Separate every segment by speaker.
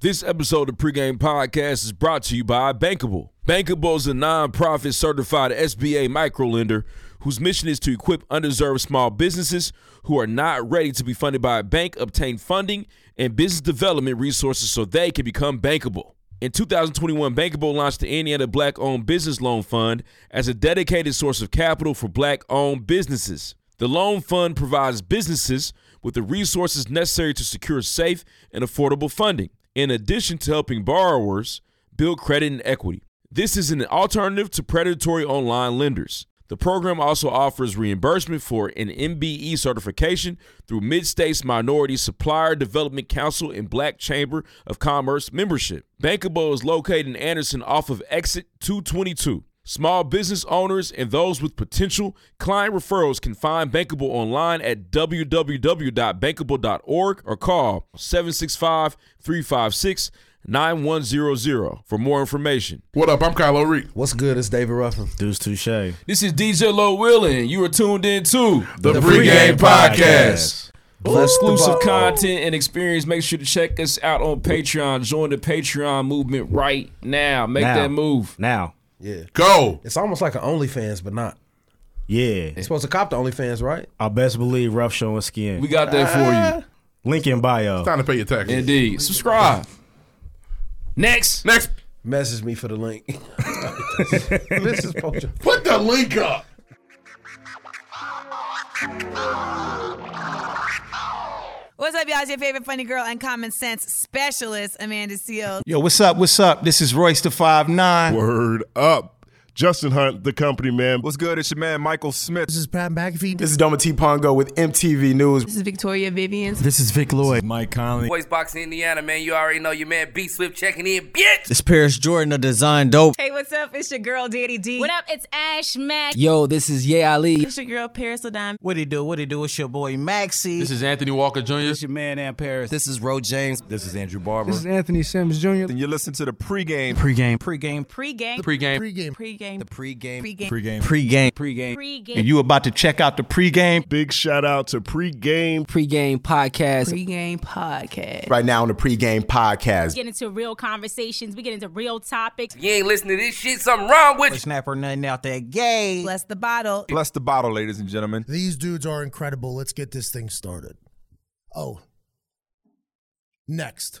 Speaker 1: This episode of Pregame Podcast is brought to you by Bankable. Bankable is a nonprofit certified SBA microlender whose mission is to equip undeserved small businesses who are not ready to be funded by a bank obtain funding and business development resources so they can become bankable. In 2021, Bankable launched the Indiana Black Owned Business Loan Fund as a dedicated source of capital for black owned businesses. The loan fund provides businesses with the resources necessary to secure safe and affordable funding, in addition to helping borrowers build credit and equity. This is an alternative to predatory online lenders. The program also offers reimbursement for an MBE certification through Mid-States Minority Supplier Development Council and Black Chamber of Commerce membership. Bankable is located in Anderson off of exit 222. Small business owners and those with potential client referrals can find Bankable online at www.bankable.org or call 765-356-9100 for more information.
Speaker 2: What up? I'm Kylo Reed.
Speaker 3: What's good? It's David Ruffin.
Speaker 4: Deuce Touche.
Speaker 1: This is DJ Low Willin. You are tuned in to
Speaker 2: The, pregame, podcast.
Speaker 3: Bless the
Speaker 1: exclusive
Speaker 3: ball.
Speaker 1: content and experience. Make sure to check us out on Patreon. Join the Patreon movement right now. Make
Speaker 4: Now.
Speaker 1: that move.
Speaker 4: Now.
Speaker 3: Yeah.
Speaker 2: Go.
Speaker 3: It's almost like an OnlyFans, but not.
Speaker 4: Yeah.
Speaker 3: It's supposed to cop the OnlyFans, right?
Speaker 4: I best believe rough showing skin.
Speaker 1: We got that
Speaker 5: Ah.
Speaker 1: for
Speaker 4: Link in bio.
Speaker 2: Time to pay your taxes.
Speaker 1: you. Indeed. Subscribe. Next.
Speaker 2: Next,
Speaker 3: Message me for the link. this is Poacher.
Speaker 2: put the link up.
Speaker 6: What's up, y'all? It's your favorite funny girl and common sense specialist, Amanda Seals.
Speaker 7: Yo, what's up? What's up? This is Royce the Five Nine.
Speaker 8: Word up. Justin Hunt, the company man.
Speaker 9: What's good? It's your man Michael Smith.
Speaker 7: This is Pat McAfee.
Speaker 10: This is Doma T. Pongo with MTV News.
Speaker 6: This is Victoria Vivian.
Speaker 7: This is Vic Lloyd. Mike Conley.
Speaker 11: Boys Boxing Indiana, man. You already know your man B Swift checking in, bitch.
Speaker 12: This Paris Jordan of Design Dope.
Speaker 6: Hey, what's up? It's your girl, Daddy D.
Speaker 11: What up? It's Ash Mack.
Speaker 12: Yo, this is Ye Ali.
Speaker 6: It's your girl, Paris Ladon.
Speaker 7: What it do? What it do? It's your boy Maxie. This
Speaker 1: is Anthony Walker Jr.
Speaker 7: your man Aunt Paris.
Speaker 12: This is Ro James.
Speaker 9: This is Andrew Barber.
Speaker 7: is Anthony Sims Jr.
Speaker 9: and you listen to the pregame.
Speaker 7: Pre-game. Pre-game.
Speaker 1: Pre-game.
Speaker 6: Pre-game. Pre-game. Pre-game.
Speaker 12: Pre-game.
Speaker 6: Pre-game.
Speaker 7: Pre-game.
Speaker 12: Pre-game.
Speaker 7: Pre-game.
Speaker 11: Pre-game.
Speaker 7: And you about to check out the pre-game.
Speaker 8: Big shout out to pregame.
Speaker 12: Pre-game podcast.
Speaker 6: Pre-game podcast.
Speaker 10: Right now on the pregame podcast.
Speaker 11: get into real conversations. We get into real topics.
Speaker 12: You ain't listening to this shit. Something wrong with
Speaker 7: Snap or nothing out that gay.
Speaker 6: Bless the bottle.
Speaker 9: Bless the bottle, ladies and gentlemen.
Speaker 13: These dudes are incredible. Let's get this thing started. Oh. Next.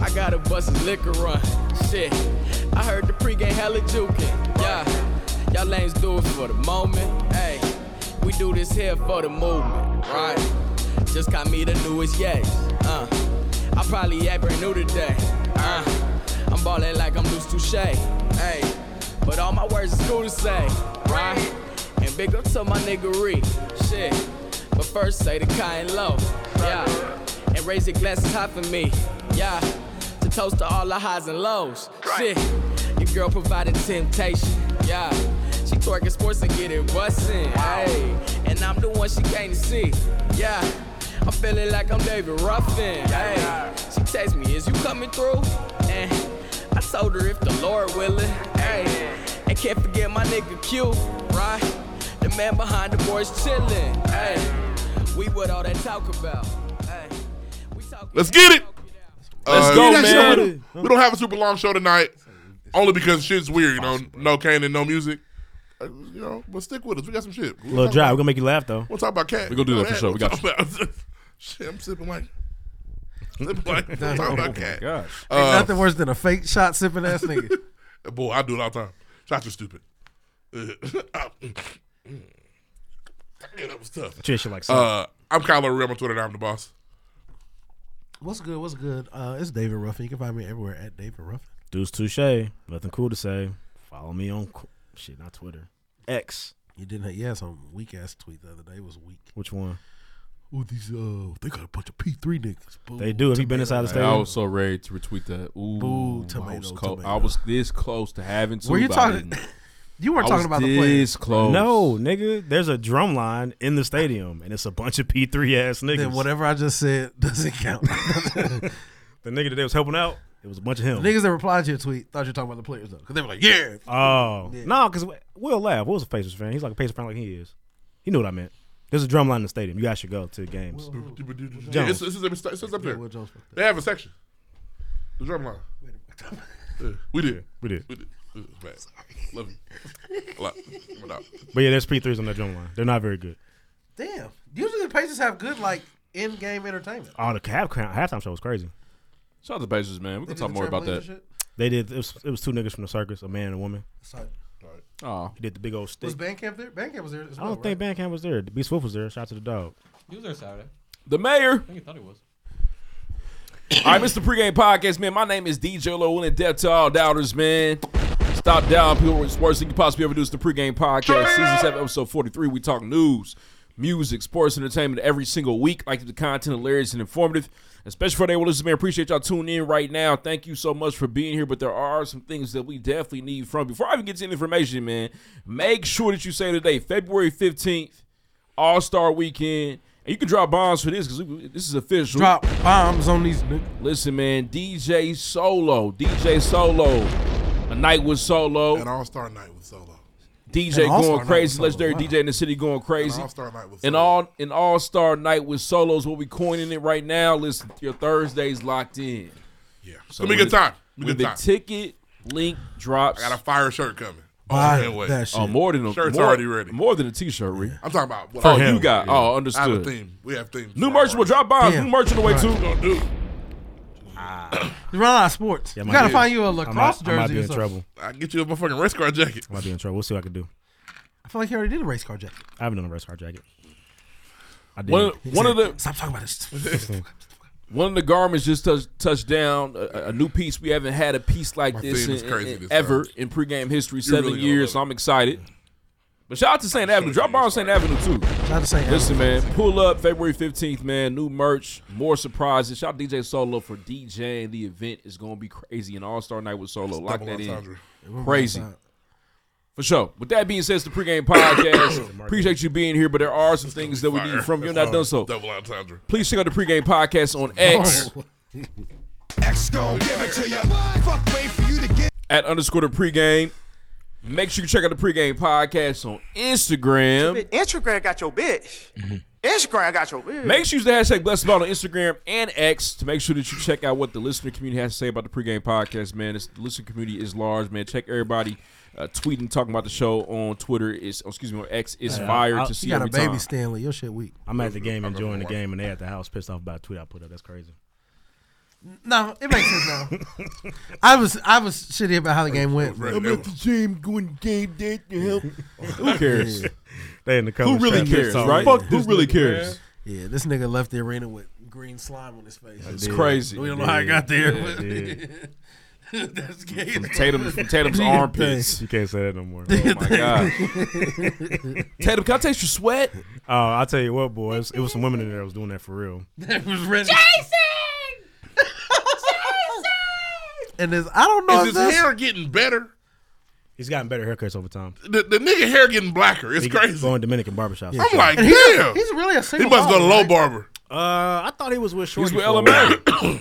Speaker 12: I got a bus's liquor run. Shit. I heard the pregame hella jukin'. Yeah. Y'all lanes do it for the moment. Hey, we do this here for the movement. Right. Just got me the newest yes. Uh, I probably act brand new today. Uh, I'm ballin' like I'm loose touche. Hey, but all my words is cool to say, right? And big up to my niggery, shit. But first say the kind low, yeah. And raise your glasses high for me, yeah. To toast to all the highs and lows, shit. Your girl provided temptation, yeah. She twerking sports and getting bustin', hey. And I'm the one she came to see, yeah. I'm feeling like I'm David Ruffin. Hey, she text me, is you coming through? And I told her if the Lord willing. Hey, and can't forget my nigga Q, right? The man behind the boys chillin'. Hey, we what all that talk about. Hey, we talk
Speaker 2: Let's get it. Uh,
Speaker 1: Let's go,
Speaker 2: yeah,
Speaker 1: man.
Speaker 2: sure, we, don't, we don't have a super long show tonight, only because shit's weird. You know, no cane and no music. Uh, You know, but stick with us. We got some shit. We'll
Speaker 4: Little
Speaker 2: talk
Speaker 4: dry.
Speaker 2: about-
Speaker 4: We're gonna make you laugh though.
Speaker 2: We'll talk about cat.
Speaker 1: We gonna do
Speaker 2: You know
Speaker 1: that for sure. We got
Speaker 2: We'll talk about- shit, I'm sipping like. Sipping like. We'll talk about cat.
Speaker 1: Oh Gosh.
Speaker 2: Uh,
Speaker 3: Nothing worse than a fake shot sipping ass nigga.
Speaker 2: boy, I do it all the time. Shots are stupid. yeah, that was tough.
Speaker 4: Trisha like uh,
Speaker 2: Uh, I'm Kylo Rim on Twitter. And I'm the boss.
Speaker 13: What's good? What's good? Uh, it's David Ruffin. You can find me everywhere at David Ruffin.
Speaker 4: Deuce Touche. Nothing cool to say. Follow me on qu- shit, not Twitter. X.
Speaker 13: You didn't have, you had some weak ass tweet the other day. It was weak.
Speaker 4: Which one?
Speaker 3: Ooh, these uh, they got a bunch of P three niggas. Boo,
Speaker 4: They do. Have you been inside the
Speaker 3: tomato.
Speaker 4: stadium?
Speaker 5: I was so ready to retweet that. Ooh, I
Speaker 3: Boo,
Speaker 5: was,
Speaker 3: tomato,
Speaker 5: co-
Speaker 3: tomato.
Speaker 5: I was this close to having to.
Speaker 3: Were you
Speaker 5: but I
Speaker 3: talking-
Speaker 5: didn't.
Speaker 3: You weren't
Speaker 5: I
Speaker 3: talking
Speaker 5: was
Speaker 3: about the players.
Speaker 5: This close.
Speaker 4: No, nigga. There's a drum line in the stadium, and it's a bunch of P3 ass niggas.
Speaker 3: Then whatever I just said doesn't count.
Speaker 4: the nigga that they was helping out, it was a bunch of him.
Speaker 3: Niggas that replied to your tweet thought you were talking about the players though, because they were like, "Yeah."
Speaker 4: Oh. No, because Will laugh. Will's a Pacers fan. He's like a Pacers fan like he is. He knew what I meant. There's a drum line in the stadium. You guys should go to the games.
Speaker 2: Yeah, it's, it's, it's, it's up there. They have a section. The drum line. Yeah, we did.
Speaker 4: we did.
Speaker 2: We did. It was bad. Love you. A lot. But, uh,
Speaker 4: But yeah, there's P3s on that drum line. They're not very good.
Speaker 3: Damn. Usually the Pacers have good like in game entertainment.
Speaker 4: Oh, the half, halftime show was crazy.
Speaker 5: Shout out to Pacers, man. We can
Speaker 3: They did
Speaker 5: talk
Speaker 3: the
Speaker 5: more about
Speaker 3: trampolines
Speaker 5: that.
Speaker 3: and shit?
Speaker 4: They did. It was, it was two niggas from the circus, a man and a woman.
Speaker 3: Sorry.
Speaker 5: Oh,
Speaker 4: he did the big old stick.
Speaker 3: Was Bandcamp there? Bandcamp was there. As
Speaker 4: I
Speaker 3: well,
Speaker 4: don't think Bandcamp was there. The Beast Wolf was there. Shout out to the dog.
Speaker 3: He was there Saturday.
Speaker 1: The mayor.
Speaker 5: I
Speaker 3: thought he was.
Speaker 1: All right, Mr. Pregame Podcast, man. My name is DJ Low. One in death to all doubters, man. Stop doubting people. It's the worst thing you possibly ever do is the Pregame Podcast, Season 7, Episode 43. We talk news, music, sports, entertainment every single week. Like the content hilarious and informative. Especially for the able listeners, man. Appreciate y'all tuning in right now. Thank you so much for being here. But there are some things that we definitely need from. Before I even get to any information, man, make sure that you say today, February 15th, All Star Weekend. And you can drop bombs for this because this is official.
Speaker 3: Drop bombs on these niggas.
Speaker 1: Listen, man, DJ Solo, DJ Solo, a night with Solo, an
Speaker 2: All Star night with Solo,
Speaker 1: DJ
Speaker 2: An All-Star Night
Speaker 1: going
Speaker 2: with
Speaker 1: crazy,
Speaker 2: Solo,
Speaker 1: legendary
Speaker 2: wow.
Speaker 1: DJ in the city going crazy,
Speaker 2: An All-Star Night with
Speaker 1: an all an All Star night with Solo is what we coining it right now. Listen, your Thursday's locked in. Yeah,
Speaker 2: Gonna be a good time. Be a
Speaker 1: When
Speaker 2: good
Speaker 1: the
Speaker 2: time.
Speaker 1: ticket link drops,
Speaker 2: I got a fire shirt coming.
Speaker 1: Buy
Speaker 2: Oh, can't wait.
Speaker 1: that shit. Oh, more than a-
Speaker 2: shirt's
Speaker 1: more-
Speaker 2: already ready.
Speaker 1: More than a t-shirt, Rick.
Speaker 2: I'm talking about what
Speaker 1: oh,
Speaker 2: I-
Speaker 1: you got
Speaker 2: Yeah.
Speaker 1: oh,
Speaker 2: I
Speaker 1: understood.
Speaker 2: have a theme. We have themes.
Speaker 1: New merch will drop by. New merch on the way
Speaker 2: Right.
Speaker 1: too.
Speaker 2: We gonna do.
Speaker 3: Run out of sports.
Speaker 4: Yeah,
Speaker 3: you
Speaker 4: my
Speaker 3: gotta
Speaker 4: dude.
Speaker 3: find you a
Speaker 4: I might-
Speaker 3: lacrosse
Speaker 4: I might
Speaker 3: jersey.
Speaker 4: be
Speaker 3: or
Speaker 4: in
Speaker 3: something.
Speaker 4: trouble.
Speaker 2: I get you a motherfucking race car jacket.
Speaker 4: I might be in trouble. We'll see what I can do.
Speaker 3: I feel like he already did a race car jacket.
Speaker 4: I haven't done a race car jacket. I did.
Speaker 1: One of,
Speaker 4: He
Speaker 1: one of
Speaker 4: said-
Speaker 1: the
Speaker 3: stop talking about this.
Speaker 1: one of the garments just touched touched down. A, a- a new piece. We haven't had a piece like
Speaker 2: My
Speaker 1: this, in,
Speaker 2: theme is crazy
Speaker 1: in-
Speaker 2: this
Speaker 1: ever
Speaker 2: time.
Speaker 1: in pregame history.
Speaker 2: You
Speaker 1: seven
Speaker 2: really gonna
Speaker 1: years. So I'm excited. But shout out to St. Avenue. Drop by on St. Avenue too. Shout
Speaker 3: out to St.
Speaker 1: Listen, man. Pull up February 15th, man. New merch, more surprises. Shout out to DJ Solo for DJing. The event is gonna be crazy. An All Star night with Solo.
Speaker 2: It's
Speaker 1: Lock
Speaker 2: double
Speaker 1: that
Speaker 2: entendre. It
Speaker 1: in.
Speaker 2: won't be
Speaker 1: Crazy.
Speaker 2: outside.
Speaker 1: For sure. With that being said, it's the pregame podcast. Appreciate you being here, but there are some things that we need from you. and Not done so.
Speaker 2: Double entendre.
Speaker 1: Please check out the pregame podcast on X
Speaker 14: X gon' give it to you. Fuck wait for you to get.
Speaker 1: at underscore the pregame. Make sure you check out the pregame podcast on Instagram.
Speaker 12: Instagram got your bitch. Instagram got your bitch.
Speaker 1: Make sure you use the hashtag blessed about on Instagram and X to make sure that you check out what the listener community has to say about the pregame podcast, man. It's, the listener community is large, man. Check everybody uh, tweeting, talking about the show on Twitter. Is oh, excuse me on X is
Speaker 4: Yeah,
Speaker 1: fire
Speaker 4: I'll-
Speaker 1: to see
Speaker 3: You got a
Speaker 1: every
Speaker 3: baby
Speaker 1: time.
Speaker 3: Stanley. Your shit weak.
Speaker 4: I'm at the game enjoying the game, and they at the house pissed off about a tweet I put up. That's crazy.
Speaker 3: No, it makes sense now. I was I was shitty about how the game went.
Speaker 4: I'm at the
Speaker 3: gym going game day to help.
Speaker 1: Who cares?
Speaker 4: they in the
Speaker 1: Who
Speaker 4: comments
Speaker 1: really
Speaker 4: trying to
Speaker 1: cares,
Speaker 4: piss off.
Speaker 1: right? Fuck who really cares?
Speaker 3: Yeah, this nigga left the arena with green slime on his face.
Speaker 1: It's crazy.
Speaker 3: We don't know how it got there.
Speaker 1: Yeah,
Speaker 3: but- That's gay.
Speaker 1: From Tatum- from Tatum's armpits.
Speaker 4: You can't say that no more.
Speaker 1: Oh my god. Tatum, can I taste your sweat?
Speaker 4: Oh, I'll tell you what, boys. It was some women in there that was doing that for real.
Speaker 3: That was ready. And this, I don't know
Speaker 2: Is
Speaker 3: if
Speaker 2: his
Speaker 3: this-
Speaker 2: hair getting better?
Speaker 4: He's gotten better haircuts over time.
Speaker 2: The, the nigga hair getting blacker. It's
Speaker 4: He
Speaker 2: crazy.
Speaker 4: Going Dominican barbershops.
Speaker 2: I'm like,
Speaker 3: And he's-
Speaker 2: damn.
Speaker 3: he's really a single
Speaker 2: He must go to
Speaker 3: mom,
Speaker 2: low
Speaker 3: right?
Speaker 2: barber.
Speaker 4: Uh, I thought he was with Shorty.
Speaker 1: with
Speaker 4: for a
Speaker 1: LMA.
Speaker 4: while.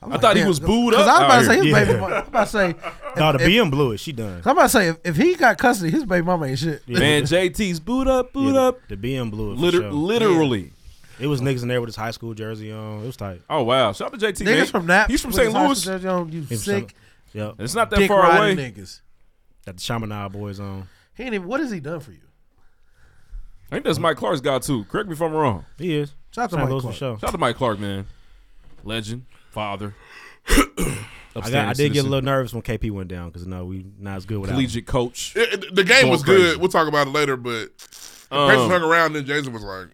Speaker 3: I'm
Speaker 1: I
Speaker 3: like,
Speaker 1: thought he
Speaker 3: damn,
Speaker 1: was booed
Speaker 3: 'cause
Speaker 1: up.
Speaker 3: I was about to
Speaker 1: out
Speaker 3: say his
Speaker 1: here.
Speaker 3: baby
Speaker 1: Yeah.
Speaker 3: mama. I'm about to say.
Speaker 4: No, the
Speaker 3: if-
Speaker 4: BM blew it. She done.
Speaker 3: 'cause I'm about to say if, if he got custody, his baby mama ain't shit.
Speaker 1: Man, JT's boot up, boot up.
Speaker 4: The BM blew it. for
Speaker 1: Liter-
Speaker 4: sure.
Speaker 1: literally.
Speaker 4: It was niggas in there with his high school jersey on. It was tight.
Speaker 1: Oh wow! Shout out to JT.
Speaker 4: Niggas
Speaker 1: man.
Speaker 4: from Nap
Speaker 1: He's from
Speaker 4: with his
Speaker 1: St. Louis.
Speaker 4: houses,
Speaker 3: you
Speaker 4: He was
Speaker 3: sick.
Speaker 4: trying to- yep.
Speaker 1: It's not that
Speaker 3: Dick
Speaker 1: far away.
Speaker 3: riding niggas.
Speaker 4: Got the Chaminade boys on.
Speaker 3: He ain't even. What has he done for you?
Speaker 1: I think that's Mike Clark's guy too. Correct me if I'm wrong.
Speaker 4: He is.
Speaker 3: Shout out to Mike Clark.
Speaker 1: Shout out to Mike Clark, man. Legend, father.
Speaker 4: I,
Speaker 1: Upstanding
Speaker 4: got, I did get a
Speaker 1: citizen.
Speaker 4: little nervous when KP went down because no, we not as good without
Speaker 1: collegiate coach.
Speaker 2: It- it- the game
Speaker 4: Going
Speaker 2: was good. We'll talk about it later, but the
Speaker 4: Um,
Speaker 2: Pacers hung around and Jason was like,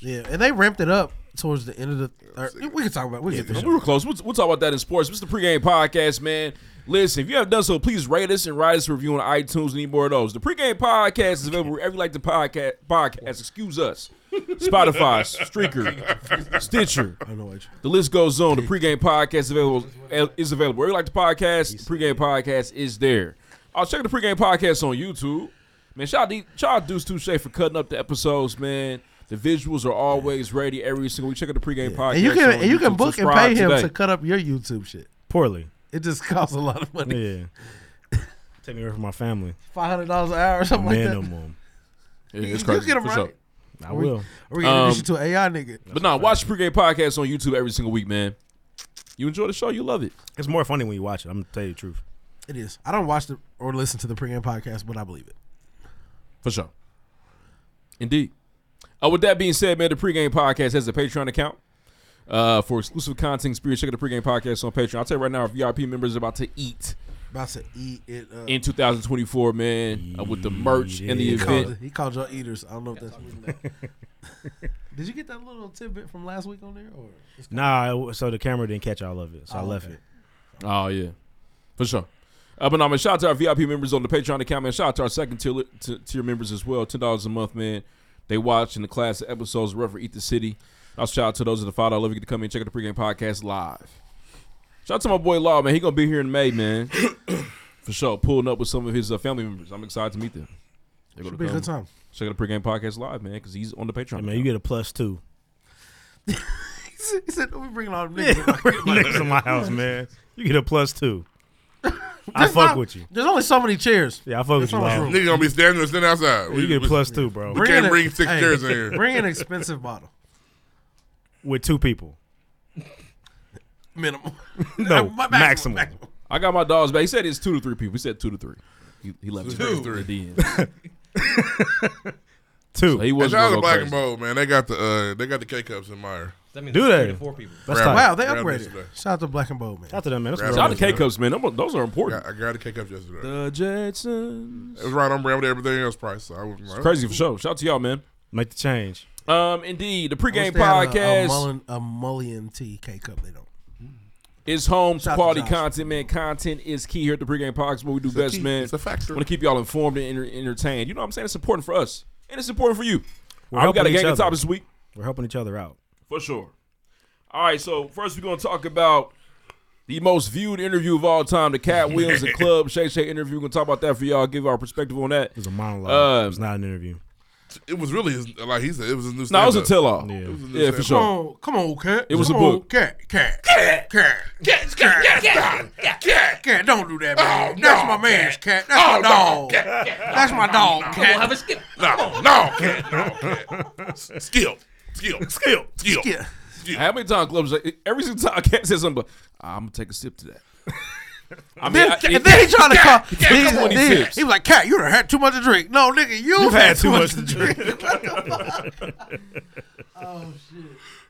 Speaker 3: Yeah, and they ramped it up towards the end of the. or- we can talk about. it. We
Speaker 1: Yeah,
Speaker 3: can get this.
Speaker 1: we were close. We'll, we'll talk about that in sports. This is the pregame podcast, man. Listen, if you haven't done so, please rate us and write us a review on iTunes. Need more of those. The pregame podcast is available wherever you like the podcast. Podcast, excuse us. Spotify, Streaker, Stitcher. The list goes on. The pregame podcast is available is available. Where you like the podcast, the pregame podcast is there. I'll check the pregame podcast on YouTube. Man, shout out to- shout out to Deuce Touche for cutting up the episodes, man. The visuals are always ready every single week. Check out the pregame podcast.
Speaker 3: and you
Speaker 1: on
Speaker 3: can and you can
Speaker 1: YouTube.
Speaker 3: book and
Speaker 1: Subscribe
Speaker 3: pay him
Speaker 1: today.
Speaker 3: to cut up your YouTube shit.
Speaker 4: Poorly.
Speaker 3: It just costs a lot of money.
Speaker 4: Yeah. Take me away from my family.
Speaker 3: Five hundred dollars an hour or something like that.
Speaker 4: Minimum.
Speaker 1: Yeah, it's
Speaker 3: You
Speaker 1: crazy,
Speaker 3: get 'em
Speaker 1: for
Speaker 3: right.
Speaker 1: sure.
Speaker 4: I will.
Speaker 3: Or we can introduce
Speaker 1: Um,
Speaker 3: you to an AI nigga.
Speaker 1: But no, watch the pregame podcast on YouTube every single week, man. You enjoy the show, you love it.
Speaker 4: It's more funny when you watch it. I'm gonna tell you the truth.
Speaker 3: It is. I don't watch the or listen to the pregame podcast, but I believe it.
Speaker 1: For sure. Indeed. Uh, with that being said, man, the pregame podcast has a Patreon account uh, for exclusive content experience. Check out the pregame podcast on Patreon. I'll tell you right now, our VIP members are about to eat
Speaker 3: About to eat it. Up.
Speaker 1: in 2024, man, uh, with the merch and the
Speaker 3: he Called,
Speaker 1: event.
Speaker 3: he called y'all eaters. I don't know if that's. Did you get that little tidbit from last week on there? Or
Speaker 4: Nah, it w- so the camera didn't catch all of it, so I
Speaker 3: Oh,
Speaker 4: left
Speaker 3: okay.
Speaker 4: it.
Speaker 1: Oh, yeah. For sure. Uh, but no, man, shout out to our VIP members on the Patreon account, man. Shout out to our second tier, t- tier members as well. $10 a month, man. They watch in the class episodes of Rough for Eat the City. Also, shout out to those at the $5 level. You get to come in and check out the pregame podcast live. Shout out to my boy Law, man. He going to be here in May, man. For sure. Pulling up with some of his uh, family members. I'm excited to meet them. They're gonna
Speaker 3: Should be a
Speaker 1: come
Speaker 3: good time.
Speaker 1: Check out the pregame podcast live, man, because he's on the Patreon.
Speaker 4: man, you get a plus two.
Speaker 3: He said- he said, "Let me bring all the
Speaker 4: Yeah,
Speaker 3: niggas." in my-
Speaker 4: niggas in my house, man. You get a plus two. I
Speaker 3: There's
Speaker 4: fuck
Speaker 3: not-
Speaker 4: with you.
Speaker 3: There's only so many chairs.
Speaker 4: Yeah, I fuck with you. Lyle.
Speaker 2: Nigga gonna be standing there sitting outside.
Speaker 4: You get a plus two, bro.
Speaker 2: We can't
Speaker 3: in a-
Speaker 2: bring six
Speaker 3: hey,
Speaker 2: chairs in here.
Speaker 3: Bring an expensive bottle.
Speaker 4: With two people.
Speaker 3: Minimum.
Speaker 4: No,
Speaker 3: My
Speaker 4: maximum.
Speaker 1: I got my dogs back. He said it's two to three people. He said two to three. He, he left
Speaker 2: Two to
Speaker 1: at the
Speaker 2: three.
Speaker 1: end.
Speaker 4: Two.
Speaker 1: he
Speaker 2: And
Speaker 1: wasn't
Speaker 2: shout out
Speaker 1: gonna
Speaker 2: to
Speaker 1: go
Speaker 2: Black
Speaker 1: crazy.
Speaker 2: and Bold, man. They got the uh, they got the K cups in Meyer.
Speaker 9: That
Speaker 4: Do they? That's
Speaker 2: Grab
Speaker 4: tight.
Speaker 2: it.
Speaker 3: Wow, they
Speaker 2: Grab it
Speaker 3: upgraded.
Speaker 2: yesterday.
Speaker 3: Shout out to Black and Bold, man.
Speaker 4: Shout out to them, man. That's
Speaker 2: Grab
Speaker 4: what
Speaker 2: it
Speaker 1: Shout
Speaker 4: I'm
Speaker 1: out to
Speaker 2: yesterday.
Speaker 1: K Cups, man. Them- those are important.
Speaker 2: Yeah, I grabbed the K cups yesterday.
Speaker 3: Uh,
Speaker 1: The Jetsons.
Speaker 2: It was right on brand with everything else price. So I was
Speaker 1: It's crazy for sure. Shout out to y'all, man.
Speaker 4: Make the change.
Speaker 1: Um, indeed, the pregame
Speaker 3: Wish they had A, a,
Speaker 1: podcast
Speaker 3: mullion, a mullion tea K cup. They don't.
Speaker 1: is home to
Speaker 3: Shout out to
Speaker 1: quality
Speaker 3: Josh.
Speaker 1: content, man. Content is key here at the pregame podcast. What we do
Speaker 2: It's a
Speaker 1: best,
Speaker 2: key.
Speaker 1: man.
Speaker 2: It's a factor.
Speaker 1: Want to keep y'all informed and enter- entertained. You know what I'm saying? It's important for us, and it's important for you.
Speaker 4: We're
Speaker 1: All right, we got a
Speaker 4: helping each
Speaker 1: gang of
Speaker 4: other.
Speaker 1: topics this week
Speaker 4: We're helping each other out.
Speaker 1: for sure. All right, so first we're gonna talk about the most viewed interview of all time, the Cat Williams and Club Shay Shay interview. We're gonna talk about that for y'all. Give our perspective on that. It
Speaker 4: was a monologue.
Speaker 1: Uh,
Speaker 4: it was not an interview.
Speaker 2: It was really his, like he said. It was a new.
Speaker 1: No, it was a
Speaker 2: stand-up.
Speaker 1: tell-all.
Speaker 4: Yeah.
Speaker 2: It was a new
Speaker 1: Yeah, for
Speaker 2: stand-up.
Speaker 1: sure.
Speaker 3: Oh, come on, cat.
Speaker 1: It was
Speaker 3: come
Speaker 1: a book.
Speaker 3: on, Cat, cat, cat, cat, cat, cat, cat, cat, cat, cat, cat. Don't do that, man. That's my man's cat. That's
Speaker 2: Oh,
Speaker 3: my
Speaker 2: no,
Speaker 3: dog.
Speaker 2: cat.
Speaker 3: That's my dog.
Speaker 2: no.
Speaker 3: Cat.
Speaker 2: Come on, have a skip. No, no, cat, no, cat. Skill, skill, skill, skill.
Speaker 3: Yeah.
Speaker 1: How many times clubs? Every single time Cat says something, but I'm gonna take a sip to that. I mean,
Speaker 3: Then,
Speaker 1: I-
Speaker 3: and then he trying to call.
Speaker 1: Yeah,
Speaker 3: then-
Speaker 1: come on, these
Speaker 3: then
Speaker 1: tips.
Speaker 3: he was like, "Cat, you done had too much to drink." No, nigga, you've,
Speaker 4: You've
Speaker 3: had,
Speaker 4: had too much to
Speaker 3: oh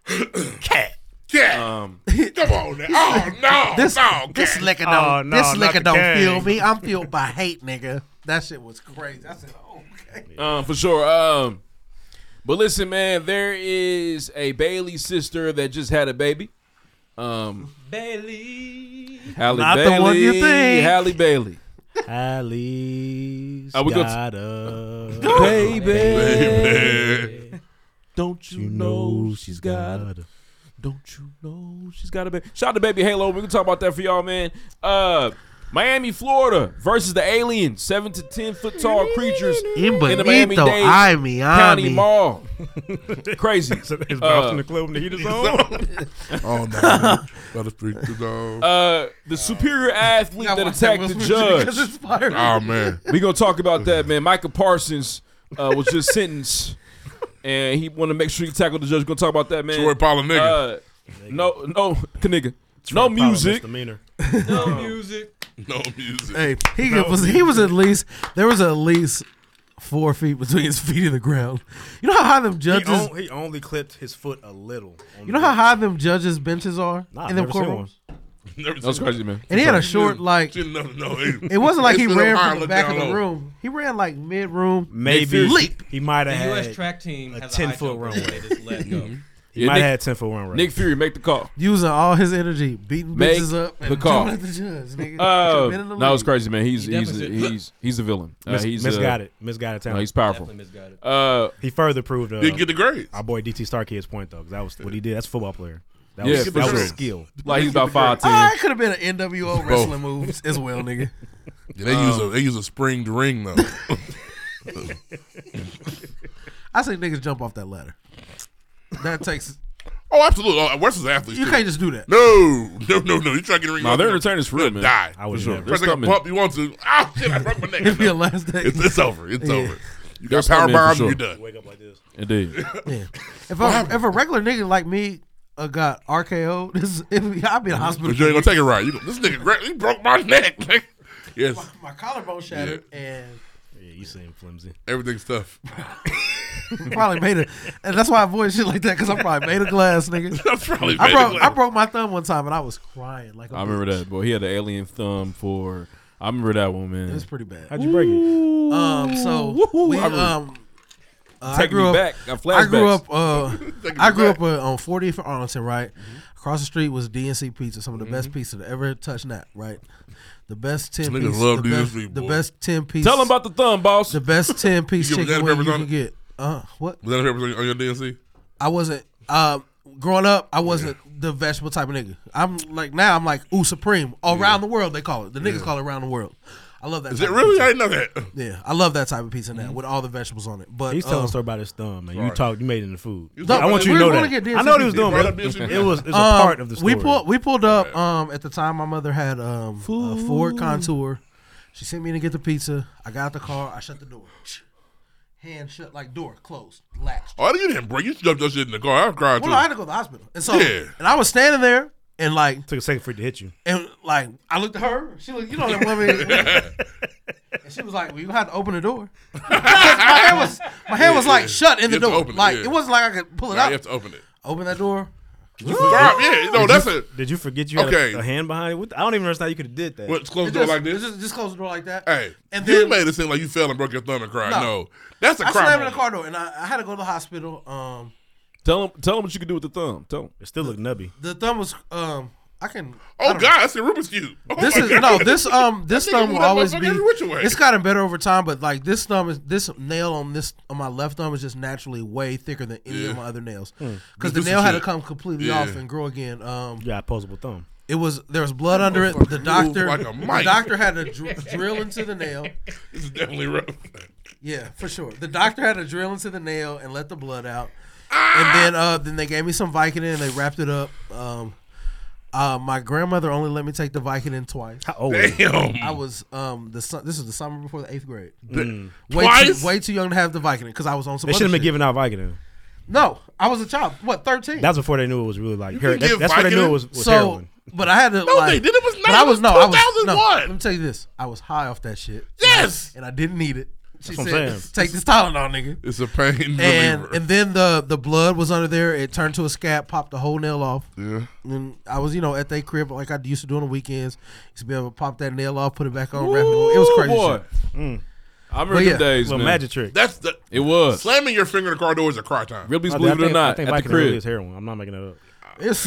Speaker 3: shit.
Speaker 2: Cat, cat.
Speaker 1: Um,
Speaker 2: Come on, now. oh no,
Speaker 3: this
Speaker 2: no,
Speaker 3: this
Speaker 2: cat.
Speaker 3: liquor don't
Speaker 4: Oh, no,
Speaker 3: this
Speaker 4: not
Speaker 3: liquor
Speaker 4: the
Speaker 3: don't
Speaker 4: gang.
Speaker 3: feel me. I'm filled by hate, nigga. That shit was crazy. I said, "Oh, okay."
Speaker 1: Um, for sure. Um, but listen, man, there is a Bailey sister that just had a baby. Um,
Speaker 9: Bailey.
Speaker 1: Halle
Speaker 4: Not
Speaker 1: Bailey.
Speaker 4: the one you think.
Speaker 1: Halle Bailey.
Speaker 4: Allie's
Speaker 1: Are we good?
Speaker 4: got a
Speaker 1: Baby.
Speaker 2: Baby.
Speaker 1: Don't you, know, she's got, a, Don't you know she's got a baby? Shout out to Baby Halo. We can talk about that for y'all, man. Uh, Miami, Florida versus the alien, seven to ten foot tall creatures in the
Speaker 3: Bonito,
Speaker 1: Miami-Dade
Speaker 3: ay, Miami.
Speaker 1: County Mall. Crazy.
Speaker 4: So it's
Speaker 1: Uh,
Speaker 4: bouncing the club when the heat is
Speaker 2: Oh
Speaker 4: on.
Speaker 2: no, by the street, no.
Speaker 1: Uh, the superior athlete
Speaker 3: I
Speaker 1: that
Speaker 3: watched that
Speaker 1: attacked the
Speaker 3: Will Smith shit
Speaker 1: judge.
Speaker 3: because it's fire.
Speaker 2: Oh man,
Speaker 1: We gonna talk about that, man. Michael Parsons uh, was just sentenced, and he want to make sure he tackled the judge. We gonna talk about that, man.
Speaker 2: Troy Pollen nigga.
Speaker 1: Uh, no, no, nigga. No
Speaker 4: Pollen
Speaker 1: music.
Speaker 4: misdemeanor.
Speaker 9: No music.
Speaker 2: no music.
Speaker 3: Hey, he
Speaker 2: No
Speaker 3: was he was at least there was at least four feet between his feet and the ground. You know how high them
Speaker 4: He,
Speaker 3: judges.
Speaker 4: on, he only clipped his foot a little.
Speaker 3: you
Speaker 4: on the
Speaker 3: know how
Speaker 4: bench.
Speaker 3: high them judges' benches are
Speaker 4: Nah,
Speaker 3: in them
Speaker 4: never seen
Speaker 3: courtrooms.
Speaker 4: one.
Speaker 2: Never
Speaker 1: That was
Speaker 2: seen-
Speaker 1: crazy, man.
Speaker 3: And he had a short like.
Speaker 2: She never know.
Speaker 3: It wasn't like he
Speaker 2: It's been
Speaker 3: ran
Speaker 2: high,
Speaker 3: from the
Speaker 2: look
Speaker 3: back
Speaker 2: down
Speaker 3: of the
Speaker 2: low.
Speaker 3: room. He ran like mid room,
Speaker 4: Maybe
Speaker 3: leap.
Speaker 4: he might
Speaker 9: The
Speaker 4: have
Speaker 9: U.S.
Speaker 4: had
Speaker 9: track team
Speaker 4: a
Speaker 9: has
Speaker 4: ten
Speaker 9: a high
Speaker 4: foot
Speaker 9: jump
Speaker 4: runway.
Speaker 9: They just let go.
Speaker 4: He might have had 10 for one round.
Speaker 15: Nick Fury, make the call.
Speaker 3: Using all his energy, beating
Speaker 15: Make
Speaker 3: bitches up,
Speaker 15: the
Speaker 3: and
Speaker 15: call.
Speaker 3: jumping at the judge. Nigga.
Speaker 4: Oh,
Speaker 15: Uh,
Speaker 3: Been in the
Speaker 15: no, it's
Speaker 3: league.
Speaker 15: crazy, man. He's
Speaker 3: He
Speaker 15: he's he's,
Speaker 3: definitely-
Speaker 15: he's the villain. Uh,
Speaker 4: Mis-
Speaker 15: he's
Speaker 4: misguided.
Speaker 15: uh,
Speaker 4: Misguided talent.
Speaker 15: No, he's powerful.
Speaker 4: Uh, he further proved. Uh,
Speaker 15: Didn't get the
Speaker 2: grades.
Speaker 4: Our boy DT Starkid's point though, 'cause that was what he did. That's a football player. That
Speaker 15: Yeah,
Speaker 4: was,
Speaker 15: for
Speaker 4: that was
Speaker 15: sure.
Speaker 4: skill.
Speaker 15: Like, he's about
Speaker 3: Ah,
Speaker 15: 5'10".
Speaker 3: it could have been an NWO wrestling moves as well, nigga.
Speaker 2: Yeah, they use a they use a springed ring though.
Speaker 3: I say niggas jump off that ladder. That takes.
Speaker 2: oh, absolutely. Oh, Western's athletes.
Speaker 3: You
Speaker 2: too.
Speaker 3: can't just do that.
Speaker 2: No, no, no, no. You try to get a ring.
Speaker 3: Nah,
Speaker 2: off,
Speaker 3: their
Speaker 2: you'll-
Speaker 3: entertainers for
Speaker 2: you'll
Speaker 3: real, man.
Speaker 2: Die.
Speaker 3: I would
Speaker 2: For sure.
Speaker 3: never.
Speaker 2: Try to take a
Speaker 3: Stomach.
Speaker 2: pump you want to. Oh shit! I broke my neck.
Speaker 3: It'd be a last day.
Speaker 2: It's, it's over. It's
Speaker 3: Yeah.
Speaker 2: over. You
Speaker 3: They're
Speaker 2: got power
Speaker 3: stomach
Speaker 2: bomb.
Speaker 3: for sure.
Speaker 2: You're done.
Speaker 4: Wake up like this.
Speaker 3: Ah!
Speaker 15: Indeed.
Speaker 3: Yeah. If
Speaker 2: What
Speaker 3: I,
Speaker 2: happened?
Speaker 3: if a regular nigga like me uh, got RKO, this if, I'd be in the hospital.
Speaker 2: But you ain't gonna take it right. You, go, this nigga, Greg, he broke my neck. nigga." yes.
Speaker 3: My, my collarbone shattered and
Speaker 4: Yeah, you seem flimsy.
Speaker 2: Everything's tough.
Speaker 3: probably made it. And that's why I avoid shit like that because I'm probably made of glass, nigga.
Speaker 2: I'm probably
Speaker 3: I
Speaker 2: made
Speaker 3: broke
Speaker 2: of
Speaker 3: I broke my thumb one time and I was crying like a
Speaker 1: I remember
Speaker 3: bitch.
Speaker 1: that, boy. He had the alien thumb for. I remember that one, man.
Speaker 3: It was pretty bad.
Speaker 4: How'd you break it?
Speaker 3: Um, so we
Speaker 4: I remember.
Speaker 3: um. Uh, I
Speaker 4: Taking
Speaker 3: grew
Speaker 4: me
Speaker 3: up.
Speaker 4: back. Got
Speaker 3: I grew
Speaker 4: flashbacks.
Speaker 3: up. Uh,
Speaker 4: Taking
Speaker 3: I
Speaker 4: me
Speaker 3: grew
Speaker 4: back. Mm-hmm.
Speaker 3: up uh, on 40th and Arlington, right? Across the street was DNC Pizza, some of the best pizza to ever touch that, right? The best ten
Speaker 2: Niggas
Speaker 3: piece.
Speaker 2: love
Speaker 3: the, best,
Speaker 2: DNC,
Speaker 3: the
Speaker 2: boy.
Speaker 3: best ten piece.
Speaker 2: Tell 'em
Speaker 15: about the thumb, boss.
Speaker 3: The best ten piece
Speaker 2: You get
Speaker 3: chicken
Speaker 2: banana
Speaker 3: wing
Speaker 2: peppers
Speaker 3: you
Speaker 2: on
Speaker 3: can
Speaker 2: it?
Speaker 3: get. Uh, what?
Speaker 2: Was that everything on your DNC?
Speaker 3: I wasn't. Uh, growing up, I wasn't the vegetable type of nigga. I'm like now. I'm like ooh supreme around the world. They call it. The niggas
Speaker 2: Yeah.
Speaker 3: call it around the world. I love that.
Speaker 2: Is
Speaker 3: type
Speaker 2: it
Speaker 3: of
Speaker 2: really? Mm-hmm.
Speaker 3: pizza.
Speaker 2: I didn't know that.
Speaker 3: Yeah, I love that type of pizza now with all the vegetables on it. But
Speaker 4: he's telling
Speaker 15: Uh,
Speaker 3: um,
Speaker 4: a story about his thumb, man. You
Speaker 3: Right.
Speaker 4: talked, you made it in the food.
Speaker 3: You
Speaker 4: I want you to
Speaker 3: we
Speaker 4: know
Speaker 3: were gonna
Speaker 4: that.
Speaker 3: get DNC
Speaker 4: I know what he was
Speaker 3: pizza.
Speaker 4: doing,
Speaker 3: Right?
Speaker 4: but it was, it was
Speaker 3: Um,
Speaker 4: a part of the story.
Speaker 3: We pulled we pulled up um, at the time. My mother had um, a Ford Contour. She sent me to get the pizza. I got out the car. I shut the door. Hand shut, like door closed, latched.
Speaker 2: Oh, you didn't break. You jumped that shit in the car. I cried
Speaker 3: Well,
Speaker 2: too.
Speaker 3: no, I had to go to the hospital, and so
Speaker 2: Yeah.
Speaker 3: and I was standing there, and like
Speaker 4: took a second for it to hit you,
Speaker 3: and like I looked at her. She looked, you know that woman. and she was like, "Well, you had to open the door." Because my hair was my hair was
Speaker 2: Yeah,
Speaker 3: like
Speaker 2: yeah.
Speaker 3: shut in the
Speaker 2: You have to
Speaker 3: door.
Speaker 2: open it,
Speaker 3: like
Speaker 2: yeah.
Speaker 3: it wasn't like I could pull it
Speaker 2: Nah,
Speaker 3: out.
Speaker 2: you have to open it.
Speaker 3: Open that door.
Speaker 2: You forgot. Yeah, no,
Speaker 4: Did
Speaker 2: that's
Speaker 4: you,
Speaker 2: it.
Speaker 4: Did you forget you had
Speaker 2: Okay.
Speaker 4: a, a hand behind it? What- I don't even understand how you could have did that.
Speaker 2: What, close
Speaker 3: It
Speaker 2: the door
Speaker 3: just-
Speaker 2: like this?
Speaker 3: Just, just close the door like that.
Speaker 2: Hey,
Speaker 3: and
Speaker 2: you
Speaker 3: then
Speaker 2: made it seem like you fell and broke your thumb and cried. No, that's a
Speaker 3: I
Speaker 2: crime.
Speaker 3: slammed in the car door, and I, I had to go to the hospital. Um,
Speaker 1: Tell him, tell him what you can do with the thumb. Tell him.
Speaker 4: It still looked nubby.
Speaker 3: the thumb was um, I can. I
Speaker 2: Oh
Speaker 3: don't
Speaker 2: God,
Speaker 3: know.
Speaker 2: that's a Rubik's cube. Oh,
Speaker 3: This
Speaker 2: my
Speaker 3: is
Speaker 2: God.
Speaker 3: no this um this
Speaker 2: That nigga
Speaker 3: thumb
Speaker 2: moved
Speaker 3: will
Speaker 2: that
Speaker 3: always
Speaker 2: motherfucker
Speaker 3: be.
Speaker 2: every which way.
Speaker 3: It's gotten better over time, but like this thumb is this nail on this on my left thumb is just naturally way thicker than any
Speaker 4: Yeah.
Speaker 3: of my other nails
Speaker 4: Hmm.
Speaker 3: because
Speaker 4: You do
Speaker 3: the
Speaker 4: some
Speaker 3: nail had to
Speaker 4: shit.
Speaker 3: come completely
Speaker 4: Yeah.
Speaker 3: off and grow again. Um,
Speaker 4: You got opposable thumb.
Speaker 3: It was there was blood under it. The
Speaker 2: Motherfucker
Speaker 3: doctor,
Speaker 2: moved like a
Speaker 3: the
Speaker 2: mic.
Speaker 3: doctor had to dr- drill into the nail.
Speaker 2: This is definitely rough.
Speaker 3: Yeah, for sure. The doctor had to drill into the nail and let the blood out,
Speaker 2: Ah!
Speaker 3: and then uh, then they gave me some Vicodin and they wrapped it up. Um, uh, my grandmother only let me take the Vicodin twice. How
Speaker 4: old were you? Damn.
Speaker 3: I was um the su- this was the summer before the eighth grade.
Speaker 4: Mm.
Speaker 3: Way
Speaker 4: Twice?
Speaker 3: too way too young to have the Vicodin because I was on some.
Speaker 4: They
Speaker 3: other
Speaker 4: should have been
Speaker 3: shit.
Speaker 4: giving out Vicodin.
Speaker 3: No, I was a child. What thirteen?
Speaker 4: That's before they knew it was really like
Speaker 3: You
Speaker 4: heroin.
Speaker 3: can
Speaker 4: That's,
Speaker 3: give
Speaker 4: that's what they knew
Speaker 3: Vicodin?
Speaker 4: it was, was
Speaker 3: so,
Speaker 4: heroin.
Speaker 3: But I had to.
Speaker 4: No,
Speaker 3: like,
Speaker 4: they didn't. It was
Speaker 3: but
Speaker 4: not.
Speaker 3: I
Speaker 4: It
Speaker 3: was
Speaker 4: was
Speaker 3: no. I was no.
Speaker 4: 2001.
Speaker 3: Let me tell you this. I was high off that shit. Yes. And I, didn't need it. She
Speaker 2: That's what I'm
Speaker 3: said,
Speaker 2: saying.
Speaker 3: "Take this Tylenol, nigga."
Speaker 2: It's a pain
Speaker 3: And
Speaker 2: reliever.
Speaker 3: and then the the blood was under there. It turned to a scab. Popped the whole nail off.
Speaker 2: Yeah.
Speaker 3: And I was you know at their crib like I used to do on the weekends. Used to be able to pop that nail off, put it back on, wrap it. on. It was
Speaker 2: Ooh,
Speaker 3: crazy.
Speaker 2: boy.
Speaker 3: shit.
Speaker 1: I
Speaker 3: But
Speaker 1: remember the
Speaker 3: yeah.
Speaker 1: days,
Speaker 4: Mm. Little
Speaker 1: man.
Speaker 4: magic trick.
Speaker 2: That's the.
Speaker 1: It was.
Speaker 2: slamming your finger in the car door is a cry time.
Speaker 1: Real beats,
Speaker 4: I
Speaker 1: believe
Speaker 4: think-
Speaker 1: it or not,
Speaker 4: I
Speaker 1: at
Speaker 4: think
Speaker 1: the
Speaker 4: Vicodin
Speaker 1: crib.
Speaker 4: really is heroin. I'm not making that up.
Speaker 3: It's.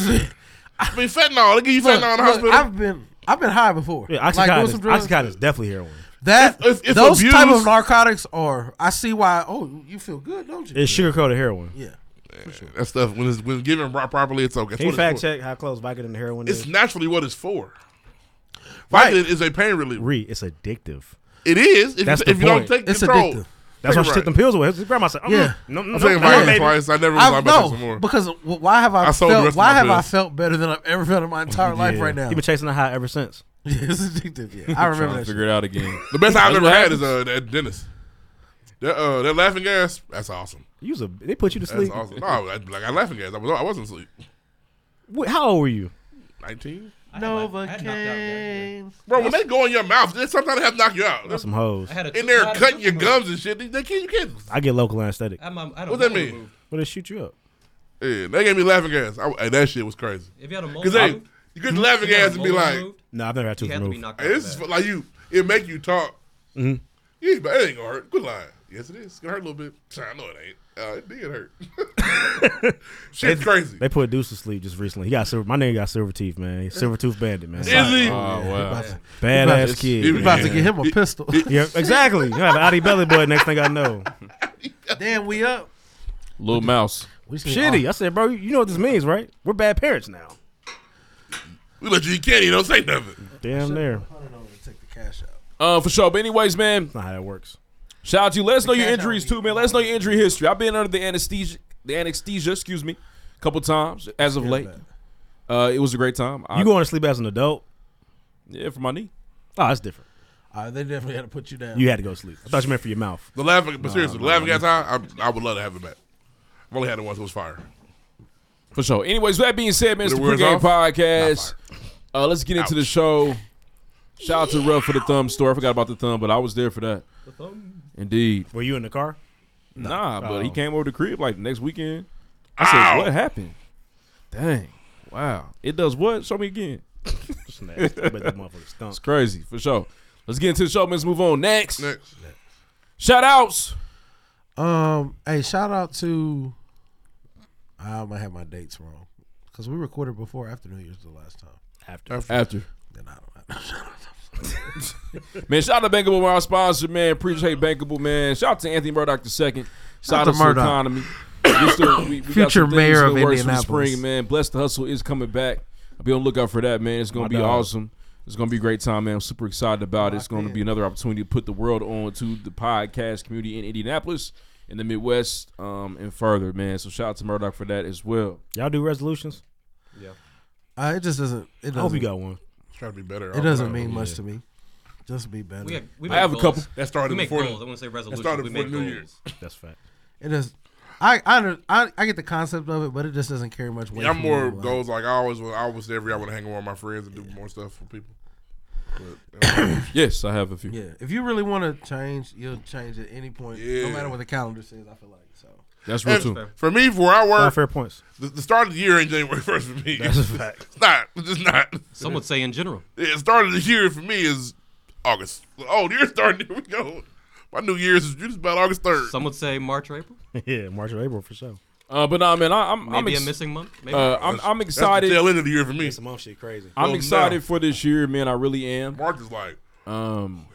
Speaker 2: I mean, fentanyl. They give you fentanyl in the hospital.
Speaker 3: I've been I've been high before.
Speaker 4: Yeah, Oxycontin,
Speaker 3: Like, doing
Speaker 4: is,
Speaker 3: some drugs.
Speaker 4: Oxycontin is definitely heroin.
Speaker 3: That
Speaker 2: It's- it's
Speaker 3: those
Speaker 2: abuse.
Speaker 3: type of narcotics are. I see why. Oh, you feel good, don't you?
Speaker 4: It's sugarcoated heroin.
Speaker 3: Yeah.
Speaker 2: That stuff when it's when given pro- properly, it's okay. That's
Speaker 4: Can you
Speaker 2: what
Speaker 4: fact
Speaker 2: it's for.
Speaker 4: check how close Vicodin and heroin
Speaker 2: It's
Speaker 4: is?
Speaker 2: naturally what it's for.
Speaker 4: Right.
Speaker 2: Vicodin is a pain reliever.
Speaker 4: Re, it's addictive.
Speaker 2: It is. If,
Speaker 4: That's
Speaker 2: you,
Speaker 4: the
Speaker 2: if you don't
Speaker 4: point.
Speaker 2: take
Speaker 3: It's
Speaker 2: control.
Speaker 3: addictive.
Speaker 4: That's why she
Speaker 2: Right.
Speaker 4: took them pills away. His grandma said, oh,
Speaker 3: Yeah.
Speaker 4: no, no,
Speaker 2: I'm
Speaker 4: no,
Speaker 2: taking
Speaker 4: no,
Speaker 2: Vicodin
Speaker 4: baby.
Speaker 2: twice. I never
Speaker 3: I-
Speaker 2: thought about
Speaker 3: no,
Speaker 2: that some more.
Speaker 3: because w- why have I,
Speaker 2: I sold the
Speaker 3: felt?
Speaker 2: rest of
Speaker 3: Why
Speaker 2: my
Speaker 3: have I
Speaker 2: pills.
Speaker 3: felt better than I've ever felt in my entire life
Speaker 4: Yeah.
Speaker 3: right now?
Speaker 4: He been chasing the high ever since.
Speaker 3: Yeah, it's addictive. Yeah, I remember
Speaker 1: Trying to
Speaker 3: that.
Speaker 1: figure it out again.
Speaker 2: The best
Speaker 1: That's
Speaker 2: I've ever
Speaker 1: what
Speaker 2: had is
Speaker 1: happens.
Speaker 2: uh, that dentist. That uh, that laughing gas. That's awesome.
Speaker 4: You was a, they put you to
Speaker 2: That's
Speaker 4: sleep.
Speaker 2: awesome. No, I, like I laughing gas. I was I wasn't asleep.
Speaker 4: Wait, how old were you?
Speaker 2: Nineteen.
Speaker 3: Novocaine.
Speaker 2: Bro, when they go in your mouth, they sometimes they have to knock you out.
Speaker 4: That's some hoes. I had
Speaker 2: in there cutting your gums and shit. They, they can't. You can't.
Speaker 4: I get local anesthetic.
Speaker 9: I'm, I'm, I am i do
Speaker 2: What
Speaker 9: not
Speaker 2: that mean?
Speaker 4: Well, they shoot you up.
Speaker 2: Yeah, they gave me laughing gas. I, hey, that shit was crazy.
Speaker 9: If you had a molar
Speaker 2: Cause they,
Speaker 9: removed-
Speaker 2: you could
Speaker 9: Mhm.
Speaker 2: laughing
Speaker 9: If you had
Speaker 2: gas
Speaker 9: a
Speaker 2: and be
Speaker 9: molar
Speaker 2: like,
Speaker 9: removed,
Speaker 4: No, I've never had tooth
Speaker 9: you had to be
Speaker 4: removed.
Speaker 9: knocked out.
Speaker 2: hey, this is fu- like you. It make you talk.
Speaker 4: Mhm.
Speaker 2: Yeah, but it ain't gonna hurt. Good line. Yes, it is. It's gonna hurt a little bit. I know it ain't. Uh, it did hurt. Shit's
Speaker 4: They-
Speaker 2: crazy.
Speaker 4: They put Deuce to sleep just recently. He got silver. My nigga got silver teeth, man. He's silver tooth bandit, man.
Speaker 2: Is he?
Speaker 4: Oh,
Speaker 2: Oh, wow.
Speaker 4: wow.
Speaker 2: He about
Speaker 4: Badass
Speaker 2: to-
Speaker 4: kid.
Speaker 2: he about to
Speaker 4: man.
Speaker 2: get him a pistol.
Speaker 4: yeah, exactly. You have an Audi belly boy. Next thing I know,
Speaker 3: Damn, we up.
Speaker 16: Little mouse.
Speaker 4: shitty. I said, bro, you know what this means, right? We're bad parents now.
Speaker 2: We let you eat candy. Don't say nothing.
Speaker 4: Damn there.
Speaker 1: Uh, for sure. But anyways, man,
Speaker 4: not how that works.
Speaker 1: Shout out to you. Let us know your injuries too, man. Let us know your injury history. I've been under the anesthesia, the anesthesia, excuse me, a couple times as of late. Uh, it was a great time. I,
Speaker 4: You going to sleep as an adult?
Speaker 1: Yeah, for my knee.
Speaker 4: Oh, that's different.
Speaker 3: Uh, they definitely had to put you down.
Speaker 4: You had to go to sleep. I thought you meant for your mouth.
Speaker 2: The laughing, but
Speaker 4: Nah,
Speaker 2: seriously, the
Speaker 4: nah,
Speaker 2: laughing
Speaker 4: nah.
Speaker 2: gas high. I, I would love to have it back. I've only had it once. It was fire.
Speaker 1: for sure. Anyways, with that being said, man, it's the
Speaker 2: When it wears
Speaker 1: pregame
Speaker 2: off?
Speaker 1: podcast. Uh, let's get into the show. Shout out to Ruff for the thumb store. I forgot about the thumb, but I was there for that. The thumb. Indeed.
Speaker 4: Were you in the car?
Speaker 1: Nah, but he
Speaker 4: Oh.
Speaker 1: came over the crib like next weekend. I said,
Speaker 4: Ow.
Speaker 1: "What happened? Dang, wow! It does what? Show me again."
Speaker 4: nasty. I bet that motherfucker stunk.
Speaker 1: It's crazy for sure. Let's get into the show. man. Let's move on. Next. Next. Shout outs.
Speaker 3: Um, hey, shout out to. I might have my dates wrong because we recorded before or after New Year's the last time.
Speaker 4: After.
Speaker 1: After.
Speaker 3: Then I
Speaker 1: Man, shout out to Bankable, my sponsor, man. Appreciate Bankable, man. Shout out to Anthony Murdoch II.
Speaker 3: Shout out
Speaker 1: Shout
Speaker 3: to
Speaker 1: out to the
Speaker 3: Murdoch.
Speaker 1: economy. Just the- we- we got some
Speaker 3: Future
Speaker 1: things
Speaker 3: mayor
Speaker 1: in the works
Speaker 3: of
Speaker 1: for the
Speaker 3: Indianapolis.
Speaker 1: Spring, man. Bless the Hustle is coming back. I'll be on the lookout for that, man. It's going
Speaker 16: My
Speaker 1: to be
Speaker 16: dog.
Speaker 1: awesome. It's going to be a great time, man. I'm super excited about it. It's going to be another opportunity to put the world on to the podcast community in Indianapolis, in the Midwest, um, and further, man. So shout out to Murdoch for that as well.
Speaker 4: Y'all do resolutions?
Speaker 1: Yeah.
Speaker 3: Uh, it just doesn't. It doesn't
Speaker 4: I hope you got one.
Speaker 2: Try to be better.
Speaker 3: It doesn't mean much to me. Just be better.
Speaker 9: We have, we
Speaker 3: I have
Speaker 9: make
Speaker 3: a
Speaker 9: goals.
Speaker 3: couple. That started
Speaker 9: we make
Speaker 3: before the-
Speaker 9: goals. I want to say
Speaker 3: that
Speaker 9: resolution.
Speaker 3: started
Speaker 9: we
Speaker 3: before
Speaker 9: make
Speaker 3: New
Speaker 9: goals.
Speaker 3: Year's.
Speaker 4: That's fact.
Speaker 3: It does. I, I under- I I get the concept of it, but it just doesn't carry much weight.
Speaker 2: Yeah, I'm
Speaker 3: for
Speaker 2: more
Speaker 3: me.
Speaker 2: goals like I always was. I always every I want to hang around with my friends and do more stuff for people. But, you know,
Speaker 1: Yes, I have a few.
Speaker 3: Yeah, if you really want to change, you'll change at any point, no
Speaker 2: Yeah.
Speaker 3: matter what the calendar says. I feel like so.
Speaker 1: That's
Speaker 2: and For me, for where I work,
Speaker 4: Nah, fair points.
Speaker 2: The, the start of the year ain't January first for me.
Speaker 9: That's a fact.
Speaker 2: It's not. It's just not.
Speaker 9: Some would say in general.
Speaker 2: Yeah, the start of the year for me is August. Oh, the year's starting. Here we go. My New Year's is just about August third.
Speaker 9: Some would say March or April.
Speaker 4: yeah, March or April for sure.
Speaker 1: Uh, but nah, man, I, I'm I'm
Speaker 9: Maybe a missing month, maybe.
Speaker 1: Uh, I'm, I'm
Speaker 9: That's- that's
Speaker 1: excited.
Speaker 9: the tail end
Speaker 2: of the year for me. Missing
Speaker 4: month shit crazy.
Speaker 1: I'm
Speaker 2: Well,
Speaker 1: excited
Speaker 2: now.
Speaker 1: for this year, man. I really am.
Speaker 2: Mark is like,
Speaker 1: um,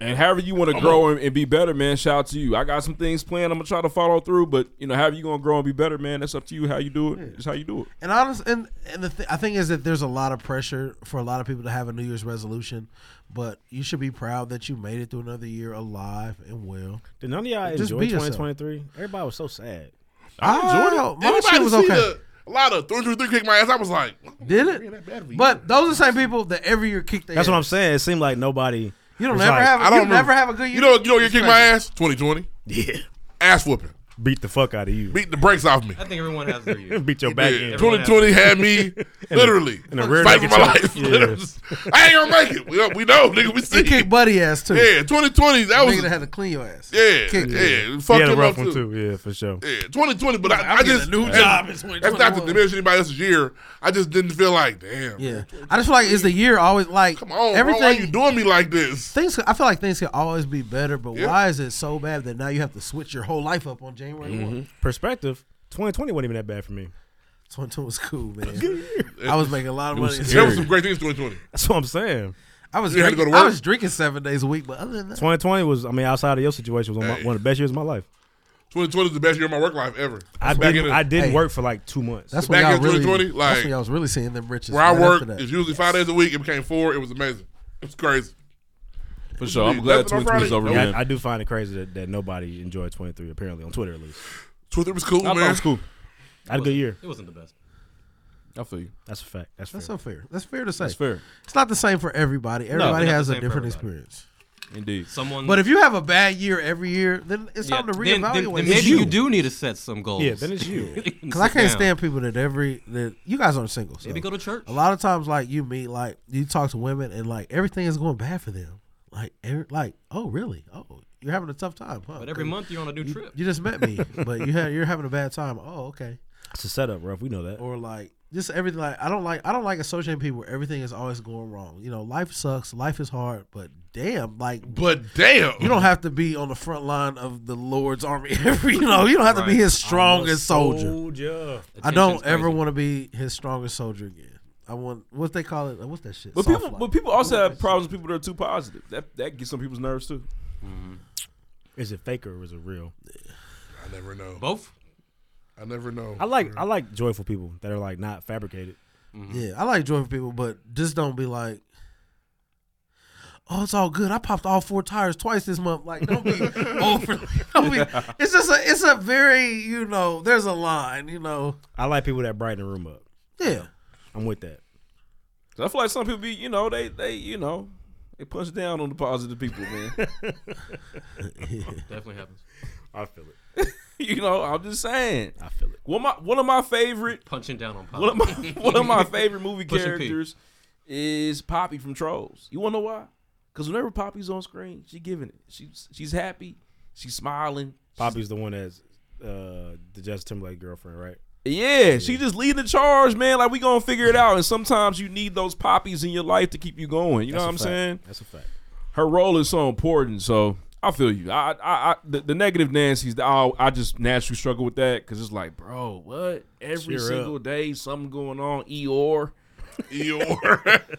Speaker 1: and however you want to grow and, and be better, man. Shout out to you. I got some things planned. I'm gonna try to follow through, but you know, however you gonna grow and be better, man. That's up to you. How you do it, it's how you do it.
Speaker 3: And honest, and and the th- I think is that there's a lot of pressure for a lot of people to have a New Year's resolution, but you should be proud that you made it through another year alive and well.
Speaker 4: Did none of y'all
Speaker 3: Just
Speaker 4: enjoy
Speaker 3: be yourself.
Speaker 4: 2023? Everybody was so sad.
Speaker 3: I enjoyed it. Oh, My
Speaker 2: Everybody
Speaker 3: shit was
Speaker 2: see
Speaker 3: okay.
Speaker 2: The, a lot of three three three kick my ass. I was like,
Speaker 3: Did
Speaker 2: ain't that bad for
Speaker 3: it?
Speaker 2: you.
Speaker 3: But those are the same people that every year kick their
Speaker 4: That's what I'm
Speaker 3: ass.
Speaker 4: saying. It seemed like nobody.
Speaker 3: You don't
Speaker 4: was
Speaker 3: never
Speaker 4: like,
Speaker 3: have. I don't you never have a good year.
Speaker 2: You know, you know, you
Speaker 3: It's
Speaker 2: kick my
Speaker 3: crazy.
Speaker 2: ass. 2020.
Speaker 4: Yeah.
Speaker 2: Ass whooping.
Speaker 4: Beat the fuck out of you.
Speaker 2: Beat the brakes off me.
Speaker 9: I think everyone has their year.
Speaker 4: Beat your
Speaker 2: He
Speaker 4: back
Speaker 2: did.
Speaker 4: end.
Speaker 2: 2020 had me
Speaker 4: a-
Speaker 2: literally
Speaker 4: in a rear
Speaker 2: fighting
Speaker 4: naked
Speaker 2: for my life.
Speaker 4: choke. Yeah.
Speaker 2: Literally. I ain't gonna make it. We, we know, nigga. We see.
Speaker 3: He kicked buddy ass too.
Speaker 2: Yeah, 2020. That
Speaker 3: Nigga
Speaker 2: was
Speaker 3: that had to clean your ass.
Speaker 2: Yeah,
Speaker 3: Kick
Speaker 2: yeah.
Speaker 3: you.
Speaker 2: Fuck
Speaker 4: He had a
Speaker 2: him
Speaker 4: rough
Speaker 2: up
Speaker 4: one
Speaker 2: too.
Speaker 4: too. Yeah, for sure.
Speaker 2: Yeah, 2020. But I,
Speaker 3: I'm
Speaker 2: I
Speaker 3: getting
Speaker 2: just
Speaker 3: a new
Speaker 2: and
Speaker 3: job in
Speaker 2: That's not to
Speaker 3: 2021.
Speaker 2: diminish anybody else's year. I just didn't feel like damn.
Speaker 3: Yeah, I just feel like it's the year always like come
Speaker 2: on, bro,
Speaker 3: everything.
Speaker 2: why you doing me like this?
Speaker 3: Things I feel like things can always be better, but
Speaker 2: Yeah.
Speaker 3: why is it so bad that now you have to switch your whole life up on January
Speaker 2: Mm-hmm.
Speaker 3: one?
Speaker 4: Perspective. 2020 wasn't even that bad for me.
Speaker 3: 2020 was cool, man. I was making a lot of
Speaker 4: It was
Speaker 3: money.
Speaker 4: There was some
Speaker 2: great things 2020.
Speaker 4: That's what I'm saying.
Speaker 3: I was
Speaker 2: You had to go
Speaker 3: drinking,
Speaker 2: to work?
Speaker 3: I was drinking seven days a week, but other than that,
Speaker 4: 2020 was, I mean, outside of your situation, was one of,
Speaker 2: Hey.
Speaker 4: my, one of the best years of my life.
Speaker 2: 2020 is the best year of my work life ever.
Speaker 4: I
Speaker 2: Back
Speaker 4: didn't,
Speaker 2: in the-
Speaker 4: I didn't work for like two months.
Speaker 3: that's
Speaker 2: So
Speaker 3: when
Speaker 2: back
Speaker 3: y'all
Speaker 2: in
Speaker 3: really.
Speaker 2: 2020, like-
Speaker 3: that's when y'all was really seeing them riches.
Speaker 2: Where I
Speaker 3: right
Speaker 2: work
Speaker 3: after that.
Speaker 2: is usually five days a week. It became four. It was amazing. It was crazy.
Speaker 1: For sure. I'm glad 2020 is over.
Speaker 4: Yeah,
Speaker 1: man.
Speaker 4: I, I do find it crazy that, that nobody enjoyed 23, apparently, on Twitter at least.
Speaker 2: Twitter was cool,
Speaker 4: I thought
Speaker 2: man.
Speaker 4: It was cool. I had a good year.
Speaker 9: It wasn't the best.
Speaker 1: I feel you.
Speaker 4: That's a fact. That's,
Speaker 3: That's
Speaker 4: fair.
Speaker 3: unfair. That's fair to say.
Speaker 4: That's fair.
Speaker 3: It's not the same for everybody.
Speaker 4: No,
Speaker 3: Everybody
Speaker 4: not
Speaker 3: has
Speaker 4: the
Speaker 3: a
Speaker 4: same for
Speaker 3: different
Speaker 4: everybody.
Speaker 3: experience.
Speaker 1: Indeed.
Speaker 9: Someone.
Speaker 3: But if you have a bad year every year, then it's
Speaker 9: Yeah,
Speaker 3: time to
Speaker 9: then-
Speaker 3: reevaluate.
Speaker 9: then- then
Speaker 3: It's
Speaker 9: maybe you do need to set some goals.
Speaker 4: Yeah, then it's you.
Speaker 3: Cause I
Speaker 9: Sit
Speaker 3: can't
Speaker 9: down.
Speaker 3: stand people that every that you guys aren't single. So.
Speaker 9: Maybe go to church.
Speaker 3: A lot of times, like you meet, like you talk to women, and like everything is going bad for them. Like, every, like, oh really? Oh, you're having a tough time, huh?
Speaker 9: But every
Speaker 3: Good.
Speaker 9: month you're on a new
Speaker 3: You-
Speaker 9: trip.
Speaker 3: You just met me, but you had you're having a bad time. Oh, okay.
Speaker 4: It's a setup, rough. We know that.
Speaker 3: Or like just everything. Like I don't like I don't like associating people where everything is always going wrong. You know, life sucks. Life is hard, but damn, like
Speaker 2: But damn.
Speaker 3: you don't have to be on the front line of the Lord's army. Every you know, you don't have to be
Speaker 4: Right.
Speaker 3: his
Speaker 4: I'm a
Speaker 3: strongest soldier.
Speaker 4: soldier.
Speaker 3: I don't
Speaker 4: Attention's
Speaker 3: ever
Speaker 4: crazy.
Speaker 3: want to be his strongest soldier again. I want what they call it. What's that shit?
Speaker 1: But
Speaker 3: Soft
Speaker 1: people,
Speaker 3: life.
Speaker 1: but people also have problems. with People that are too positive. That that gets on people's nerves too.
Speaker 4: Is it fake or is it real?
Speaker 2: I never know.
Speaker 9: Both.
Speaker 2: I never know.
Speaker 4: I like I like joyful people that are like not fabricated.
Speaker 3: Yeah, I like joyful people, but just don't be like, oh, it's all good. I popped all four tires twice this month. Like, don't be overly. Don't be, it's just a, it's a very, you know, there's a line, you know.
Speaker 4: I like people that brighten the room up.
Speaker 3: Yeah.
Speaker 4: I'm with that.
Speaker 1: 'Cause I feel like some people be, you know, they they you know, they punch down on the positive people, man.
Speaker 9: Definitely happens.
Speaker 4: I feel it.
Speaker 1: you know, I'm just saying. I feel it. One of my one of my favorite
Speaker 9: punching down on
Speaker 1: One of my
Speaker 9: Poppy.
Speaker 1: one of my favorite movie
Speaker 9: Pushing P.
Speaker 1: characters is Poppy from Trolls. You wanna know why? Because whenever Poppy's on screen, she giving it. She's she's happy. She's smiling.
Speaker 4: Poppy's the one that's uh, the Justin Timberlake girlfriend, right?
Speaker 1: Yeah, she just leading the charge, man. Like we gonna figure it out. And sometimes you need those poppies in your life to keep you going. You know
Speaker 4: That's
Speaker 1: what
Speaker 4: a
Speaker 1: I'm saying?
Speaker 4: fact. That's a fact.
Speaker 1: Her role is so important. So I feel you. I I, I the, the negative Nancy's. I I just naturally struggle with that because it's like, bro, what? Every
Speaker 17: Cheer up.
Speaker 1: single day something going on. Eeyore. Eeyore.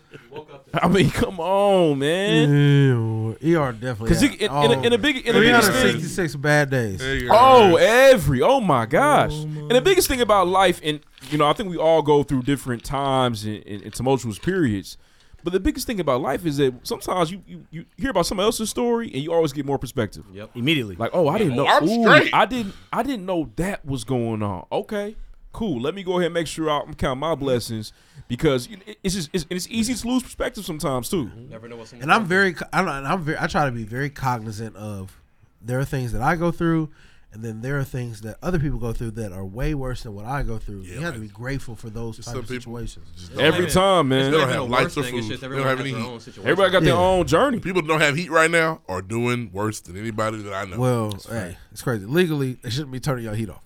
Speaker 1: I mean, come on, man.
Speaker 3: Ew, ER definitely.
Speaker 1: 'Cause you-
Speaker 3: had
Speaker 1: in- in
Speaker 17: Oh.
Speaker 1: a- in a big- in a biggest thing-
Speaker 3: 366 bad days.
Speaker 1: Oh, every. Oh my gosh. And the biggest thing about life, and you know, I think we all go through different times and, and, and tumultuous periods. But the biggest thing about life is that sometimes you, you, you hear about somebody else's story and you always get more perspective.
Speaker 9: Yep.
Speaker 4: Immediately.
Speaker 1: Like, oh, I didn't
Speaker 17: Yeah,
Speaker 1: know.
Speaker 17: oh, I'm
Speaker 1: ooh,
Speaker 17: straight.
Speaker 1: I didn't. I didn't know that was going on. Okay, cool. Let me go ahead and make sure I'm counting my blessings because you- it's just it's, it's easy to lose perspective sometimes too.
Speaker 9: Never know what's
Speaker 3: and I'm very, co- I'm, not- I'm very, I try to be very cognizant of there are things that I go through, and then there are things that other people go through that are way worse than what I go through. you have to be grateful for those type
Speaker 2: some
Speaker 3: of
Speaker 2: people
Speaker 3: situations.
Speaker 1: Every time, man.
Speaker 2: They don't have lights or
Speaker 9: thing, it's
Speaker 2: food.
Speaker 9: just
Speaker 2: They don't
Speaker 9: everyone
Speaker 2: have
Speaker 9: has
Speaker 2: any
Speaker 9: their
Speaker 2: heat.
Speaker 9: own situation. Everybody
Speaker 1: got their own journey.
Speaker 2: People that don't have heat right now are doing worse than anybody that I know.
Speaker 3: Well,
Speaker 2: That's
Speaker 3: hey,
Speaker 2: fact.
Speaker 3: it's crazy. Legally, they shouldn't be turning your heat off.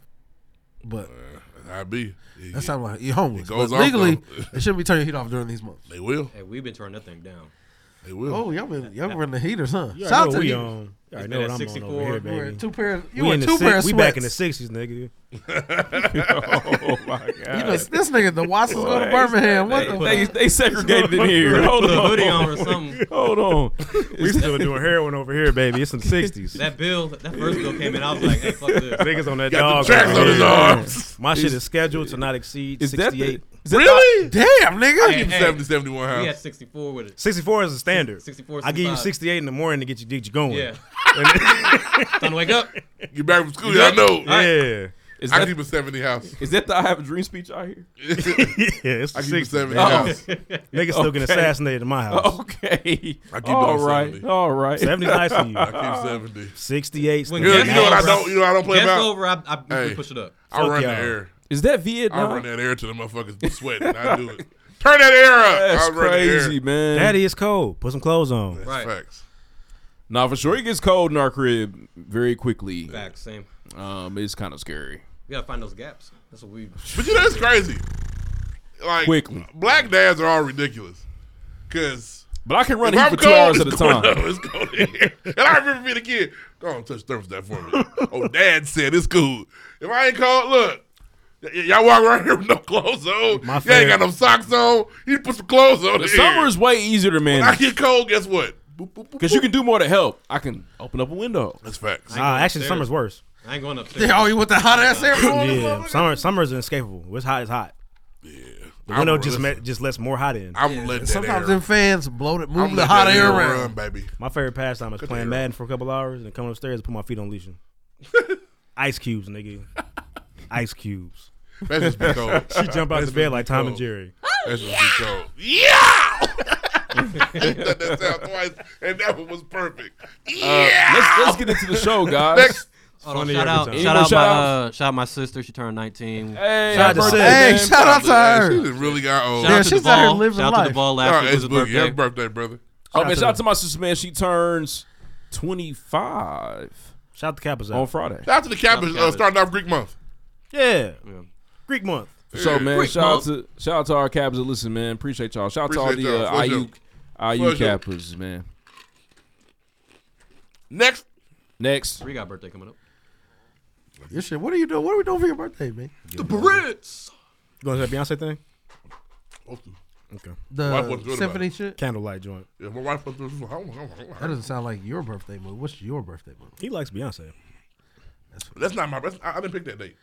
Speaker 3: But
Speaker 2: I be.
Speaker 3: that sounds like you're homeless.
Speaker 2: It goes
Speaker 3: But
Speaker 2: off,
Speaker 3: legally,
Speaker 2: though.
Speaker 3: they shouldn't be turning your heat off during these months.
Speaker 2: They will.
Speaker 9: Hey, we've been turning that thing down.
Speaker 2: They will.
Speaker 3: Oh, y'all been y'all been the heaters, huh?
Speaker 9: You already
Speaker 3: Shout
Speaker 9: know
Speaker 3: out to
Speaker 9: we
Speaker 3: you.
Speaker 9: on. You already know what I'm on over
Speaker 4: Over here, baby.
Speaker 3: Two pairs. You
Speaker 4: We
Speaker 3: wear
Speaker 4: in the
Speaker 3: two
Speaker 4: si-
Speaker 3: pairs.
Speaker 4: We back in the sixties, nigga.
Speaker 1: oh
Speaker 3: You know, this nigga, the Watsons go to Birmingham. What
Speaker 1: they,
Speaker 3: the?
Speaker 1: they,
Speaker 3: fuck?
Speaker 1: they segregated in here. Hold
Speaker 9: Put a
Speaker 1: on,
Speaker 9: hoodie on or something.
Speaker 1: Hold on.
Speaker 4: we still doing heroin over here, baby. It's in the sixties.
Speaker 9: That bill, that first bill came in. I was like, hey, fuck this.
Speaker 4: Niggas on that
Speaker 9: Got
Speaker 4: dog.
Speaker 9: the tracks
Speaker 4: right
Speaker 9: on his
Speaker 4: here.
Speaker 9: arms.
Speaker 4: My shit
Speaker 9: Is-
Speaker 4: is scheduled to not exceed
Speaker 9: is that the-
Speaker 4: sixty-eight.
Speaker 9: is that Really?
Speaker 3: the- Damn, nigga.
Speaker 9: Hey, hey,
Speaker 2: 70, 71
Speaker 9: We
Speaker 2: house.
Speaker 9: had 64 with it.
Speaker 4: Sixty-four is the standard.
Speaker 9: 64,
Speaker 4: I give you
Speaker 9: 65.
Speaker 4: sixty-eight in the morning to get you, get you going.
Speaker 9: Yeah.
Speaker 4: And then-
Speaker 9: Time to wake up.
Speaker 2: You back from school?
Speaker 4: You
Speaker 2: I
Speaker 4: back?
Speaker 2: know.
Speaker 4: Yeah.
Speaker 1: Is
Speaker 2: I
Speaker 1: that-
Speaker 2: keep a seventy house.
Speaker 1: Is that the I have a dream speech out here?
Speaker 2: yeah,
Speaker 4: it's
Speaker 2: I
Speaker 4: the
Speaker 2: keep a
Speaker 4: 60s,
Speaker 2: seventy
Speaker 4: man.
Speaker 2: house.
Speaker 4: Oh. Niggas still getting assassinated in my
Speaker 2: Oh,
Speaker 4: house.
Speaker 1: Okay.
Speaker 2: I keep
Speaker 1: All
Speaker 2: it on
Speaker 1: right.
Speaker 2: 70.
Speaker 1: All right.
Speaker 4: Seventy nice for you.
Speaker 2: I keep seventy.
Speaker 4: Sixty-eight.
Speaker 2: When guests You know what I don't- you know what I don't play
Speaker 9: Guests
Speaker 2: about?
Speaker 9: over, I, I
Speaker 2: Hey,
Speaker 9: we push it up.
Speaker 2: I
Speaker 4: Fuck
Speaker 2: run
Speaker 4: y'all.
Speaker 2: the air.
Speaker 1: Is that
Speaker 2: I
Speaker 1: Vietnam?
Speaker 2: run that air to the motherfuckers be sweating. I do it. Turn that air up. I
Speaker 1: That's
Speaker 2: run the air.
Speaker 1: crazy, man.
Speaker 4: Daddy is cold. Put some clothes on.
Speaker 9: Right.
Speaker 2: Facts.
Speaker 1: Nah, for sure, it gets cold in our crib very quickly.
Speaker 9: Facts, same.
Speaker 1: Um, it's kind of scary.
Speaker 9: We gotta find those gaps. That's what we.
Speaker 2: But you know, it's crazy. Like
Speaker 1: Quickly.
Speaker 2: black dads are all ridiculous. Cause
Speaker 1: But I can run
Speaker 2: if
Speaker 1: heat
Speaker 2: I'm
Speaker 1: for two
Speaker 2: cold,
Speaker 1: hours at
Speaker 2: it's
Speaker 1: a
Speaker 2: going
Speaker 1: time.
Speaker 2: up, it's going in here. and I remember being a kid. Go on, touch the thermostat for me. oh, dad said it's cool. If I ain't cold, look. Y- y- y'all walk around here with no clothes on.
Speaker 1: My
Speaker 2: you ain't got
Speaker 1: favorite-
Speaker 2: no socks on. You put some clothes on.
Speaker 1: The
Speaker 2: in
Speaker 1: summer
Speaker 2: here.
Speaker 1: is way easier to
Speaker 2: When I
Speaker 1: manage
Speaker 2: get cold, guess what? Boop, boop, boop,
Speaker 1: because you can do more to help. I can open up a window.
Speaker 2: That's facts.
Speaker 4: Ah, actually, summer's worse.
Speaker 9: I ain't going upstairs.
Speaker 3: Yeah, oh, you want the hot ass air?
Speaker 4: yeah, summer summer's inescapable. What's hot is hot. Yeah, the
Speaker 2: I'm
Speaker 4: window
Speaker 2: gonna
Speaker 4: just
Speaker 2: listen.
Speaker 4: met, just lets more hot in.
Speaker 2: I'm gonna let that
Speaker 3: Sometimes
Speaker 2: air.
Speaker 3: them fans blow it, move
Speaker 2: I'ma
Speaker 3: the
Speaker 2: let
Speaker 3: hot
Speaker 2: that
Speaker 3: air
Speaker 2: air
Speaker 3: around.
Speaker 2: run, baby.
Speaker 4: My favorite pastime is
Speaker 2: Cut the
Speaker 4: playing
Speaker 2: air
Speaker 4: Madden for a couple hours and coming upstairs and put my feet on leash. Ice cubes, nigga. Ice cubes.
Speaker 2: That's just be cold.
Speaker 4: she jump out
Speaker 2: That's
Speaker 4: the bed
Speaker 2: just
Speaker 4: like
Speaker 2: be
Speaker 4: Tom
Speaker 2: cold.
Speaker 4: and Jerry.
Speaker 2: That's just be cold. Yeah! that, that sound twice, and that one was perfect. Yeah!
Speaker 1: let's get into the show, guys.
Speaker 2: Next.
Speaker 9: Hold on,
Speaker 1: Funny
Speaker 9: shout
Speaker 1: every
Speaker 9: out,
Speaker 1: time.
Speaker 9: shout
Speaker 1: Any more
Speaker 9: out, my,
Speaker 1: shout-outs?
Speaker 9: uh, shout out my sister. She turned
Speaker 1: Hey,
Speaker 9: 19. shout
Speaker 1: happy
Speaker 9: out to
Speaker 1: birthday,
Speaker 9: Sis.
Speaker 1: Hey, man. shout out to her.
Speaker 2: She just really got old.
Speaker 9: Shout out to the ball. shout out to the ball last
Speaker 2: Shout out
Speaker 9: week was
Speaker 2: to
Speaker 9: his
Speaker 2: Boogie.
Speaker 9: birthday.
Speaker 2: Happy birthday, brother.
Speaker 1: Oh man,
Speaker 4: out to-
Speaker 1: shout out to my sister, man. She turns twenty five
Speaker 4: Shout out to Kappa's
Speaker 1: on Friday.
Speaker 2: Shout out to the Cabbage uh, starting off Greek month.
Speaker 4: Yeah. Greek month.
Speaker 1: So man,
Speaker 4: Greek
Speaker 1: shout out
Speaker 4: month.
Speaker 1: to shout out to our cabs that listen, man. Appreciate y'all. Shout out to all
Speaker 2: Appreciate
Speaker 1: the
Speaker 2: y'all.
Speaker 1: uh,
Speaker 2: Full
Speaker 1: IU
Speaker 2: show.
Speaker 1: IU
Speaker 2: Full show.
Speaker 1: cappers, man.
Speaker 2: Next.
Speaker 1: Next.
Speaker 9: We got birthday coming up.
Speaker 3: Your shit. What are you doing? What are we doing for your birthday, man?
Speaker 9: The Brits.
Speaker 4: You going to that Beyonce thing? Okay.
Speaker 3: The My wife wasn't good about symphony it. shit?
Speaker 4: Candlelight joint.
Speaker 2: Yeah, my wife was
Speaker 3: That doesn't sound like your birthday move. What's your birthday move?
Speaker 4: He likes Beyonce.
Speaker 2: That's not my. That's, I, I didn't pick that date.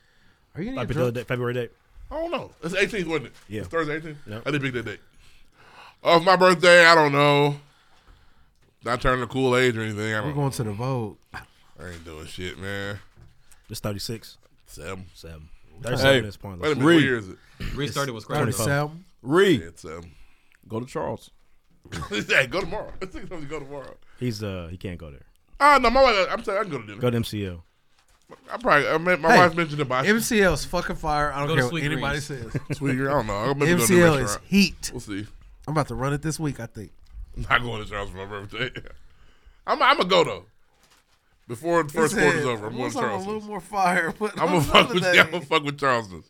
Speaker 3: Are you
Speaker 4: Like the date, February date.
Speaker 2: I don't know. It's 18th, wasn't it?
Speaker 4: Yeah.
Speaker 2: It's Thursday 18th?
Speaker 4: Yep.
Speaker 2: I didn't pick that date. Of my birthday, I don't know. Not turning a cool age or anything. I
Speaker 3: We're
Speaker 2: don't
Speaker 3: going to the vote.
Speaker 2: I ain't doing shit, man.
Speaker 4: It's 36.
Speaker 2: Seven.
Speaker 4: Seven.
Speaker 2: Hey,
Speaker 4: Thirty-seven is
Speaker 2: Wait a
Speaker 4: pointless.
Speaker 2: minute, what year is it?
Speaker 9: Reed started with
Speaker 4: Twenty
Speaker 9: Scrabble.
Speaker 4: seven.
Speaker 1: Reed.
Speaker 2: Yeah, it's, um,
Speaker 1: Go to Charles.
Speaker 2: hey, go tomorrow. It's like something to go tomorrow.
Speaker 4: He's uh he can't go there.
Speaker 2: Ah, no, my wife. I'm saying I can go to dinner.
Speaker 4: Go to MCL.
Speaker 2: I probably. I meant, my
Speaker 3: Hey,
Speaker 2: wife mentioned it by
Speaker 3: MCL's fucking fire. I don't
Speaker 2: Go to
Speaker 3: care what
Speaker 2: Sweet
Speaker 3: anybody
Speaker 2: Greens.
Speaker 3: says.
Speaker 2: Sweet Green, I don't know. I'm gonna go to the
Speaker 3: MCL is
Speaker 2: restaurant.
Speaker 3: heat.
Speaker 2: We'll see.
Speaker 3: I'm about to run it this week. I think.
Speaker 2: I'm not going to Charles for my birthday. I'm. I'm gonna go though. Before the
Speaker 3: He
Speaker 2: first quarter's
Speaker 3: said,
Speaker 2: over, I'm going
Speaker 3: "What's
Speaker 2: to
Speaker 3: up, a
Speaker 2: Charleston.
Speaker 3: little more fire, but
Speaker 2: I'm gonna
Speaker 3: what's
Speaker 2: fuck
Speaker 3: up
Speaker 2: with.
Speaker 3: today?
Speaker 2: Yeah, I'm gonna fuck with Charleston.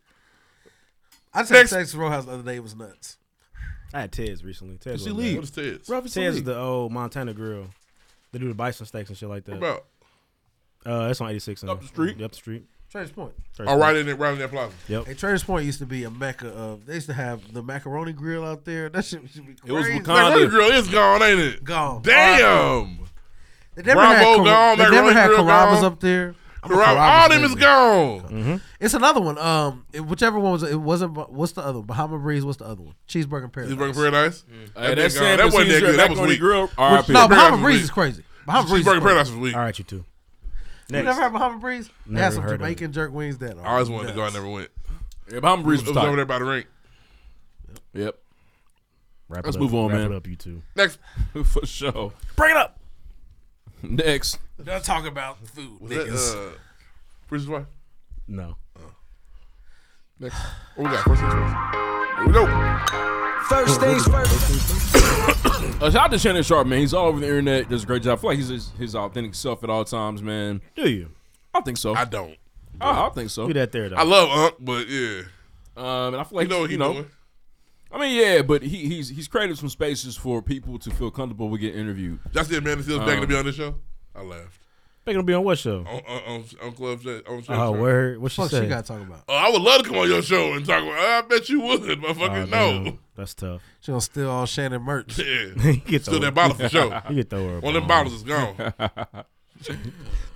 Speaker 3: I just had sex with Rojas the other day. It was nuts.
Speaker 4: I had Ted's recently.
Speaker 2: Does
Speaker 4: Ted's
Speaker 2: he
Speaker 4: was
Speaker 2: leave?
Speaker 4: bad.
Speaker 2: What is Ted's? Ralph,
Speaker 4: Ted's
Speaker 2: what's
Speaker 4: is
Speaker 2: he
Speaker 4: the old Montana grill. They do the bison steaks and shit like that.
Speaker 2: What about?
Speaker 4: Uh, that's on 86. and-
Speaker 2: Up the street?
Speaker 4: Up the street.
Speaker 3: Traders Point.
Speaker 4: Traders
Speaker 2: All
Speaker 4: Point.
Speaker 2: Oh, right, in it, right in that plaza.
Speaker 4: Yep.
Speaker 3: Hey, Traders Point used to be a mecca of. They used to have the macaroni grill out there. That shit should be
Speaker 2: It was
Speaker 3: crazy.
Speaker 2: Wakanda. Grill is gone, ain't it?
Speaker 3: Gone.
Speaker 2: Damn.
Speaker 3: They never had,
Speaker 2: Bravo
Speaker 3: Car-
Speaker 2: gone.
Speaker 3: they never
Speaker 2: Macaroni
Speaker 3: had
Speaker 2: Grill
Speaker 3: Carrabba's
Speaker 2: gone.
Speaker 3: up there. I'm a
Speaker 2: Carrabba-
Speaker 3: Carrabba's
Speaker 2: all them is
Speaker 3: baby. Mm-hmm.
Speaker 2: gone.
Speaker 3: It's another one. Um, it- whichever one was it wasn't. Ba- What's the other? one? Bahama Breeze. What's the other one? Cheeseburger in Paradise.
Speaker 2: Cheeseburger in Paradise?
Speaker 1: Hey, that's Sam
Speaker 2: that wasn't that
Speaker 1: Caesar
Speaker 2: good. That was
Speaker 1: macaroni
Speaker 2: weak.
Speaker 1: grill.
Speaker 2: Which-
Speaker 1: R.I.P.
Speaker 3: No, Bahama
Speaker 2: was
Speaker 3: Breeze
Speaker 2: weak.
Speaker 3: is crazy. Bahama Breeze. is
Speaker 2: Cheeseburger
Speaker 3: crazy.
Speaker 2: Paradise was weak.
Speaker 4: All right, you two.
Speaker 3: You never had Bahama Breeze? They had
Speaker 2: Never
Speaker 3: some
Speaker 2: heard of
Speaker 3: Jamaican jerk wings that. Are
Speaker 2: I always wanted to go. I never went. Yeah, Bahama Breeze was,
Speaker 1: was
Speaker 2: over
Speaker 1: tight.
Speaker 2: there by the rink.
Speaker 1: Yep.
Speaker 4: Wrap
Speaker 1: Let's
Speaker 4: it
Speaker 1: move
Speaker 4: up.
Speaker 1: on,
Speaker 4: Wrap
Speaker 1: man.
Speaker 4: it up, you two.
Speaker 2: Next.
Speaker 1: For sure.
Speaker 4: Bring it up.
Speaker 1: Next.
Speaker 3: Don't talk about food,
Speaker 2: Was that,
Speaker 3: niggas.
Speaker 2: uh, Princess Wife?
Speaker 4: No.
Speaker 2: Next. What we got? First things first. Here we go.
Speaker 1: First things first. uh, shout out to Shannon Sharp, man. He's all over the internet. Does a great job. I feel like he's his, his authentic self at all times, man.
Speaker 4: Do you?
Speaker 1: I think so. I
Speaker 2: don't.
Speaker 1: I, I think so.
Speaker 4: Do that there, though.
Speaker 2: I love Unc, but yeah.
Speaker 1: Um, and I feel like
Speaker 2: you know what he
Speaker 1: you know.
Speaker 2: doing.
Speaker 1: I mean, yeah, but he, he's he's created some spaces for people to feel comfortable with getting interviewed.
Speaker 2: That's it, man. It's still begging to be on this show. I laughed.
Speaker 4: They gonna be on what show?
Speaker 2: On, on, on, on Club J. On Show's
Speaker 4: Oh,
Speaker 2: show.
Speaker 4: word. What she
Speaker 3: Fuck,
Speaker 4: said?
Speaker 3: she got to talk about.
Speaker 2: Oh, I would love to come on your show and talk about. I bet you would, motherfucker.
Speaker 4: Oh,
Speaker 2: no.
Speaker 4: damn. That's tough.
Speaker 3: She gonna steal all Shannon merch.
Speaker 2: Yeah. Still that bottle for sure.
Speaker 4: You get throw her. a
Speaker 2: One of them
Speaker 4: bone.
Speaker 2: bottles is gone.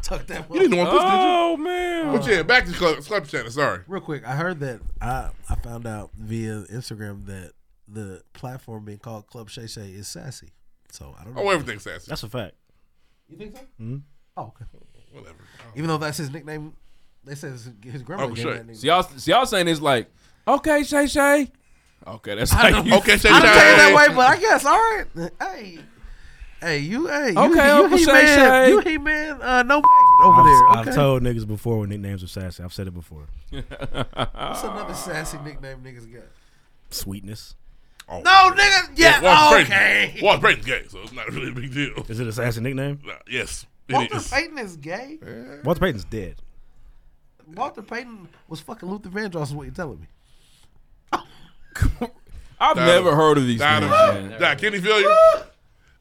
Speaker 3: Tuck that
Speaker 2: You didn't want this, did you?
Speaker 1: Oh, man.
Speaker 2: But yeah, back to Club, Club Channel. Sorry.
Speaker 3: Real quick, I heard that I I found out via Instagram that the platform being called Club Shay Shay is sassy. So I don't. know.
Speaker 2: Oh, everything's sassy.
Speaker 4: That's a fact.
Speaker 3: You think so?
Speaker 4: hmm
Speaker 3: Oh, okay.
Speaker 2: Whatever.
Speaker 3: Even though that's his nickname, they said his, his grandma
Speaker 1: Uncle
Speaker 3: gave him that
Speaker 1: Shay.
Speaker 3: nickname.
Speaker 1: See y'all, see y'all saying it's like, okay, Shay Shay. Okay, that's
Speaker 3: I
Speaker 1: like
Speaker 3: don't-
Speaker 2: okay, Shay
Speaker 3: I didn't take it that
Speaker 2: Shay.
Speaker 3: way, but I guess all right. Hey, hey, you, hey, you,
Speaker 2: Okay,
Speaker 3: you,
Speaker 2: Uncle
Speaker 3: he
Speaker 2: Shay
Speaker 3: man,
Speaker 2: Shay.
Speaker 3: you, he man, uh, no over
Speaker 4: I've,
Speaker 3: there.
Speaker 4: I've
Speaker 3: okay.
Speaker 4: told niggas before when nicknames are sassy. I've said it before.
Speaker 3: What's another sassy nickname niggas got?
Speaker 4: Sweetness.
Speaker 2: Oh.
Speaker 3: No, nigga, yeah,
Speaker 2: Walt
Speaker 3: okay.
Speaker 2: Brayton, Walt Brayton's gay, so it's not really a big deal.
Speaker 4: Is it a sassy nickname?
Speaker 2: Nah, yes. it
Speaker 3: Walter
Speaker 2: is.
Speaker 3: Payton is gay.
Speaker 4: Walter Payton's dead.
Speaker 3: Walter Payton was fucking Luther Vandross. Is what you're telling me?
Speaker 1: I've
Speaker 2: Died
Speaker 1: never
Speaker 2: of-
Speaker 1: heard of these
Speaker 2: died
Speaker 1: things,
Speaker 2: of-
Speaker 1: man.
Speaker 2: Died kidney failure.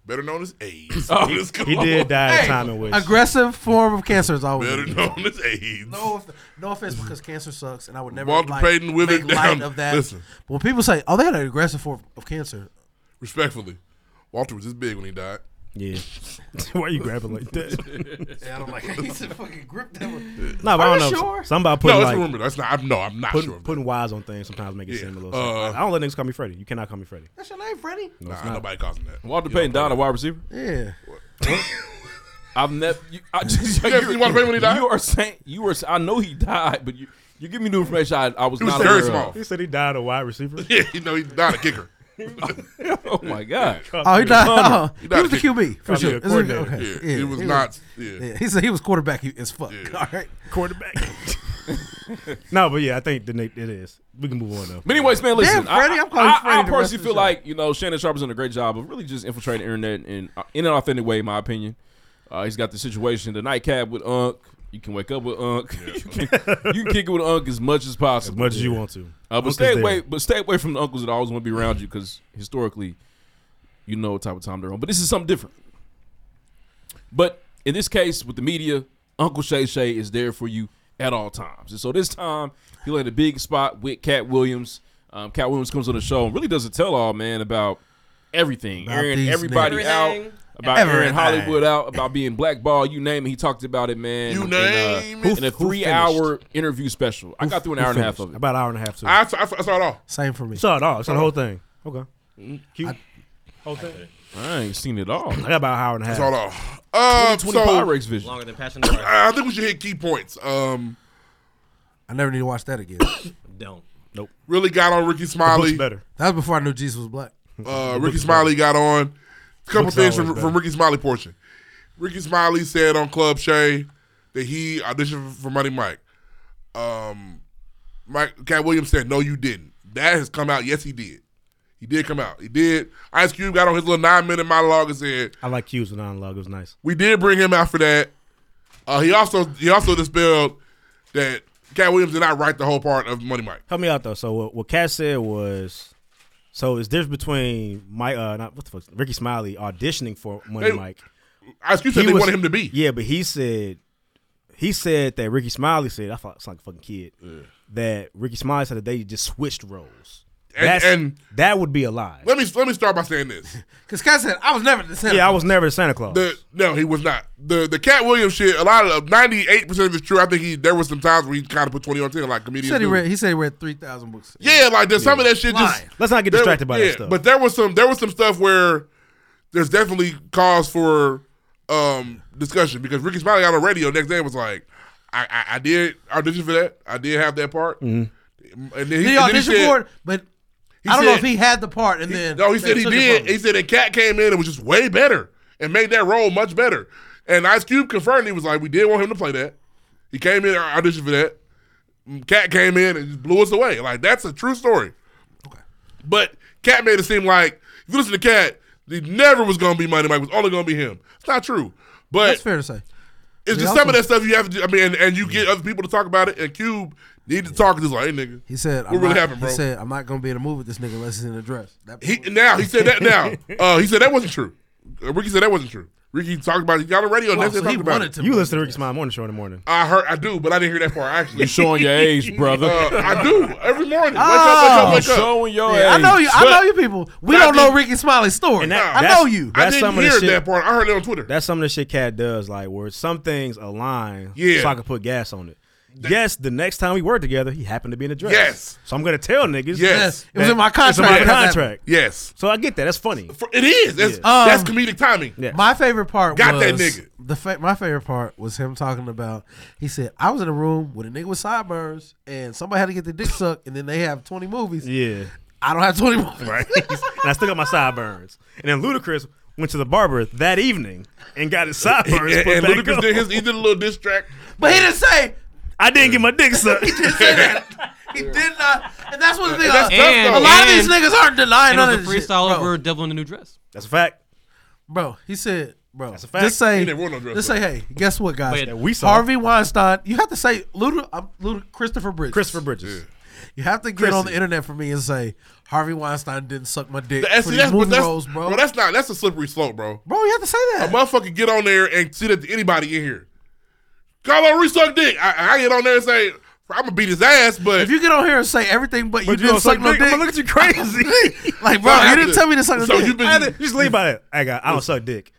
Speaker 2: Better known as AIDS.
Speaker 1: Oh,
Speaker 2: It's cool.
Speaker 4: He did die at a time in which.
Speaker 3: Aggressive form of cancer is always
Speaker 2: Better known as AIDS.
Speaker 3: No, off- no offense, because cancer sucks, and I would never
Speaker 2: Walter
Speaker 3: like,
Speaker 2: Payton withered
Speaker 3: make light
Speaker 2: down.
Speaker 3: of that.
Speaker 2: Listen.
Speaker 3: But when people say, "Oh, they had an aggressive form of cancer,"
Speaker 2: Respectfully, Walter was this big when he died.
Speaker 4: Yeah. Why are you grabbing like that?
Speaker 3: yeah, I'm like, I need to fucking grip that one.
Speaker 4: No, but
Speaker 3: Are
Speaker 4: I
Speaker 3: you
Speaker 4: don't know.
Speaker 3: Sure?
Speaker 4: Somebody putting
Speaker 2: No, it's
Speaker 4: like,
Speaker 2: rumored. That's not- I'm- no, I'm not
Speaker 4: putting,
Speaker 2: sure of
Speaker 4: Putting wise on things sometimes make it
Speaker 2: Yeah.
Speaker 4: seem a little.
Speaker 2: Uh,
Speaker 4: Uh, I don't let niggas call me Freddie. You cannot call me Freddie.
Speaker 3: That's your name, Freddie.
Speaker 4: No, it's
Speaker 2: nah,
Speaker 4: not.
Speaker 2: nobody calls him that.
Speaker 1: Walter Payton died a wide receiver.
Speaker 3: Yeah.
Speaker 1: I've never. You, I just,
Speaker 2: You never see Walter Payton when he died?
Speaker 1: You are saying you were. I know he died, but you you give me new information. I, I was,
Speaker 2: He was
Speaker 1: not
Speaker 2: very
Speaker 1: aware
Speaker 2: small.
Speaker 4: He said he died a wide receiver.
Speaker 2: Yeah, you know he died a kicker.
Speaker 1: of. Oh my god.
Speaker 3: Oh, he died.
Speaker 1: Hunter.
Speaker 3: Oh, he, was the QB for
Speaker 4: Probably
Speaker 3: sure.
Speaker 4: a
Speaker 3: This is-
Speaker 4: coordinator.
Speaker 3: okay.
Speaker 2: Yeah, he was not- yeah.
Speaker 3: He said he was quarterback he- as fuck. All right.
Speaker 4: Quarterback. no, but yeah, I think the Nate it is. We can move on though.
Speaker 1: But anyways, man, listen.
Speaker 3: Damn, Freddie,
Speaker 1: I,
Speaker 3: I'm calling
Speaker 1: I- I
Speaker 3: Freddie the rest of
Speaker 1: personally
Speaker 3: the
Speaker 1: feel
Speaker 3: show.
Speaker 1: like you know Shannon Sharp has done a great job of really just Uh, infiltrating the internet in in an authentic way, in my opinion. Uh, he's got the situation, the nightcap with Unc. You can wake up with Unc. you, can, you can kick it with Unc as much as possible,
Speaker 4: much as you want to.
Speaker 1: Uh, but
Speaker 4: Unc
Speaker 1: stay
Speaker 4: is there.
Speaker 1: away. But stay away from the uncles that always want to be around you because historically, you know what type of time they're on. But this is something different. But in this case, with the media, Uncle Shay Shay is there for you at all times. And so this time, he landed a big spot with Cat Williams. Um, Cat Williams comes on the show and really does a tell all, man, about everything.
Speaker 2: About
Speaker 1: airing
Speaker 2: these
Speaker 1: everybody
Speaker 2: niggas.
Speaker 1: out,
Speaker 2: Everything.
Speaker 1: about airing
Speaker 2: Everything.
Speaker 1: Hollywood out, about being blackballed, you name it. He talked about it, man.
Speaker 2: You
Speaker 1: in,
Speaker 2: name
Speaker 1: uh,
Speaker 2: it.
Speaker 1: in a
Speaker 2: Who- who
Speaker 1: three hour interview special. I got through an
Speaker 4: Who
Speaker 1: hour and a half
Speaker 4: finished?
Speaker 1: of it.
Speaker 4: About an hour and a half too.
Speaker 2: I, I, I saw it all.
Speaker 3: Same for me.
Speaker 4: Saw it all. Saw the
Speaker 3: Saw
Speaker 4: whole
Speaker 3: it
Speaker 4: thing. Okay. Cute. Whole thing.
Speaker 1: I ain't seen it all. I
Speaker 4: got about an hour and a half.
Speaker 2: That's all off. Uh,
Speaker 4: 20,
Speaker 2: so,
Speaker 4: Pyrex
Speaker 1: vision.
Speaker 9: Longer than Passion.
Speaker 2: I think we should hit key points. Um,
Speaker 3: I never need to watch that again.
Speaker 9: Don't.
Speaker 4: Nope.
Speaker 2: really got on Ricky Smiley.
Speaker 4: better.
Speaker 3: That was before I knew Jesus was black.
Speaker 2: Uh,
Speaker 3: The
Speaker 2: Ricky
Speaker 3: book's
Speaker 2: Smiley got on. A couple
Speaker 3: Book's
Speaker 2: things
Speaker 3: always
Speaker 2: from,
Speaker 3: better.
Speaker 2: from Ricky Smiley portion. Ricky Smiley said on Club Shay that he auditioned for Money Mike. Um, Mike Cat Williams said, "No, you didn't." That has come out. Yes, he did. He did come out. He did. Ice Cube got on his little nine minute monologue and said,
Speaker 4: I like Q's monologue. It was nice.
Speaker 2: We did bring him out for that. Uh, he also he also dispelled that Cat Williams did not write the whole part of Money Mike.
Speaker 4: Help me out though. So what, what Kat said was, so it's difference between Mike, uh, not what the fuck, Ricky Smiley auditioning for Money
Speaker 2: They-
Speaker 4: Mike.
Speaker 2: I excuse me,
Speaker 4: He
Speaker 2: they
Speaker 4: was-
Speaker 2: wanted him to be.
Speaker 4: Yeah, but he said, he said that Ricky Smiley said, I thought it's like a fucking kid. That Ricky Smiley said that they just switched roles.
Speaker 2: And-
Speaker 4: That's,
Speaker 2: and-
Speaker 4: that would be a lie.
Speaker 2: Let me let me start by saying this.
Speaker 3: Because Cat said I was never the Santa.
Speaker 4: Yeah, I was never the Santa Claus.
Speaker 2: The no, he was not. The the Cat Williams shit, a lot of ninety eight percent is true. I think he there was some times where he kinda put twenty on ten like
Speaker 3: He
Speaker 2: comedians.
Speaker 3: said he
Speaker 2: do.
Speaker 3: read. He said he read three thousand books.
Speaker 2: Yeah, like there's some of that shit just
Speaker 3: Lying.
Speaker 4: Let's not get
Speaker 2: there-
Speaker 4: distracted by
Speaker 2: yeah,
Speaker 4: that stuff.
Speaker 2: But there was some there was some stuff where there's definitely cause for um discussion because Ricky Smiley got on radio next day and was like, I, I, I did audition for that. I did have that part.
Speaker 4: Mhm.
Speaker 2: And then he,
Speaker 3: Mm-hmm. Did
Speaker 2: and
Speaker 3: he
Speaker 2: then
Speaker 3: audition
Speaker 2: said-
Speaker 3: for it? But
Speaker 2: he
Speaker 3: I don't know
Speaker 2: said-
Speaker 3: if he had the part. And then
Speaker 2: No, he said
Speaker 3: they
Speaker 2: he
Speaker 3: took it from
Speaker 2: did.
Speaker 3: him.
Speaker 2: He said that Cat came in and was just way better and made that role much better. And Ice Cube confirmed he was like, we did want him to play that. He came in I auditioned for that. Cat came in and just blew us away. Like that's a true story. But Cat made it seem like if you listen to Cat, he never was gonna be Money Mike. It was only gonna be him. It's not true. But
Speaker 3: That's fair to say.
Speaker 2: It's
Speaker 3: They
Speaker 2: just some of
Speaker 3: also-
Speaker 2: that stuff you have to. do. I mean, and, and you get other people to talk about it. And Cube need to talk. Just like, hey, nigga,
Speaker 3: He said,
Speaker 2: "What
Speaker 3: I'm
Speaker 2: really
Speaker 3: not,
Speaker 2: happened, bro?"
Speaker 3: He said, I'm not gonna be in a movie with this nigga unless he's in a dress. That
Speaker 2: He now he said that now. Uh, he said that wasn't true. Uh, Ricky said that wasn't true. Ricky talked about it. He got on the radio.
Speaker 4: Wow,
Speaker 2: next day
Speaker 4: so
Speaker 2: talked about it.
Speaker 4: you listen to Ricky Smiley morning show in the morning.
Speaker 2: I heard. I do, but I didn't hear that part. Actually,
Speaker 1: You showing your age, brother.
Speaker 2: Uh, I do every morning. Wake
Speaker 3: Oh.
Speaker 2: up, wake up, wake up.
Speaker 1: Showing your
Speaker 3: Yeah, I know you. I
Speaker 2: But
Speaker 3: know you people.
Speaker 2: but
Speaker 3: We
Speaker 2: I
Speaker 3: don't know
Speaker 2: didn't-
Speaker 3: Ricky Smiley's story.
Speaker 4: And that-
Speaker 3: I
Speaker 4: that's-
Speaker 3: know you.
Speaker 4: that's some of the shit-
Speaker 2: part. I heard it on Twitter.
Speaker 4: That's some of the shit Cat does, like where some things align
Speaker 2: Yeah.
Speaker 4: so I can put gas on it. yes, the next time we work together, he happened to be in the dress.
Speaker 2: Yes.
Speaker 4: So I'm gonna tell niggas.
Speaker 2: Yes.
Speaker 4: that- It's in my contract.
Speaker 2: Yes.
Speaker 4: So I get that. That's funny.
Speaker 2: It is. That's,
Speaker 3: Um,
Speaker 2: that's comedic timing.
Speaker 3: My favorite part
Speaker 2: Got
Speaker 3: was
Speaker 2: that nigga.
Speaker 3: The fa- my favorite part was him talking about. He said, "I was in a room with a nigga with sideburns, and somebody had to get their dick sucked, and then they have twenty movies.
Speaker 4: Yeah.
Speaker 3: I don't have twenty movies.
Speaker 4: Right. and I still got my sideburns. And then Ludacris went to the barber that evening and got his sideburns
Speaker 2: And,
Speaker 4: put
Speaker 2: and
Speaker 4: back
Speaker 2: Ludacris
Speaker 4: on.
Speaker 2: did his. He did a little diss track.
Speaker 3: But he didn't say
Speaker 4: I didn't get my dick sucked. he
Speaker 3: didn't say that. He did not. And that's what the thing.
Speaker 2: And that's
Speaker 3: uh,
Speaker 2: tough,
Speaker 3: a
Speaker 2: though.
Speaker 3: lot of these niggas aren't denying
Speaker 9: and it
Speaker 3: none of
Speaker 9: was
Speaker 3: this
Speaker 9: a
Speaker 3: shit.
Speaker 9: freestyle
Speaker 3: Bro.
Speaker 9: over Devil in a New Dress.
Speaker 4: That's a fact.
Speaker 3: Bro, he said, bro,
Speaker 4: a fact.
Speaker 3: just say,
Speaker 4: He didn't wear no dress
Speaker 3: just
Speaker 4: though.
Speaker 3: say, hey, guess what, guys?
Speaker 4: Wait, that we saw.
Speaker 3: Harvey Weinstein. You have to say, Luda, I'm Luda, Christopher Bridges.
Speaker 4: Christopher Bridges.
Speaker 3: You have to get on the internet for me and say Harvey Weinstein didn't suck my dick
Speaker 2: That's,
Speaker 3: for
Speaker 2: that's,
Speaker 3: these movie
Speaker 2: but that's,
Speaker 3: roles, bro.
Speaker 2: bro. That's Oh, not. That's a slippery slope, bro.
Speaker 3: Bro, you have to say
Speaker 2: A
Speaker 3: that.
Speaker 2: motherfucker get on there and sit at anybody in here. Carlo Reese suck dick. I, I get on there and say I'm gonna beat his ass, but
Speaker 3: If you get on here and say everything, but, you
Speaker 4: you
Speaker 3: didn't
Speaker 4: don't suck
Speaker 3: suck no
Speaker 4: dick,
Speaker 3: dick,
Speaker 4: I'ma look at you crazy.
Speaker 3: like, bro, you didn't tell me to suck no
Speaker 2: So
Speaker 3: dick.
Speaker 2: you've been-
Speaker 4: I had to- just leave by it. I got. I don't suck dick.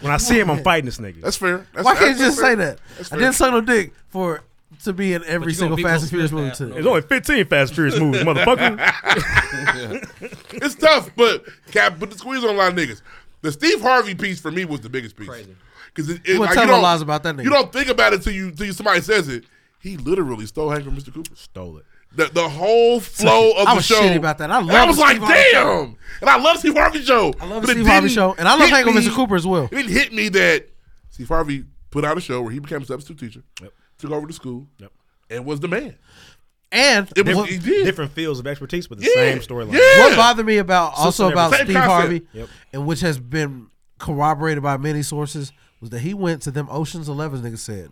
Speaker 4: When I see him, I'm fighting this nigga.
Speaker 2: That's fair. That's,
Speaker 3: Why can't
Speaker 2: that's
Speaker 3: you just
Speaker 2: fair.
Speaker 3: say that?
Speaker 2: That's
Speaker 3: I
Speaker 2: fair.
Speaker 3: didn't suck no dick for to be in every
Speaker 9: you gonna
Speaker 3: single
Speaker 9: be
Speaker 3: Fast and
Speaker 9: close
Speaker 3: Furious
Speaker 9: to
Speaker 3: movie
Speaker 9: that,
Speaker 3: too.
Speaker 4: There's only 15 Fast and Furious movies, motherfucker.
Speaker 2: it's tough, but cap put the squeeze on a lot of niggas. The Steve Harvey piece for me was the biggest piece. Because it, it,
Speaker 3: You wanna
Speaker 2: like,
Speaker 3: tell
Speaker 2: you
Speaker 3: no
Speaker 2: don't-
Speaker 3: lies about that nigga.
Speaker 2: You don't think about it till you till you, somebody says it. He literally stole Hank from Mr. Cooper.
Speaker 4: Stole it.
Speaker 2: The, the whole flow of
Speaker 3: I
Speaker 2: the
Speaker 3: was
Speaker 2: show.
Speaker 3: shitty about that. I
Speaker 2: And
Speaker 3: love
Speaker 2: I
Speaker 3: the
Speaker 2: was like,
Speaker 3: Steve Harvey
Speaker 2: damn.
Speaker 3: show.
Speaker 2: And I love Steve Harvey show. I
Speaker 3: love the Steve Harvey show. And I love Hank on Mr. Cooper as well.
Speaker 2: It didn't hit me that Steve Harvey put out a show where he became a substitute teacher, took over the school, and was the man.
Speaker 3: And
Speaker 2: It was,
Speaker 3: what-
Speaker 2: he did.
Speaker 4: Different fields of expertise, but the
Speaker 2: Yeah.
Speaker 4: same storyline.
Speaker 2: Yeah.
Speaker 3: What bothered me about also
Speaker 4: System
Speaker 3: about
Speaker 4: everything.
Speaker 3: Steve
Speaker 4: Same
Speaker 3: Harvey,
Speaker 4: concept. Yep.
Speaker 3: and which has been corroborated by many sources, was that he went to them Ocean's Eleven niggas said,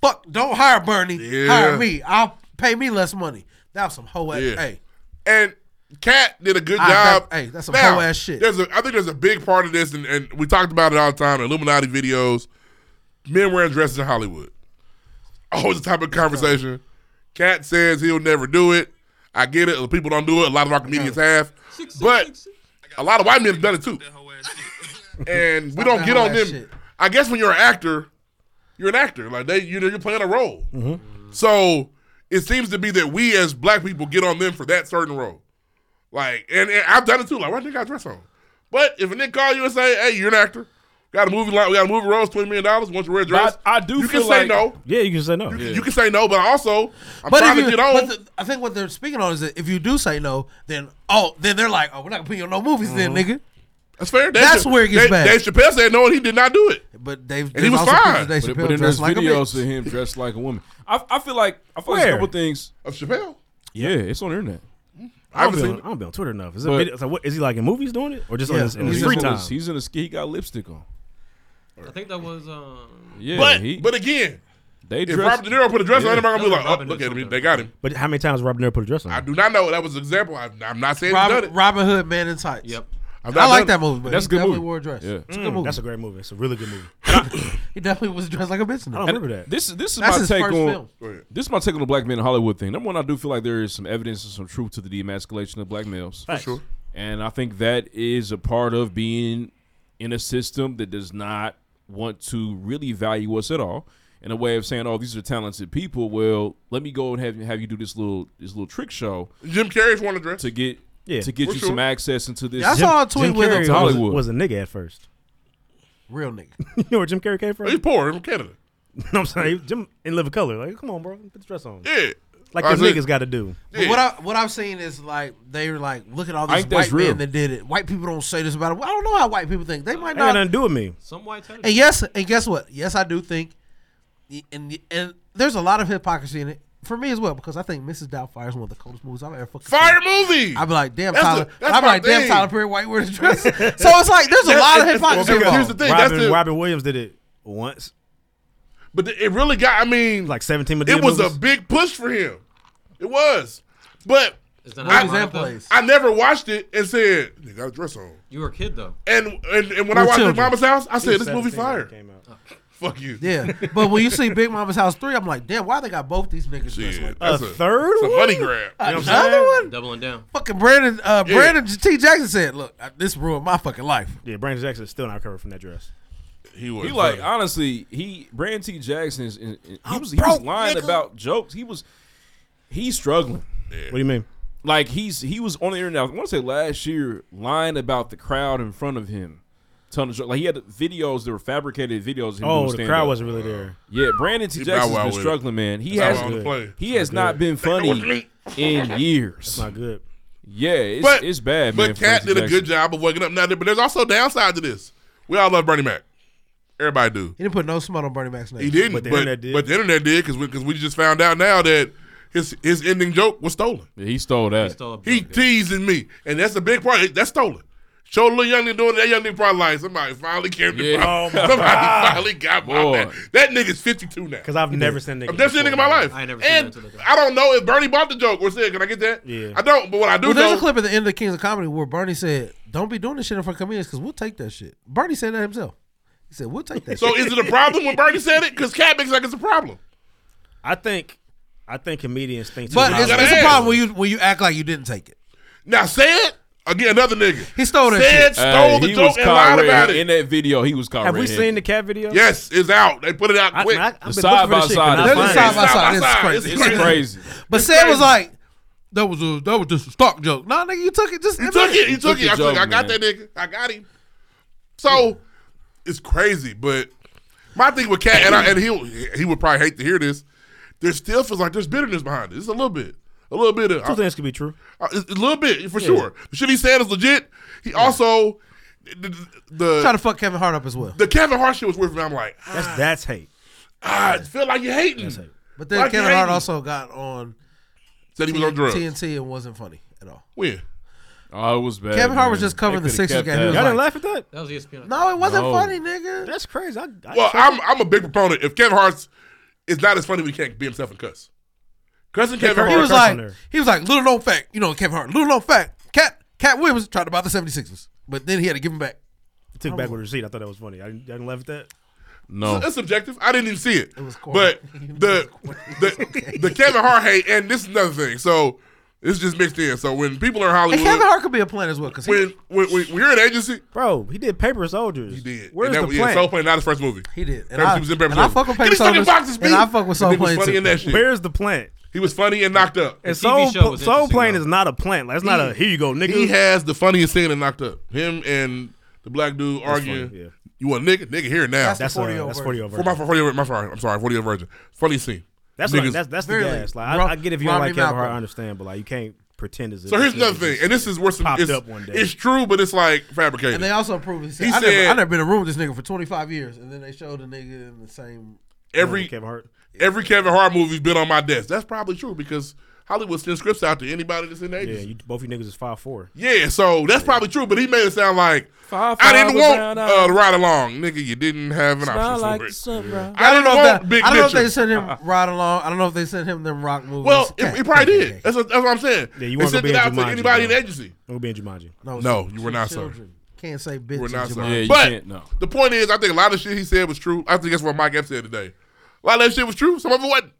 Speaker 3: fuck, don't hire Bernie.
Speaker 2: Yeah.
Speaker 3: Hire me. I'll pay me less money. That was some hoe ass.
Speaker 2: Yeah.
Speaker 3: Hey.
Speaker 2: And Cat did a good
Speaker 3: I-
Speaker 2: job.
Speaker 3: Ah, that- hey, that's some
Speaker 2: Now,
Speaker 3: hoe-ass shit.
Speaker 2: There's a, I think there's a big part of this, and, and we talked about it all the time. Illuminati videos, men wearing dresses in Hollywood. Always a topic of conversation. Cat says he'll never do it. I get it. People don't do it. A lot of our comedians have, but a lot of white men have done it too. And we
Speaker 3: Stop
Speaker 2: don't
Speaker 3: that
Speaker 2: get on
Speaker 3: hoe-ass
Speaker 2: them.
Speaker 3: shit.
Speaker 2: I guess when you're an actor, you're an actor. Like they, you know, you're playing a role.
Speaker 4: Mhm.
Speaker 2: So it seems to be that we as black people get on them for that certain role. Like, and, and I've done it too. Like, why did I dress on? But if a nigga call you and say, "Hey, you're an actor, got a movie line, we got a movie role, twenty million dollars, want you to wear a dress?"
Speaker 1: I, do.
Speaker 2: You can say no.
Speaker 4: Yeah, you can say no.
Speaker 2: You can say no, but also I'm
Speaker 3: But if
Speaker 2: trying
Speaker 3: you,
Speaker 2: to get on.
Speaker 3: but the- I think what they're speaking on is that if you do say no, then oh, then they're like, oh, we're not gonna put you on no movies, then, nigga.
Speaker 2: That's fair. Dave
Speaker 3: That's
Speaker 2: Cha-
Speaker 3: where it gets
Speaker 2: Dave,
Speaker 3: bad.
Speaker 2: Dave Chappelle said no, and he did not do it.
Speaker 3: But Dave,
Speaker 2: and he was fine.
Speaker 1: But, but then there's videos of him dressed like a woman. I, I feel like I feel like
Speaker 4: Where?
Speaker 1: a couple things
Speaker 2: of Chappelle.
Speaker 1: Yeah, it's on the internet.
Speaker 4: I don't, be
Speaker 1: Obviously-
Speaker 4: on, I don't be on Twitter enough. Is, it
Speaker 1: But-
Speaker 4: video, so what, is he like in movies doing it or just on his, in his
Speaker 1: he's
Speaker 4: free
Speaker 1: in a-
Speaker 4: time?
Speaker 1: He's in a ski. He got lipstick on.
Speaker 9: I think that was um.
Speaker 1: Yeah,
Speaker 2: but
Speaker 1: he-
Speaker 2: but again,
Speaker 1: They
Speaker 2: if
Speaker 1: dress-
Speaker 2: Robert De Niro put a dress on,
Speaker 1: Yeah.
Speaker 2: him, I'm gonna be like, "Oh,
Speaker 1: Robin
Speaker 2: look
Speaker 1: did
Speaker 2: at me, they got him."
Speaker 4: But how many times Robert De Niro put a dress on?
Speaker 2: I do not know. That was an example. I, I'm not saying he done
Speaker 3: Robin,
Speaker 2: it.
Speaker 3: Robin Hood, Man in Tights.
Speaker 2: Yep. I've not
Speaker 3: I like
Speaker 2: done
Speaker 3: that
Speaker 2: it.
Speaker 3: movie. But
Speaker 2: That's
Speaker 3: he
Speaker 2: a good
Speaker 3: definitely
Speaker 2: movie.
Speaker 3: wore a dress.
Speaker 2: Yeah.
Speaker 3: It's a
Speaker 4: Mm,
Speaker 3: good movie.
Speaker 4: That's a great movie. It's a really good movie.
Speaker 3: he definitely was dressed like a bitch. In it.
Speaker 4: I don't remember that.
Speaker 1: This is this is
Speaker 3: That's
Speaker 1: my
Speaker 3: his
Speaker 1: take
Speaker 3: first
Speaker 1: on
Speaker 3: film.
Speaker 1: this is my take on the black men in Hollywood thing. Number one, I do feel like there is some evidence and some truth to the demasculation of black males.
Speaker 2: For Facts. sure.
Speaker 1: And I think that is a part of being in a system that does not want to really value us at all. In a way of saying, "Oh, these are talented people." Well, let me go and have have you do this little this little trick show.
Speaker 2: Jim Carrey's one of dress
Speaker 1: to get
Speaker 4: Yeah.
Speaker 1: to get
Speaker 4: For
Speaker 1: you
Speaker 4: sure.
Speaker 1: some access into this.
Speaker 3: Yeah, I saw a tweet
Speaker 4: Jim
Speaker 3: with
Speaker 4: Carrey
Speaker 3: him.
Speaker 4: was-
Speaker 1: Hollywood.
Speaker 4: was a nigga at first.
Speaker 3: Real nigga.
Speaker 4: you know where Jim Carrey came from?
Speaker 2: He's poor. He's from Canada.
Speaker 4: no, I'm saying he- Jim in Live a Color. Like, come on, bro, put the dress on.
Speaker 2: Yeah,
Speaker 4: like
Speaker 3: I
Speaker 4: the
Speaker 3: said-
Speaker 4: niggas got to do.
Speaker 3: But what I what I've seen is like they were like, look at all these
Speaker 4: I think that's
Speaker 3: white men
Speaker 4: real.
Speaker 3: that did it. White people don't say this about it. Well, I don't know how white people think. They might
Speaker 4: Ain't
Speaker 3: not
Speaker 4: got nothing to do with me.
Speaker 9: Some white tennis.
Speaker 3: And yes, and guess what? Yes, I do think, and and there's a lot of hypocrisy in it for me as well because I think Mrs. Doubtfire is one of the coldest movies I've ever fucking
Speaker 2: Fire
Speaker 3: seen.
Speaker 2: movie.
Speaker 3: I'd be like, damn
Speaker 2: That's
Speaker 3: Tyler.
Speaker 2: the- that's
Speaker 3: I'd be
Speaker 2: my
Speaker 3: like, damn
Speaker 2: thing.
Speaker 3: Tyler Perry, white wears dress. so it's like there's a
Speaker 2: That's-
Speaker 3: lot of
Speaker 2: it's- well,
Speaker 3: hypocrisy
Speaker 2: because
Speaker 3: involved.
Speaker 2: here's the thing, that's
Speaker 4: Robin,
Speaker 2: the-
Speaker 4: Robin Williams did it once.
Speaker 2: But it really got. I mean,
Speaker 4: like 17 Medea
Speaker 2: It was a
Speaker 4: movies.
Speaker 2: big push for him. It was, but
Speaker 9: that
Speaker 2: I,
Speaker 9: not a lot of plays?
Speaker 2: I never watched it and said they got a dress on.
Speaker 9: You were a kid though.
Speaker 2: And and, and when I
Speaker 3: We're
Speaker 2: watched Big
Speaker 3: children.
Speaker 2: Mama's House, I
Speaker 3: We
Speaker 2: said
Speaker 3: were
Speaker 2: this movie
Speaker 3: 17 when
Speaker 2: fire.
Speaker 3: it
Speaker 2: Fuck you.
Speaker 3: Yeah, but when you see Big Mama's House three, I'm like, damn, why they got both these niggas dressed like that?
Speaker 2: that's A a- third it's a one? money grab. You know what I'm
Speaker 3: Another one.
Speaker 9: Doubling down.
Speaker 3: Fucking Brandon, uh,
Speaker 9: Yeah.
Speaker 3: Brandon T. Jackson said, "Look, I- this ruined my fucking life."
Speaker 4: Yeah, Brandon Jackson is still not recovered from that dress.
Speaker 2: He
Speaker 1: He like honestly, he Brand T Jackson is is- he was, he was
Speaker 4: broke,
Speaker 1: lying
Speaker 4: nigga.
Speaker 1: about jokes. He was he's struggling.
Speaker 4: What do you mean?
Speaker 1: Like he's he was on the internet. I want to say last year, lying about the crowd in front of him, telling the joke. Like he had videos that were fabricated videos. of him
Speaker 4: Oh,
Speaker 1: doing
Speaker 4: the
Speaker 1: stand-up.
Speaker 4: crowd wasn't really there.
Speaker 1: Yeah, Brandon T
Speaker 4: He
Speaker 1: Jackson's
Speaker 4: bow wow
Speaker 1: been
Speaker 4: with it.
Speaker 1: struggling, man. He
Speaker 4: That's
Speaker 1: has
Speaker 4: not
Speaker 1: not
Speaker 4: good.
Speaker 1: he
Speaker 4: That's
Speaker 1: has
Speaker 4: not
Speaker 1: not
Speaker 4: good.
Speaker 1: been funny in years.
Speaker 4: That's not good.
Speaker 1: Yeah, it's,
Speaker 2: But-
Speaker 1: it's bad, man.
Speaker 2: But
Speaker 1: for
Speaker 2: Cat
Speaker 1: Brandon
Speaker 2: did
Speaker 1: T.
Speaker 2: a good job of waking up. Now, there- but there's also a downside to this. We all love Bernie Mac. Everybody do.
Speaker 3: He didn't put no smut on Bernie Mac's name.
Speaker 2: He didn't, but
Speaker 3: But the
Speaker 2: but,
Speaker 3: internet did.
Speaker 2: the internet did because we, 'cause we just found out now that his his ending joke was stolen.
Speaker 1: Yeah, he stole that. He,
Speaker 2: teasing me, and that's a big part. That's stolen. Show little young nigga doing that young nigga probably like somebody finally came to
Speaker 1: Yeah.
Speaker 2: my,
Speaker 1: Oh, my
Speaker 2: somebody
Speaker 1: God.
Speaker 2: finally got my
Speaker 1: Boy.
Speaker 2: man. That nigga's fifty two now. Because
Speaker 4: I've never seen a nigga
Speaker 2: I've never seen a nigga in my
Speaker 4: before.
Speaker 2: life.
Speaker 4: I ain't never seen
Speaker 2: and I don't know if Bernie bought the joke or said, "Can I get that?"
Speaker 4: Yeah.
Speaker 2: I don't. But what I do
Speaker 3: well, there's
Speaker 2: know,
Speaker 3: a clip at the end of Kings of Comedy where Bernie said, "Don't be doing this shit in front of comedians because we'll take that shit." Bernie said that himself. He said, "We'll take that."
Speaker 2: so
Speaker 3: shit.
Speaker 2: is it a problem when Bernie said it? Because Cat makes it like it's a problem.
Speaker 4: I think, I think comedians think. too
Speaker 3: But
Speaker 4: much.
Speaker 3: it's, it's a problem when you when you act like you didn't take it.
Speaker 2: Now say it again. Another nigga.
Speaker 3: He stole that
Speaker 2: Said
Speaker 3: shit.
Speaker 2: stole the
Speaker 1: Uh, he
Speaker 2: joke
Speaker 1: was
Speaker 2: and
Speaker 1: caught
Speaker 2: lied
Speaker 1: red-
Speaker 2: about it.
Speaker 1: in that video. He was caught.
Speaker 4: Have we
Speaker 1: red-handed.
Speaker 4: seen the cat video?
Speaker 2: Yes, it's out. They put it out quick.
Speaker 4: I- I've
Speaker 1: The
Speaker 4: been looking for
Speaker 1: side-by-side
Speaker 4: this shit, could not
Speaker 1: is
Speaker 4: find it.
Speaker 1: crazy. Side-by-side.
Speaker 3: Side by side,
Speaker 1: It's
Speaker 3: this is
Speaker 1: crazy.
Speaker 3: crazy.
Speaker 1: It's crazy.
Speaker 3: But
Speaker 1: It's
Speaker 3: Sam was
Speaker 1: crazy.
Speaker 3: like, "That was a that was just a stock joke." Nah, nigga, you took it. Just
Speaker 2: You took it. You took it. I, took, I got
Speaker 1: man.
Speaker 2: that nigga. I got him. So it's crazy, but my thing with Cat and, I, and he he would probably hate to hear this. There still feels like there's bitterness behind it. It's a little bit, a little bit of
Speaker 4: Two things could be true.
Speaker 2: uh, it's a little bit for
Speaker 4: Yeah.
Speaker 2: sure. The shit he said is legit. He also the, the
Speaker 3: Try to fuck Kevin Hart up as well.
Speaker 2: the Kevin Hart shit was weird for me. I'm like,
Speaker 4: That's that's hate.
Speaker 2: ah, I feel like you're hating.
Speaker 3: But then
Speaker 2: Why you
Speaker 3: Kevin Hart
Speaker 2: hating?
Speaker 3: also got on
Speaker 2: Said he was on drugs.
Speaker 3: TNT and wasn't funny at all.
Speaker 2: When?
Speaker 1: Oh, it was bad.
Speaker 3: Kevin Hart was
Speaker 1: man.
Speaker 3: just covering
Speaker 1: They
Speaker 3: the
Speaker 1: could've
Speaker 3: Sixers
Speaker 1: kept
Speaker 3: game. He was
Speaker 1: that.
Speaker 3: like,
Speaker 4: at that?
Speaker 9: That was E ESPN.
Speaker 3: No, it wasn't
Speaker 1: No.
Speaker 3: funny, nigga.
Speaker 4: That's crazy. I, I
Speaker 2: Well, I'm I'm a big proponent. If Kevin Hart's it's not as funny when he can't be himself and cuss. Cussing
Speaker 3: He
Speaker 2: Kevin Hart.
Speaker 3: was like, he was like, little known fact, you know, Kevin Hart, little known fact, Cat Cat Williams tried to buy the 76ers, but then he had to give him back.
Speaker 4: Took back with a receipt. I thought that was funny. I didn't, I didn't laugh at that.
Speaker 1: No.
Speaker 4: Oh.
Speaker 2: It's subjective. I didn't even see it.
Speaker 4: It was corny.
Speaker 2: but the the, the Kevin Hart hate, and this is another thing. So it's just mixed in. So when people are in Hollywood,
Speaker 3: And Kevin Hart could be a plan as well because
Speaker 2: when, when, when you're an agency,
Speaker 4: bro, he did Paper Soldiers. He did. Where's
Speaker 2: and
Speaker 4: the
Speaker 2: that, yeah,
Speaker 4: plan?
Speaker 2: Soul Plane, not his first movie.
Speaker 3: He did.
Speaker 4: And I-
Speaker 2: he was in Pepper
Speaker 4: and I
Speaker 2: Soldiers.
Speaker 4: fuck with
Speaker 2: Get
Speaker 4: Paper
Speaker 2: his fucking
Speaker 4: Soldiers,
Speaker 2: boxes,
Speaker 4: and I fuck with Soul
Speaker 2: He was
Speaker 4: Plane,
Speaker 2: funny
Speaker 4: too.
Speaker 2: in that shit.
Speaker 4: Where's the plant?
Speaker 2: He was funny and knocked up.
Speaker 4: And Soul, Pl- Soul Plane is not a plant. That's not a here you go, nigga.
Speaker 2: He has the funniest scene in Knocked Up. Him and the black dude
Speaker 4: That's
Speaker 2: arguing.
Speaker 4: funny, yeah.
Speaker 2: You want nigga? Nigga here now.
Speaker 4: That's the That's, uh, 40-year-old that's 40-year-old
Speaker 2: For
Speaker 4: version.
Speaker 2: my 40 year, my sorry, I'm sorry, 40 year version. Funny scene.
Speaker 4: That's
Speaker 2: Niggas-
Speaker 4: like, that's that's the gas. Like I, I get if you don't like Kevin Hart, I understand, but like you can't pretend as if
Speaker 2: So here's
Speaker 4: it
Speaker 2: another
Speaker 4: was
Speaker 2: thing, and this is where some
Speaker 4: popped
Speaker 2: it's,
Speaker 4: up one day.
Speaker 2: it's true, but it's like fabricated.
Speaker 3: And they also proved he said,
Speaker 2: He
Speaker 3: I, never,
Speaker 2: said-
Speaker 3: I never been in a room with this nigga for 25 years, and then they showed a nigga in the same
Speaker 2: every
Speaker 4: Kevin Hart.
Speaker 2: Every Kevin Hart movie's been on my desk. That's probably true because Hollywood sends scripts out to anybody that's in the
Speaker 4: yeah,
Speaker 2: agency.
Speaker 4: you, both you niggas is five four.
Speaker 2: Yeah, so that's probably true, but he made it sound like
Speaker 4: Five,
Speaker 2: I
Speaker 4: five
Speaker 2: didn't
Speaker 4: was
Speaker 2: want
Speaker 4: down,
Speaker 2: uh, the ride along, nigga. You didn't have an
Speaker 4: Smile
Speaker 2: option
Speaker 4: like
Speaker 2: for
Speaker 4: the
Speaker 2: it.
Speaker 4: sunrise.
Speaker 2: I didn't
Speaker 3: know
Speaker 2: want
Speaker 3: if that-
Speaker 2: big
Speaker 3: I don't know if
Speaker 2: picture.
Speaker 3: they sent him Ride Along. I don't know if they sent him them rock movies.
Speaker 2: Well, it, it probably did. That's, what- that's what I'm saying.
Speaker 4: Yeah, you
Speaker 2: They
Speaker 4: want to
Speaker 2: sent
Speaker 4: be in
Speaker 2: it out
Speaker 4: Jumanji?
Speaker 2: to anybody in the
Speaker 4: bro.
Speaker 2: agency.
Speaker 4: You wanna be in Jumanji?
Speaker 3: No,
Speaker 2: No, you were not
Speaker 3: children.
Speaker 2: sorry.
Speaker 3: Can't say bitch.
Speaker 2: We're
Speaker 3: in
Speaker 2: not
Speaker 3: Jumanji.
Speaker 2: sorry. but the point is, I think a lot of shit he said was true. I think that's what Mike F said today. A lot of that shit was true. Some of it wasn't.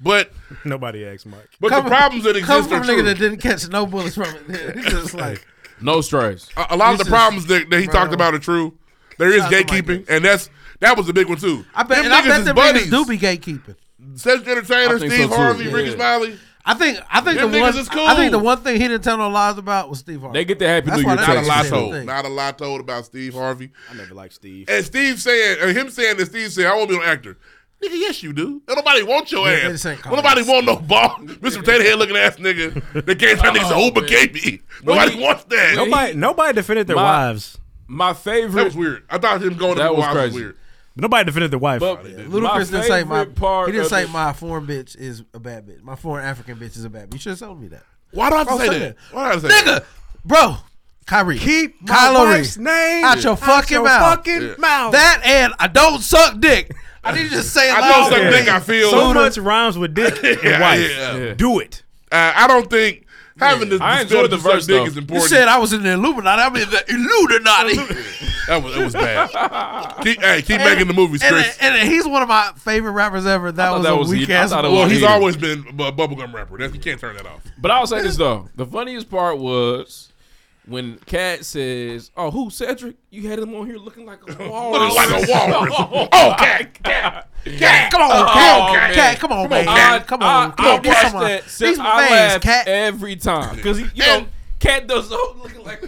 Speaker 2: But
Speaker 4: nobody asked Mike.
Speaker 2: But the problems that
Speaker 3: come
Speaker 2: exist
Speaker 3: from
Speaker 2: are
Speaker 3: a
Speaker 2: true.
Speaker 3: nigga that didn't catch no bullets from it. He's just like
Speaker 1: No strays.
Speaker 2: a, a lot of
Speaker 3: This
Speaker 2: the
Speaker 3: is-
Speaker 2: problems that, that he
Speaker 3: bro.
Speaker 2: talked about are true. There is
Speaker 3: Shout out to Mike
Speaker 2: gatekeeping, and that's that was the big one too.
Speaker 3: I bet.
Speaker 2: Them
Speaker 3: And I
Speaker 2: niggas
Speaker 3: bet
Speaker 2: is
Speaker 3: them niggas
Speaker 2: buddies.
Speaker 3: do be gatekeeping.
Speaker 2: Cedric Entertainer, Steve Harvey, Ricky Smiley.
Speaker 3: I think I think
Speaker 2: Them
Speaker 3: the
Speaker 2: niggas
Speaker 3: one
Speaker 2: is
Speaker 3: I think the
Speaker 2: cool.
Speaker 3: one thing he didn't tell no lies about was Steve Harvey.
Speaker 1: They get the Happy
Speaker 3: That's
Speaker 1: New
Speaker 3: why
Speaker 1: Year
Speaker 3: that
Speaker 2: Not a
Speaker 3: nigga's
Speaker 2: lot
Speaker 3: the
Speaker 2: told.
Speaker 3: thing.
Speaker 2: Not a lot told about Steve Harvey.
Speaker 4: I never liked Steve.
Speaker 2: And Steve saying, and him saying that Steve said, "I want to be an actor." Nigga, yes you do. Don't nobody want your
Speaker 3: Yeah, they
Speaker 2: ass.
Speaker 3: just ain't
Speaker 2: Don't
Speaker 3: calling
Speaker 2: nobody want no ball, Mr. Potato Head looking ass nigga. They can't tell niggas
Speaker 1: Oh,
Speaker 2: a Uber
Speaker 1: man.
Speaker 2: baby.
Speaker 1: When
Speaker 2: Nobody
Speaker 1: he-
Speaker 2: wants that.
Speaker 1: when Nobody- he-
Speaker 4: nobody defended their
Speaker 1: My-
Speaker 4: wives.
Speaker 1: My favorite.
Speaker 2: That was weird. I thought him going to
Speaker 1: That
Speaker 2: the
Speaker 1: was
Speaker 2: wives was
Speaker 1: crazy.
Speaker 2: weird.
Speaker 4: Nobody defended their wife.
Speaker 1: But my
Speaker 3: Ludacris didn't say my
Speaker 1: favorite part
Speaker 3: he didn't
Speaker 1: of
Speaker 3: say
Speaker 1: the-
Speaker 3: my foreign bitch is a bad bitch. My foreign African bitch is a bad bitch. You should have told me that.
Speaker 2: Why do I have to
Speaker 3: Bro,
Speaker 2: say
Speaker 3: say
Speaker 2: that?
Speaker 3: that.
Speaker 2: Why do I have to say
Speaker 3: Nigga,
Speaker 2: that?
Speaker 3: bro, Kyrie, keep Kylo
Speaker 4: wife's
Speaker 3: Ren
Speaker 4: name
Speaker 3: out your
Speaker 4: out
Speaker 3: fucking
Speaker 4: your
Speaker 3: mouth.
Speaker 4: fucking Yeah. mouth.
Speaker 3: That and I don't suck dick. I need you to say it
Speaker 2: I
Speaker 3: loud.
Speaker 2: don't suck dick, I feel.
Speaker 4: so much rhymes with dick and
Speaker 2: Yeah,
Speaker 4: wife.
Speaker 2: yeah. Yeah.
Speaker 4: Do it.
Speaker 2: Uh, I don't think having the
Speaker 1: I
Speaker 2: the
Speaker 1: enjoyed the
Speaker 2: ability to suck
Speaker 1: verse,
Speaker 2: dick
Speaker 1: though.
Speaker 2: is
Speaker 3: You
Speaker 2: important.
Speaker 3: said I was in the Illuminati. I'm in the Illuminati.
Speaker 2: that was that was bad. keep, hey, keep making the movies,
Speaker 3: and,
Speaker 2: Chris.
Speaker 3: and, and he's one of my favorite rappers ever. That
Speaker 1: thought
Speaker 3: was
Speaker 1: that
Speaker 3: a
Speaker 1: was-
Speaker 3: weak
Speaker 1: I
Speaker 3: ass.
Speaker 1: thought it
Speaker 2: well,
Speaker 1: was
Speaker 2: he's
Speaker 1: hated.
Speaker 2: always been a bubblegum rapper. That's, you can't turn that off.
Speaker 1: But I'll say this though: the funniest part was when Cat says, "Oh, who Cedric? You had him on here looking like a walrus,
Speaker 2: Looking like a walrus. Oh, Cat, Cat, Cat.
Speaker 3: Come on,
Speaker 1: Oh,
Speaker 3: Cat.
Speaker 1: man.
Speaker 3: Cat, come on, man.
Speaker 1: I-
Speaker 3: Come on,
Speaker 1: I-
Speaker 3: come
Speaker 1: I
Speaker 3: on,
Speaker 1: watched
Speaker 3: come on.
Speaker 1: that.
Speaker 3: These
Speaker 1: Since I
Speaker 3: fans,
Speaker 1: laugh
Speaker 3: Cat.
Speaker 1: every time because you know Cat does the whole looking like,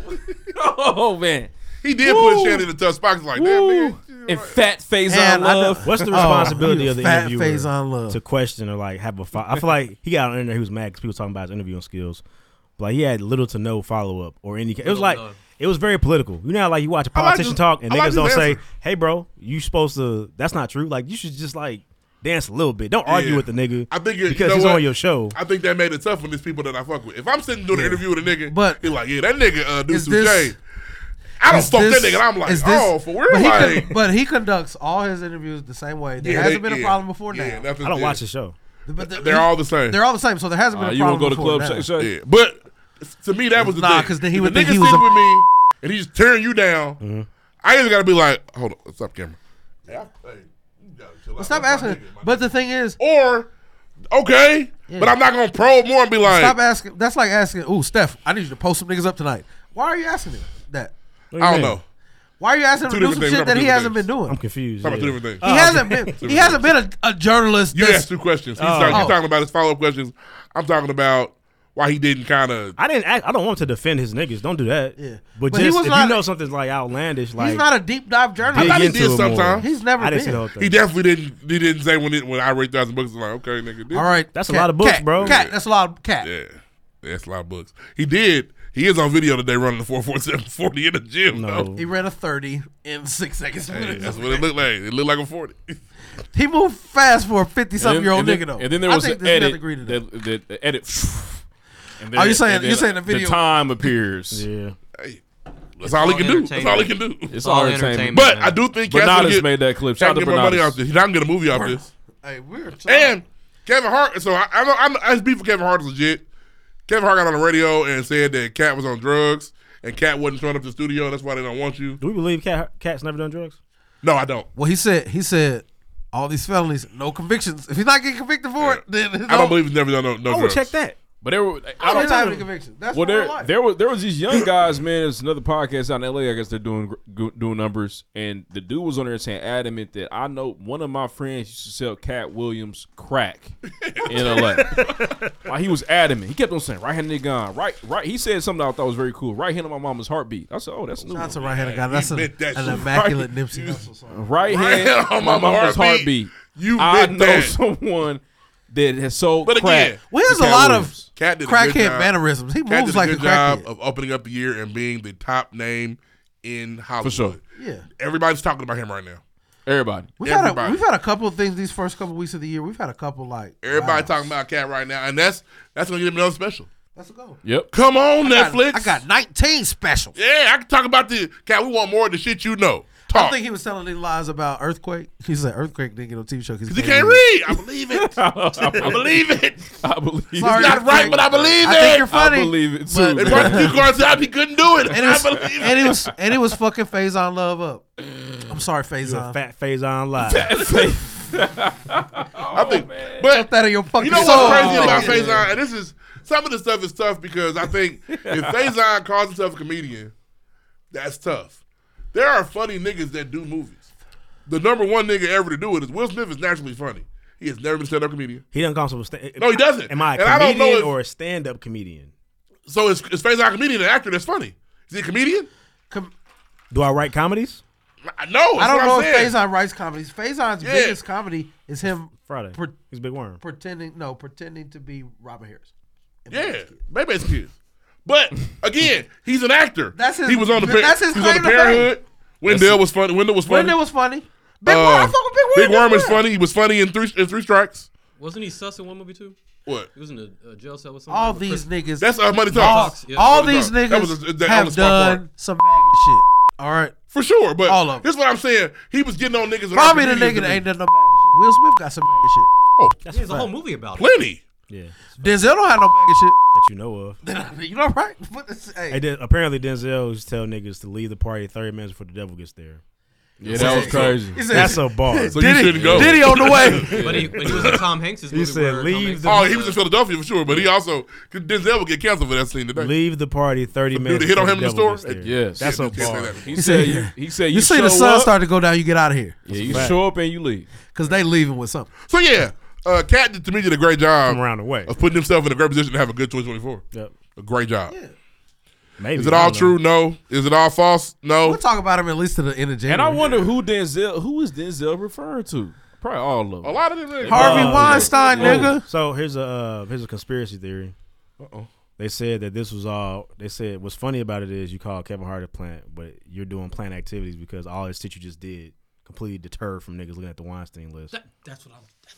Speaker 1: oh man,
Speaker 2: He did put Shannon in a tough spot. He's like, damn, man.
Speaker 1: and fat face on
Speaker 3: And I know-
Speaker 1: love.
Speaker 4: What's the
Speaker 3: Oh,
Speaker 4: responsibility
Speaker 3: you
Speaker 4: of the
Speaker 3: fat
Speaker 4: interviewer
Speaker 3: face on love.
Speaker 4: to question or like have a fo- I feel like he got on the internet. He was mad because people talking about his interviewing skills, but like, he had little to no follow up or any. It was like it was very political. You know, how, like you watch a
Speaker 2: I like
Speaker 4: politician
Speaker 2: his-
Speaker 4: talk and
Speaker 2: I like
Speaker 4: niggas
Speaker 2: his
Speaker 4: don't say,
Speaker 2: answer.
Speaker 4: "Hey, bro, you supposed to." That's not true. Like you should just like dance a little bit. Don't argue
Speaker 2: Yeah.
Speaker 4: with the nigga.
Speaker 2: I think it,
Speaker 4: because
Speaker 2: you know
Speaker 4: he's
Speaker 2: what?
Speaker 4: on your show.
Speaker 2: I think that made it tough when there's people that I fuck with. If I'm sitting doing an interview with a nigga,
Speaker 3: But-
Speaker 2: he's like, yeah, that nigga uh, do
Speaker 3: Is
Speaker 2: some
Speaker 3: this-
Speaker 2: J. I don't
Speaker 3: Is
Speaker 2: fuck
Speaker 3: this-
Speaker 2: that nigga. And I'm like,
Speaker 3: is this-
Speaker 2: oh, for real?
Speaker 3: But he, con-
Speaker 2: Like,
Speaker 3: but he conducts all his interviews the same way. There
Speaker 2: Yeah,
Speaker 3: hasn't
Speaker 2: they-
Speaker 3: been a
Speaker 2: yeah.
Speaker 3: problem before
Speaker 2: Yeah,
Speaker 3: now.
Speaker 2: nothing-
Speaker 4: I don't
Speaker 2: yeah.
Speaker 4: watch the show.
Speaker 3: But the-
Speaker 2: They're all the same.
Speaker 3: They're all the same. So there hasn't been
Speaker 1: Uh,
Speaker 3: a
Speaker 1: you gonna
Speaker 3: problem
Speaker 1: go to
Speaker 3: before
Speaker 1: club
Speaker 3: now.
Speaker 1: Shay Shay?
Speaker 2: Yeah, but to me, that was the
Speaker 3: Nah,
Speaker 2: thing.
Speaker 3: 'cause then he
Speaker 2: If
Speaker 3: would
Speaker 2: a
Speaker 3: think
Speaker 2: nigga
Speaker 3: he was
Speaker 2: sitting
Speaker 3: a- Mm-hmm.
Speaker 2: with me and he's tearing you down. I either gotta be like, hold on, what's up, camera? Yeah, hey, you gotta chill out.
Speaker 3: Stop
Speaker 2: That's my
Speaker 3: asking.
Speaker 2: nigga, my
Speaker 3: But the thing is,
Speaker 2: or okay, but I'm not gonna probe more and be like,
Speaker 3: stop asking. That's like asking. Ooh, Steph, I need you to post some niggas up tonight. Why are you asking him that?
Speaker 2: I don't know.
Speaker 3: Why are you asking him
Speaker 2: Two
Speaker 3: to
Speaker 2: different
Speaker 3: do some
Speaker 2: things.
Speaker 3: shit that he
Speaker 2: Different
Speaker 3: hasn't
Speaker 2: things.
Speaker 3: been doing?
Speaker 4: I'm confused.
Speaker 2: Talking about
Speaker 4: yeah.
Speaker 2: Oh, two different
Speaker 3: He
Speaker 2: things.
Speaker 3: hasn't been. He hasn't been a, a journalist.
Speaker 2: You
Speaker 3: that's-
Speaker 2: asked two questions. He's
Speaker 4: Oh.
Speaker 2: talking,
Speaker 3: Oh.
Speaker 2: You're talking about his follow up questions. I'm talking about why he didn't kind of.
Speaker 4: I didn't. Act, I don't want to defend his niggas. Don't do that.
Speaker 3: Yeah.
Speaker 4: But,
Speaker 3: But he
Speaker 4: just
Speaker 3: was
Speaker 4: if
Speaker 3: not-
Speaker 4: you know something's like outlandish, like
Speaker 3: He's not a deep dive
Speaker 2: I thought
Speaker 4: dig
Speaker 3: journalist.
Speaker 2: he
Speaker 4: into
Speaker 2: did
Speaker 4: it more.
Speaker 2: sometime.
Speaker 3: He's never
Speaker 4: I didn't see the
Speaker 3: been.
Speaker 4: whole thing.
Speaker 2: He definitely didn't. He didn't say when it, when I read thousand books. I'm like, okay, nigga. this-
Speaker 3: All right,
Speaker 4: That's a
Speaker 3: Cat-
Speaker 4: lot of books,
Speaker 3: Cat-
Speaker 4: bro.
Speaker 3: Cat, that's a lot of cat.
Speaker 2: Yeah, that's a lot of books. He did. He is on video today running the 44740 in the gym.
Speaker 4: No.
Speaker 2: though.
Speaker 3: He ran a 30 in six seconds.
Speaker 2: Hey, that's what it looked like. It looked like a 40.
Speaker 3: he moved fast for a 50 something year old
Speaker 1: and then,
Speaker 3: nigga, though.
Speaker 1: And then there
Speaker 3: I
Speaker 1: was
Speaker 3: think
Speaker 1: an
Speaker 3: this man
Speaker 1: edit.
Speaker 3: agreed to that.
Speaker 1: that, that- the edit. And
Speaker 3: Oh, you're saying-
Speaker 1: and
Speaker 3: you're saying the video-
Speaker 1: time appears.
Speaker 4: Yeah.
Speaker 2: That's all, he can do. That's all he can do.
Speaker 1: It's all entertainment.
Speaker 2: But I do think
Speaker 1: But
Speaker 2: Cats will
Speaker 1: Bernardus
Speaker 2: get-
Speaker 1: made that clip.
Speaker 2: Cat
Speaker 1: Shout out
Speaker 2: can
Speaker 1: to
Speaker 2: get more money
Speaker 1: Bernardus.
Speaker 2: off this. He not gonna get a movie off this.
Speaker 3: Hey, we're
Speaker 2: And Kevin Hart. So I, I'm, I'm, I just beef for Kevin Hart is legit. Kevin Hart got on the radio and said that Cat was on drugs and Cat wasn't showing up to the studio. That's why they don't want you.
Speaker 4: Do we believe Cat, Cat's never done drugs?
Speaker 2: No, I don't.
Speaker 3: Well, he said he said all these felonies, no convictions. If he's not getting convicted for it, then
Speaker 2: I don't believe he's never done no, no
Speaker 3: I would
Speaker 2: drugs.
Speaker 3: check that.
Speaker 1: But there were
Speaker 3: I don't have
Speaker 1: know.
Speaker 3: any conviction. That's
Speaker 1: well,
Speaker 3: my
Speaker 1: there,
Speaker 3: life.
Speaker 1: there was there was these young guys, man. There's another podcast out in L.A. I guess they're doing gr- go- doing numbers, and the dude was on there saying adamant that I know one of my friends used to sell Cat Williams crack in L.A. Why he was adamant. He kept on saying right hand nigga gone, right right. He said something I thought was very cool. Right hand of my mama's heartbeat. I said, oh, that's a new.
Speaker 3: Shout out to
Speaker 1: one.
Speaker 3: Right Hand of God. That's
Speaker 1: He
Speaker 3: a-
Speaker 1: meant that
Speaker 3: an
Speaker 1: shit.
Speaker 3: immaculate
Speaker 1: Right-
Speaker 3: Nipsey Hussle song.
Speaker 1: Right hand of my mama's heartbeat.
Speaker 2: You
Speaker 1: I
Speaker 2: meant
Speaker 1: know
Speaker 2: that.
Speaker 1: someone that has sold
Speaker 2: But
Speaker 1: crack.
Speaker 2: again,
Speaker 3: Well, there's
Speaker 1: to
Speaker 3: a
Speaker 1: Cat
Speaker 3: lot
Speaker 1: Williams.
Speaker 3: of crackhead mannerisms. He
Speaker 2: Cat
Speaker 3: moves
Speaker 2: did a
Speaker 3: like
Speaker 2: good
Speaker 3: a
Speaker 2: job
Speaker 3: crackhead.
Speaker 2: of opening up the year and being the top name in Hollywood.
Speaker 1: sure.
Speaker 3: Yeah.
Speaker 2: everybody's talking about him right now.
Speaker 1: Everybody,
Speaker 3: We've had,
Speaker 2: everybody,
Speaker 3: a, we've had a couple of things these first couple weeks of the year. We've had a couple like
Speaker 2: everybody
Speaker 3: wow.
Speaker 2: talking about Cat right now, and that's that's gonna get him another special.
Speaker 3: Let's go.
Speaker 1: Yep.
Speaker 2: Come on,
Speaker 3: I got-
Speaker 2: Netflix.
Speaker 3: I got 19 specials.
Speaker 2: Yeah, I can talk about the Cat. We want more of the shit you know.
Speaker 3: I
Speaker 2: Talk.
Speaker 3: think he was telling these lies about earthquake. He said earthquake didn't get no TV show because
Speaker 2: he can't read. I believe it. I believe it.
Speaker 1: I believe
Speaker 2: it's not right, but I believe
Speaker 3: I
Speaker 2: it.
Speaker 3: think you're funny. but-
Speaker 2: They brought the two cards out. He couldn't do it.
Speaker 3: And,
Speaker 2: I
Speaker 3: it's,
Speaker 2: believe
Speaker 3: and
Speaker 2: it. Mm.
Speaker 3: he was and he was fucking Faison Love up. I'm sorry,
Speaker 4: You a
Speaker 3: Faison.
Speaker 4: fat phase on live.
Speaker 2: I think, but
Speaker 3: But that in your fucking
Speaker 2: you know what's
Speaker 3: soul.
Speaker 2: crazy about
Speaker 3: Yeah.
Speaker 2: Faison? And this is some of the stuff is tough because I think if Faison calls himself a comedian, that's tough. There are funny niggas that do movies. The number one nigga ever to do it is Will Smith is naturally funny. He has never been a stand-up comedian.
Speaker 4: He doesn't call himself a stand.
Speaker 2: No, he doesn't.
Speaker 4: Am I a
Speaker 2: And I don't
Speaker 4: comedian
Speaker 2: know if-
Speaker 4: or a stand-up comedian?
Speaker 2: So is, is Faison a comedian, an actor that's funny? Is he a comedian?
Speaker 4: Do I write comedies?
Speaker 2: I know.
Speaker 3: I
Speaker 2: that's
Speaker 3: don't
Speaker 2: what
Speaker 3: know
Speaker 2: I'm saying.
Speaker 3: if Faison writes comedies. Faison's
Speaker 2: Yeah.
Speaker 3: biggest comedy is him
Speaker 4: Friday. He's a big worm.
Speaker 3: pretending no pretending to be Robin Harris.
Speaker 2: Yeah, Baby's Kids. But again, he's an actor.
Speaker 3: That's his-
Speaker 2: He was on the.
Speaker 3: that's his
Speaker 2: he was on
Speaker 3: claim
Speaker 2: the
Speaker 3: to fame.
Speaker 2: Parenthood. Wendell was funny. Wendell was funny.
Speaker 3: Wendell was funny. Big Worm, I fuck with Big Worm.
Speaker 2: Uh, Big Worm is
Speaker 3: as well.
Speaker 2: funny. He was funny in three in three strikes.
Speaker 9: Wasn't he sus in one movie too?
Speaker 2: What?
Speaker 9: He was in a, a jail cell with somebody.
Speaker 3: All
Speaker 9: with
Speaker 3: these
Speaker 9: Chris-
Speaker 3: niggas.
Speaker 2: That's our money
Speaker 3: All,
Speaker 2: talks. Yeah,
Speaker 3: all
Speaker 2: Money
Speaker 3: these
Speaker 2: Talks. That
Speaker 3: niggas
Speaker 2: was a- that on the
Speaker 3: have
Speaker 2: spot part.
Speaker 3: done some shit. All right,
Speaker 2: for sure. But
Speaker 3: All of
Speaker 2: here's what I'm saying. He was getting on niggas. that
Speaker 3: Probably the
Speaker 2: aren't
Speaker 3: nigga
Speaker 2: comedians
Speaker 3: that ain't
Speaker 2: to
Speaker 3: done no shit. Will Smith got some shit.
Speaker 2: Oh,
Speaker 9: That's there's a whole movie about it.
Speaker 2: plenty.
Speaker 4: Yeah.
Speaker 3: Denzel don't have no shit.
Speaker 4: That you know of.
Speaker 3: You know right? But it's- hey.
Speaker 4: Hey, Den- apparently Denzel used to tell niggas to leave the party 30 minutes before the devil gets there.
Speaker 1: Yeah, that was crazy. He
Speaker 4: said- That's a bar.
Speaker 1: So you Diddy- shouldn't go.
Speaker 3: Diddy on the way.
Speaker 9: But he, but he was in Tom Hanks' movie.
Speaker 4: He said,
Speaker 9: where Tom
Speaker 4: "Leave
Speaker 9: Hanks-
Speaker 4: the
Speaker 2: Oh, he was in Philadelphia for sure, but he also 'cause Denzel would get canceled for that scene today.
Speaker 4: leave the party 30
Speaker 2: Dude,
Speaker 4: minutes.
Speaker 2: they hit on
Speaker 4: before
Speaker 2: him in the
Speaker 4: devil
Speaker 2: store?
Speaker 4: gets there.
Speaker 1: Yes.
Speaker 4: That's
Speaker 2: Yeah,
Speaker 4: a
Speaker 2: you can't say
Speaker 4: bar.
Speaker 2: that.
Speaker 1: He said, you, he said, you,
Speaker 3: see the
Speaker 1: show
Speaker 3: sun
Speaker 1: up,
Speaker 3: start to go down, you get out of here.
Speaker 1: Yeah, you show up and you leave.
Speaker 3: Cause they leaving with something.
Speaker 2: So yeah, uh, Cat did, to me did a great job
Speaker 4: From around the way.
Speaker 2: of putting himself in a great position to have a good 2024.
Speaker 4: Yep.
Speaker 2: A great job.
Speaker 4: Maybe.
Speaker 2: Is it
Speaker 4: I
Speaker 2: all
Speaker 4: don't know.
Speaker 2: true? No. Is it all false? No.
Speaker 3: We'll talk about him at least to the end of January.
Speaker 1: And I wonder who Denzel, who is Denzel referring to? Probably all of them.
Speaker 2: A lot of them. niggas.
Speaker 3: Harvey
Speaker 4: Uh,
Speaker 3: Weinstein,
Speaker 4: yeah.
Speaker 3: nigga.
Speaker 4: So here's a uh, here's a conspiracy theory.
Speaker 2: Uh-oh.
Speaker 4: They said that this was all. They said what's funny about it is you call Kevin Hart a plant, but you're doing plant activities because all this shit you just did completely deterred from niggas looking at the Weinstein list.
Speaker 9: That, that's what I'm. you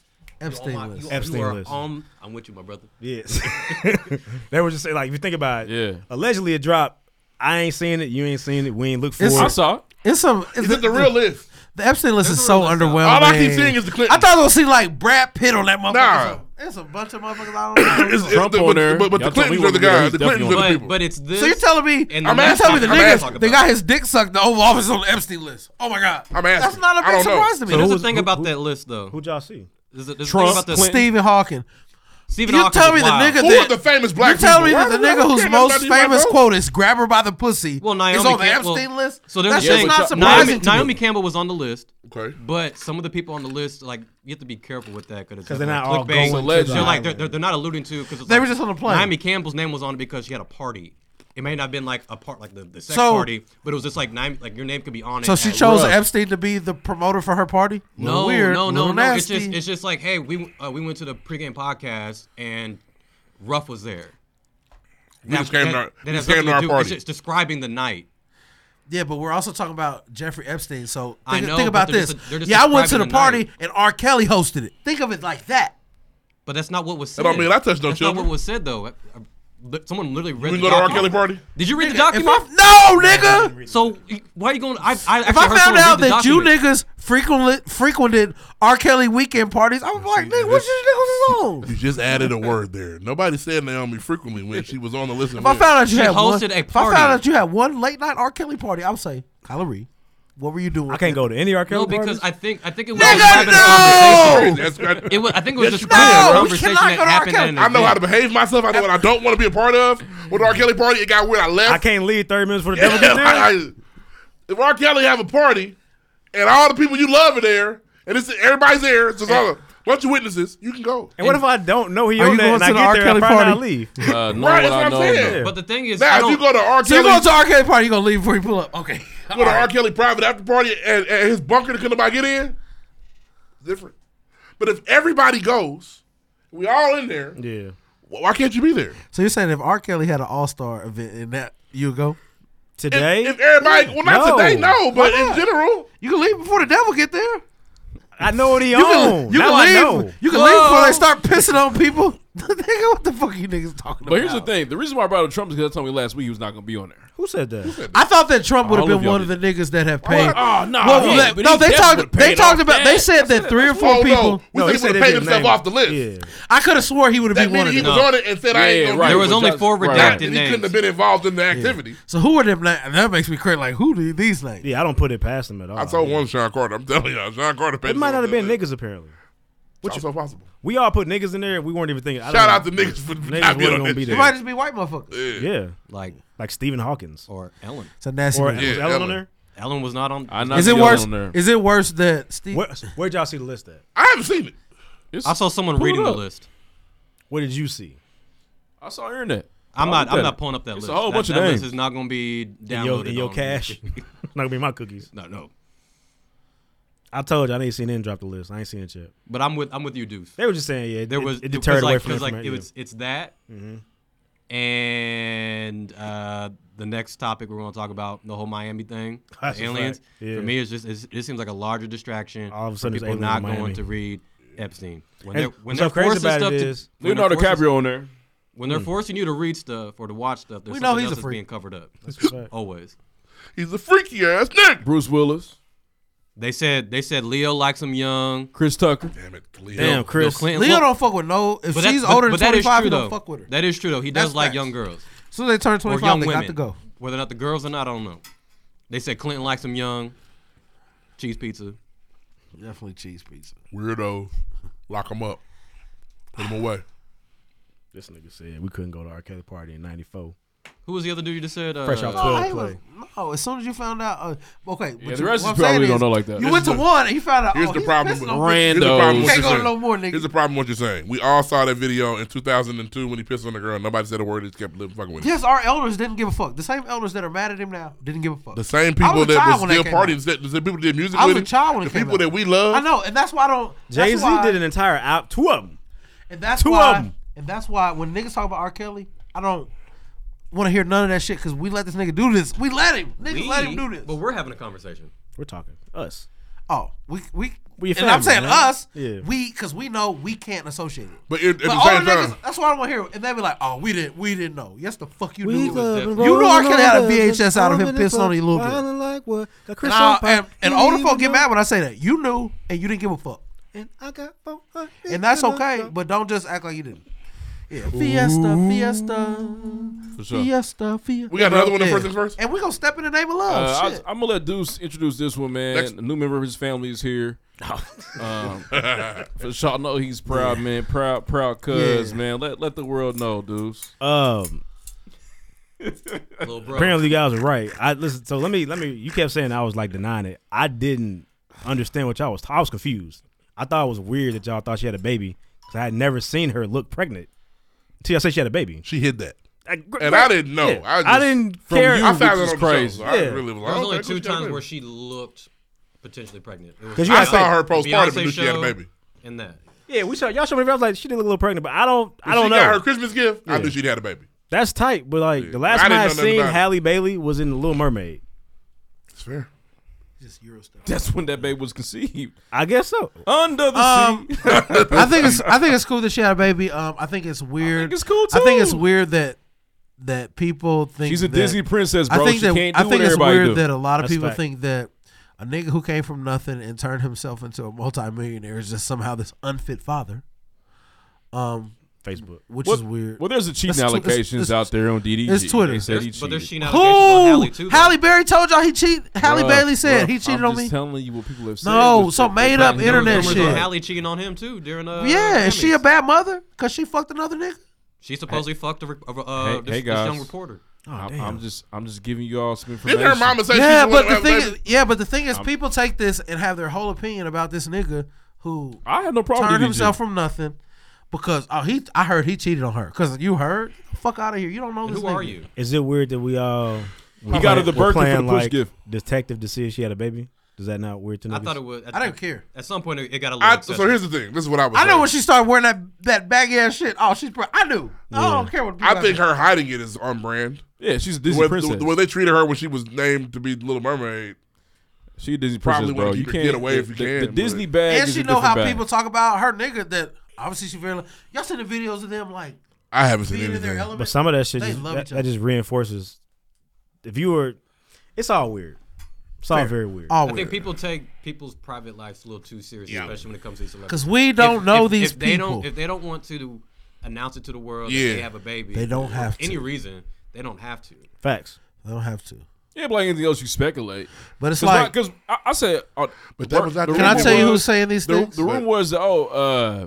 Speaker 3: Epstein
Speaker 9: on "Oh, my-
Speaker 3: list.
Speaker 9: you-
Speaker 4: Epstein
Speaker 9: you are
Speaker 4: list.
Speaker 9: on- I'm with you, my brother.
Speaker 4: Yes. they were just saying, like, if you think about it,
Speaker 1: Yeah.
Speaker 4: allegedly it dropped. I ain't seen it. You ain't seen it. We ain't look for
Speaker 3: It's-
Speaker 4: it.
Speaker 3: I
Speaker 1: saw Uh, it.
Speaker 3: It's some.
Speaker 2: Is it the real list?
Speaker 3: The Epstein list is so underwhelming.
Speaker 2: All I keep seeing is the Clintons.
Speaker 3: I thought it was see like Brad Pitt on that motherfucker.
Speaker 2: Nah.
Speaker 3: It's a bunch of motherfuckers I don't know.
Speaker 2: It's- it's the- but, But, but the
Speaker 1: Y'all told me what
Speaker 2: Clintons are the
Speaker 1: we were
Speaker 2: guys. The
Speaker 1: doing. He's
Speaker 2: Clintons are the
Speaker 9: But,
Speaker 2: people.
Speaker 9: but it's this.
Speaker 3: so you're telling me?
Speaker 9: and
Speaker 3: I'm
Speaker 9: the
Speaker 3: asking, telling me
Speaker 9: last
Speaker 3: the
Speaker 9: time-
Speaker 3: niggas
Speaker 9: I'm asking
Speaker 3: they
Speaker 9: about
Speaker 3: got
Speaker 9: it.
Speaker 3: his dick sucked. The Oval Office on the Epstein list. Oh my god.
Speaker 2: I'm asking.
Speaker 3: That's not a
Speaker 2: I
Speaker 3: big
Speaker 2: don't know.
Speaker 3: surprise to me.
Speaker 9: So there's
Speaker 4: who
Speaker 9: a
Speaker 4: was-
Speaker 9: thing
Speaker 4: who-
Speaker 9: about
Speaker 4: who-
Speaker 9: that list, though.
Speaker 4: Who'd y'all see?
Speaker 9: There's a, there's
Speaker 4: Trump,
Speaker 9: a thing about the
Speaker 3: Stephen Hawking.
Speaker 9: Stephen
Speaker 3: You
Speaker 9: Hawking
Speaker 3: tell me
Speaker 9: was
Speaker 3: the
Speaker 9: wild.
Speaker 3: nigga
Speaker 2: Who
Speaker 3: that
Speaker 2: are the famous black
Speaker 3: you tell me
Speaker 2: people?
Speaker 3: that the
Speaker 2: Why-
Speaker 3: nigga
Speaker 2: why
Speaker 3: whose
Speaker 2: can't
Speaker 3: most
Speaker 2: nobody be my
Speaker 3: famous
Speaker 2: bro?
Speaker 3: quote is "Grab her by the pussy."
Speaker 9: Well, Naomi
Speaker 3: is on the
Speaker 9: Campbell.
Speaker 3: Epstein list.
Speaker 9: So there's
Speaker 3: that's
Speaker 9: a
Speaker 3: just
Speaker 9: thing.
Speaker 3: not surprising.
Speaker 9: Naomi,
Speaker 3: to me.
Speaker 9: Naomi Campbell was on the list.
Speaker 2: Okay.
Speaker 9: But some of the people on the list, like you have to be careful with that because
Speaker 4: 'Cause they're not all going to
Speaker 9: They're
Speaker 4: the
Speaker 9: like they're,
Speaker 4: island.
Speaker 9: they're, they're not alluding to because
Speaker 3: They were just on the plane.
Speaker 9: Naomi Campbell's name was on it because she had a party. It may not have been like a part like the, the sex
Speaker 3: So-
Speaker 9: party, but it was just like Naomi, like your name could be on it.
Speaker 3: So she
Speaker 9: as-
Speaker 3: chose Epstein to be the promoter for her party.
Speaker 9: No,
Speaker 3: Weird,
Speaker 9: no, no,
Speaker 3: little
Speaker 9: no.
Speaker 3: Nasty.
Speaker 9: It's just it's just like hey, we uh, we went to the pregame podcast and Ruff was there.
Speaker 2: We just came to our- we
Speaker 9: has
Speaker 2: just came
Speaker 9: nothing
Speaker 2: to our
Speaker 9: do-
Speaker 2: party.
Speaker 9: It's just describing the night.
Speaker 3: yeah, but we're also talking about Jeffrey Epstein. So
Speaker 9: I
Speaker 3: think,
Speaker 9: know,
Speaker 3: think
Speaker 9: but
Speaker 3: about
Speaker 9: they're
Speaker 3: this.
Speaker 9: just- they're just
Speaker 3: yeah, I went to the
Speaker 9: describing the
Speaker 3: party and
Speaker 9: night.
Speaker 3: R. Kelly hosted it. Think of it like that.
Speaker 9: But that's not what was said.
Speaker 2: That don't mean I touched no
Speaker 9: That's
Speaker 2: children.
Speaker 9: not what was said though. li- someone literally read
Speaker 2: You
Speaker 9: the
Speaker 2: didn't go to R.
Speaker 9: document.
Speaker 2: Kelly party?
Speaker 9: Did you read the
Speaker 2: Nigga, if
Speaker 9: document?
Speaker 3: No, nigga.
Speaker 9: So y- why are you going? I, I
Speaker 3: If I
Speaker 9: actually heard
Speaker 3: found
Speaker 9: someone read
Speaker 3: out
Speaker 9: the
Speaker 3: that you
Speaker 9: document.
Speaker 3: niggas frequented frequented R. Kelly weekend parties, I was like, nigga, what's this niggas on?
Speaker 2: You just added a word there. Nobody said Naomi frequently when she was on the list.
Speaker 3: If I found out you had one, if I found out you had one late night R. Kelly party, I would say, Kyler Reed, what were you doing? I can't
Speaker 4: go to any R.
Speaker 9: No, because I think I think it was
Speaker 3: Nigga,
Speaker 9: describing
Speaker 3: no!
Speaker 9: a conversation. It was, I think it was
Speaker 2: Yes,
Speaker 9: just
Speaker 2: you
Speaker 9: describing
Speaker 2: can.
Speaker 9: a conversation that happened. At an
Speaker 2: I know
Speaker 9: event.
Speaker 2: how to behave myself. I know what I don't want to be a part of. With R. Kelly party, it got weird. I left. I
Speaker 4: can't leave thirty minutes for the
Speaker 2: devil gets If R. Kelly have a party, and all the people you love are there, and it's everybody's there, it's just all a bunch of witnesses, you can go.
Speaker 4: And what if I don't know he
Speaker 2: Are
Speaker 4: owned
Speaker 2: you
Speaker 4: that and
Speaker 2: going
Speaker 4: I
Speaker 2: to the
Speaker 4: get
Speaker 2: R.
Speaker 4: there
Speaker 2: Kelly
Speaker 4: and probably not
Speaker 2: party?
Speaker 4: leave?
Speaker 1: Uh,
Speaker 2: knowing Right, what that's I what I'm know, saying. no.
Speaker 9: But the thing is, I
Speaker 2: Now, if
Speaker 9: don't-
Speaker 2: you go to R. Kelly,
Speaker 3: So you go to R. Kelly party, you gonna leave before you pull up? Okay.
Speaker 2: Go to R. Kelly private after party and, and his bunker that couldn't nobody get in. Different. But if everybody goes, we all in there.
Speaker 4: Yeah.
Speaker 2: Why can't you be there?
Speaker 3: So you're saying if R. Kelly had an All Star event and that you would go
Speaker 4: today?
Speaker 2: If everybody, well, not today, no, but in general,
Speaker 3: you can leave before the devil get there.
Speaker 4: I know what he
Speaker 3: you Can,
Speaker 4: owned.
Speaker 3: you
Speaker 4: Now
Speaker 3: can
Speaker 4: I
Speaker 3: leave.
Speaker 4: know.
Speaker 3: You can leave before they start pissing on people. nigga, what the fuck you niggas talking
Speaker 1: But here's
Speaker 3: about?
Speaker 1: the thing: the reason why I brought up Trump is because I told me last week he was not going to be on there.
Speaker 4: Who said that?
Speaker 3: I thought that Trump would have
Speaker 1: All
Speaker 3: been
Speaker 1: of y'all
Speaker 3: one of the niggas that have paid.
Speaker 1: what? Oh, nah,
Speaker 3: Well,
Speaker 1: yeah,
Speaker 3: that-
Speaker 1: but
Speaker 3: no,
Speaker 1: he
Speaker 3: they
Speaker 1: definitely
Speaker 3: talked. They
Speaker 1: paid
Speaker 3: talked
Speaker 1: off
Speaker 3: about. They
Speaker 1: that.
Speaker 3: said that three or four
Speaker 2: Oh, no.
Speaker 3: people.
Speaker 2: We think he would have paid himself off the list.
Speaker 3: I could have swore he would have
Speaker 2: That
Speaker 3: been one
Speaker 2: means
Speaker 3: of
Speaker 2: he
Speaker 3: them.
Speaker 2: was on it and said, "I ain't."
Speaker 3: Yeah,
Speaker 2: Gonna
Speaker 3: right.
Speaker 2: do
Speaker 3: There
Speaker 2: it,"
Speaker 3: was
Speaker 2: which
Speaker 3: only
Speaker 2: I-
Speaker 3: four
Speaker 2: Not
Speaker 3: redacted
Speaker 2: that He
Speaker 3: names.
Speaker 2: couldn't have been involved in the activity.
Speaker 3: So who were them? na- and That makes me crazy. Like who did these names?
Speaker 4: Yeah, I don't put it past him at all.
Speaker 2: I told one Sean Carter. I'm telling y'all, Sean Carter paid.
Speaker 4: It might
Speaker 2: himself
Speaker 4: not have been
Speaker 2: off that
Speaker 4: niggas apparently.
Speaker 2: Which is possible.
Speaker 4: We all put niggas in there. and We weren't even thinking. I
Speaker 2: Shout
Speaker 4: don't-
Speaker 2: out to niggas for not being
Speaker 4: wasn't
Speaker 2: on
Speaker 4: gonna
Speaker 2: that
Speaker 4: be
Speaker 2: shit.
Speaker 4: there.
Speaker 3: It might just be white motherfuckers.
Speaker 4: Yeah. like like Stephen Hawkins
Speaker 9: or Ellen.
Speaker 3: It's a nasty
Speaker 4: Or
Speaker 3: name.
Speaker 4: was
Speaker 3: Yeah,
Speaker 4: Ellen, on
Speaker 3: Ellen.
Speaker 4: there?
Speaker 9: Ellen was not on.
Speaker 1: I
Speaker 3: Is it worse? Is it worse that Steve?
Speaker 4: Where, where'd y'all see the list at?
Speaker 2: I haven't seen it.
Speaker 9: I saw someone
Speaker 4: Pull it
Speaker 9: reading the
Speaker 4: up.
Speaker 9: list.
Speaker 4: What did you see?
Speaker 1: I saw internet.
Speaker 9: I'm
Speaker 2: Oh,
Speaker 1: I
Speaker 9: not.
Speaker 1: looked
Speaker 9: I'm
Speaker 1: at
Speaker 9: not
Speaker 1: it.
Speaker 9: pulling up that
Speaker 1: It's
Speaker 9: list.
Speaker 1: a whole
Speaker 9: That-
Speaker 1: bunch of
Speaker 9: that
Speaker 1: names.
Speaker 9: list is not going to be
Speaker 4: In your,
Speaker 9: downloaded.
Speaker 4: in your
Speaker 9: on-
Speaker 4: cash. not gonna be my cookies.
Speaker 9: No, no.
Speaker 4: I told you I ain't seen CNN drop the list. I ain't seen it yet.
Speaker 9: But I'm with. I'm with you, Deuce.
Speaker 4: They were just saying, yeah,
Speaker 9: There
Speaker 4: it-
Speaker 9: was
Speaker 4: it deterred
Speaker 9: like,
Speaker 4: away from
Speaker 9: because, like it
Speaker 4: information,
Speaker 9: was. It's that.
Speaker 1: Mm-hmm.
Speaker 9: And uh, the next topic we're going to talk about the whole Miami thing,
Speaker 4: That's
Speaker 9: the
Speaker 4: a
Speaker 9: aliens.
Speaker 4: fact. Yeah.
Speaker 9: For me, it's just it's, it seems like a larger distraction. All
Speaker 4: of a sudden, it's
Speaker 9: for people
Speaker 4: aliens
Speaker 9: not
Speaker 4: in
Speaker 9: going
Speaker 4: Miami.
Speaker 9: to read Epstein. When
Speaker 4: And
Speaker 9: they're when
Speaker 4: what's
Speaker 9: they're
Speaker 4: so crazy
Speaker 9: forcing
Speaker 4: about
Speaker 9: stuff
Speaker 4: it
Speaker 9: to-
Speaker 4: is-
Speaker 9: when they're
Speaker 1: Leonardo
Speaker 9: forcing-
Speaker 1: DiCaprio on there.
Speaker 9: When they're
Speaker 1: Mm.
Speaker 9: forcing you to read stuff or to watch stuff, there's
Speaker 1: We know
Speaker 9: something
Speaker 1: he's
Speaker 9: else
Speaker 1: a
Speaker 9: that's
Speaker 1: freak.
Speaker 9: being covered up.
Speaker 1: That's a fact.
Speaker 9: Always.
Speaker 2: He's a freaky ass nigga.
Speaker 1: Bruce Willis,
Speaker 9: They said they said Leo likes him young.
Speaker 1: Chris Tucker.
Speaker 2: Damn it, Leo.
Speaker 9: Bill Clinton.
Speaker 3: Leo
Speaker 9: Look,
Speaker 3: don't fuck with no. If
Speaker 9: but that-
Speaker 3: she's
Speaker 9: but-
Speaker 3: older than
Speaker 9: but that
Speaker 3: twenty
Speaker 9: is
Speaker 3: five,
Speaker 9: true,
Speaker 3: he don't
Speaker 9: though.
Speaker 3: fuck with her.
Speaker 9: That is true though. He does
Speaker 3: That's
Speaker 9: like
Speaker 3: facts.
Speaker 9: young girls.
Speaker 3: Soon as they turn
Speaker 9: Or
Speaker 3: 25,
Speaker 9: young
Speaker 3: they got
Speaker 9: women.
Speaker 3: to go.
Speaker 9: Whether or not the girls or not, I don't know. They said Clinton likes him young. Cheese pizza.
Speaker 3: Definitely cheese pizza.
Speaker 2: Weirdo, lock him up, put him away.
Speaker 4: This nigga said we couldn't go to R. Kelly party in '94.
Speaker 9: Who was the other dude you just said? Uh,
Speaker 4: Fresh off
Speaker 3: No,
Speaker 4: Twelve
Speaker 3: I ain't
Speaker 4: play.
Speaker 3: gonna- no, as soon as you found out, uh, okay. but
Speaker 1: the
Speaker 3: you-
Speaker 1: rest
Speaker 3: what
Speaker 1: is
Speaker 3: I'm saying
Speaker 1: probably don't
Speaker 3: is,
Speaker 1: know like that.
Speaker 3: You went to
Speaker 2: Here's the-
Speaker 3: one and you found out.
Speaker 2: Here's
Speaker 3: oh,
Speaker 2: the
Speaker 3: he's
Speaker 2: problem
Speaker 3: pissing
Speaker 2: with
Speaker 3: on
Speaker 1: Randos.
Speaker 2: Here's the problem
Speaker 1: Can't
Speaker 2: with what you're
Speaker 3: go no
Speaker 2: saying.
Speaker 3: more, nigga.
Speaker 2: Here's the problem with what you're saying. We all saw that video in 2002 when he pissed on the girl. and Nobody said a word. They just kept living fucking with him.
Speaker 3: Yes, our elders didn't give a fuck. The same elders that are mad at him now didn't give a fuck.
Speaker 2: The same
Speaker 3: I
Speaker 2: people
Speaker 3: was a
Speaker 2: that
Speaker 3: child
Speaker 2: was
Speaker 3: when that
Speaker 2: still
Speaker 3: came out.
Speaker 2: partying, the same people that did music
Speaker 3: I was
Speaker 2: with
Speaker 3: a
Speaker 2: him,
Speaker 3: child when
Speaker 2: the
Speaker 3: it came
Speaker 2: people
Speaker 3: out.
Speaker 2: that we love.
Speaker 3: I know, and that's why I don't. that's
Speaker 4: Jay Z
Speaker 3: why-
Speaker 4: did an entire out, two of them.
Speaker 3: And that's
Speaker 4: Two of
Speaker 3: why,
Speaker 4: 'em.
Speaker 3: And that's why when niggas talk about R. Kelly, I don't want to hear none of that shit because we let this nigga do this. We let him. Niggas
Speaker 9: We-
Speaker 3: let him do this.
Speaker 9: But we're having a conversation.
Speaker 4: We're talking us.
Speaker 3: Oh, we we.
Speaker 4: We
Speaker 3: and
Speaker 4: family,
Speaker 3: I'm saying
Speaker 4: man.
Speaker 3: us,
Speaker 4: Yeah.
Speaker 3: we, because we know we can't associate it.
Speaker 2: But it- at the
Speaker 3: all
Speaker 2: same
Speaker 3: the niggas,
Speaker 2: time-
Speaker 3: that's what I want to hear. And they be like, "Oh, we didn't, we didn't know." Yes, the fuck you
Speaker 4: We
Speaker 3: knew.
Speaker 4: love and
Speaker 3: You knew R.
Speaker 4: roll
Speaker 3: Kelly had a
Speaker 4: over,
Speaker 3: VHS out of him
Speaker 4: rollin'
Speaker 3: pissing on
Speaker 4: up,
Speaker 3: you a little bit.
Speaker 4: wildin' like what? Got Chris
Speaker 3: And, I-
Speaker 4: Rock,
Speaker 3: and, and older
Speaker 4: even
Speaker 3: folk get
Speaker 4: though-
Speaker 3: mad when I say that. You knew and you didn't give a fuck,
Speaker 4: And I got four
Speaker 3: and that's okay. But don't just act like you didn't. Yeah, Fiesta, Fiesta,
Speaker 1: For sure.
Speaker 3: Fiesta, Fiesta.
Speaker 1: We got another one in
Speaker 3: Yeah.
Speaker 1: first things first?
Speaker 3: and we gonna step in the name of
Speaker 1: Uh,
Speaker 3: love.
Speaker 1: I
Speaker 3: Oh, Shit.
Speaker 1: am gonna let Deuce introduce this one, man.
Speaker 3: Next-
Speaker 1: A new member of his family is here.
Speaker 3: Oh.
Speaker 1: um, for y'all know he's proud, man. Proud, proud, cuz,
Speaker 4: Yeah.
Speaker 1: man. Let let the world know, Deuce.
Speaker 3: Uh,
Speaker 4: Um,
Speaker 9: Little bro.
Speaker 4: apparently you guys are right. I listen. So let me let me. You kept saying I was like denying it. I didn't understand what y'all was. I was confused. I thought it was weird that y'all thought she had a baby because I had never seen her look pregnant. Until I said she had a baby.
Speaker 2: She hid that.
Speaker 4: gr-
Speaker 2: and
Speaker 4: gr-
Speaker 2: I didn't know.
Speaker 4: yeah.
Speaker 2: I, just,
Speaker 4: I didn't
Speaker 2: from
Speaker 4: care.
Speaker 2: You,
Speaker 4: I
Speaker 2: I
Speaker 4: found
Speaker 2: found it
Speaker 4: it on
Speaker 2: on
Speaker 4: the show,
Speaker 2: crazy.
Speaker 4: so
Speaker 2: I
Speaker 4: yeah.
Speaker 2: really was like,
Speaker 9: There was
Speaker 2: Oh, okay,
Speaker 9: only
Speaker 2: cool,
Speaker 9: two
Speaker 2: she got a
Speaker 9: times
Speaker 2: baby.
Speaker 9: where she looked potentially pregnant. It was
Speaker 4: 'Cause you
Speaker 2: I
Speaker 4: gotta
Speaker 2: saw
Speaker 4: say-
Speaker 2: her postpartum
Speaker 9: Beyonce
Speaker 2: and knew she had a
Speaker 9: show
Speaker 2: baby.
Speaker 9: And that.
Speaker 4: Yeah, we saw y'all showed me. I was like, she didn't look a little pregnant, but I don't. I
Speaker 2: When
Speaker 4: don't
Speaker 2: she
Speaker 4: know.
Speaker 2: got her Christmas gift. I
Speaker 4: Yeah.
Speaker 2: knew she'd had a baby.
Speaker 4: That's tight, but like the
Speaker 2: I
Speaker 4: last
Speaker 2: didn't
Speaker 4: time I
Speaker 2: know
Speaker 4: had
Speaker 2: nothing
Speaker 4: seen
Speaker 2: about it.
Speaker 4: Halle Bailey was in The Little Mermaid.
Speaker 2: It's fair.
Speaker 3: Just Euro stuff.
Speaker 1: That's when that babe was conceived.
Speaker 4: I guess so.
Speaker 1: Under the
Speaker 3: Um,
Speaker 1: sea.
Speaker 3: I think it's I think it's cool that she had a baby. Um, I think it's weird. I think it's cool. I think it's weird that that people think
Speaker 1: She's a
Speaker 3: that-
Speaker 1: Disney princess, bro.
Speaker 3: I think
Speaker 1: She
Speaker 3: that,
Speaker 1: can't
Speaker 3: I
Speaker 1: do
Speaker 3: think
Speaker 1: what
Speaker 3: it's
Speaker 1: everybody
Speaker 3: weird
Speaker 1: do.
Speaker 3: that a lot of
Speaker 1: That's
Speaker 3: people
Speaker 1: fact.
Speaker 3: think that a nigga who came from nothing and turned himself into a multimillionaire is just somehow this unfit father. Um,
Speaker 4: Facebook,
Speaker 3: which
Speaker 1: Well-
Speaker 3: is weird.
Speaker 1: well, there's a cheating
Speaker 3: That's tw- it's-
Speaker 1: allegations
Speaker 3: it's-
Speaker 1: out there on DDG.
Speaker 3: It's Twitter.
Speaker 1: They said he But there's cheated. cheating
Speaker 3: Who?
Speaker 1: allegations on Halle, too, though.
Speaker 3: Halle Berry told y'all he cheated. Halle
Speaker 1: Bruh,
Speaker 3: Berry said
Speaker 1: bruh,
Speaker 3: he cheated
Speaker 1: I'm
Speaker 3: on
Speaker 1: just
Speaker 3: me.
Speaker 1: telling you what people have said.
Speaker 3: No,
Speaker 1: Just-
Speaker 3: so made up
Speaker 9: There was
Speaker 3: internet
Speaker 9: rumors of
Speaker 3: shit.
Speaker 9: Halle cheating on him too during uh
Speaker 3: yeah, is
Speaker 9: Grammys.
Speaker 3: she a bad mother? Cause she fucked another nigga.
Speaker 9: She supposedly fucked a, re- a, uh,
Speaker 1: hey,
Speaker 9: this,
Speaker 1: hey
Speaker 9: this
Speaker 1: guys,
Speaker 9: young reporter.
Speaker 3: Oh,
Speaker 1: I'm,
Speaker 9: damn.
Speaker 1: I'm just, I'm just giving you all some information.
Speaker 2: Didn't her mama say
Speaker 3: yeah,
Speaker 2: she's
Speaker 3: but the
Speaker 2: one-
Speaker 3: thing,
Speaker 2: baby-
Speaker 3: is, yeah, but the thing is,
Speaker 2: I'm-
Speaker 3: people take this and have their whole opinion about this nigga who
Speaker 1: I have no problem
Speaker 3: turned
Speaker 1: with
Speaker 3: himself
Speaker 1: DDG.
Speaker 3: from nothing because oh he I heard he cheated on her because you heard Get the fuck out of here you don't know this
Speaker 9: who are
Speaker 3: nigga.
Speaker 9: you?
Speaker 4: Is it weird that we all
Speaker 3: He got her the Birkin for the
Speaker 4: we're playing,
Speaker 3: push
Speaker 4: like,
Speaker 3: gift.
Speaker 4: Detective to see if she had a baby. Is that not weird to know?
Speaker 9: I thought it was.
Speaker 3: I don't care.
Speaker 9: At some point, it it got a little.
Speaker 2: I,
Speaker 9: excessive.
Speaker 2: so here's the thing. This is what I was.
Speaker 3: I know
Speaker 2: saying.
Speaker 3: when she started wearing that that baggy ass shit. Oh, she's. Pre- I knew. I don't care what.
Speaker 2: I think her hiding it is on brand.
Speaker 1: Yeah, she's a Disney
Speaker 2: the way,
Speaker 1: princess.
Speaker 2: The, the way they treated her when she was named to be Little Mermaid.
Speaker 1: She a Disney
Speaker 2: probably
Speaker 1: princess, bro.
Speaker 2: wanna
Speaker 1: You
Speaker 2: keep her
Speaker 1: can't
Speaker 2: kid away
Speaker 1: the-
Speaker 2: if you
Speaker 1: the-
Speaker 2: can.
Speaker 1: the
Speaker 2: but-
Speaker 1: Disney bag
Speaker 3: and
Speaker 1: is
Speaker 3: she
Speaker 1: a
Speaker 3: know how
Speaker 1: different bag.
Speaker 3: people talk about her nigga. That obviously she very. Y'all seen the videos of them like.
Speaker 2: I haven't seen
Speaker 3: being in their
Speaker 2: anything.
Speaker 3: element.
Speaker 4: But some of that shit
Speaker 3: They
Speaker 4: just,
Speaker 3: love
Speaker 4: that,
Speaker 3: each
Speaker 4: that just reinforces. If you were, it's all weird. It's all
Speaker 3: Fair.
Speaker 4: very weird.
Speaker 3: All
Speaker 9: I think
Speaker 3: weird.
Speaker 9: people take people's private lives a little too seriously, especially when it comes to celebrities.
Speaker 3: 'Cause we don't
Speaker 9: If-
Speaker 3: know
Speaker 9: if-
Speaker 3: these
Speaker 9: if they Don't,
Speaker 3: people.
Speaker 9: if they don't want to announce it to the world
Speaker 3: Yeah.
Speaker 9: that they have a baby,
Speaker 3: They don't
Speaker 9: for
Speaker 3: have
Speaker 9: any
Speaker 3: to.
Speaker 9: reason. They don't have to.
Speaker 4: Facts.
Speaker 3: They don't have to.
Speaker 1: Yeah, but like anything else, you speculate.
Speaker 3: But it's like-
Speaker 1: because I, I said, uh, but
Speaker 2: that was not
Speaker 3: Can I tell you who's saying these
Speaker 1: the,
Speaker 3: things?
Speaker 1: The room was oh, uh,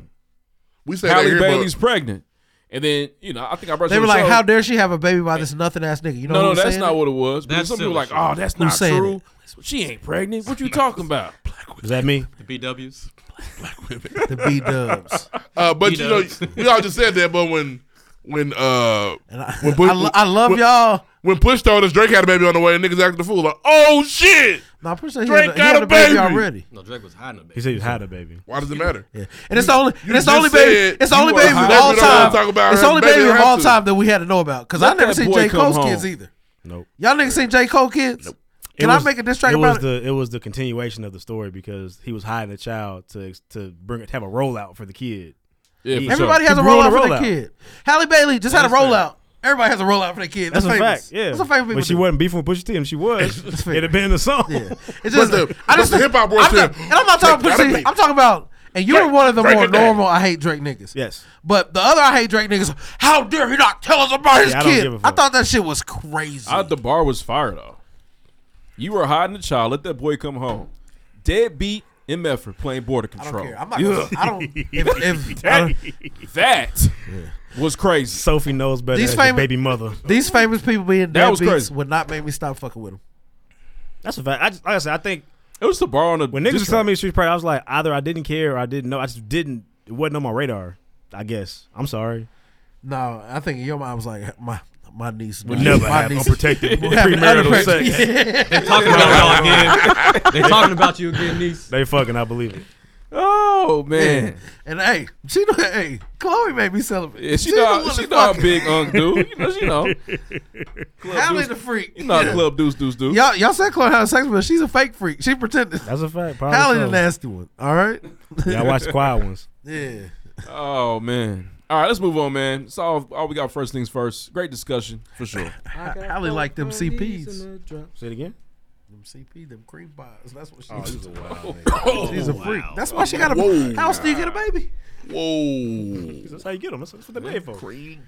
Speaker 2: we
Speaker 3: say
Speaker 1: said
Speaker 3: that
Speaker 1: Halle
Speaker 3: here, but-
Speaker 1: Bailey's pregnant, and then you know I think I brought
Speaker 3: They
Speaker 1: you
Speaker 3: were
Speaker 1: on the
Speaker 3: like,
Speaker 1: show.
Speaker 3: "How dare she have a baby by this nothing ass nigga?" You know.
Speaker 1: no, no,
Speaker 3: who's
Speaker 1: that's
Speaker 3: saying
Speaker 1: not
Speaker 3: it?
Speaker 1: what it was. But then some people were like, oh, that's
Speaker 3: Who's
Speaker 1: not
Speaker 3: saying
Speaker 1: true.
Speaker 3: it?
Speaker 1: She ain't pregnant. What you talking about?
Speaker 4: Is that me?
Speaker 9: The BWs. Black women.
Speaker 3: The B dubs.
Speaker 2: Uh, but you know, we all just said that. But when when uh when
Speaker 3: I lo- I love y'all.
Speaker 2: When Push told us Drake had a baby on the way, and niggas acted the fool like, oh shit.
Speaker 3: Nah, Push said he
Speaker 2: Drake
Speaker 3: had a- he
Speaker 2: got
Speaker 3: had
Speaker 2: a
Speaker 3: a baby
Speaker 2: baby
Speaker 3: already.
Speaker 9: No, Drake was hiding a baby.
Speaker 4: He said he had a baby.
Speaker 2: Why does it matter?
Speaker 3: And it's the only,
Speaker 2: you
Speaker 3: and it's the only
Speaker 2: just
Speaker 3: baby,
Speaker 2: said
Speaker 3: it's the only
Speaker 2: you were
Speaker 3: baby of
Speaker 2: hyping
Speaker 3: all
Speaker 2: it up and
Speaker 3: time.
Speaker 2: talk about
Speaker 3: It's
Speaker 2: her
Speaker 3: the only
Speaker 2: baby
Speaker 3: baby of
Speaker 2: have
Speaker 3: all
Speaker 2: to.
Speaker 3: time that we had to know about. Because I
Speaker 1: Let
Speaker 3: never
Speaker 1: that
Speaker 3: seen
Speaker 1: boy
Speaker 3: J.
Speaker 1: come
Speaker 3: Cole's
Speaker 1: home.
Speaker 3: kids either.
Speaker 4: Nope.
Speaker 3: Y'all niggas seen J. Cole kids? Can
Speaker 4: It
Speaker 3: I
Speaker 4: was-
Speaker 3: make a diss track
Speaker 4: it was
Speaker 3: about it?
Speaker 4: the it was the continuation of the story because he was hiding the child to to bring it, have a rollout for the kid.
Speaker 1: Yeah,
Speaker 4: He-
Speaker 3: Everybody
Speaker 4: he
Speaker 3: has a
Speaker 4: grew on
Speaker 3: rollout for their kid. Halle Bailey just had a rollout. Everybody has a rollout for their kid.
Speaker 4: That's,
Speaker 3: That's,
Speaker 4: a
Speaker 3: famous.
Speaker 4: fact. Yeah,
Speaker 3: That's a famous people
Speaker 4: But she
Speaker 3: do.
Speaker 4: wasn't beefing with Pusha T, and if she was. It'd have been the song. Yeah,
Speaker 3: It's just
Speaker 4: But the-
Speaker 3: I just
Speaker 4: but the hip-hop world
Speaker 3: I'm not-
Speaker 4: said,
Speaker 3: and I'm not talking
Speaker 4: "Drake
Speaker 3: about
Speaker 4: gotta
Speaker 3: pussy.
Speaker 4: be."
Speaker 3: I'm talking about. And you're
Speaker 4: Drake-
Speaker 3: one of the
Speaker 4: Drake
Speaker 3: more
Speaker 4: it down.
Speaker 3: normal. I hate Drake niggas.
Speaker 4: Yes,
Speaker 3: but the other I hate Drake niggas. How dare he not tell us about his
Speaker 1: Yeah, I don't give a
Speaker 3: kid? I
Speaker 1: fuck.
Speaker 3: thought that shit was crazy.
Speaker 1: I, the bar was fire though. You were hiding the child. Let that boy come home. Deadbeat mf'er playing border control.
Speaker 3: care. I'm not gonna- I don't- if- if- I
Speaker 1: don't- that was crazy.
Speaker 4: Sophie knows better.
Speaker 3: These
Speaker 4: as the
Speaker 3: famous-
Speaker 4: baby mother.
Speaker 3: These famous people being
Speaker 1: That was
Speaker 3: deadbeats
Speaker 1: crazy.
Speaker 3: would not make me stop fucking with them.
Speaker 4: That's a fact. I just, like I said, I think
Speaker 1: it was the bar on the
Speaker 4: when niggas
Speaker 1: diss
Speaker 4: was telling me street pride. I was like, either I didn't care or I didn't know. I just didn't. It wasn't on my radar. I guess. I'm sorry.
Speaker 3: No, I think in your mind was like my my niece
Speaker 4: Would never
Speaker 3: my
Speaker 4: have
Speaker 3: niece-
Speaker 4: unprotected
Speaker 3: will have
Speaker 4: premarital
Speaker 3: unprotected-
Speaker 4: sex.
Speaker 3: Yeah.
Speaker 9: They talking about y'all again. They talking about you again, niece.
Speaker 4: They fucking. I believe it.
Speaker 1: Oh man.
Speaker 3: And, hey, she know. Hey, Chloe made me celebrate.
Speaker 1: Yeah, she
Speaker 3: the
Speaker 1: know
Speaker 3: one
Speaker 1: she
Speaker 3: that
Speaker 1: know how
Speaker 3: fucking-
Speaker 1: big Unc do. You know, she know. Club
Speaker 3: Hallie
Speaker 1: Deuce-
Speaker 3: the freak.
Speaker 1: You know how
Speaker 3: Yeah.
Speaker 1: Club Deuce Deuce Deuce.
Speaker 3: Y'all, y'all said Chloe had sex, but she's a fake freak. She pretended.
Speaker 4: That's a fact. probably
Speaker 3: Hallie the
Speaker 4: Oh, so.
Speaker 3: nasty one. All right.
Speaker 4: Yeah, I watched the quiet ones.
Speaker 3: Yeah.
Speaker 1: Oh man. All right, let's move on, man. It's all all we got. First things first. Great discussion for sure.
Speaker 3: Hallie like them CPs.
Speaker 4: Say it again.
Speaker 3: Them CP, them cream pies. That's what she.
Speaker 4: Oh, she's a
Speaker 3: wild.
Speaker 4: nigga.
Speaker 3: She's a
Speaker 4: Oh,
Speaker 3: freak.
Speaker 4: wow.
Speaker 3: That's why she got a.
Speaker 4: Whoa.
Speaker 3: How else do you get a baby?
Speaker 2: Whoa.
Speaker 4: That's how you get them. That's, that's what they paid for.
Speaker 2: Cream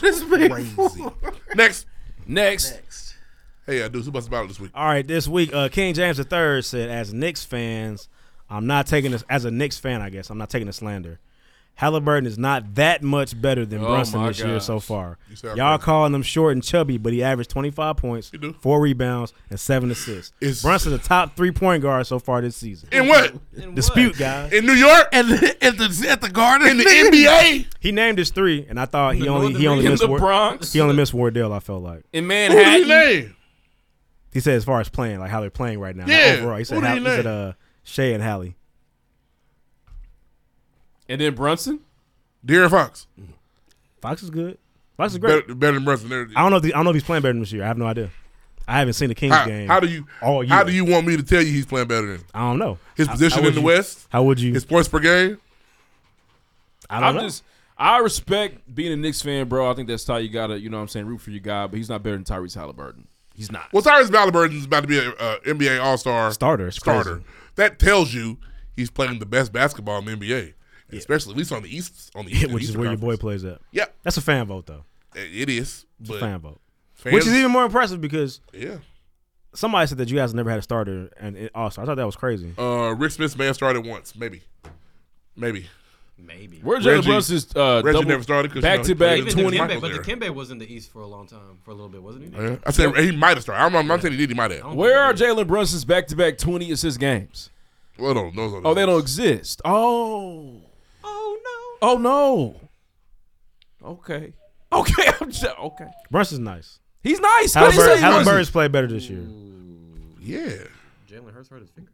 Speaker 3: This big fool.
Speaker 2: Next.
Speaker 1: Next.
Speaker 3: Next.
Speaker 2: Hey, uh, dudes, who busted battle this week?
Speaker 4: All right, this week, uh, King James III said, as Knicks fans, I'm not taking this, as a Knicks fan, I guess, I'm not taking the slander. Halliburton is not that much better than
Speaker 1: Oh,
Speaker 4: Brunson
Speaker 1: my
Speaker 4: this year
Speaker 1: gosh.
Speaker 4: so far.
Speaker 1: You sound
Speaker 4: Y'all calling him short and chubby, but he averaged 25 points, four rebounds, and seven assists. Brunson's the top three point guard so far this season.
Speaker 2: In what?
Speaker 4: Dispute, guys.
Speaker 2: In New York?
Speaker 3: And at the at the Garden?
Speaker 2: In the NBA?
Speaker 4: He named his three, and I thought he
Speaker 1: the
Speaker 4: only he
Speaker 1: Northern
Speaker 4: only
Speaker 1: League. In
Speaker 4: missed
Speaker 1: the
Speaker 4: War-
Speaker 1: Bronx?
Speaker 4: he only missed Wardell. I felt like
Speaker 1: In
Speaker 2: Who did he
Speaker 1: Manhattan.
Speaker 4: E.
Speaker 2: name?
Speaker 4: he said as far as playing, like how they're playing right now. not
Speaker 1: Yeah.
Speaker 4: overall. he said,
Speaker 1: Who did
Speaker 4: Hal-
Speaker 1: he
Speaker 4: he said
Speaker 1: name?
Speaker 4: uh, Shea and Hallie.
Speaker 1: And then Brunson.
Speaker 2: De'Aaron Fox.
Speaker 4: Fox is good. Fox is great.
Speaker 2: Better, better than Brunson. There-
Speaker 4: I don't know. If the, I don't know if he's playing better than this year. I have no idea. I haven't seen the Kings
Speaker 2: How,
Speaker 4: game.
Speaker 2: how do you?
Speaker 4: All year.
Speaker 2: How do you want me to tell you he's playing better than?
Speaker 4: I don't know.
Speaker 2: His
Speaker 4: How-
Speaker 2: position
Speaker 4: how would
Speaker 2: in the
Speaker 4: you-
Speaker 2: West.
Speaker 4: How would you?
Speaker 2: His points per game.
Speaker 4: I don't
Speaker 1: I'm
Speaker 4: know.
Speaker 1: just I respect being a Knicks fan, bro. I think that's how you gotta, you know what I'm saying, root for your guy, but he's not better than Tyrese Halliburton. He's not.
Speaker 2: Well, Tyrese Halliburton is about to be an NBA All Star
Speaker 4: starter.
Speaker 2: Starter. That tells you he's playing the best basketball in the NBA, especially at least on the East. On the East,
Speaker 4: Yeah, which is where your boy plays at.
Speaker 2: Yep.
Speaker 4: That's a fan vote, though.
Speaker 2: It is.
Speaker 4: It's a
Speaker 2: but
Speaker 4: fan vote.
Speaker 2: fans-
Speaker 4: Which is even more impressive because
Speaker 2: yeah,
Speaker 4: somebody said that you guys never had a starter and it also I thought that was crazy.
Speaker 2: Uh, Rick Smith's man started once, maybe, maybe,
Speaker 9: maybe.
Speaker 1: Where's Jalen Brunson's, uh,
Speaker 2: Reggie
Speaker 1: double-
Speaker 2: never started because
Speaker 1: back-to-back
Speaker 9: Even
Speaker 2: you
Speaker 9: the
Speaker 2: know,
Speaker 9: Kembe, but
Speaker 2: there.
Speaker 9: the Kembe was in the East for a long time, for a little bit, wasn't he?
Speaker 2: Yeah. I said he might have started. I'm, I'm not saying he did. He might have.
Speaker 1: Where are Jalen Brunson's back to back 20 assist games?
Speaker 2: Well, no, those are
Speaker 1: oh, they don't exist. Oh. Oh, no. Oh, no. Okay. Okay. I'm just, okay.
Speaker 4: Brunson's nice.
Speaker 1: He's nice. How do you say
Speaker 4: Halliburton,
Speaker 1: he's nice?
Speaker 4: Halliburton's played better this year.
Speaker 2: Yeah.
Speaker 9: Jalen Hurts hurt his finger.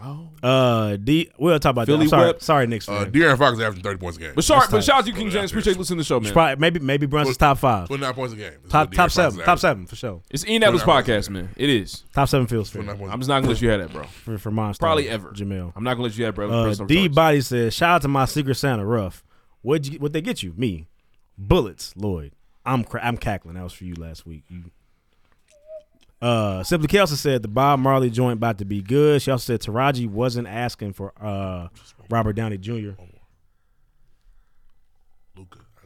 Speaker 1: Oh.
Speaker 4: Uh, D. We'll talk about
Speaker 1: Philly
Speaker 4: that. I'm sorry,
Speaker 1: whip.
Speaker 4: sorry, Knicks.
Speaker 2: Uh,
Speaker 4: fan.
Speaker 2: De'Aaron Fox is averaging 30 points a game.
Speaker 1: But shout,
Speaker 4: That's
Speaker 1: but
Speaker 4: nice.
Speaker 1: shout out to you, King James. Appreciate you listening to the show, man.
Speaker 4: It's probably- maybe maybe Brunson's top five,
Speaker 2: 29 points a game. is
Speaker 4: top
Speaker 2: what
Speaker 4: top
Speaker 2: De'Aaron Fox
Speaker 4: seven,
Speaker 2: is
Speaker 4: top
Speaker 2: averaging.
Speaker 4: seven for sure.
Speaker 1: It's E Ian Apple's podcast, man. It is.
Speaker 4: Top seven feels fair.
Speaker 1: I'm just not gonna let you have that, bro.
Speaker 4: For, for mine,
Speaker 1: Probably ever.
Speaker 4: Jamil.
Speaker 1: I'm not gonna let you have, bro.
Speaker 4: Uh,
Speaker 1: personal
Speaker 4: D
Speaker 1: charges.
Speaker 4: Body says, "Shout out to my Secret Santa, rough. What you what they get you? Me, bullets, Lloyd. I'm cra- I'm cackling. That was for you last week. You. Uh, Simply Kelson said the Bob Marley joint about to be good. She also said Taraji wasn't asking for uh Robert Downey Jr. Luca,
Speaker 2: Oh,
Speaker 4: I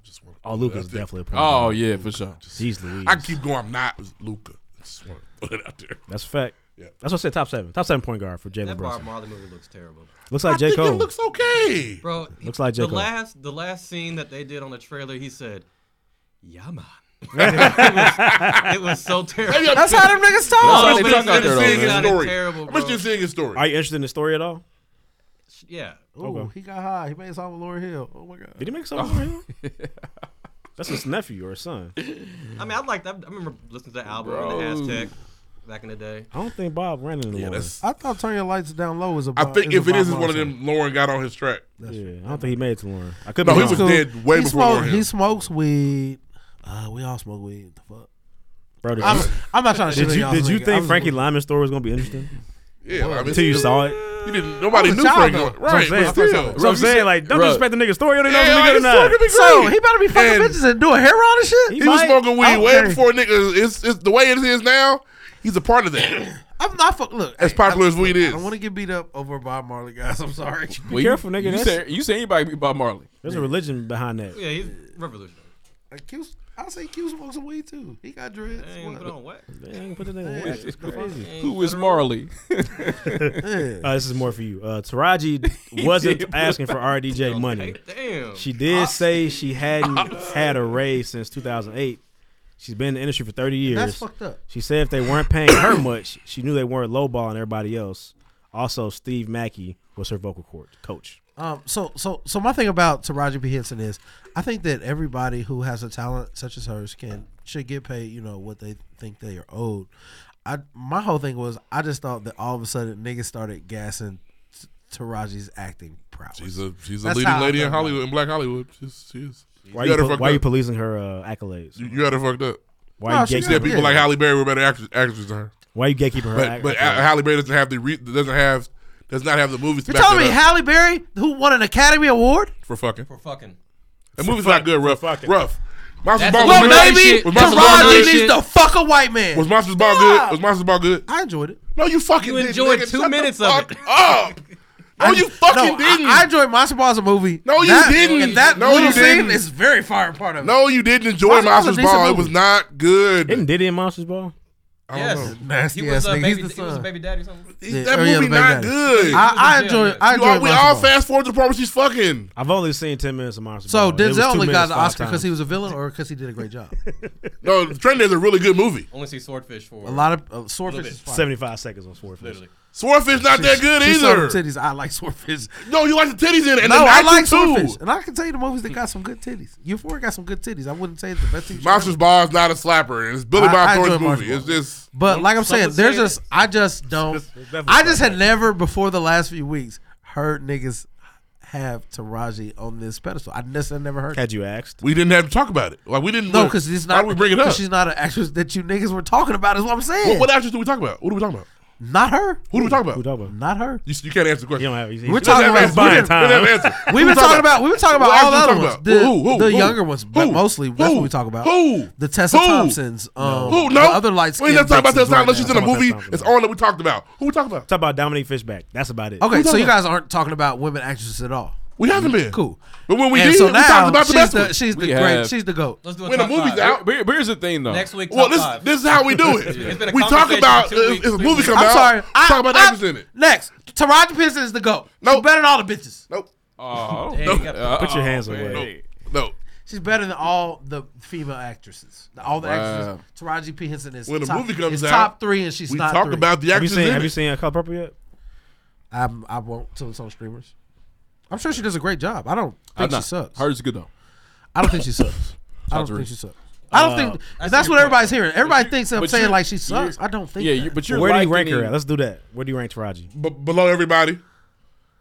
Speaker 4: just want. Oh, Luca's
Speaker 2: That's it.
Speaker 4: definitely a problem.
Speaker 1: Oh yeah, for sure.
Speaker 4: Jeez Louise.
Speaker 2: I can keep going. I'm not Luca. Just want to put it out there.
Speaker 4: That's a fact.
Speaker 2: Yeah.
Speaker 4: That's what I said. Top seven, top seven point guard for Jalen
Speaker 9: That Bob
Speaker 4: Brunson.
Speaker 9: Marley movie looks terrible.
Speaker 4: Looks like
Speaker 2: I
Speaker 4: J
Speaker 2: think it
Speaker 4: Cole.
Speaker 2: looks okay.
Speaker 9: Bro,
Speaker 4: Looks like J.
Speaker 9: the
Speaker 4: Cole.
Speaker 9: last the last scene that they did on the trailer, he said, "Yama." it, was, it was so terrible.
Speaker 2: Maybe I'm That's how them niggas talk. That's
Speaker 9: No, but
Speaker 2: how they
Speaker 9: it's-
Speaker 2: talk out there,
Speaker 9: it's
Speaker 2: though,
Speaker 9: not
Speaker 2: man.
Speaker 9: a
Speaker 2: Story.
Speaker 9: Terrible,
Speaker 2: How much
Speaker 9: bro.
Speaker 2: you see in his story?
Speaker 4: Are you interested in the story at all?
Speaker 9: Yeah.
Speaker 3: Ooh,
Speaker 4: Okay.
Speaker 3: he got high. He made a song with Lauryn Hill. Oh my god.
Speaker 4: Did he make something for
Speaker 1: Oh.
Speaker 4: him? That's his nephew or his son.
Speaker 9: I mean, I liked. I, I remember listening to the album on the
Speaker 4: Bro.
Speaker 9: Aztec back in the day.
Speaker 4: I don't think Bob ran in the yeah,
Speaker 3: I thought turn your lights down low was a.
Speaker 2: I
Speaker 3: Bob-
Speaker 2: think
Speaker 3: a
Speaker 2: if it
Speaker 3: Bob
Speaker 2: is, it's one of
Speaker 3: Marley
Speaker 2: them Lauren got on his track.
Speaker 4: Yeah, I don't think he made it to Lauren. I could
Speaker 2: No,
Speaker 4: be
Speaker 2: he
Speaker 4: wrong.
Speaker 2: was dead way before
Speaker 3: he smoke-
Speaker 2: Lauren
Speaker 3: He
Speaker 2: Hill.
Speaker 3: smokes weed. Uh, we all smoke weed. The fuck.
Speaker 4: Bro, did
Speaker 3: I'm,
Speaker 4: you,
Speaker 3: I'm not trying to. shit
Speaker 4: Did
Speaker 3: on
Speaker 4: you
Speaker 3: y'all's
Speaker 4: did you
Speaker 3: nigga.
Speaker 4: think
Speaker 3: I'm
Speaker 4: Frankie
Speaker 3: just-
Speaker 4: Lyman's story was gonna be interesting?
Speaker 2: Yeah, I mean,
Speaker 4: until you
Speaker 2: still-
Speaker 4: saw it.
Speaker 2: You didn't. Nobody
Speaker 3: I was a
Speaker 2: knew
Speaker 3: child,
Speaker 2: Frank.
Speaker 3: though.
Speaker 2: Right. but
Speaker 4: That's what I'm saying.
Speaker 2: still.
Speaker 4: That's what I'm saying. Like, don't
Speaker 2: Right.
Speaker 4: disrespect the nigga story. You don't even
Speaker 2: Yeah,
Speaker 4: know if
Speaker 2: his
Speaker 4: it's a nigga
Speaker 2: story
Speaker 4: or
Speaker 2: could be
Speaker 4: not.
Speaker 3: So
Speaker 2: great.
Speaker 3: he better be fucking
Speaker 2: And-
Speaker 3: bitches and doing hair on and shit.
Speaker 2: He was smoking weed way
Speaker 3: Okay.
Speaker 2: before niggas. It's, it's the way it is now. He's a part of that.
Speaker 3: I'm not fuck. Look,
Speaker 2: As
Speaker 3: hey,
Speaker 2: popular
Speaker 3: I-
Speaker 2: as weed
Speaker 3: look,
Speaker 2: is.
Speaker 3: I don't want to get beat up over Bob Marley, guys. I'm sorry.
Speaker 4: Be careful, nigga.
Speaker 1: You
Speaker 4: That's-
Speaker 1: say, you say anybody can be Bob Marley?
Speaker 4: There's a religion behind that.
Speaker 9: Yeah, he's revolutionary.
Speaker 3: Like, Q, I say Q smokes some weed too. He got dreads.
Speaker 9: Dang,
Speaker 3: What?
Speaker 9: put on what?
Speaker 4: Dang, put the nigga away. It's crazy.
Speaker 1: Who is Marley?
Speaker 4: Uh, this is more for you. Uh, Taraji wasn't
Speaker 1: did put-
Speaker 4: asking for RDJ money.
Speaker 9: damn.
Speaker 4: She did say she hadn't had a raise since 2008. She's been in the industry for 30 years.
Speaker 3: That's fucked up.
Speaker 4: She said if they weren't paying her much, she knew they weren't lowballing everybody else. Also, Steve Mackey was her vocal court coach.
Speaker 3: Um, so so so my thing about Taraji P Henson is, I think that everybody who has a talent such as hers can should get paid. You know what they think they are owed. I my whole thing was I just thought that all of a sudden niggas started gassing T- Taraji's acting prowess.
Speaker 2: She's a she's a
Speaker 3: That's
Speaker 2: leading
Speaker 3: how I
Speaker 2: lady in
Speaker 3: felt about
Speaker 2: Hollywood, in Black Hollywood. She's, she is.
Speaker 4: Why,
Speaker 2: you
Speaker 4: you,
Speaker 2: had her
Speaker 4: po-
Speaker 2: fucked
Speaker 4: why you
Speaker 2: up.
Speaker 4: policing her uh, accolades?
Speaker 2: You, you had her fucked up.
Speaker 4: Why No, you she
Speaker 2: she
Speaker 4: gatekeeping-
Speaker 2: said people
Speaker 4: yeah.
Speaker 2: like Halle Berry were better actors, actors than her.
Speaker 4: Why you gatekeeping her
Speaker 2: But,
Speaker 4: act-
Speaker 2: but Halle Berry doesn't have the re, doesn't have does not have the movies. To
Speaker 3: You're
Speaker 2: back
Speaker 3: telling
Speaker 2: that
Speaker 3: me
Speaker 2: up
Speaker 3: Halle Berry, who won an Academy Award?
Speaker 2: for fucking.
Speaker 9: For fucking.
Speaker 2: That movie's not good. Rough. Rough. Monsters
Speaker 3: That's
Speaker 2: Ball was
Speaker 3: some Lil
Speaker 2: good.
Speaker 3: Baby,
Speaker 2: Was Monsters Ball
Speaker 3: Taraji
Speaker 2: good?
Speaker 3: needs to fuck a white man.
Speaker 2: Was Monsters Ball good? Was Monsters Ball good?
Speaker 3: I enjoyed it.
Speaker 2: No, you fucking
Speaker 9: You
Speaker 2: didn't,
Speaker 9: enjoyed
Speaker 2: nigga.
Speaker 9: two
Speaker 2: Shut the
Speaker 9: minutes of
Speaker 2: fuck
Speaker 9: it.
Speaker 2: Up. No, you fucking
Speaker 3: no,
Speaker 2: didn't.
Speaker 3: I, I enjoyed Monster Ball as a movie.
Speaker 2: No, you
Speaker 3: That-
Speaker 2: didn't.
Speaker 3: And that
Speaker 2: No,
Speaker 3: little
Speaker 2: you didn't.
Speaker 3: scene is very far apart of it.
Speaker 2: no, you didn't enjoy
Speaker 3: Monsters Ball was a
Speaker 2: Monsters
Speaker 3: decent
Speaker 2: Ball. It
Speaker 3: movie.
Speaker 2: was not good.
Speaker 4: Isn't Diddy in Monsters Ball?
Speaker 2: I don't
Speaker 9: Yes.
Speaker 2: know.
Speaker 3: Nasty
Speaker 9: he
Speaker 3: ass
Speaker 9: was, a
Speaker 3: nigga.
Speaker 9: baby,
Speaker 3: He's the
Speaker 9: he was a
Speaker 3: son.
Speaker 9: baby daddy or something.
Speaker 3: Yeah,
Speaker 2: That
Speaker 3: oh, yeah, the
Speaker 2: movie
Speaker 3: Baby
Speaker 2: not
Speaker 3: Daddy.
Speaker 2: good.
Speaker 3: I, I
Speaker 9: Yeah,
Speaker 3: enjoy.
Speaker 9: yeah.
Speaker 3: I
Speaker 2: You all,
Speaker 3: enjoy.
Speaker 2: we
Speaker 3: Monster
Speaker 2: all
Speaker 3: Ball.
Speaker 2: fast Oh, forward to the part where she's fucking.
Speaker 4: I've only seen 10 minutes of Monsters
Speaker 3: So
Speaker 4: Ball. It was
Speaker 3: Denzel
Speaker 4: two
Speaker 3: only got
Speaker 4: minutes
Speaker 3: the
Speaker 4: five
Speaker 3: Oscar because
Speaker 4: times.
Speaker 3: he was a villain or because he did a great job.
Speaker 2: No, Trend is a really good movie.
Speaker 9: Only see swordfish for
Speaker 3: A lot of uh, swordfish
Speaker 9: bit.
Speaker 3: is fire.
Speaker 4: 75 seconds on Swordfish.
Speaker 9: Literally.
Speaker 2: Swordfish not that good
Speaker 3: She saw them
Speaker 2: either.
Speaker 3: titties. I like swordfish.
Speaker 2: No, you like the titties in it. And
Speaker 3: no,
Speaker 2: then
Speaker 3: I
Speaker 2: I
Speaker 3: like
Speaker 2: too.
Speaker 3: swordfish, and I can tell you the movies that got some good titties. Euphoria got some good titties. I wouldn't say it's the best. titties
Speaker 2: Monsters Ball is not a slapper. It's Billy
Speaker 3: I- I
Speaker 2: Bob
Speaker 3: enjoy
Speaker 2: Thornton's
Speaker 3: Monsters
Speaker 2: movie. It's
Speaker 3: Ball.
Speaker 2: just
Speaker 3: But like I'm
Speaker 9: Some
Speaker 3: saying,
Speaker 9: would
Speaker 3: there's
Speaker 9: say
Speaker 3: just I just don't.
Speaker 4: definitely
Speaker 3: I just had never before the last few weeks heard niggas have Taraji on this pedestal. I just had never heard. it.
Speaker 4: Had you asked?
Speaker 2: we didn't have to talk about it. Like we didn't.
Speaker 3: No, because it's
Speaker 2: Why
Speaker 3: not.
Speaker 2: do we bring it up?
Speaker 3: 'cause She's not an actress that you niggas were talking about. Is what I'm saying.
Speaker 2: What, what actress do we talk about? What are we talking about?
Speaker 3: Not her.
Speaker 2: Who do we talk about?
Speaker 3: Not her.
Speaker 2: You, you can't answer the question. You don't have,
Speaker 3: We're talking about We've been talking about we've been talking about all the other ones. The, the younger ones, but mostly that's what we talk about.
Speaker 2: Who?
Speaker 3: The Tessa
Speaker 2: Who?
Speaker 3: Thompsons. Um,
Speaker 2: Who? No.
Speaker 3: The other light
Speaker 2: We
Speaker 3: skinned.
Speaker 2: ain't talking about Tessa Thompson unless she's in a movie. It's on that we talked about. Who we talking about?
Speaker 4: Talk about Dominique Fishback. That's about it.
Speaker 3: Okay, so you guys aren't talking about women actresses at all.
Speaker 2: We haven't been.
Speaker 3: Cool.
Speaker 2: But when
Speaker 1: we
Speaker 3: And
Speaker 1: did,
Speaker 3: so
Speaker 1: we
Speaker 3: now
Speaker 1: talked about the
Speaker 3: she's
Speaker 1: best
Speaker 3: the
Speaker 1: one.
Speaker 3: She's the
Speaker 1: We
Speaker 3: great.
Speaker 1: have-
Speaker 3: She's the goat.
Speaker 9: Let's do a
Speaker 2: When the
Speaker 9: top
Speaker 2: movie's
Speaker 9: five.
Speaker 2: out,
Speaker 1: Here- Here's the thing, though.
Speaker 9: Next week,
Speaker 2: well,
Speaker 9: top
Speaker 2: this
Speaker 9: five.
Speaker 2: this is how we do
Speaker 9: It's been
Speaker 2: it.
Speaker 9: a
Speaker 2: we talk
Speaker 9: conversation
Speaker 2: about
Speaker 9: for two
Speaker 2: if
Speaker 9: weeks,
Speaker 2: if a
Speaker 9: three
Speaker 2: movie
Speaker 9: weeks.
Speaker 2: comes
Speaker 3: I'm
Speaker 2: out.
Speaker 3: sorry. I-
Speaker 2: Talk about the
Speaker 3: I-
Speaker 2: actors in it.
Speaker 3: Next, Taraji P. is the goat. She's better than all the bitches.
Speaker 2: Nope.
Speaker 1: Oh,
Speaker 3: Hey,
Speaker 1: no.
Speaker 3: you got-
Speaker 1: Uh,
Speaker 4: Put your hands
Speaker 1: oh,
Speaker 4: away.
Speaker 1: man.
Speaker 2: No.
Speaker 3: She's better than all the female actresses. All the
Speaker 2: Wow.
Speaker 3: actresses. Taraji P. Henson is
Speaker 2: When the
Speaker 3: top,
Speaker 2: movie comes
Speaker 3: is
Speaker 2: out,
Speaker 3: top three, and she's
Speaker 2: we
Speaker 3: not
Speaker 2: talk
Speaker 3: three.
Speaker 2: about the
Speaker 4: Have you
Speaker 2: actors
Speaker 4: seen
Speaker 2: in
Speaker 4: Have you
Speaker 2: it.
Speaker 4: seen Color Purple yet?
Speaker 3: I'm, I won't till it's on streamers. I'm sure she does a great job. I don't
Speaker 1: I'm
Speaker 3: think she
Speaker 1: not.
Speaker 3: sucks.
Speaker 1: Hers is good though.
Speaker 3: I don't think she sucks. I
Speaker 1: Shout out to
Speaker 3: don't think
Speaker 1: Reese.
Speaker 3: she sucks. I don't
Speaker 1: Uh,
Speaker 3: think
Speaker 1: that's a
Speaker 3: that's,
Speaker 1: good
Speaker 3: what
Speaker 1: point.
Speaker 3: everybody's hearing. Everybody thinks I'm
Speaker 1: but
Speaker 3: saying
Speaker 1: you're-
Speaker 3: like she sucks. I don't think.
Speaker 1: yeah,
Speaker 3: that.
Speaker 1: you- but you're
Speaker 4: Where do you rank
Speaker 1: likening-
Speaker 4: her at? Let's do that. Where do you rank Taraji?
Speaker 2: B- below everybody.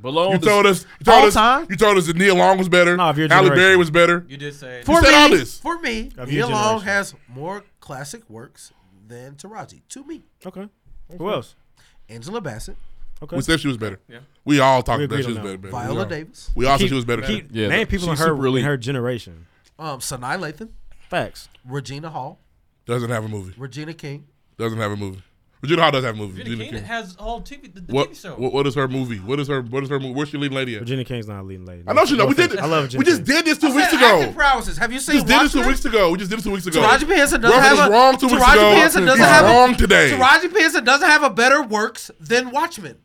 Speaker 1: Below
Speaker 2: You
Speaker 1: the-
Speaker 2: told us. You told
Speaker 3: All
Speaker 2: us.
Speaker 3: time?
Speaker 2: You told us that Neil Long was better. No, if
Speaker 4: your
Speaker 2: Halle
Speaker 4: generation.
Speaker 2: Berry was better.
Speaker 9: You did say
Speaker 3: for
Speaker 2: said
Speaker 3: me,
Speaker 2: all this.
Speaker 3: for me,
Speaker 4: Of your
Speaker 3: Neil Long
Speaker 4: generation.
Speaker 3: has more classic works than Taraji. To me,
Speaker 4: Okay. Who else?
Speaker 3: Angela Bassett.
Speaker 4: Okay.
Speaker 2: We said she was better.
Speaker 9: Yeah.
Speaker 2: We all talked
Speaker 4: We
Speaker 2: about
Speaker 4: agreed
Speaker 2: she
Speaker 4: on
Speaker 2: was
Speaker 4: that
Speaker 2: better.
Speaker 4: one.
Speaker 2: better.
Speaker 3: Viola
Speaker 2: We all-
Speaker 3: Davis.
Speaker 2: We all said
Speaker 4: Keep-
Speaker 2: she was better.
Speaker 4: keep-
Speaker 1: Yeah,
Speaker 4: name people in
Speaker 1: she's
Speaker 4: her
Speaker 1: super elite.
Speaker 4: in her generation.
Speaker 3: Um, Sanaa Lathan,
Speaker 4: Facts.
Speaker 3: Regina Hall,
Speaker 2: Doesn't have a movie.
Speaker 3: Regina King.
Speaker 2: Doesn't have a movie. Regina Hall does have a movie.
Speaker 9: Regina King
Speaker 2: Regina King.
Speaker 9: has all TV, the, the
Speaker 2: What,
Speaker 9: TV show.
Speaker 2: what what is her movie? What is her what is her movie? Where's she leading lady at?
Speaker 4: Virginia King's not a leading lady.
Speaker 2: I know she not. We did
Speaker 4: I love
Speaker 2: We
Speaker 4: Virginia
Speaker 2: just
Speaker 4: King.
Speaker 2: did this two
Speaker 3: I
Speaker 2: weeks
Speaker 3: said
Speaker 2: ago.
Speaker 3: acting prowesses. Have you
Speaker 2: We
Speaker 3: seen?
Speaker 2: just did this two
Speaker 3: Watchmen?
Speaker 2: weeks ago. We just did this two weeks ago.
Speaker 3: Taraji P. Henson doesn't
Speaker 2: Ruff was
Speaker 3: have a
Speaker 2: wrong two weeks
Speaker 3: Taraji
Speaker 2: ago.
Speaker 3: P. Henson doesn't
Speaker 2: He's
Speaker 3: have a-
Speaker 2: wrong today.
Speaker 3: Taraji P. Henson doesn't have a better works than Watchmen.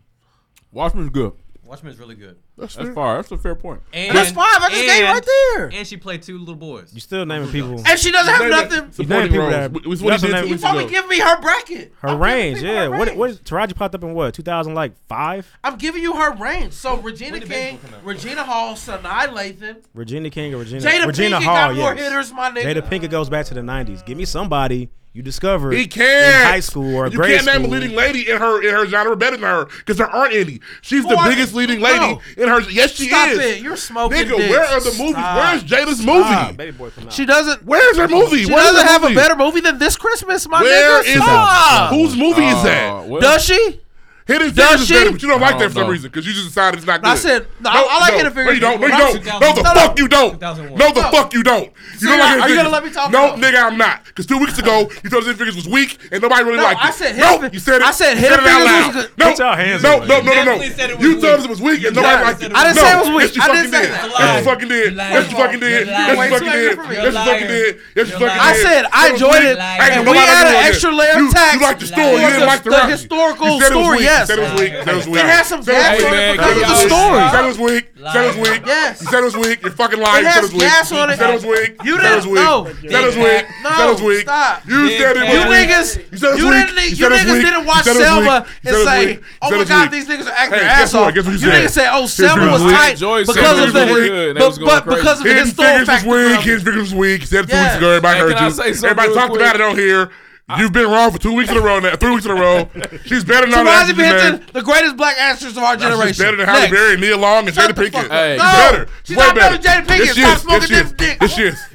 Speaker 1: Watchmen's good.
Speaker 9: Watchmen's really good.
Speaker 2: That's,
Speaker 1: That's far. That's a fair point.
Speaker 9: And,
Speaker 3: That's five. I just gave
Speaker 9: and-
Speaker 3: right there.
Speaker 9: And she played two little boys.
Speaker 4: You still naming people.
Speaker 3: And she doesn't have
Speaker 2: Name it.
Speaker 3: nothing.
Speaker 4: You naming
Speaker 2: Supporting
Speaker 4: people
Speaker 2: roles.
Speaker 4: that.
Speaker 2: Wh- what's what he
Speaker 4: that's
Speaker 2: did
Speaker 4: her
Speaker 2: to
Speaker 4: name-
Speaker 3: You
Speaker 2: weeks
Speaker 3: probably
Speaker 2: ago.
Speaker 3: give me her bracket.
Speaker 4: Her
Speaker 3: I'm giving
Speaker 4: range,
Speaker 3: people
Speaker 4: yeah.
Speaker 3: her
Speaker 4: What?
Speaker 3: range.
Speaker 4: What? Is, Taraji popped up in what? Two thousand like five.
Speaker 3: I'm giving you her range. So Regina King, Regina Hall, Sanaa Lathan.
Speaker 4: Virginia King or Regina?
Speaker 3: Jada
Speaker 4: Regina
Speaker 3: Pinkett
Speaker 4: Hall.
Speaker 3: got more
Speaker 4: yes.
Speaker 3: hitters, my nigga.
Speaker 4: Jada Pinkett goes back to the nineties. Give me somebody you discovered
Speaker 2: He can't.
Speaker 4: in high school or
Speaker 2: you
Speaker 4: grade
Speaker 2: can't name a
Speaker 4: school.
Speaker 2: leading lady in her in her genre better than her because there aren't any. She's the
Speaker 3: Who are-
Speaker 2: biggest leading lady
Speaker 3: No.
Speaker 2: in her. Yes, she
Speaker 3: Stop
Speaker 2: is.
Speaker 3: it. You're smoking
Speaker 2: Nigga,
Speaker 3: dicks.
Speaker 2: where are the movies?
Speaker 3: Stop.
Speaker 2: Where's Jada's
Speaker 4: Ah,
Speaker 2: movie?
Speaker 4: baby boy from out.
Speaker 3: She doesn't.
Speaker 2: Where's her movie?
Speaker 3: She
Speaker 2: Where's
Speaker 3: doesn't
Speaker 2: her
Speaker 3: have a
Speaker 2: movie?
Speaker 3: better movie than this Christmas, my
Speaker 2: Where
Speaker 3: nigga.
Speaker 2: is
Speaker 3: Stop.
Speaker 2: that? Whose movie is
Speaker 1: Uh,
Speaker 2: that?
Speaker 1: well,
Speaker 3: Does she?
Speaker 2: Hidden
Speaker 3: does
Speaker 2: Figures is
Speaker 3: she?
Speaker 2: better, but you don't like
Speaker 1: I
Speaker 2: that
Speaker 1: don't
Speaker 2: for some
Speaker 1: know.
Speaker 2: reason because you just decided it's not good.
Speaker 3: I said- no, I- I like Hidden Figures.
Speaker 2: No, you don't. No, you
Speaker 3: When I was
Speaker 2: don't. No, the
Speaker 9: 2001.
Speaker 2: fuck you don't. No, the
Speaker 3: No.
Speaker 2: fuck you don't. You
Speaker 3: See,
Speaker 2: don't like Hidden
Speaker 3: now, are you gonna
Speaker 2: Figures.
Speaker 3: let me talk
Speaker 2: No,
Speaker 3: now?
Speaker 2: nigga, I'm not. Because two weeks ago, you thought Hidden Figures was weak and nobody really
Speaker 3: No,
Speaker 2: liked it.
Speaker 3: I said
Speaker 2: no,
Speaker 3: Hidden-
Speaker 2: you said it.
Speaker 3: I said
Speaker 2: You
Speaker 3: Hidden
Speaker 2: it out
Speaker 3: Figures
Speaker 2: loud.
Speaker 3: was good.
Speaker 2: No,
Speaker 4: Put your hands
Speaker 2: no, no,
Speaker 4: away.
Speaker 2: no, no, no.
Speaker 9: Definitely said it was
Speaker 2: You told
Speaker 9: weak.
Speaker 2: us it was weak and
Speaker 9: You
Speaker 2: nobody
Speaker 9: lied.
Speaker 2: liked it.
Speaker 9: I didn't
Speaker 2: No,
Speaker 9: say it was
Speaker 3: weak.
Speaker 2: Yes, you
Speaker 3: I
Speaker 2: fucking
Speaker 3: didn't say
Speaker 2: did.
Speaker 3: that.
Speaker 2: Yes, you
Speaker 9: You're
Speaker 2: fucking did.
Speaker 9: lying.
Speaker 2: Yes, you fucking did.
Speaker 9: You're
Speaker 2: Yes, you
Speaker 9: lying.
Speaker 2: fucking did.
Speaker 3: You're
Speaker 2: Yes, you fucking
Speaker 9: lying.
Speaker 2: did. Yes, you
Speaker 9: You're
Speaker 2: fucking did.
Speaker 3: I said I
Speaker 2: It was
Speaker 3: enjoyed it,
Speaker 2: weak. I ain't
Speaker 3: and
Speaker 2: gonna lie,
Speaker 3: we
Speaker 2: I
Speaker 3: added
Speaker 2: enjoyed it.
Speaker 3: extra layer
Speaker 2: You-
Speaker 3: of text.
Speaker 2: You liked the story. You
Speaker 3: Like
Speaker 2: didn't
Speaker 3: the-
Speaker 2: like the
Speaker 3: the
Speaker 2: writing.
Speaker 3: historical
Speaker 2: You said it was
Speaker 3: story,
Speaker 2: weak.
Speaker 3: yes.
Speaker 2: You said it was weak. You said it was weak.
Speaker 3: It has some gas
Speaker 1: Hey,
Speaker 3: on
Speaker 1: man,
Speaker 3: it because of
Speaker 1: y'all-
Speaker 3: the
Speaker 2: You said it
Speaker 3: story.
Speaker 2: was weak. You said it was weak.
Speaker 3: Yes.
Speaker 2: You said it was weak. You're fucking lying. You
Speaker 3: It
Speaker 2: said
Speaker 3: has
Speaker 2: it was weak.
Speaker 3: gas on
Speaker 2: You
Speaker 3: it.
Speaker 2: said it was weak.
Speaker 3: You
Speaker 2: said it was
Speaker 3: didn't-
Speaker 2: weak.
Speaker 3: no.
Speaker 2: You said it was weak. You said it was
Speaker 3: No,
Speaker 2: weat.
Speaker 3: stop.
Speaker 2: You said it
Speaker 3: You
Speaker 2: was weak.
Speaker 3: niggas,
Speaker 2: You said it was
Speaker 3: you
Speaker 2: weak.
Speaker 3: didn't,
Speaker 2: You
Speaker 3: you
Speaker 2: said it was
Speaker 3: niggas
Speaker 2: weak.
Speaker 3: didn't
Speaker 2: You
Speaker 3: watch
Speaker 2: said it was
Speaker 3: Selma
Speaker 2: weak. You
Speaker 3: and
Speaker 2: said it was
Speaker 3: say,
Speaker 2: weak. You
Speaker 3: "Oh
Speaker 2: said it
Speaker 3: my
Speaker 2: was
Speaker 3: God,
Speaker 2: weak."
Speaker 3: these niggas are acting
Speaker 2: Hey,
Speaker 3: their
Speaker 2: guess
Speaker 3: ass
Speaker 2: what?
Speaker 3: off." You
Speaker 2: Guess what you said.
Speaker 3: niggas say, "Oh,
Speaker 2: Here's
Speaker 3: Selma
Speaker 2: what
Speaker 3: was
Speaker 2: you said.
Speaker 3: tight
Speaker 1: Enjoy
Speaker 3: because
Speaker 1: Selma. It
Speaker 3: of
Speaker 1: was good,
Speaker 3: the
Speaker 1: and they was
Speaker 3: but-
Speaker 1: going
Speaker 3: but because of the
Speaker 2: Hidden
Speaker 3: historical
Speaker 2: Figures was
Speaker 3: factor."
Speaker 2: weak.
Speaker 3: of it.
Speaker 2: Hidden Figures was weak. You Said it two
Speaker 3: Yes.
Speaker 2: weeks ago. Everybody
Speaker 1: Hey,
Speaker 2: heard
Speaker 1: can I
Speaker 2: you.
Speaker 1: say something
Speaker 2: Everybody
Speaker 1: real
Speaker 2: talked
Speaker 1: quick?
Speaker 2: about it on here. You've been wrong for two weeks in a row now. Three weeks in a row. She's better than all the
Speaker 3: Taraji
Speaker 2: actors,
Speaker 3: P.
Speaker 2: man.
Speaker 3: Henson, the greatest black actress of our
Speaker 2: She's
Speaker 3: generation.
Speaker 2: better than Halle
Speaker 3: Next.
Speaker 2: Berry, Neil Long, and
Speaker 3: Shut
Speaker 2: Jada
Speaker 3: the fuck
Speaker 2: Pinkett.
Speaker 3: up.
Speaker 1: Hey.
Speaker 2: She's
Speaker 3: No,
Speaker 2: better.
Speaker 3: she's
Speaker 2: Way
Speaker 3: not better
Speaker 2: better.
Speaker 3: than Jada Pinkett.
Speaker 2: Yes,
Speaker 3: Stop
Speaker 2: she is.
Speaker 3: smoking
Speaker 2: Yes,
Speaker 3: this dick.
Speaker 2: She is.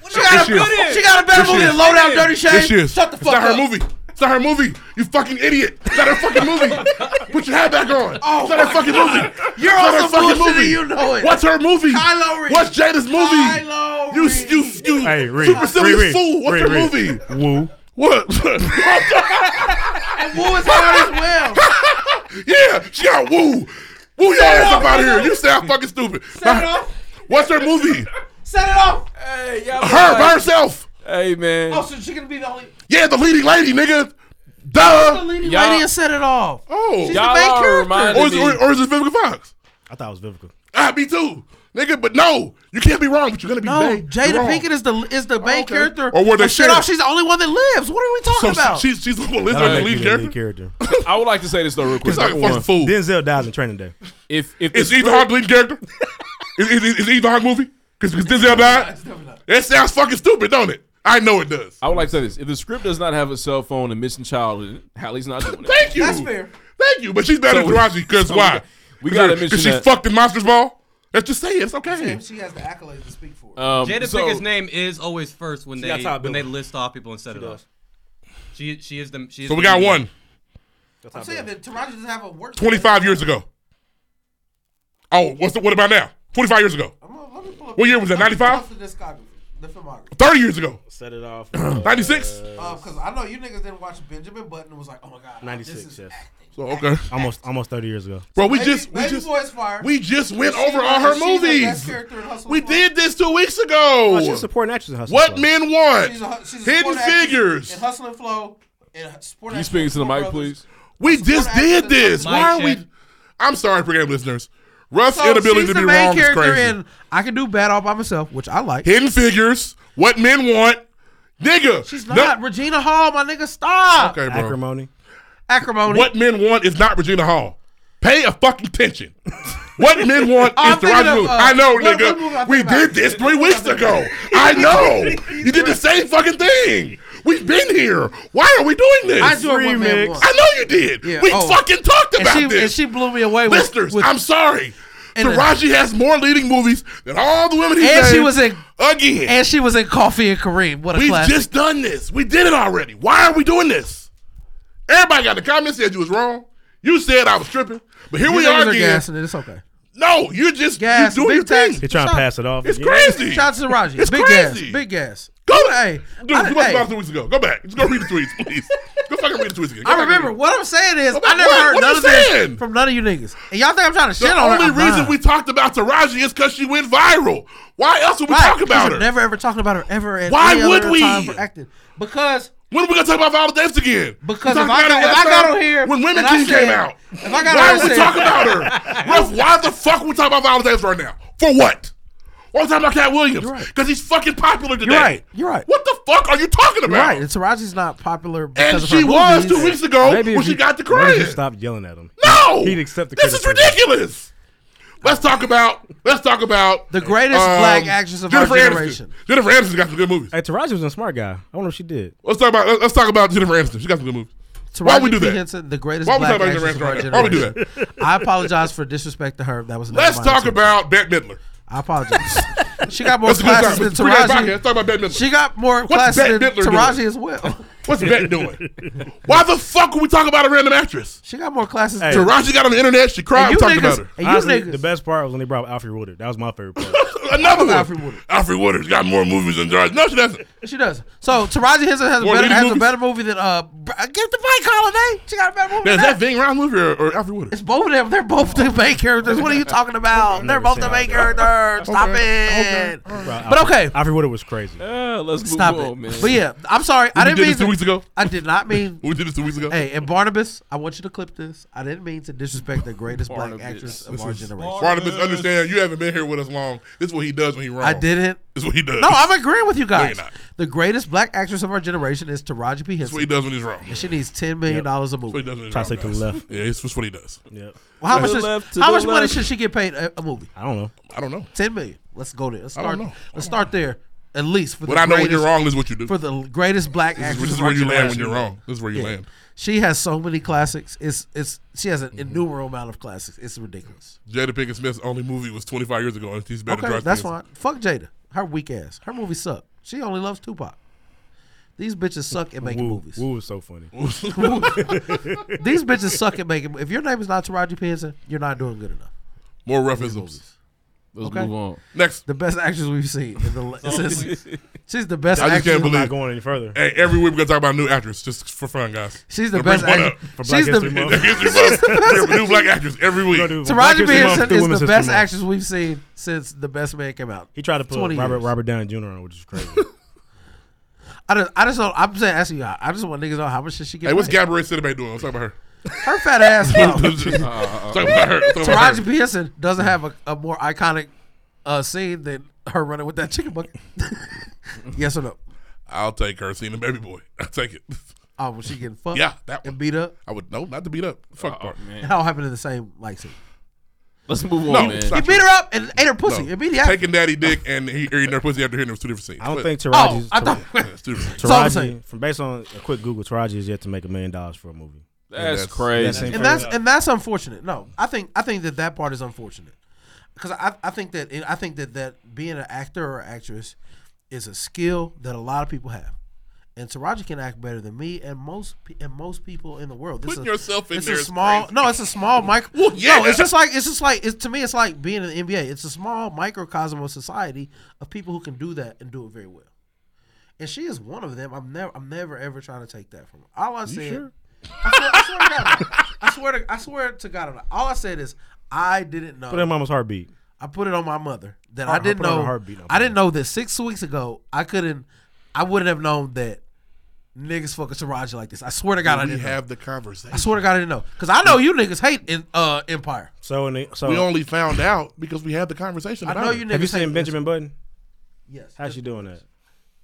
Speaker 3: She got,
Speaker 2: Yes,
Speaker 3: a,
Speaker 2: she is.
Speaker 3: she got a better
Speaker 2: This
Speaker 3: movie
Speaker 2: is-
Speaker 3: than Low Down Dirty Shame.
Speaker 2: This is.
Speaker 3: Shut the fuck
Speaker 2: it's not
Speaker 3: up.
Speaker 2: her movie. It's not her movie. You fucking idiot. It's not her fucking movie. Put your hat back on.
Speaker 3: Oh,
Speaker 2: it's not her
Speaker 3: my
Speaker 2: fucking
Speaker 3: God.
Speaker 2: movie.
Speaker 3: You're
Speaker 2: It's not
Speaker 3: on
Speaker 2: her
Speaker 3: some
Speaker 2: fucking
Speaker 3: bullshit
Speaker 2: movie.
Speaker 3: and you know it.
Speaker 2: What's her movie?
Speaker 3: Kylo Ren.
Speaker 2: What's Jada's movie?
Speaker 3: Kylo
Speaker 2: you,
Speaker 3: Ren.
Speaker 2: you, you,
Speaker 4: Hey, Reed.
Speaker 2: supercilious
Speaker 4: Reed, Reed.
Speaker 2: fool. What's
Speaker 4: Reed,
Speaker 2: her
Speaker 4: Reed.
Speaker 2: movie?
Speaker 4: Woo.
Speaker 2: What?
Speaker 3: And Wu is hot as well.
Speaker 2: Yeah, she got woo. Woo your ass up out of here. You sound fucking stupid.
Speaker 3: Set it off.
Speaker 2: What's her movie?
Speaker 3: Set it off.
Speaker 1: Hey, y'all
Speaker 2: Her by
Speaker 1: lying.
Speaker 2: herself.
Speaker 1: Hey man.
Speaker 3: Oh, so she's going to be the only.
Speaker 2: Yeah, the leading lady, nigga.
Speaker 3: The
Speaker 2: Duh.
Speaker 3: leading
Speaker 1: Y'all-
Speaker 3: lady and set it off.
Speaker 2: Uh, Oh.
Speaker 3: She's
Speaker 1: Y'all
Speaker 3: the main
Speaker 1: are
Speaker 3: character.
Speaker 1: reminding-
Speaker 2: Or is, or, or is it Vivica Fox?
Speaker 4: I thought it was Vivica.
Speaker 2: Ah, me too. Nigga, but no. You can't be wrong, but you're going to be
Speaker 3: No,
Speaker 2: vague.
Speaker 3: Jada
Speaker 2: You're wrong. Oh,
Speaker 3: Pinkett is the is the main
Speaker 2: okay.
Speaker 3: character.
Speaker 2: Or were they
Speaker 3: of Set It
Speaker 2: shared?
Speaker 3: Off. She's the only one that lives. What are we
Speaker 2: So
Speaker 3: talking
Speaker 2: she-
Speaker 3: about?
Speaker 2: she's, she's the one
Speaker 4: That'll
Speaker 2: listening
Speaker 4: make
Speaker 2: lead
Speaker 4: you the lead
Speaker 2: character.
Speaker 4: character.
Speaker 1: I would like to say this though, real quick.
Speaker 2: It's like a
Speaker 1: Number
Speaker 2: fucking
Speaker 1: one,
Speaker 2: fool.
Speaker 4: Denzel dies in Training Day.
Speaker 1: if if
Speaker 2: Is
Speaker 1: the
Speaker 2: Ethan Hawke the leading character? is, is, is Ethan Hawke movie? Because Denzel died? That sounds fucking stupid, don't it? I know it does.
Speaker 1: I would like to say this. If the script does not have a cell phone and missing child in it, Hallie's not doing it.
Speaker 2: Thank you.
Speaker 3: That's fair.
Speaker 2: Thank you. But she's better
Speaker 1: So
Speaker 2: than
Speaker 1: we-
Speaker 2: Taraji because
Speaker 1: so we
Speaker 2: why?
Speaker 1: got- we gotta mention
Speaker 2: Because she
Speaker 1: that.
Speaker 2: fucked in Monsters Ball. Let's just say it. It's okay.
Speaker 3: She has the accolades to speak for.
Speaker 4: Uh,
Speaker 1: Um,
Speaker 9: Jada
Speaker 1: so-
Speaker 9: Pickett's name is always first when
Speaker 4: got
Speaker 9: they
Speaker 4: top
Speaker 9: when they
Speaker 4: billing.
Speaker 9: list off people and set it off. She she is the she is
Speaker 2: So we
Speaker 9: the
Speaker 2: got
Speaker 9: leading-
Speaker 2: one.
Speaker 3: I'm saying that Taraji doesn't have a work.
Speaker 2: 25 years ago. Oh, what's the, what about now? 25 years ago. What year was that? 95?
Speaker 3: The discography, the filmography.
Speaker 2: 30 years ago.
Speaker 4: Set it off. uh,
Speaker 2: 96?
Speaker 3: Because I know you niggas didn't watch Benjamin Button and was like, oh my god,
Speaker 4: Ninety
Speaker 3: this
Speaker 4: six.
Speaker 3: is
Speaker 4: Yes.
Speaker 2: So okay.
Speaker 4: Almost almost thirty years ago.
Speaker 2: Bro, we
Speaker 3: Baby-
Speaker 2: just we
Speaker 3: Baby
Speaker 2: just
Speaker 3: Boy is fire.
Speaker 2: we just went
Speaker 3: She's
Speaker 2: over
Speaker 3: the-
Speaker 2: all her
Speaker 3: she's the best
Speaker 2: movies.
Speaker 3: character in Hustle
Speaker 2: We
Speaker 3: and Flow.
Speaker 2: did this two weeks ago.
Speaker 4: Oh, she's a supporting actress in Hustle
Speaker 2: What
Speaker 4: and Flow.
Speaker 2: men want?
Speaker 3: She's a- she's a
Speaker 2: Hidden
Speaker 3: supporting actress
Speaker 2: figures.
Speaker 3: in Hustle and Flow, and sport.
Speaker 1: Can you speak into the mic, please?
Speaker 2: We just did this. Why are we? I'm sorry, pregame listeners. Russ' inability to be wrong is crazy.
Speaker 3: I can do bad all by myself, which I like.
Speaker 2: Hidden figures. What men want, nigga.
Speaker 3: She's not Regina Hall, my nigga. Stop.
Speaker 2: Okay, bro.
Speaker 4: Acrimony.
Speaker 3: Acrimony.
Speaker 2: What men want is not Regina Hall. Pay a fucking attention. what men want
Speaker 3: Oh, I'm
Speaker 2: is the right
Speaker 3: thinking of,
Speaker 2: move.
Speaker 3: uh,
Speaker 2: I know,
Speaker 3: what- what movie
Speaker 2: nigga.
Speaker 3: I'm
Speaker 2: We
Speaker 3: thinking
Speaker 2: did this three weeks ago. I know. You did the same fucking thing. We've been here. Why are we doing this?
Speaker 3: I do it one man once.
Speaker 2: I know you did.
Speaker 3: Yeah,
Speaker 2: We
Speaker 3: oh.
Speaker 2: fucking talked
Speaker 3: And
Speaker 2: about
Speaker 3: she-
Speaker 2: this.
Speaker 3: and she blew me away with-
Speaker 2: Listeners,
Speaker 3: with-
Speaker 2: I'm sorry.
Speaker 3: And-
Speaker 2: Taraji has more leading movies than all the women he
Speaker 3: And she
Speaker 2: named
Speaker 3: was in
Speaker 2: again.
Speaker 3: And she was in Coffee and Kareem. What a
Speaker 2: We've
Speaker 3: classic.
Speaker 2: just done this. We did it already. Why are we doing this? Everybody got in the comments said you was wrong. You said I was tripping, but here
Speaker 3: You
Speaker 2: we
Speaker 3: niggas
Speaker 2: are again.
Speaker 3: gassing it. It's okay.
Speaker 2: No, you're just
Speaker 3: Gas,
Speaker 2: you doing
Speaker 3: big
Speaker 2: your thing.
Speaker 3: tax.
Speaker 4: They trying to pass it off.
Speaker 2: It's
Speaker 4: Yeah.
Speaker 2: crazy.
Speaker 3: Shout out to Taraji.
Speaker 2: It's
Speaker 3: big
Speaker 2: crazy.
Speaker 3: gas. Big gas.
Speaker 2: Go,
Speaker 3: hey,
Speaker 2: dude,
Speaker 3: I-
Speaker 2: you must
Speaker 3: hey.
Speaker 2: about two weeks ago. Go back. Just go read the tweets, please. go fucking read the tweets again. Go
Speaker 3: I
Speaker 2: back and
Speaker 3: remember
Speaker 2: read
Speaker 3: what I'm saying is
Speaker 2: What-
Speaker 3: I never
Speaker 2: what-
Speaker 3: heard
Speaker 2: what
Speaker 3: none
Speaker 2: you
Speaker 3: of this
Speaker 2: saying?
Speaker 3: from none of you niggas. And y'all think I'm trying to
Speaker 2: it. The
Speaker 3: shit on her.
Speaker 2: only
Speaker 3: I'm
Speaker 2: reason
Speaker 3: not.
Speaker 2: we talked about Taraji is because she went viral. Why else would we
Speaker 3: Right,
Speaker 2: talk
Speaker 3: 'cause
Speaker 2: about
Speaker 3: we're
Speaker 2: her?
Speaker 3: Never ever talking about her ever. At
Speaker 2: Why
Speaker 3: any other
Speaker 2: would we?
Speaker 3: Time for acting. Because
Speaker 2: when are we gonna talk about Viola Davis again?
Speaker 3: Because
Speaker 2: We
Speaker 3: if
Speaker 2: talked
Speaker 3: I
Speaker 2: about
Speaker 3: got,
Speaker 2: it
Speaker 3: if
Speaker 2: last
Speaker 3: I got
Speaker 2: time
Speaker 3: on here
Speaker 2: when Women
Speaker 3: and I
Speaker 2: King
Speaker 3: said-
Speaker 2: came out,
Speaker 3: if I got
Speaker 2: why
Speaker 3: on
Speaker 2: are
Speaker 3: here,
Speaker 2: we
Speaker 3: and said-
Speaker 2: talking about her? Ruff, why the fuck we talking about Viola Davis right now? For what? Why we talking about Cat Williams? Because he's fucking popular today.
Speaker 3: You're right. You're right.
Speaker 2: What the fuck are you talking
Speaker 3: You're
Speaker 2: about?
Speaker 3: right. And uh, Taraji's not popular. Because
Speaker 2: And
Speaker 3: of
Speaker 2: she
Speaker 3: her
Speaker 2: was
Speaker 3: movies.
Speaker 2: two weeks ago when
Speaker 4: if
Speaker 2: she
Speaker 4: you-
Speaker 2: got the
Speaker 4: maybe if
Speaker 2: credit.
Speaker 4: you stopped yelling at him.
Speaker 2: No,
Speaker 4: He'd accept the
Speaker 2: This is
Speaker 4: criticism.
Speaker 2: ridiculous. Let's talk about. Let's talk about um,
Speaker 3: The greatest black actress of our
Speaker 2: Jennifer
Speaker 3: generation.
Speaker 2: Aniston. Jennifer Aniston got some good movies.
Speaker 4: Hey, Taraji was a smart guy. I wonder if she did.
Speaker 2: Let's talk about. Let's talk about Jennifer Aniston. She got some good movies. Why
Speaker 3: Taraji
Speaker 2: we do
Speaker 3: P.
Speaker 2: that?
Speaker 3: Henson, the greatest
Speaker 2: Why we
Speaker 3: black
Speaker 2: talking about
Speaker 3: actress of
Speaker 2: Jennifer
Speaker 3: our
Speaker 2: Aniston
Speaker 3: generation.
Speaker 2: right now? Why we do
Speaker 3: I apologize for disrespect to her. That was not
Speaker 2: Let's
Speaker 3: my
Speaker 2: talk
Speaker 3: intention.
Speaker 2: about Bette Midler.
Speaker 3: I apologize. she got more
Speaker 2: That's a good
Speaker 3: classes
Speaker 2: time.
Speaker 3: than
Speaker 2: It's a free guy podcast.
Speaker 3: Taraji.
Speaker 2: Let's talk about Bette Midler.
Speaker 3: She got more
Speaker 2: What's
Speaker 3: classes than
Speaker 2: Bette Midler
Speaker 3: Taraji
Speaker 2: doing?
Speaker 3: as well.
Speaker 2: What's Bette doing? Why the fuck would we talk about a random actress?
Speaker 3: She got more classes.
Speaker 4: Hey.
Speaker 2: Taraji got on the internet. She cried.
Speaker 3: And
Speaker 2: We
Speaker 3: you
Speaker 2: talked
Speaker 3: niggas-
Speaker 2: about her.
Speaker 3: and you
Speaker 4: Honestly,
Speaker 3: niggas-
Speaker 4: the best part was when they brought out Alfred Woodard. That was my favorite part.
Speaker 2: Another one.
Speaker 3: Alfred
Speaker 2: Alfred
Speaker 3: Woodard.
Speaker 2: Woodard. got more movies than Taraji. No, she doesn't.
Speaker 3: She does. So Taraji Henson has a
Speaker 2: More
Speaker 3: better
Speaker 2: leading
Speaker 3: has a
Speaker 2: movies?
Speaker 3: better movie than uh. Br- Get the bike holiday. She got a better movie.
Speaker 2: Now,
Speaker 3: Than
Speaker 2: is that
Speaker 3: that.
Speaker 2: Ving Rhames movie or, or Alfred Woodard?
Speaker 3: It's both of them. They're both the main characters. What are you talking about? They're both the main characters. Stop it. But okay.
Speaker 4: Alfred Woodard was crazy.
Speaker 1: Yeah, Uh, let's move
Speaker 3: Stop
Speaker 1: on,
Speaker 3: it.
Speaker 1: man.
Speaker 3: But yeah, I'm sorry. I
Speaker 2: We
Speaker 3: didn't
Speaker 2: did
Speaker 3: mean
Speaker 2: this two
Speaker 3: to-
Speaker 2: weeks ago.
Speaker 3: I did not mean.
Speaker 2: We did this two weeks ago.
Speaker 3: Hey, and Barnabas, I want you to clip this. I didn't mean to disrespect the greatest black
Speaker 1: Barnabas.
Speaker 3: actress of
Speaker 2: This
Speaker 3: our
Speaker 2: is-
Speaker 3: generation.
Speaker 2: Barnabas, understand you haven't been here with us long. This is what he does when he wrong.
Speaker 3: I didn't.
Speaker 2: This is what he does.
Speaker 3: No, I'm agreeing with you
Speaker 2: you're
Speaker 3: guys.
Speaker 2: not.
Speaker 3: The greatest black actress of our generation is Taraji P. Henson.
Speaker 2: That's what he does when he's wrong.
Speaker 3: And she needs ten million dollars a
Speaker 2: That's what he
Speaker 3: movie.
Speaker 2: does when he's
Speaker 4: Try
Speaker 2: wrong.
Speaker 4: to say to
Speaker 2: guys.
Speaker 4: the left.
Speaker 2: Yeah, it's, it's what he does.
Speaker 4: Yeah.
Speaker 3: Well, how
Speaker 2: To
Speaker 3: much?
Speaker 2: the
Speaker 3: Does,
Speaker 2: left, to
Speaker 3: how
Speaker 2: the
Speaker 3: much money
Speaker 2: left.
Speaker 3: should she get paid a, a movie?
Speaker 4: I don't know.
Speaker 2: I don't know.
Speaker 3: Ten million. Let's go there. Let's
Speaker 2: I don't
Speaker 3: start.
Speaker 2: know.
Speaker 3: Let's start there. At least for
Speaker 2: What
Speaker 3: the
Speaker 2: I know when
Speaker 3: greatest-
Speaker 2: you're wrong is what you do.
Speaker 3: for the greatest black
Speaker 2: This is-
Speaker 3: actress.
Speaker 2: this is
Speaker 3: of our
Speaker 2: where you land when
Speaker 3: generation.
Speaker 2: you're wrong. This is where you land. Mm-hmm.
Speaker 3: She has so many classics. It's it's she has an innumerable amount of classics. It's ridiculous.
Speaker 2: Jada Pinkett Smith's only movie was 25 years ago, and he's better
Speaker 3: Okay,
Speaker 2: than Taraji
Speaker 3: that's
Speaker 2: P.
Speaker 3: fine. Fuck Jada. Her weak ass. Her movies suck. She only loves Tupac. These bitches suck at making
Speaker 4: Woo,
Speaker 3: movies.
Speaker 4: Woo was so funny.
Speaker 3: These bitches suck at making. If your name is not Taraji P. Henson, you're not doing good enough.
Speaker 2: More roughisms.
Speaker 1: Let's
Speaker 3: Okay.
Speaker 1: move on.
Speaker 2: Next.
Speaker 3: The best actress we've seen. In the, since, she's the best
Speaker 2: Oh. I just
Speaker 3: actress.
Speaker 2: can't believe.
Speaker 4: not going any further.
Speaker 2: Hey, every week we're gonna talk about a new actress just for fun, guys.
Speaker 3: She's
Speaker 2: Gonna
Speaker 3: the
Speaker 2: bring
Speaker 3: best
Speaker 2: one
Speaker 3: actress-
Speaker 2: up.
Speaker 3: For Black she's the- History Month.
Speaker 2: History
Speaker 3: She's
Speaker 2: Month.
Speaker 3: the best
Speaker 2: We have a new black actress every week.
Speaker 4: Gonna do For
Speaker 3: Taraji
Speaker 4: Black
Speaker 3: P.
Speaker 4: History Month,
Speaker 3: Henson
Speaker 4: through
Speaker 3: is
Speaker 4: Women's
Speaker 3: the
Speaker 4: History
Speaker 3: best
Speaker 4: Month.
Speaker 3: actress we've seen since the best man came out.
Speaker 4: He tried to put
Speaker 3: 20
Speaker 4: Robert
Speaker 3: years.
Speaker 4: Robert Downey Jr. on, which is crazy.
Speaker 3: I just, I just don't. I'm saying, asking you, I just want niggas to know how much shit she get.
Speaker 2: Hey, what's
Speaker 3: paid.
Speaker 2: Gabrielle Cinema doing? Let's talk about her.
Speaker 3: Her fat ass.
Speaker 1: Uh,
Speaker 3: though.
Speaker 2: Let's talk about her. Let's talk about her.
Speaker 3: Taraji P. Henson doesn't have a, a more iconic uh, scene than her running with that chicken bucket. yes or no?
Speaker 2: I'll take her seeing the baby boy. I'll take it.
Speaker 3: Oh, was she getting fucked?
Speaker 2: Yeah, that one.
Speaker 3: and beat up.
Speaker 2: I would no, not to beat up. Fuck
Speaker 1: Uh,
Speaker 2: part.
Speaker 3: It all happened in the same like scene.
Speaker 1: Let's move on,
Speaker 2: No,
Speaker 1: man.
Speaker 2: it's
Speaker 3: He
Speaker 2: not
Speaker 3: beat
Speaker 2: true.
Speaker 3: her up and ate her pussy
Speaker 2: No.
Speaker 3: immediately.
Speaker 2: Taking daddy dick and he, or eating her pussy after hitting her was two different scenes.
Speaker 4: I don't
Speaker 2: But-
Speaker 4: think
Speaker 3: Oh,
Speaker 4: Taraji's.
Speaker 3: I thought.
Speaker 2: Yeah, it's two different scenes.
Speaker 3: all I'm saying.
Speaker 4: Taraji, from based on a quick Google, Taraji is yet to make a million dollars for a movie.
Speaker 1: That's,
Speaker 2: That's-
Speaker 1: crazy.
Speaker 4: that's-
Speaker 3: and that's and that's unfortunate. No, I think I think that that part is unfortunate because I, I think that I think that that being an actor or actress is a skill that a lot of people have. And Taraji can act better than me and most pe- and most people in the world. This
Speaker 2: Putting
Speaker 3: is-
Speaker 2: yourself in
Speaker 3: it's
Speaker 2: there
Speaker 3: a
Speaker 2: is
Speaker 3: small.
Speaker 2: crazy.
Speaker 3: No, it's a small micro.
Speaker 2: Well, yeah.
Speaker 3: No, it's just like it's just like it's, to me. It's like being in the NBA. It's a small microcosm of society of people who can do that and do it very well. And she is one of them. I'm never I'm never ever trying to take that from her. All I
Speaker 13: You
Speaker 3: said.
Speaker 13: sure?
Speaker 3: I swear, I swear to God. I swear to I swear to God. I'm not- All I said is I didn't know.
Speaker 4: Put in mama's heartbeat.
Speaker 3: I put it on my mother that
Speaker 4: Heart-
Speaker 3: I didn't
Speaker 4: put it on
Speaker 3: know.
Speaker 4: her heartbeat, no
Speaker 3: I didn't know that six weeks ago I couldn't. I wouldn't have known that niggas fuck with Taraji like this. I swear to God, I
Speaker 2: We
Speaker 3: didn't
Speaker 2: have
Speaker 3: know.
Speaker 2: the conversation.
Speaker 3: I swear to God, I didn't know because I know you niggas hate in, uh, Empire.
Speaker 4: So, in the, so
Speaker 3: Oh.
Speaker 2: we only found out because we had the conversation.
Speaker 3: I
Speaker 2: about
Speaker 3: know
Speaker 2: it.
Speaker 3: you
Speaker 4: Have you seen Benjamin Button?
Speaker 3: Yes.
Speaker 4: How's she doing that?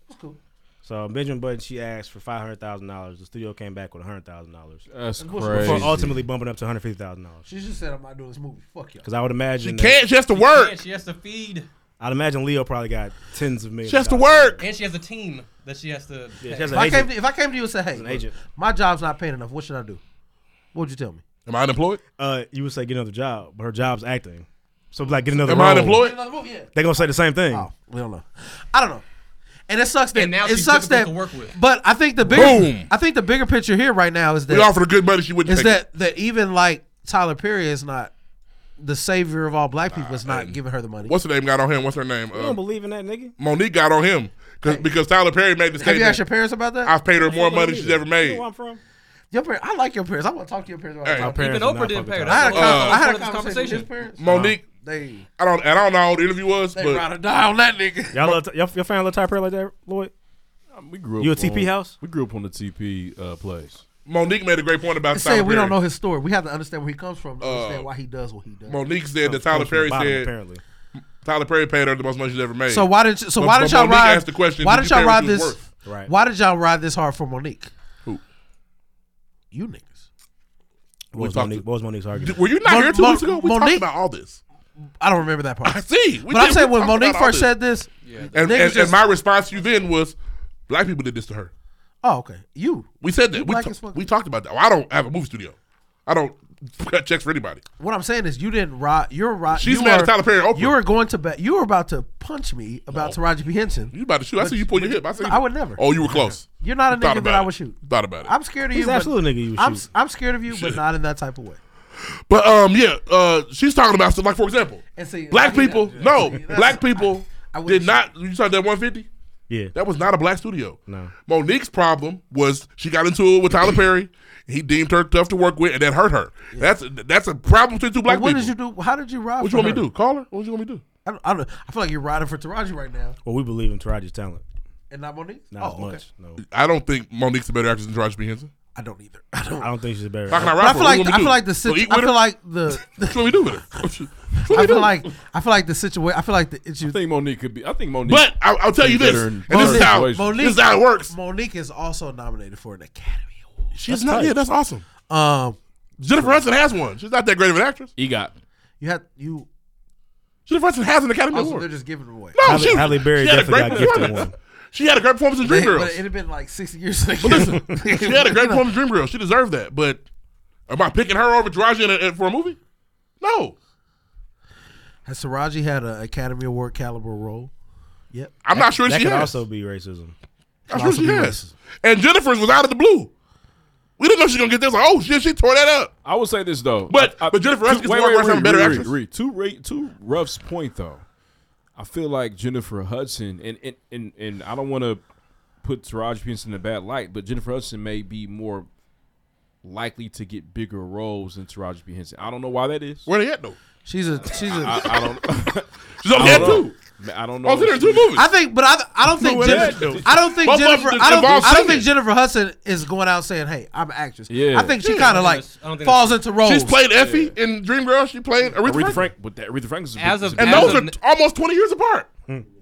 Speaker 3: It's cool.
Speaker 4: So Benjamin Button, she asked for five hundred thousand dollars. The studio came back with hundred thousand dollars.
Speaker 1: That's
Speaker 4: Before
Speaker 1: crazy.
Speaker 4: ultimately bumping up to one hundred fifty thousand dollars.
Speaker 3: She just said I'm not doing this movie. Fuck y'all.
Speaker 4: Because I would imagine
Speaker 2: She can't, she has to She
Speaker 9: work. can't, she has to feed.
Speaker 4: I'd imagine Leo probably got tens of millions.
Speaker 3: She has to
Speaker 4: of dollars.
Speaker 3: work.
Speaker 9: And she has a team that she has to.
Speaker 4: Yeah, she
Speaker 3: If
Speaker 4: has an
Speaker 3: I, came
Speaker 4: agent.
Speaker 3: to, if I came to you and said, "Hey,
Speaker 4: an
Speaker 3: look,
Speaker 4: agent.
Speaker 3: my job's not paying enough. What should I do?" What would you tell me?
Speaker 2: Am I unemployed?
Speaker 4: Uh, you would say get another job, but her job's acting. So like get another.
Speaker 3: Am
Speaker 4: role.
Speaker 3: I unemployed? Get another role, yeah.
Speaker 4: They gonna say the same thing.
Speaker 3: we don't know. I don't know. And it sucks that
Speaker 9: And now
Speaker 3: it
Speaker 9: she's
Speaker 3: sucks that.
Speaker 9: difficult to work with.
Speaker 3: But I think the bigger
Speaker 2: Boom.
Speaker 3: I think the bigger picture here right now is that
Speaker 2: We offered her good money, she wouldn't
Speaker 3: Is
Speaker 2: take
Speaker 3: that that even like Tyler Perry is not the savior of all black people? Is not giving her the money.
Speaker 2: What's her name got on him? What's her name?
Speaker 4: You
Speaker 2: Uh,
Speaker 4: don't believe in that nigga?
Speaker 2: Monique got on him 'Cause- because Tyler Perry made the
Speaker 3: Have
Speaker 2: statement.
Speaker 3: you asked your parents about that?
Speaker 2: I've paid her more money than she's ever
Speaker 4: You know
Speaker 2: made.
Speaker 4: where I'm from?
Speaker 3: Your parents, I like your parents. I want to talk to your parents about
Speaker 2: Hey.
Speaker 3: that.
Speaker 2: My
Speaker 9: parents Even are Oprah not didn't fucking pay her.
Speaker 3: I had a,
Speaker 9: That's
Speaker 3: con-
Speaker 9: why-
Speaker 3: I had a
Speaker 9: that's why
Speaker 3: conversation
Speaker 9: this
Speaker 3: with his
Speaker 9: conversation-
Speaker 3: parents.
Speaker 2: Monique.
Speaker 3: They-
Speaker 2: I don't. I don't know how old the interview was,
Speaker 3: They
Speaker 2: but
Speaker 3: ride or die on that nigga.
Speaker 4: Y'all love, y'all, y'all fan love Tyler Perry like that, Lloyd?
Speaker 1: We grew up
Speaker 4: You a TP
Speaker 1: on-
Speaker 4: house?
Speaker 1: We grew up on the TP uh, place.
Speaker 2: Monique made a great point about
Speaker 3: They
Speaker 2: Tyler
Speaker 3: say we
Speaker 2: Perry.
Speaker 3: don't know his story. We have to understand where he comes from to
Speaker 2: Uh,
Speaker 3: understand why he does what he does.
Speaker 2: Monique said that
Speaker 4: Comes from
Speaker 2: Tyler
Speaker 4: the
Speaker 2: Perry
Speaker 4: Oh, bottom,
Speaker 2: said
Speaker 4: apparently.
Speaker 2: Tyler Perry paid her the most money she's ever made.
Speaker 3: So why did you, so
Speaker 2: But-
Speaker 3: why did
Speaker 2: but
Speaker 3: y'all
Speaker 2: Monique
Speaker 3: ride?
Speaker 2: asked the question?
Speaker 3: why
Speaker 2: you
Speaker 3: did
Speaker 2: pay
Speaker 3: y'all
Speaker 2: her what
Speaker 3: ride
Speaker 2: she was
Speaker 3: this?
Speaker 2: worth?
Speaker 4: Right.
Speaker 3: Why did y'all ride this hard for Monique?
Speaker 2: Who?
Speaker 3: You niggas.
Speaker 4: What was,
Speaker 2: talked
Speaker 4: Monique, what was Monique's argument?
Speaker 2: Were you not
Speaker 3: Mon-
Speaker 2: here two
Speaker 3: Mon-
Speaker 2: weeks ago? We
Speaker 3: Monique-
Speaker 2: talked about all this.
Speaker 3: I don't remember that part.
Speaker 2: I see. We
Speaker 3: but I'm
Speaker 2: did.
Speaker 3: saying
Speaker 2: We
Speaker 3: when
Speaker 2: talked
Speaker 3: Monique
Speaker 2: about all
Speaker 3: first said this,
Speaker 2: and,
Speaker 3: niggas
Speaker 2: and, and
Speaker 3: just-
Speaker 2: my response to you then was, black people did this to her.
Speaker 3: oh okay, you.
Speaker 2: We said that.
Speaker 3: You
Speaker 2: We,
Speaker 3: black
Speaker 2: ta-
Speaker 3: as fuck.
Speaker 2: we talked about that. Well, I don't have a movie studio. I don't cut checks for anybody.
Speaker 3: What I'm saying is you didn't ride. You're ride.
Speaker 2: She's
Speaker 3: you
Speaker 2: mad at
Speaker 3: were-
Speaker 2: Tyler Perry and Oprah.
Speaker 3: You were going to bet. You were about to punch me about Taraji P Henson.
Speaker 2: You about to shoot. I
Speaker 3: But-
Speaker 2: see you pull your
Speaker 3: but
Speaker 2: hip. I see.
Speaker 3: no, I would never.
Speaker 2: Oh, you were close.
Speaker 3: You're not a
Speaker 2: You thought
Speaker 3: nigga that
Speaker 2: about
Speaker 3: I
Speaker 2: it.
Speaker 3: would shoot.
Speaker 2: Thought about it.
Speaker 3: I'm scared of
Speaker 4: He's
Speaker 3: you. but
Speaker 4: absolutely a nigga you would
Speaker 3: I'm
Speaker 4: shoot.
Speaker 3: I'm scared of you, but not in that type of way.
Speaker 2: But um, yeah, uh, she's talking about stuff like, for example,
Speaker 3: And see,
Speaker 2: black
Speaker 3: I mean,
Speaker 2: people.
Speaker 3: that-
Speaker 2: no,
Speaker 3: see, that's-
Speaker 2: black people
Speaker 3: I wouldn't
Speaker 2: did
Speaker 3: shoot.
Speaker 2: not. You saw that 150.
Speaker 4: Yeah.
Speaker 2: That was not a black studio.
Speaker 4: No.
Speaker 2: Monique's problem was she got into it with Tyler Perry. He deemed her tough to work with, and that hurt her. That's that's a problem between two black
Speaker 3: But what
Speaker 2: people.
Speaker 3: did you do? How did you ride?
Speaker 2: What
Speaker 3: for
Speaker 2: you want me to
Speaker 3: her?
Speaker 2: do? Call her? What you want me to do?
Speaker 3: I don't, I don't. I feel like you're riding for Taraji right now,
Speaker 4: Well, we believe in Taraji's talent.
Speaker 3: and not Monique.
Speaker 4: Not as
Speaker 3: oh, okay.
Speaker 4: much. No.
Speaker 2: I don't think Monique's a better actress than Taraji P. Henson.
Speaker 3: I don't either.
Speaker 4: I don't, think she's a better.
Speaker 2: How can I
Speaker 3: But I
Speaker 2: ride for
Speaker 3: feel
Speaker 2: her? What
Speaker 3: like
Speaker 2: you want me
Speaker 3: I
Speaker 2: to do?
Speaker 3: feel like
Speaker 2: Go
Speaker 3: the situ-
Speaker 2: eat
Speaker 3: I
Speaker 2: with
Speaker 3: feel
Speaker 2: her?
Speaker 3: like the
Speaker 2: What you want me to do with her? What you- what you
Speaker 3: I
Speaker 2: want me to
Speaker 3: feel
Speaker 2: do?
Speaker 3: like I feel like the situation. I feel like the issue.
Speaker 1: I think Monique could be. I think Monique.
Speaker 2: But I, I'll tell you
Speaker 1: Better
Speaker 2: this,
Speaker 1: in
Speaker 2: and this is
Speaker 1: certain
Speaker 2: how
Speaker 1: situations.
Speaker 2: this is how it works.
Speaker 3: Monique is also nominated for an Academy Award.
Speaker 2: She's
Speaker 3: That's
Speaker 2: not.
Speaker 3: tight.
Speaker 2: Yeah, that's awesome.
Speaker 3: Um,
Speaker 2: Jennifer Hudson has one. She's not that great of an actress.
Speaker 1: EGOT.
Speaker 3: you had you.
Speaker 2: Jennifer Hudson has an Academy
Speaker 3: Also,
Speaker 2: Award.
Speaker 3: they're just giving it away.
Speaker 2: No,
Speaker 4: Halle-
Speaker 2: she,
Speaker 4: Halle Berry
Speaker 2: she had a
Speaker 4: definitely
Speaker 2: great
Speaker 4: got gifted
Speaker 2: performance.
Speaker 4: one.
Speaker 2: She had a great performance in
Speaker 3: They-
Speaker 2: Dreamgirls.
Speaker 3: But it had been like six years. Ago.
Speaker 2: But listen, she had a great performance in Dreamgirls. She deserved that. But am I picking her over Taraji in a, in- for a movie? No.
Speaker 3: Has Taraji had an Academy Award caliber role? Yep.
Speaker 2: I'm not sure
Speaker 4: that
Speaker 2: she
Speaker 4: could
Speaker 2: has.
Speaker 4: also be racism.
Speaker 2: I'm sure
Speaker 4: also
Speaker 2: she
Speaker 4: be
Speaker 2: has. And Jennifer's was out of the blue. We didn't know she was going to get this. Like, oh, shit, she tore that up.
Speaker 1: I would say this though,
Speaker 2: But-
Speaker 1: I, I-
Speaker 2: but Jennifer
Speaker 1: two-
Speaker 2: Hudson is
Speaker 1: wait,
Speaker 2: more
Speaker 1: wait,
Speaker 2: worth having
Speaker 1: wait,
Speaker 2: better
Speaker 1: wait,
Speaker 2: actress.
Speaker 1: wait, To Ray, to Ruff's point though, I feel like Jennifer Hudson, and and and, and I don't want to put Taraji P. Henson in a bad light, but Jennifer Hudson may be more likely to get bigger roles than Taraji P. Henson. I don't know why that is.
Speaker 2: Where they at, though?
Speaker 3: She's a she's a.
Speaker 1: I, I don't.
Speaker 2: She's
Speaker 1: I don't
Speaker 2: on the head,
Speaker 1: know.
Speaker 2: too.
Speaker 1: Ma- I don't know.
Speaker 2: Oh, so
Speaker 1: if
Speaker 2: there are
Speaker 1: she-
Speaker 2: two movies.
Speaker 3: I think, but I, I don't think
Speaker 2: No, it
Speaker 3: Jennifer,
Speaker 2: isn't.
Speaker 3: I don't think
Speaker 2: Both of them
Speaker 3: Jennifer, I don't,
Speaker 2: involve
Speaker 3: I don't think
Speaker 2: singing.
Speaker 3: Jennifer Hudson is going out saying, "Hey, I'm an actress."
Speaker 1: Yeah.
Speaker 3: I think she
Speaker 2: Yeah.
Speaker 3: kind of
Speaker 9: I
Speaker 3: like
Speaker 9: don't think that's-
Speaker 3: falls into roles.
Speaker 2: She's played Effie in Dreamgirls. She played Aretha,
Speaker 1: Aretha
Speaker 2: Franklin.
Speaker 1: Frank, but that Aretha Franklin is a big-
Speaker 9: As
Speaker 1: is
Speaker 9: of
Speaker 1: a
Speaker 2: And
Speaker 1: big-
Speaker 9: now-
Speaker 2: those
Speaker 9: As
Speaker 2: are
Speaker 9: of-
Speaker 2: t- almost 20 years apart.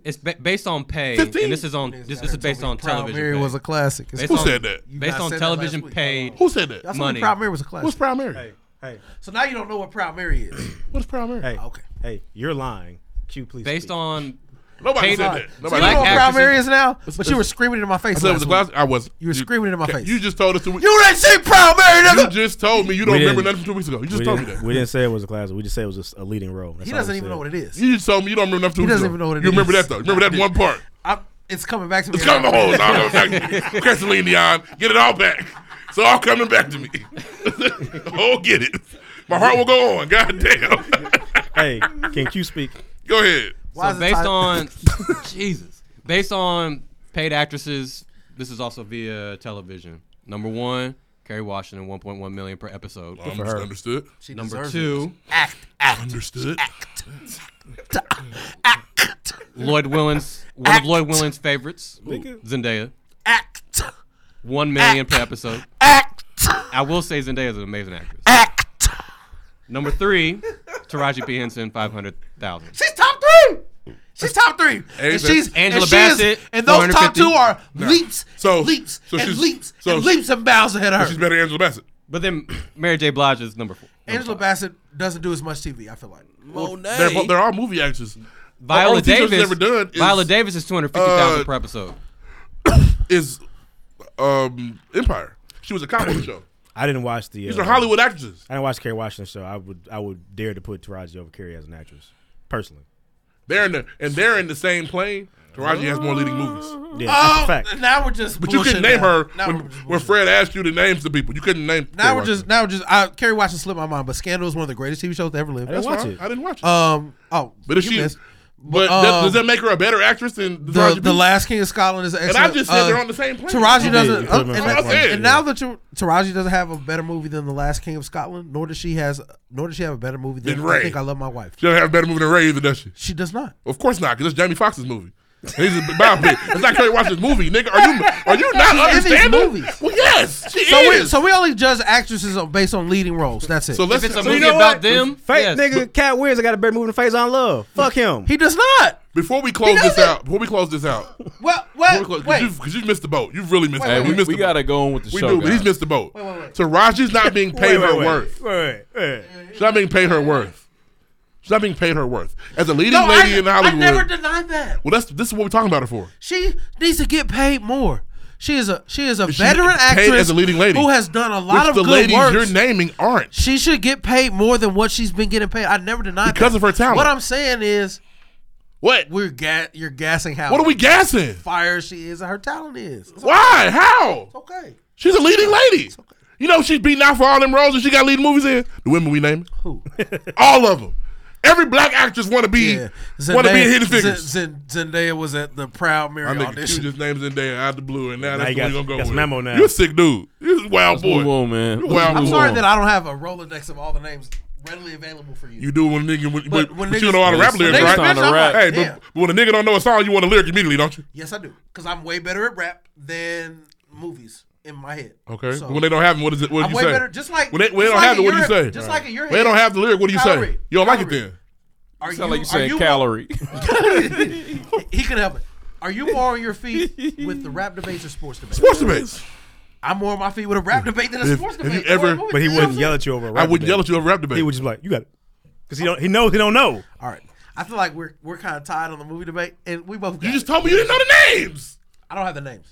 Speaker 9: It's ba- based on pay,
Speaker 2: 15.
Speaker 9: and this is on this, this is based on
Speaker 3: Proud
Speaker 9: television.
Speaker 3: Mary
Speaker 9: pay.
Speaker 3: was a classic. It's
Speaker 9: Based
Speaker 2: Who
Speaker 9: on-
Speaker 2: said that?
Speaker 3: You
Speaker 9: Based
Speaker 3: guys
Speaker 9: on
Speaker 3: said that
Speaker 9: television
Speaker 3: last week.
Speaker 9: paid.
Speaker 2: Who said that?
Speaker 3: That's
Speaker 9: Money.
Speaker 3: when Proud Mary was a classic.
Speaker 2: What's Proud Mary?
Speaker 4: Hey,
Speaker 3: So now you don't know what Proud Mary is.
Speaker 2: What's Proud Mary?
Speaker 4: hey,
Speaker 3: Okay.
Speaker 4: hey, you're lying. Q, please.
Speaker 9: Based on
Speaker 2: Nobody
Speaker 9: paid-
Speaker 2: said that.
Speaker 3: So you
Speaker 2: Nobody
Speaker 3: know
Speaker 9: Black
Speaker 3: what
Speaker 2: said
Speaker 3: Proud
Speaker 2: that.
Speaker 9: actors
Speaker 3: Mary
Speaker 9: and-
Speaker 3: is now? But you were screaming in my
Speaker 2: I
Speaker 3: face.
Speaker 2: said it was a classic.
Speaker 3: last week.
Speaker 2: I was.
Speaker 3: You were screaming in my
Speaker 2: okay,
Speaker 3: face.
Speaker 2: You just told us. two weeks-
Speaker 3: You didn't see Proud Mary,
Speaker 2: You
Speaker 3: nigga.
Speaker 2: just told me you don't
Speaker 4: We
Speaker 2: remember
Speaker 4: didn't-
Speaker 2: nothing from two weeks ago. You
Speaker 4: we
Speaker 2: just told me
Speaker 4: didn't-
Speaker 2: that.
Speaker 4: We didn't say it was a classic. We just said it was just a leading role. That's
Speaker 3: He
Speaker 4: all
Speaker 3: doesn't
Speaker 4: we
Speaker 3: even
Speaker 4: said.
Speaker 3: know what it is.
Speaker 2: You just told me you don't remember nothing from two
Speaker 3: He
Speaker 2: weeks ago.
Speaker 3: doesn't even know what it
Speaker 2: You remember
Speaker 3: is.
Speaker 2: that though. You remember that one part.
Speaker 3: I'm- it's coming back to me.
Speaker 2: It's coming home. It's all coming back to me. Crescentine Neon, get it all back. It's all coming back to me. oh, get it. My heart will go on. God damn.
Speaker 4: hey, can Q speak?
Speaker 2: Go ahead.
Speaker 13: so based on Jesus, based on paid actresses, this is also via television. Number one, Kerry Washington, 1.1 million per episode.
Speaker 2: Good for her. Understood. She
Speaker 13: Number
Speaker 2: deserves
Speaker 13: two,
Speaker 2: it. Act, act, Understood.
Speaker 13: Act, act. Lloyd Willens, one
Speaker 2: Act.
Speaker 13: of Lloyd Willens' favorites,
Speaker 2: Nigga.
Speaker 13: Zendaya. Act. One million per episode. Act. I will say Zendaya is an amazing actress. Act. Number three, Taraji P Henson, five hundred thousand.
Speaker 3: She's top three. She's top three.
Speaker 13: Hey,
Speaker 3: and she's
Speaker 13: Angela
Speaker 3: and she is-
Speaker 13: Bassett,
Speaker 3: and those top
Speaker 13: 450.
Speaker 3: two are
Speaker 13: No.
Speaker 3: leaps, so, leaps,
Speaker 13: so
Speaker 3: and
Speaker 13: she's-
Speaker 3: leaps,
Speaker 13: so
Speaker 3: and
Speaker 13: she-
Speaker 3: leaps and bounds ahead of her.
Speaker 13: She's
Speaker 2: better than Angela Bassett.
Speaker 13: But then Mary J. Blige is number four.
Speaker 3: Angela Bassett doesn't do as much TV. I feel like
Speaker 13: Monet.
Speaker 2: They're, bo- they're all movie actors.
Speaker 13: Viola
Speaker 2: All the TV shows
Speaker 13: Davis.
Speaker 2: she's ever done is,
Speaker 13: Viola Davis is two hundred fifty thousand
Speaker 2: uh,
Speaker 13: per episode.
Speaker 2: is um, Empire. She was a cop on the show.
Speaker 4: I didn't watch the. uh,
Speaker 2: These are Hollywood actresses.
Speaker 4: I didn't watch Kerry Washington, so I would I would dare to put Taraji over Kerry as an actress, personally.
Speaker 2: They're in the and they're in the same plane. Taraji has more leading movies.
Speaker 4: Yeah,
Speaker 2: Oh,
Speaker 4: that's a fact.
Speaker 3: Oh, now we're just.
Speaker 2: But you couldn't
Speaker 3: bullshitting
Speaker 2: name
Speaker 3: now.
Speaker 2: her when, when Fred asked you the names of people. You couldn't name.
Speaker 3: Now we're just now we're just I Carrie Washington slipped my mind, but Scandal is one of the greatest TV shows to ever live.
Speaker 2: I didn't That's watch fine. it. I didn't watch it.
Speaker 3: Um oh
Speaker 2: But if
Speaker 3: you
Speaker 2: she,
Speaker 3: missed.
Speaker 2: but
Speaker 3: But,
Speaker 2: that-
Speaker 3: um,
Speaker 2: does that make her a better actress than
Speaker 3: the,
Speaker 2: Taraji
Speaker 3: the
Speaker 2: P?
Speaker 3: Last King of Scotland is an
Speaker 2: And
Speaker 3: excellent.
Speaker 2: I just said
Speaker 3: uh,
Speaker 2: they're on the same plane.
Speaker 3: Taraji
Speaker 2: You did.
Speaker 3: doesn't. uh,
Speaker 2: You put them in
Speaker 3: and,
Speaker 2: the same plane.
Speaker 3: and now that you Taraji doesn't have a better movie than The Last King of Scotland, nor does she has nor does she have a better movie than
Speaker 2: Than Ray.
Speaker 3: I Think I Love My Wife.
Speaker 2: She don't have a better movie than Ray either, does she?
Speaker 3: She does not.
Speaker 2: Of course not, because it's Jamie Foxx's movie. He's a biopic. It's not Kerry Washington's movie, nigga. Are you are you not
Speaker 3: She's in these
Speaker 2: understanding?
Speaker 3: movies.
Speaker 2: Well, yes, she
Speaker 3: so We,
Speaker 2: is.
Speaker 3: so we only judge actresses on- based on leading roles. That's it.
Speaker 2: So let's- If it's a so you movie know
Speaker 13: about what? them,
Speaker 4: Fake
Speaker 13: yes.
Speaker 4: nigga, Cat Williams got a better movie than Phase on Love. Fuck him.
Speaker 3: He does not.
Speaker 2: Before we close this out, before we close this out,
Speaker 3: well,
Speaker 2: because you've, 'cause you've missed the boat. You've really missed.
Speaker 1: Wait,
Speaker 2: the boat.
Speaker 1: wait,
Speaker 2: we missed.
Speaker 1: we
Speaker 2: the
Speaker 1: gotta
Speaker 2: boat.
Speaker 1: go on with the
Speaker 2: we
Speaker 1: show,
Speaker 2: do, but he's
Speaker 1: guys.
Speaker 2: missed the boat. Taraji's not being paid her worth.
Speaker 4: Wait, wait,
Speaker 2: She's not being paid her worth. She's not being paid her worth as a leading
Speaker 3: No,
Speaker 2: lady
Speaker 3: I,
Speaker 2: in Hollywood.
Speaker 3: I never denied that.
Speaker 2: well, that's this is what we're talking about her for.
Speaker 3: She needs to get paid more. She is a she is a
Speaker 2: She
Speaker 3: veteran
Speaker 2: paid
Speaker 3: actress
Speaker 2: as a leading lady,
Speaker 3: who has done a lot
Speaker 2: which
Speaker 3: of
Speaker 2: the
Speaker 3: good
Speaker 2: ladies
Speaker 3: works.
Speaker 2: you're naming aren't.
Speaker 3: She should get paid more than what she's been getting paid. I never denied
Speaker 2: Because
Speaker 3: that.
Speaker 2: of her talent.
Speaker 3: What I'm saying is,
Speaker 2: what
Speaker 3: we're ga- you're gassing how?
Speaker 2: What are we gassing?
Speaker 3: Fire she is and her talent is. It's
Speaker 2: Why?
Speaker 3: okay.
Speaker 2: How?
Speaker 3: It's okay.
Speaker 2: She's a leading lady. You know she's beaten out for all them roles, and she got leading movies in the women we name.
Speaker 3: Who?
Speaker 2: all of them. Every black actress want to be want to be in Hidden Figures.
Speaker 3: Zen- Zendaya was at the Proud Mary
Speaker 2: My nigga, you
Speaker 3: audition.
Speaker 2: just named Zendaya out the blue, and now,
Speaker 3: Now
Speaker 2: that's what
Speaker 3: you got-
Speaker 2: we gonna go
Speaker 3: got
Speaker 2: with.
Speaker 3: memo now.
Speaker 2: You a sick dude. You a wild
Speaker 1: Let's
Speaker 2: boy.
Speaker 1: move on, man.
Speaker 2: You a wild
Speaker 3: I'm
Speaker 2: boy.
Speaker 3: sorry that I don't have a Rolodex of all the names readily available for you.
Speaker 2: You do when a nigga, when, but,
Speaker 3: But
Speaker 2: but,
Speaker 3: when
Speaker 2: you
Speaker 3: niggas-
Speaker 2: know how to rap
Speaker 3: when
Speaker 2: lyrics,
Speaker 3: niggas
Speaker 2: right?
Speaker 3: trying to rap,
Speaker 2: Hey,
Speaker 3: yeah.
Speaker 2: but, but when a nigga don't know a song, you want a lyric immediately, don't you?
Speaker 3: Yes, I do, because I'm way better at rap than movies in my head.
Speaker 2: Okay.
Speaker 3: So-
Speaker 2: But when they don't have it, what is it? What do
Speaker 3: I'm
Speaker 2: you
Speaker 3: way
Speaker 2: say?
Speaker 3: better- just like-
Speaker 2: when they, when they
Speaker 3: just
Speaker 2: don't
Speaker 3: like
Speaker 2: have it,
Speaker 3: in
Speaker 2: what do you
Speaker 3: your-
Speaker 2: say?
Speaker 3: just like in your
Speaker 2: When they
Speaker 3: head,
Speaker 2: don't have the lyric, what do you say?
Speaker 3: calorie,
Speaker 2: You don't like it then?
Speaker 3: Are
Speaker 1: Sound like you
Speaker 3: are
Speaker 1: saying calorie.
Speaker 3: he could help it. Are you more on your feet with the rap debates or sports debates?
Speaker 2: Sports debates.
Speaker 3: I'm more on my feet with a rap debate than a
Speaker 2: If-
Speaker 3: sports
Speaker 2: if
Speaker 3: debate.
Speaker 2: you ever-
Speaker 3: Or a movie.
Speaker 4: But he
Speaker 3: You know what I'm
Speaker 4: wouldn't
Speaker 3: saying?
Speaker 4: yell at you over. A
Speaker 2: I
Speaker 4: rap
Speaker 2: wouldn't
Speaker 4: debate.
Speaker 2: yell at you over a rap debate.
Speaker 4: He would just be like, "You got it," because he don't. He knows he don't know.
Speaker 3: All right. I feel like we're we're kind of tied on the movie debate, and we both.
Speaker 2: You just told me you didn't know the names.
Speaker 3: I don't have the names,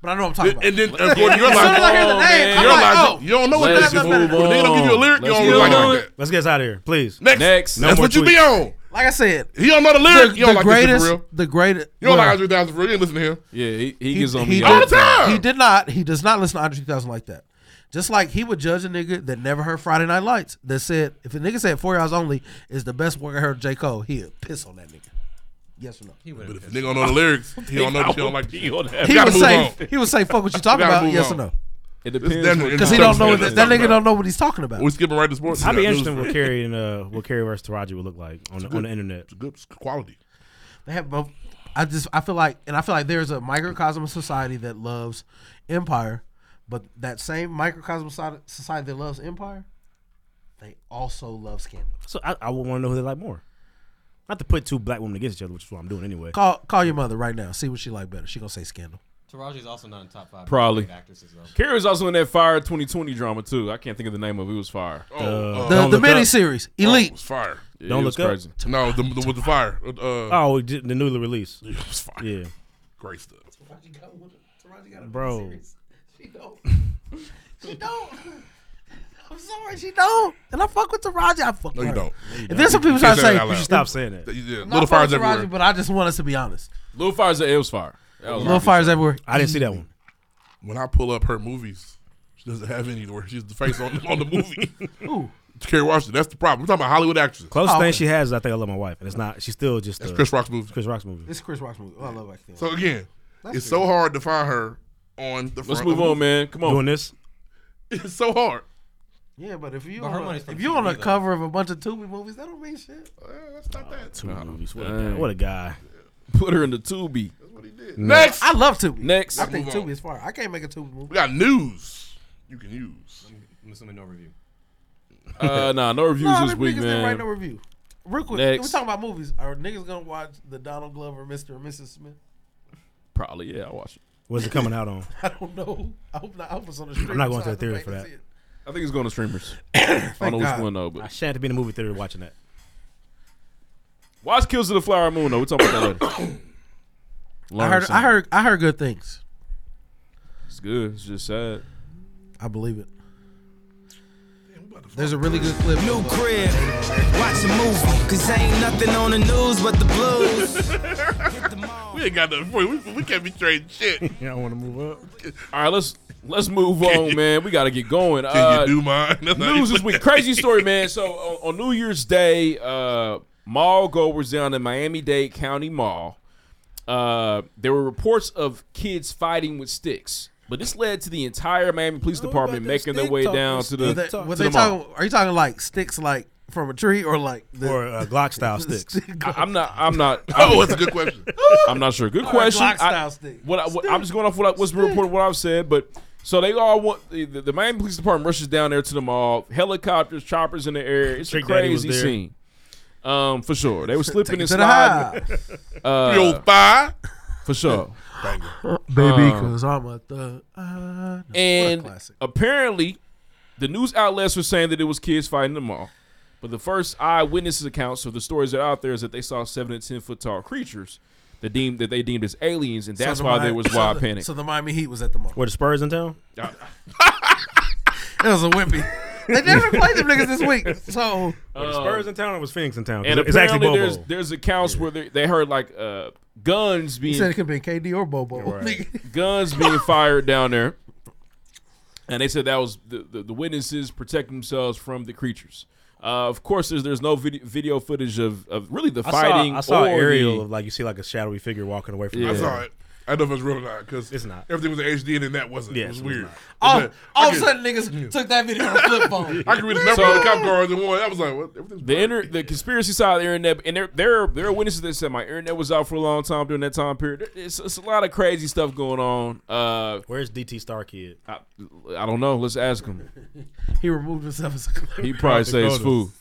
Speaker 3: but I know what I'm talking about.
Speaker 2: And then, of course, you're
Speaker 3: as soon as I hear the
Speaker 2: like-
Speaker 3: name, I'm
Speaker 2: You're
Speaker 3: like,
Speaker 2: like,
Speaker 3: oh,
Speaker 2: you don't know what
Speaker 3: Let's
Speaker 2: that is.
Speaker 3: move
Speaker 2: When they don't give you a lyric, you don't like it like that.
Speaker 4: Let's get us out of here, please.
Speaker 2: Next. Next. That's what you be on.
Speaker 3: Like I said,
Speaker 2: He don't know the lyric. you don't like this shit
Speaker 3: greatest,
Speaker 2: for real.
Speaker 3: the greatest.
Speaker 2: You don't like
Speaker 3: well,
Speaker 2: Andre 3000 for real. You didn't listen to him.
Speaker 1: Yeah, he, he,
Speaker 3: He-
Speaker 1: gets on
Speaker 3: he
Speaker 1: me
Speaker 3: did-
Speaker 1: all the time.
Speaker 3: He did not. He does not listen to Andre 3000 like that. Just like he would judge a nigga that never heard Friday Night Lights that said if a nigga said Four Hours Only is the best work I heard of J Cole, he'd piss on that nigga. Yes or no? He
Speaker 2: But if a nigga don't know the lyrics, he don't know that you don't like the shit.
Speaker 3: He would say he would say fuck what you talking about. Yes or no?
Speaker 1: It
Speaker 2: depends what
Speaker 3: Because he
Speaker 2: you're
Speaker 3: don't know
Speaker 2: talking
Speaker 3: what that,
Speaker 2: about.
Speaker 3: that nigga don't know what he's talking about.
Speaker 2: We skipping right to sports.
Speaker 4: I'd be
Speaker 2: Yeah,
Speaker 4: interested in
Speaker 2: news.
Speaker 4: what Kerry and uh, what Kerry versus Taraji would look like on, the on the internet.
Speaker 2: Good quality.
Speaker 3: They have both. I just I feel like, and I feel like there's a microcosm of society that loves empire, but that same microcosm so- society that loves empire, they also love scandal.
Speaker 4: So I, I would want to know who they like more. Not to put two black women against each other, which is what I'm doing anyway.
Speaker 3: Call call your mother right now. See what she like better. She gonna say scandal.
Speaker 13: Taraji's also not in the top five.
Speaker 1: Probably.
Speaker 13: actresses though.
Speaker 1: Kara was also in that Fire 2020 drama too. I can't think of the name of it. It was Fire.
Speaker 3: uh, The- Don't the Look mini Up. series, Elite.
Speaker 2: Oh, it was fire.
Speaker 1: Yeah,
Speaker 4: Don't
Speaker 1: it was
Speaker 4: Look Up.
Speaker 1: crazy.
Speaker 2: No, the, the, with the fire. Uh,
Speaker 4: Oh, it did- the newly released.
Speaker 2: It was fire.
Speaker 4: Yeah,
Speaker 2: Great stuff.
Speaker 4: bro.
Speaker 3: She don't. she don't. I'm sorry, she don't. And I fuck with Taraji. I fuck
Speaker 2: No,
Speaker 3: with
Speaker 2: you
Speaker 3: her.
Speaker 2: don't.
Speaker 3: And there's some people
Speaker 2: You can't
Speaker 3: trying
Speaker 2: say
Speaker 3: to
Speaker 2: that
Speaker 3: say
Speaker 2: out loud. You should stop saying that. Yeah,
Speaker 3: No,
Speaker 2: Little
Speaker 3: I fuck
Speaker 2: Fires
Speaker 3: with Taraji,
Speaker 2: Everywhere.
Speaker 3: But I just want us to be honest.
Speaker 1: Little Fires at Elves Fire. That was
Speaker 3: Little
Speaker 1: our-
Speaker 3: fires everywhere.
Speaker 4: I didn't see that one.
Speaker 2: When I pull up her movies, she doesn't have any where she's the face on, on the movie.
Speaker 3: Ooh.
Speaker 2: Kerry Washington, that's the problem. We're talking about Hollywood actresses.
Speaker 4: Closest thing she has is I think I love my wife, and it's not. She's still just
Speaker 2: That's
Speaker 4: a-
Speaker 2: Chris Rock's movie.
Speaker 4: Oh. Chris Rock's movie.
Speaker 3: This is Chris Rock's movie. Oh, I love acting.
Speaker 2: So again,
Speaker 3: That's
Speaker 2: it's
Speaker 3: good.
Speaker 2: so hard to find her on the.
Speaker 1: Let's
Speaker 2: front
Speaker 1: move
Speaker 2: of the
Speaker 1: on, man. Come on.
Speaker 4: Doing this.
Speaker 2: It's so hard.
Speaker 3: Yeah, but if you
Speaker 2: But her
Speaker 3: on a,
Speaker 2: money's from
Speaker 3: if you on a
Speaker 2: TV though.
Speaker 3: cover of a bunch of Tubi movies, that don't mean shit.
Speaker 2: that's not that.
Speaker 4: Two movies. What a,
Speaker 1: Dang.
Speaker 4: guy. Oh, what a guy.
Speaker 1: Put her in the Tubi.
Speaker 3: Next. I love Tubi.
Speaker 1: Next.
Speaker 3: I think
Speaker 1: Let's move
Speaker 3: Tubi is fire. I can't make a Tubi movie.
Speaker 2: We got news you can use.
Speaker 9: I'm assuming no review.
Speaker 1: on. Uh, nah, no reviews
Speaker 3: no,
Speaker 1: this
Speaker 3: them
Speaker 1: week,
Speaker 3: niggas
Speaker 1: man.
Speaker 3: didn't write no review. Real quick,
Speaker 1: Next.
Speaker 3: we're talking about movies. Are niggas gonna watch the Donald Glover, Mr. and Mrs. Smith?
Speaker 1: Probably, yeah. I watched it.
Speaker 4: What's it coming out on?
Speaker 3: I don't know. I hope not. I hope it's on the street.
Speaker 4: I'm not going to
Speaker 3: so I
Speaker 4: the theater
Speaker 3: can
Speaker 4: for that.
Speaker 3: see it.
Speaker 1: I think it's going to streamers. I don't know which
Speaker 4: God.
Speaker 1: one though, but
Speaker 4: I shan't be in the movie theater watching that.
Speaker 1: watch Kills of the Flower Moon though. We're talking about that later.
Speaker 3: I
Speaker 1: Learn
Speaker 3: heard. I
Speaker 1: something.
Speaker 3: heard. I heard good things.
Speaker 1: It's good. It's just sad.
Speaker 3: I believe it. There's a really good clip.
Speaker 18: New crib, watch a movie, cause ain't nothing on the news but the blues.
Speaker 2: we ain't got nothing for you. We, we can't be trading shit.
Speaker 4: yeah, I want to move up.
Speaker 1: All right, let's let's move on, man. We got to get going. Uh,
Speaker 2: Can you do mine? That's how
Speaker 1: news
Speaker 2: you
Speaker 1: this
Speaker 2: put
Speaker 1: week. Crazy story, man. So on, on New Year's Day, uh, mall goers down in Miami Dade County Mall. Uh, there were reports of kids fighting with sticks, but this led to the entire Miami Police Department making their way down to the,
Speaker 3: Were they-
Speaker 1: to
Speaker 3: were
Speaker 1: the
Speaker 3: they
Speaker 1: mall.
Speaker 3: talking- Are you talking like sticks, like from a tree, or like the,
Speaker 4: or uh, Glock style sticks?
Speaker 1: I- I'm not. I'm not.
Speaker 2: Oh, that's a good question.
Speaker 1: I'm not sure. Good
Speaker 3: All right,
Speaker 1: question.
Speaker 3: Glock
Speaker 1: I-
Speaker 3: style stick.
Speaker 1: what I, am just going off what I, what's been reported, what I've said, but so they all want the, the, the Miami Police Department rushes down there to the mall, helicopters, choppers in the air. It's
Speaker 4: Trick
Speaker 1: a
Speaker 4: Daddy was
Speaker 1: crazy
Speaker 4: there.
Speaker 1: scene, um, for sure. They were slipping and
Speaker 3: Take it to the
Speaker 1: sliding. Uh,
Speaker 2: Yo, bye.
Speaker 1: for sure,
Speaker 3: baby?
Speaker 1: Um,
Speaker 3: Because I'm a thug. Uh,
Speaker 1: and apparently, the news outlets were saying that it was kids fighting them all. But the first eyewitnesses accounts of the stories that are out there is that they saw seven and ten foot tall creatures that deemed that they deemed as aliens, and that's
Speaker 3: So the
Speaker 1: why
Speaker 3: Mi-
Speaker 1: there was
Speaker 3: so
Speaker 1: wild
Speaker 3: the-
Speaker 1: panic.
Speaker 3: So the Miami Heat was at the mall.
Speaker 4: Were the Spurs in town?
Speaker 1: Uh,
Speaker 3: It was a wimpy. they never played them niggas this week. So
Speaker 4: Were the Spurs in town or was Phoenix in town? 'Cause
Speaker 1: and
Speaker 4: it's actually
Speaker 1: apparently, there's
Speaker 4: Bobo.
Speaker 1: there's accounts where they, they heard like uh, guns
Speaker 3: he said
Speaker 1: being
Speaker 3: it could be KD or Bobo. Nigga.
Speaker 1: guns being fired down there, and they said that was the, the, the witnesses protecting themselves from the creatures. Uh, of course, there's there's no video, video footage of, of really the
Speaker 4: I saw-
Speaker 1: fighting.
Speaker 4: I saw,
Speaker 1: or
Speaker 4: aerial
Speaker 1: the-
Speaker 4: of like you see like a shadowy figure walking away from.
Speaker 1: Yeah.
Speaker 4: the
Speaker 2: I
Speaker 4: mall.
Speaker 2: saw it. I don't know if it's real or not because
Speaker 4: It's not.
Speaker 2: Everything was HD and then that wasn't.
Speaker 4: Yes,
Speaker 2: it was
Speaker 4: it was
Speaker 2: weird.
Speaker 4: not.
Speaker 3: All,
Speaker 2: But
Speaker 3: all of
Speaker 2: I
Speaker 3: a
Speaker 2: can-
Speaker 3: sudden, niggas took that video on a flip phone.
Speaker 2: I can read the number of the cop guards and one. I was like, what? Everything's
Speaker 1: the inter, the conspiracy side of the internet, and there there are, there are witnesses that said my internet was out for a long time during that time period. There- It's, it's a lot of crazy stuff going on. Uh,
Speaker 4: Where's DT Star Kid?
Speaker 1: I, I don't know. Let's ask him.
Speaker 3: He removed himself as a clear.
Speaker 1: He probably
Speaker 4: South
Speaker 1: says
Speaker 4: Dakota.
Speaker 1: food.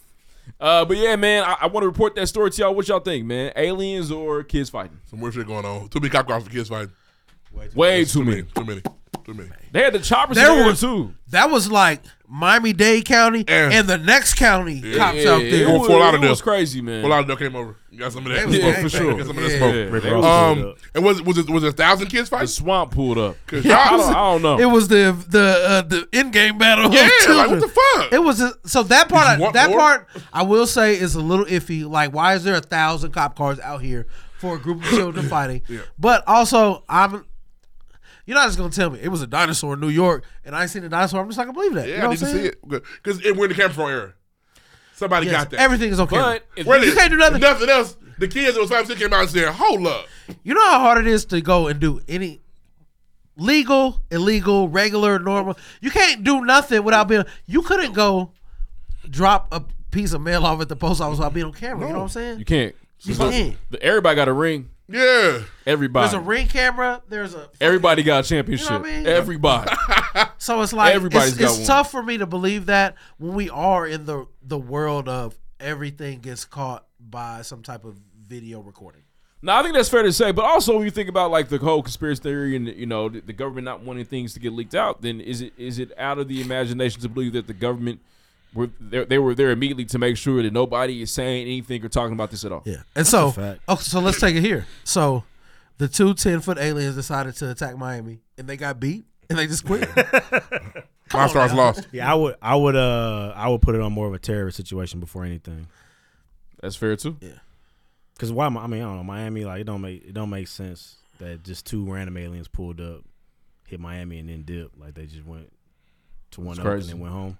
Speaker 1: Uh, but yeah, man, I, I want to report that story to y'all. What y'all think, man? Aliens or kids fighting?
Speaker 2: Some weird shit going on. Too many cop guards for kids fighting.
Speaker 1: Way too many.
Speaker 2: Too many. Too many.
Speaker 1: They had the choppers in
Speaker 3: There
Speaker 1: there
Speaker 3: was-
Speaker 1: too.
Speaker 3: That was like Miami Dade County
Speaker 2: Yeah.
Speaker 3: and the next county cops
Speaker 1: Yeah,
Speaker 3: out
Speaker 1: it
Speaker 3: there.
Speaker 2: Going
Speaker 1: was-
Speaker 2: Fort Lauderdale.
Speaker 1: It was crazy, man.
Speaker 2: Fort Lauderdale came over. You got some of
Speaker 3: They
Speaker 2: that.
Speaker 3: was
Speaker 1: Yeah,
Speaker 3: gang
Speaker 1: for sure.
Speaker 2: Got some of
Speaker 3: Yeah.
Speaker 2: that smoke.
Speaker 1: Yeah, they was
Speaker 4: pulled
Speaker 2: Um,
Speaker 4: up.
Speaker 2: and was it was it was it a thousand kids
Speaker 1: The
Speaker 2: fighting?
Speaker 1: swamp pulled up.
Speaker 2: Cause
Speaker 1: I,
Speaker 2: y'all,
Speaker 1: don't, I don't know.
Speaker 3: It was the the uh, the in game battle.
Speaker 2: yeah,
Speaker 3: of
Speaker 2: like
Speaker 3: children.
Speaker 2: what the fuck?
Speaker 3: It was a, so that
Speaker 2: Did you
Speaker 3: part. I,
Speaker 2: want
Speaker 3: that
Speaker 2: more?
Speaker 3: part I will say is a little iffy. Like, why is there a thousand cop cars out here for a group of children fighting?
Speaker 2: Yeah.
Speaker 3: But also, I'm. You're not just gonna tell me it was a dinosaur in New York, and I ain't seen a dinosaur. I'm just not gonna believe that.
Speaker 2: yeah,
Speaker 3: you know
Speaker 2: I need
Speaker 3: what
Speaker 2: to
Speaker 3: I'm
Speaker 2: see
Speaker 3: saying?
Speaker 2: it because we're in the camera phone era. Somebody
Speaker 3: Yes,
Speaker 2: got that.
Speaker 3: Everything is okay.
Speaker 1: but if
Speaker 2: Where
Speaker 3: You
Speaker 2: did-
Speaker 3: can't do nothing.
Speaker 2: Nothing else. The kids that was five six came out and said, "Hold up,
Speaker 3: You know how hard it is to go and do any legal, illegal, regular, normal. You can't do nothing without being. You couldn't go drop a piece of mail off at the post office without being on camera. You know what I'm saying?
Speaker 1: you can't.
Speaker 3: You
Speaker 1: So,
Speaker 3: can't.
Speaker 1: the- everybody got a ring.
Speaker 2: yeah."
Speaker 1: Everybody.
Speaker 3: There's a ring camera. There's a.
Speaker 1: Everybody got a championship.
Speaker 3: You know what I mean?
Speaker 1: Everybody.
Speaker 3: So it's like
Speaker 1: Everybody's
Speaker 3: it's,
Speaker 1: got
Speaker 3: it's
Speaker 1: one.
Speaker 3: tough for me to believe that when we are in the the world of everything gets caught by some type of video recording.
Speaker 1: No, I think that's fair to say. But also, when you think about like the whole conspiracy theory and you know the, the government not wanting things to get leaked out, then is it is it out of the imagination to believe that the government were they, they were there immediately to make sure that nobody is saying anything or talking about this at all?
Speaker 3: Yeah. And so, okay, so let's take it here. So, the two 10 foot aliens decided to attack Miami and they got beat. and they just quit.
Speaker 2: Five stars lost.
Speaker 4: Yeah, I would, I would, uh, I would put it on more of a terrorist situation before anything.
Speaker 1: That's fair too.
Speaker 3: Yeah.
Speaker 4: Cause why? Mi- I mean, I don't know. Miami, like, it don't make it don't make sense that just two random aliens pulled up, hit Miami, and then dipped. Like they just went to one
Speaker 1: It's
Speaker 4: up and
Speaker 1: crazy.
Speaker 4: then went home.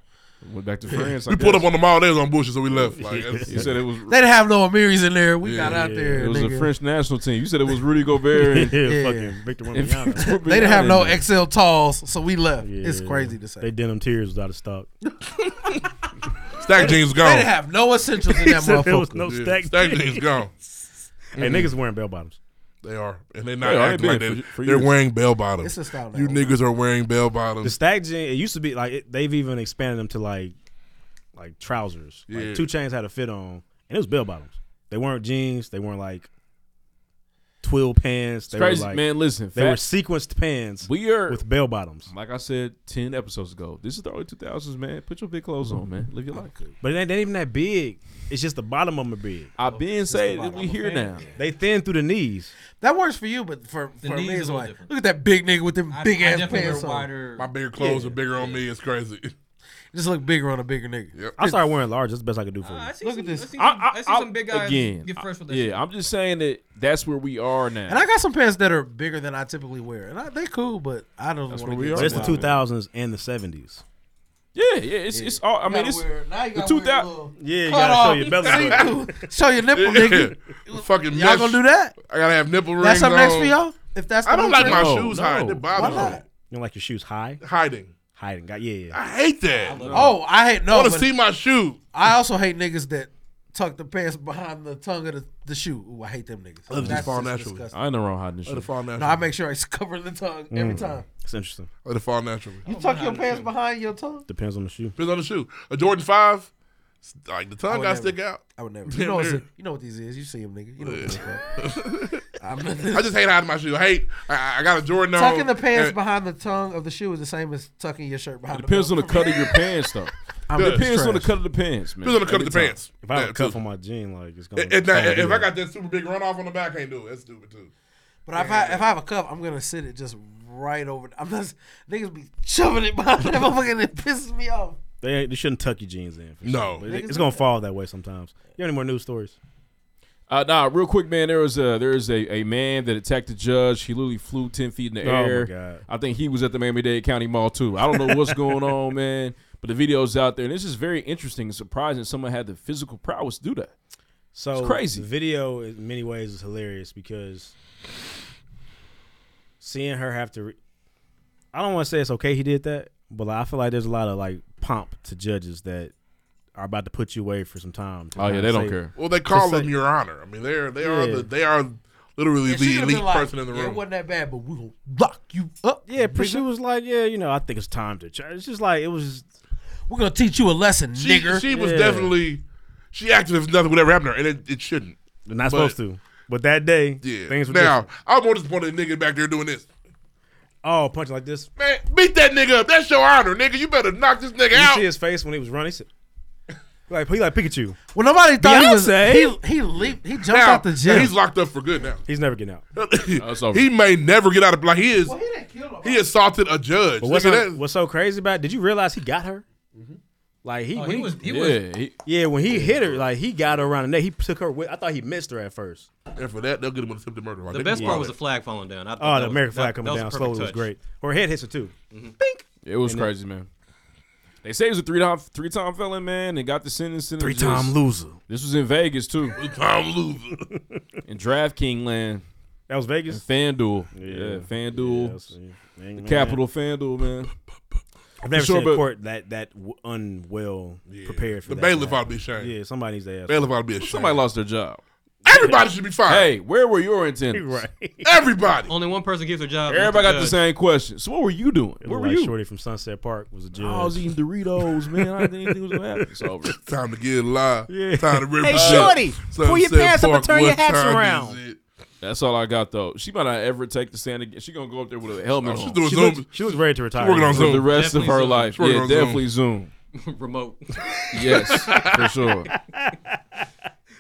Speaker 1: Went back to
Speaker 2: we pulled up on the mall. They was on bushes, so we left. Like, that's-
Speaker 1: You said it was.
Speaker 3: They didn't have no Amiris in there. We got out there.
Speaker 1: It was
Speaker 3: nigga.
Speaker 1: a French national team. You said it was Rudy Gobert and
Speaker 4: Yeah, fucking Victor Wembanyama.
Speaker 1: and Victor
Speaker 3: They didn't have
Speaker 1: Wembanyama.
Speaker 3: no XL talls, so we left. it's
Speaker 4: Yeah.
Speaker 3: crazy to say.
Speaker 4: They denim tears was out of stock.
Speaker 2: Stack jeans gone.
Speaker 3: They didn't have no essentials in
Speaker 4: He
Speaker 3: that
Speaker 4: said
Speaker 3: motherfucker.
Speaker 4: there was no
Speaker 2: Yeah,
Speaker 4: stack.
Speaker 2: stack jeans gone.
Speaker 4: Hey,
Speaker 2: Mm-mm.
Speaker 4: niggas wearing bell bottoms.
Speaker 2: They are, and they're not
Speaker 4: They are. They
Speaker 2: acting like
Speaker 4: been
Speaker 2: that.
Speaker 4: for- for
Speaker 2: they're
Speaker 4: years.
Speaker 2: wearing bell bottoms.
Speaker 3: It's a style
Speaker 2: You niggas are wearing bell bottoms.
Speaker 4: The stack jeans. It used to be like it, they've even expanded them to like like trousers.
Speaker 2: Yeah.
Speaker 4: Like two chains had a fit on, and it was bell bottoms. They weren't jeans. They weren't like twill pants. They
Speaker 1: crazy,
Speaker 4: were like
Speaker 1: man. Listen,
Speaker 4: they were
Speaker 1: fact-
Speaker 4: sequenced pants.
Speaker 1: We are
Speaker 4: with bell bottoms.
Speaker 1: Like I said ten episodes ago, this is the early two thousands, man. Put your big clothes on, man. Live your life.
Speaker 4: But it ain't, they ain't even that big. It's just the bottom of them are big.
Speaker 1: I've been saying that we here now.
Speaker 4: They thin through the knees.
Speaker 3: That works for you, but for, for me,
Speaker 9: knees
Speaker 3: it's
Speaker 9: a little
Speaker 3: like, look at that big nigga with them
Speaker 9: I-
Speaker 3: big
Speaker 9: I
Speaker 3: ass
Speaker 9: definitely wear
Speaker 3: pants on.
Speaker 9: wider-
Speaker 2: My bigger clothes are bigger on me. It's crazy.
Speaker 3: Oh, Just look bigger on a bigger nigga.
Speaker 4: I started wearing large. That's the best I could do for you.
Speaker 3: Look at this.
Speaker 9: I- I- I see some big guys get fresh with that
Speaker 1: Yeah,
Speaker 9: shit.
Speaker 1: I'm just saying that that's where we are now.
Speaker 3: And I got some pants that are bigger than I typically wear, and I, they cool, but I don't.
Speaker 1: That's
Speaker 3: wanna
Speaker 1: where we
Speaker 3: get
Speaker 1: are
Speaker 3: too
Speaker 4: It's the
Speaker 3: wild.
Speaker 4: two thousands and the seventies.
Speaker 1: yeah, yeah. It's it's all. I
Speaker 3: You
Speaker 1: mean,
Speaker 3: gotta
Speaker 1: it's
Speaker 3: wear- now you
Speaker 1: the
Speaker 3: gotta
Speaker 1: two
Speaker 3: wear a
Speaker 1: thousand.
Speaker 3: little cut off. See-through. show your nipple, nigga.
Speaker 2: Fucking
Speaker 3: Y'all
Speaker 2: mesh.
Speaker 3: gonna do that?
Speaker 2: I gotta have nipple rings.
Speaker 3: That's up next
Speaker 2: on.
Speaker 3: for y'all. If that's the
Speaker 2: I don't
Speaker 3: new
Speaker 2: like
Speaker 3: trend?
Speaker 2: my shoes high. They bother
Speaker 3: Why
Speaker 2: me.
Speaker 3: not?
Speaker 4: You don't like your shoes high?
Speaker 2: Hiding.
Speaker 4: Hiding. Got yeah. yeah.
Speaker 2: I hate that.
Speaker 3: Oh, I hate no.
Speaker 2: want to
Speaker 3: but
Speaker 2: see my shoe.
Speaker 3: I also hate niggas that tuck the pants behind the tongue of the, the shoe. Ooh, I hate them niggas.
Speaker 2: Love the
Speaker 3: That's
Speaker 2: fall
Speaker 3: just
Speaker 2: naturally.
Speaker 3: disgusting.
Speaker 1: I ain't no wrong hiding the
Speaker 2: Let it
Speaker 1: shit.
Speaker 2: fall
Speaker 3: No, I make sure I cover the tongue every time.
Speaker 4: It's interesting.
Speaker 2: Let it fall naturally.
Speaker 3: You tuck your pants behind your tongue.
Speaker 4: Depends on the shoe.
Speaker 2: Depends on the shoe. A Jordan five, s- like the
Speaker 3: I
Speaker 2: tongue
Speaker 3: would
Speaker 2: got to
Speaker 3: never.
Speaker 2: stick out.
Speaker 3: I would never. You
Speaker 2: Damn
Speaker 3: know, what's-
Speaker 2: near.
Speaker 3: you know what these is. You see them, nigga. You know what these
Speaker 2: Yeah.
Speaker 3: are. I'm-
Speaker 2: I just hate hiding my shoe. I hate. I- I, I got a Jordan on.
Speaker 3: Tucking the pants
Speaker 2: and-
Speaker 3: behind the tongue of the shoe is the same as tucking your shirt behind.
Speaker 1: It depends on
Speaker 3: belt.
Speaker 1: the cut of your pants, though.
Speaker 3: I'm
Speaker 1: it
Speaker 3: just
Speaker 1: depends on the
Speaker 3: trash.
Speaker 1: cut of the pants, man.
Speaker 2: Depends on the cut of
Speaker 1: Every
Speaker 2: the
Speaker 1: time.
Speaker 2: pants.
Speaker 4: If I have
Speaker 1: Yeah,
Speaker 4: a cut
Speaker 1: too.
Speaker 4: for my jean, like it's gonna.
Speaker 2: It- it- now,
Speaker 4: it's gonna
Speaker 2: if
Speaker 4: be
Speaker 2: I
Speaker 4: like-
Speaker 2: got that super big runoff on the back, I can't do it. That's stupid too.
Speaker 3: But if I if I have a cup, I'm gonna sit it just right over. I'm just niggas be shoving it behind that motherfucker and it pisses me off.
Speaker 4: they, they shouldn't tuck your jeans in. for sure.
Speaker 1: No.
Speaker 4: But it- it's gonna fall that way sometimes. You have any more news stories?
Speaker 1: Uh, nah, real quick, man. There was a there is a, a man that attacked a judge. He literally flew ten feet in the
Speaker 4: Oh, my
Speaker 1: air.
Speaker 4: God.
Speaker 1: I think he was at the Miami Dade County Mall too. I don't know what's going on, man. But the video's out there, and this is very interesting and surprising. Someone had the physical prowess to do that.
Speaker 4: So
Speaker 1: It's crazy.
Speaker 4: The video in many ways is hilarious because seeing her have to. Re- I don't want to say it's okay he did that, but like, I feel like there's a lot of like pomp to judges that are about to put you away for some time. to
Speaker 1: Oh, yeah,
Speaker 4: kinda
Speaker 1: they don't
Speaker 4: say-
Speaker 1: care.
Speaker 2: Well, they call
Speaker 4: to say-
Speaker 2: them Your Honor. I mean, they're they are
Speaker 4: Yeah.
Speaker 2: the they are literally
Speaker 3: she
Speaker 2: the
Speaker 3: could've
Speaker 2: elite
Speaker 3: been like,
Speaker 2: person in the
Speaker 3: "Yeah, It
Speaker 2: room.
Speaker 3: wasn't that bad, but we gonna lock you up.
Speaker 4: Yeah, but she was like, yeah, you know, I think it's time to. Ch-. It's just like it was.
Speaker 3: We're gonna teach you a lesson,
Speaker 2: She,
Speaker 3: nigger.
Speaker 2: she was
Speaker 4: Yeah.
Speaker 2: definitely she acted as if nothing would ever happen to her, and it, it shouldn't.
Speaker 4: They're not
Speaker 2: But-
Speaker 4: supposed to. But that day,
Speaker 2: Yeah.
Speaker 4: things were
Speaker 2: now
Speaker 4: different.
Speaker 2: I'm more disappointed the nigga back there doing this.
Speaker 4: Oh, punching like this.
Speaker 2: Man, beat that nigga up. That's your honor, nigga. You better knock this nigga
Speaker 4: You
Speaker 2: out.
Speaker 4: see his face when he was running. He said, like he like Pikachu.
Speaker 3: Well, nobody thought he
Speaker 4: Beyonce?
Speaker 3: was. He, he leaped. He jumped
Speaker 2: now,
Speaker 3: out the gym.
Speaker 2: He's locked up for good now.
Speaker 4: He's never getting out.
Speaker 2: he may never get out of like he is.
Speaker 3: Oh,
Speaker 2: he assaulted a judge.
Speaker 4: But what's,
Speaker 2: Nigga,
Speaker 4: so- what's so crazy about? it, Did you realize he got her? Like Mm-hmm. he,
Speaker 9: Oh,
Speaker 4: when
Speaker 9: he
Speaker 4: he-
Speaker 9: was- he
Speaker 4: yeah,
Speaker 9: was-
Speaker 4: when he hit her, like he got her around the neck. He took her. With, I thought he missed her at first.
Speaker 2: that- and for that, they'll get him with attempted murder. Like,
Speaker 9: The
Speaker 2: they
Speaker 9: best
Speaker 2: can
Speaker 9: part
Speaker 2: wild
Speaker 9: was the
Speaker 2: it.
Speaker 9: flag falling down. I thought
Speaker 4: Oh,
Speaker 9: that
Speaker 4: the
Speaker 9: was-
Speaker 4: American
Speaker 9: that-
Speaker 4: flag
Speaker 9: that
Speaker 4: coming
Speaker 9: was a
Speaker 4: down
Speaker 9: perfect
Speaker 4: slowly was
Speaker 9: touch.
Speaker 4: great. Her head hits her too.
Speaker 1: It was
Speaker 4: And then-
Speaker 1: crazy, man. They say he was a three time three time felon, man, and got the sentence. and it was
Speaker 4: Three-time
Speaker 1: just-
Speaker 4: loser.
Speaker 1: This was in Vegas too.
Speaker 2: Three-time loser.
Speaker 1: in DraftKings land.
Speaker 4: That was Vegas.
Speaker 1: And FanDuel. Yeah,
Speaker 4: Yeah. Yeah, that's-
Speaker 1: FanDuel.
Speaker 4: yeah. Ain't
Speaker 1: the
Speaker 4: no
Speaker 1: capital FanDuel, man.
Speaker 4: I've never
Speaker 1: You sure
Speaker 4: seen a
Speaker 1: about-
Speaker 4: court that that w- unwell prepared for
Speaker 2: The
Speaker 4: that.
Speaker 2: bailiff
Speaker 4: to
Speaker 2: ought to be
Speaker 4: happen.
Speaker 2: ashamed.
Speaker 4: Yeah, somebody needs to ask.
Speaker 2: Bailiff ought to be ashamed.
Speaker 1: Somebody lost their job.
Speaker 2: Everybody should be fired.
Speaker 1: Hey, where were your antennas?
Speaker 4: Right.
Speaker 2: Everybody.
Speaker 9: Only one person gives their job.
Speaker 1: Everybody got the
Speaker 9: judge.
Speaker 1: same question. So what were you doing?
Speaker 4: It
Speaker 1: Where
Speaker 4: looked
Speaker 1: were
Speaker 4: like
Speaker 1: you?
Speaker 4: Shorty from Sunset Park was a judge.
Speaker 1: I was eating Doritos, man. I didn't think it was gonna happen. It's over.
Speaker 2: Time to get live.
Speaker 4: Yeah.
Speaker 2: Time to rip
Speaker 4: Hey,
Speaker 2: it up.
Speaker 4: shorty,
Speaker 2: Sunset
Speaker 4: pull your pants up and
Speaker 2: Park,
Speaker 4: turn your
Speaker 2: what
Speaker 4: hats
Speaker 2: time
Speaker 4: around.
Speaker 2: is it?
Speaker 1: That's all I got though. She might not ever take the stand again. She gonna go up there with a
Speaker 2: Oh,
Speaker 1: helmet
Speaker 2: she's
Speaker 1: on.
Speaker 2: doing
Speaker 4: She
Speaker 2: Zoom.
Speaker 4: looked- she was ready to retire.
Speaker 2: She's working on
Speaker 1: for
Speaker 2: Zoom.
Speaker 1: the rest
Speaker 9: Definitely
Speaker 1: of her
Speaker 9: Zoom.
Speaker 1: life.
Speaker 2: Working
Speaker 1: yeah,
Speaker 2: on Zoom.
Speaker 1: definitely Zoom.
Speaker 9: remote.
Speaker 1: Yes, for sure.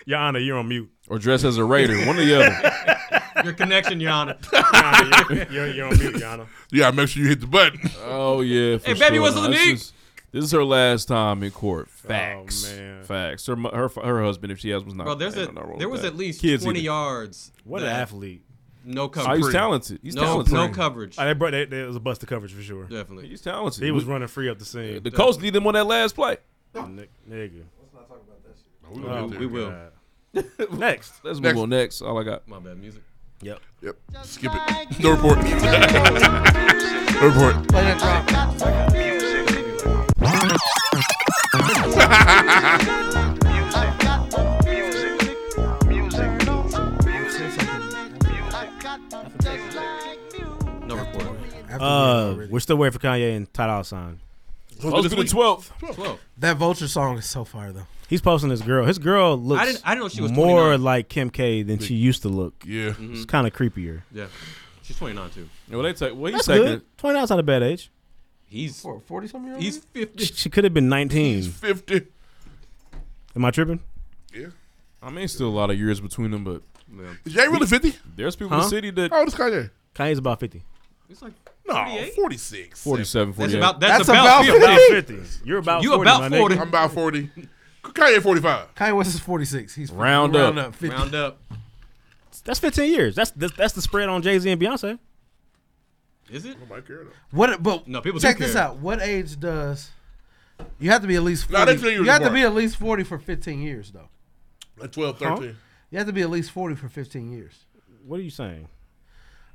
Speaker 4: Yana, you're on mute.
Speaker 1: Or dress as a raider. One or the other.
Speaker 9: Your connection, Yana.
Speaker 4: Yana, you're- you're- you're on mute, Yana.
Speaker 2: You gotta make sure you hit the button.
Speaker 1: Oh yeah. for
Speaker 9: Hey, baby,
Speaker 1: sure.
Speaker 9: what's Oh, the
Speaker 1: Now, this
Speaker 9: name?
Speaker 1: is- This is her last time in court. Facts. Facts. Her, mu- her her husband, if she has, was not.
Speaker 9: Bro, there's
Speaker 1: I
Speaker 9: a,
Speaker 1: don't know
Speaker 9: there
Speaker 1: about
Speaker 9: was
Speaker 1: that.
Speaker 9: at least
Speaker 1: Kids
Speaker 9: 20
Speaker 1: either.
Speaker 9: yards.
Speaker 4: What an
Speaker 9: that-
Speaker 4: athlete.
Speaker 9: No
Speaker 1: Oh,
Speaker 9: coverage.
Speaker 1: he's talented. He's
Speaker 9: no,
Speaker 1: talented.
Speaker 9: No coverage.
Speaker 4: Oh, they brought, they, they, it was a bust of coverage for sure.
Speaker 9: Definitely.
Speaker 1: He's talented.
Speaker 4: He was
Speaker 1: We-
Speaker 4: running free up the seam.
Speaker 1: The coach needed him on that last play.
Speaker 4: Nick, nigga.
Speaker 2: We,
Speaker 1: gonna
Speaker 4: Oh,
Speaker 1: get
Speaker 4: we
Speaker 1: there.
Speaker 4: will.
Speaker 1: Next. Let's
Speaker 4: Next.
Speaker 1: move on. Next. All I got.
Speaker 9: My bad. Music.
Speaker 4: Yep.
Speaker 2: Yep. Skip it. The report. the report.
Speaker 19: Play
Speaker 1: Uh,
Speaker 19: that drop.
Speaker 9: No report.
Speaker 4: Uh, we're still waiting for Kanye and Ty Dolla Sign.
Speaker 1: Oh,
Speaker 2: Supposed to be this week.
Speaker 9: 12th. 12th.
Speaker 3: That Vulture song is so fire though.
Speaker 4: He's posting his girl. His girl looks
Speaker 9: didn't- I didn't know she was Mm-hmm.
Speaker 4: more
Speaker 9: 29.
Speaker 4: like Kim K than she used to look.
Speaker 2: Yeah.
Speaker 4: It's kind of creepier.
Speaker 9: Yeah. She's 29, too.
Speaker 1: Yeah, well, they take. What
Speaker 4: That's
Speaker 1: he's taking.
Speaker 4: good. 29's not a bad age.
Speaker 9: He's
Speaker 3: 40 something year old?
Speaker 9: He's 50.
Speaker 4: She, she could have been 19.
Speaker 2: 50.
Speaker 4: Am I tripping?
Speaker 1: I mean, still a lot of years between them, but
Speaker 2: Is Jay really 50?
Speaker 1: There's people in the
Speaker 4: Huh?
Speaker 1: city that
Speaker 2: How old is Kanye?
Speaker 4: Kanye's about 50.
Speaker 9: It's like
Speaker 2: No, 46.
Speaker 1: 47, 48.
Speaker 9: That's about. That's, about, 50.
Speaker 4: You're about
Speaker 9: You
Speaker 4: 40,
Speaker 9: about
Speaker 4: my nigga.
Speaker 9: 40.
Speaker 2: I'm about 40. Kanye 45.
Speaker 3: Kanye West is 46. He's
Speaker 1: Round
Speaker 3: round
Speaker 1: up.
Speaker 3: up 50.
Speaker 9: Round up.
Speaker 4: That's 15 years. That's that's, that's the spread on Jay Z and Beyonce.
Speaker 9: Is it?
Speaker 2: Nobody care though.
Speaker 3: What? But
Speaker 9: No, people do
Speaker 3: check this
Speaker 9: care.
Speaker 3: out. What age does you have to be at least
Speaker 2: Nah,
Speaker 3: 40?
Speaker 2: they figure
Speaker 3: you
Speaker 2: it's
Speaker 3: have to
Speaker 2: smart.
Speaker 3: be at least 40 for 15 years though.
Speaker 2: Like 12,
Speaker 3: Huh?
Speaker 2: 13.
Speaker 3: You have to be at least 40 for 15 years.
Speaker 4: What are you saying?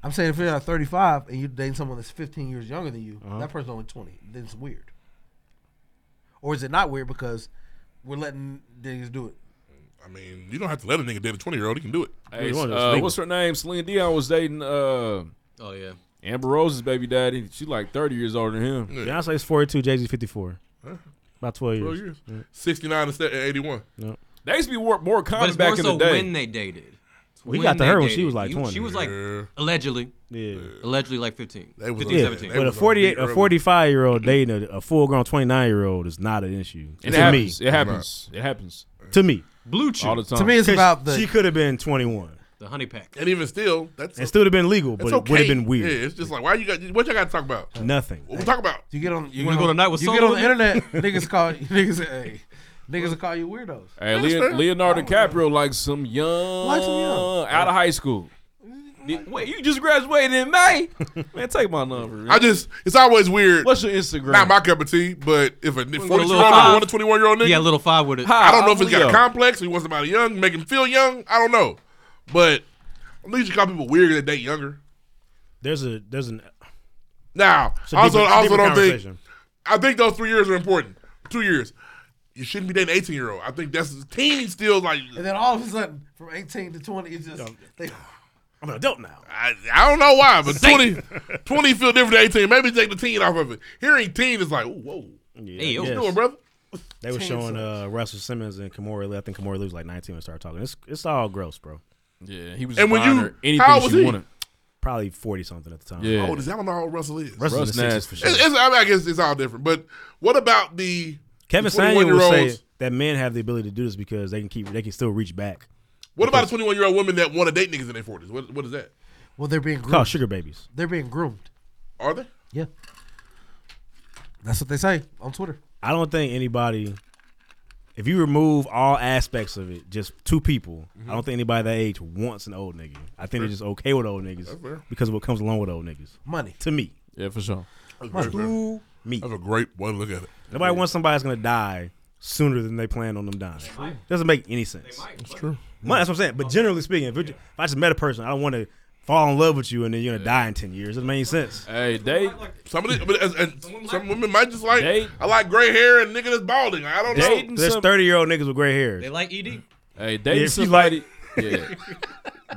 Speaker 3: I'm saying if you're not 35 and you're dating someone that's 15 years younger than you,
Speaker 4: Uh-huh.
Speaker 3: that person's only 20. Then it's weird. Or is it not weird because we're letting niggas do it?
Speaker 2: I mean, you don't have to let a nigga date a 20 year old. He can do it.
Speaker 1: Hey, uh, what's her name? Celine Dion was dating. Uh,
Speaker 9: oh yeah.
Speaker 1: Amber Rose's baby daddy. She's like 30 years older than him.
Speaker 4: Beyonce's 42, Jay Z 54.
Speaker 2: Huh?
Speaker 4: About 12 years.
Speaker 2: 12 years. 69 instead of 81.
Speaker 4: Yeah.
Speaker 1: They used to be more, more
Speaker 9: But it's
Speaker 1: common
Speaker 9: more
Speaker 1: back in
Speaker 9: so
Speaker 1: the day.
Speaker 9: when they dated. It's
Speaker 4: We got to
Speaker 9: they
Speaker 4: her when she
Speaker 9: dated.
Speaker 4: was like
Speaker 9: You- She
Speaker 4: 20.
Speaker 9: was like
Speaker 2: Yeah.
Speaker 9: allegedly.
Speaker 4: Yeah.
Speaker 9: Allegedly like 15.
Speaker 2: They was
Speaker 9: 15,
Speaker 2: on-
Speaker 4: Yeah,
Speaker 9: 17.
Speaker 4: but a
Speaker 2: was on beat
Speaker 4: 48, a
Speaker 2: early. Mm-hmm.
Speaker 4: 45 year old dating a, a full grown 29 year old is not an issue.
Speaker 1: It
Speaker 4: to
Speaker 1: happens.
Speaker 4: me.
Speaker 1: It happens. It happens.
Speaker 4: To me.
Speaker 9: Blue chew.
Speaker 1: All the time.
Speaker 3: To me, it's about the
Speaker 4: She could have been 21.
Speaker 9: The honey pack.
Speaker 2: And even still, that's
Speaker 4: It still would have been legal, but
Speaker 2: that's
Speaker 4: it would
Speaker 2: okay.
Speaker 4: have been weird.
Speaker 2: Yeah, it's just like, why you got, what y'all got to talk about?
Speaker 4: Nothing.
Speaker 2: What we talk about?
Speaker 3: you get on. You,
Speaker 9: You wanna
Speaker 3: get
Speaker 9: go
Speaker 3: on-
Speaker 9: tonight with
Speaker 3: You get on
Speaker 9: solo
Speaker 3: the internet, niggas call niggas. Hey, niggas will call you weirdos.
Speaker 1: Hey, Leon, Leonardo DiCaprio likes some young,
Speaker 3: Like some young.
Speaker 1: out of high school. Wait, you just graduated in May? Man, take my number. man.
Speaker 2: I just, it's always weird.
Speaker 1: What's your Instagram?
Speaker 2: Not my cup of tea, but if a 40 year old
Speaker 9: little five.
Speaker 2: want a 21 year old nigga,
Speaker 9: Yeah, little five with it.
Speaker 1: Hi,
Speaker 2: I don't know if
Speaker 1: I'm
Speaker 2: he's got
Speaker 1: Leo.
Speaker 2: a complex. Or he wants somebody young, make him feel young. I don't know, but at least you call people weird that date younger.
Speaker 4: There's a there's an
Speaker 2: Now,
Speaker 4: It's a
Speaker 2: also,
Speaker 4: different-
Speaker 2: also
Speaker 4: different
Speaker 2: don't think.
Speaker 4: conversation.
Speaker 2: I think those three years are important. Two years, you shouldn't be dating eighteen year old. I think that's teen still like.
Speaker 3: And then all of a sudden, from 18 to 20, it's just they,
Speaker 4: I'm an adult now.
Speaker 2: I, I don't know why, but 20, 20 feel different than eighteen. Maybe take the teen off of it. Hearing teen is like, ooh, whoa,
Speaker 4: Yeah,
Speaker 2: what you
Speaker 4: yes.
Speaker 2: doing, brother?
Speaker 4: They were
Speaker 2: Teens
Speaker 4: showing uh, Russell Simmons and Kamora Lee. I think Kamora Lee was like 19 when started talking. It's it's all gross, bro.
Speaker 1: Yeah, he was
Speaker 2: And
Speaker 1: and
Speaker 2: when
Speaker 1: when
Speaker 2: you-
Speaker 1: her anything
Speaker 2: how old was
Speaker 1: she
Speaker 2: he?
Speaker 1: wanted.
Speaker 4: Probably 40 something at the time.
Speaker 1: Yeah.
Speaker 2: How old is that? I don't Oh, know how old Russell is.
Speaker 4: Russell's in the
Speaker 1: Russ
Speaker 4: 60s for
Speaker 1: Nash.
Speaker 4: sure.
Speaker 2: It's, it's, I, mean, I guess it's all different. But what about the
Speaker 4: Kevin
Speaker 2: the 21
Speaker 4: Samuel
Speaker 2: year
Speaker 4: would say
Speaker 2: olds?
Speaker 4: that men have the ability to do this because they can keep they can still reach back.
Speaker 2: What about the twenty one year old women that want to date niggas in their forties? What what is that?
Speaker 3: well, they're being
Speaker 4: It's called
Speaker 2: Mm.
Speaker 3: groomed.
Speaker 4: sugar babies.
Speaker 3: They're being groomed.
Speaker 2: Are they?
Speaker 3: Yeah, that's what they say on Twitter.
Speaker 4: I don't think anybody, if you remove all aspects of it, just two people,
Speaker 2: Mm-hmm.
Speaker 4: I don't think anybody that age wants an old nigga. I think they're just okay with old niggas
Speaker 2: That's fair.
Speaker 4: because of what comes along with old niggas.
Speaker 3: Money.
Speaker 4: To me,
Speaker 1: Yeah, for sure.
Speaker 4: to me,
Speaker 2: That's a great way to look at it.
Speaker 4: nobody wants somebody that's gonna die sooner than they plan on them dying. Doesn't make any sense.
Speaker 2: That's true.
Speaker 4: Money, that's what I'm saying. But generally speaking, if, it- if I just met a person, I don't want to fall in love with you and then you're gonna die in ten years. It doesn't make any sense.
Speaker 1: Hey, they
Speaker 2: Some of the, but, and, and some women might just like
Speaker 1: They-
Speaker 2: I like gray hair and nigga that's balding. I don't know.
Speaker 1: dating
Speaker 4: There's
Speaker 1: some,
Speaker 4: thirty year old niggas with gray hair.
Speaker 9: They like E ED.
Speaker 1: hey, dating
Speaker 4: if you
Speaker 1: somebody, yeah,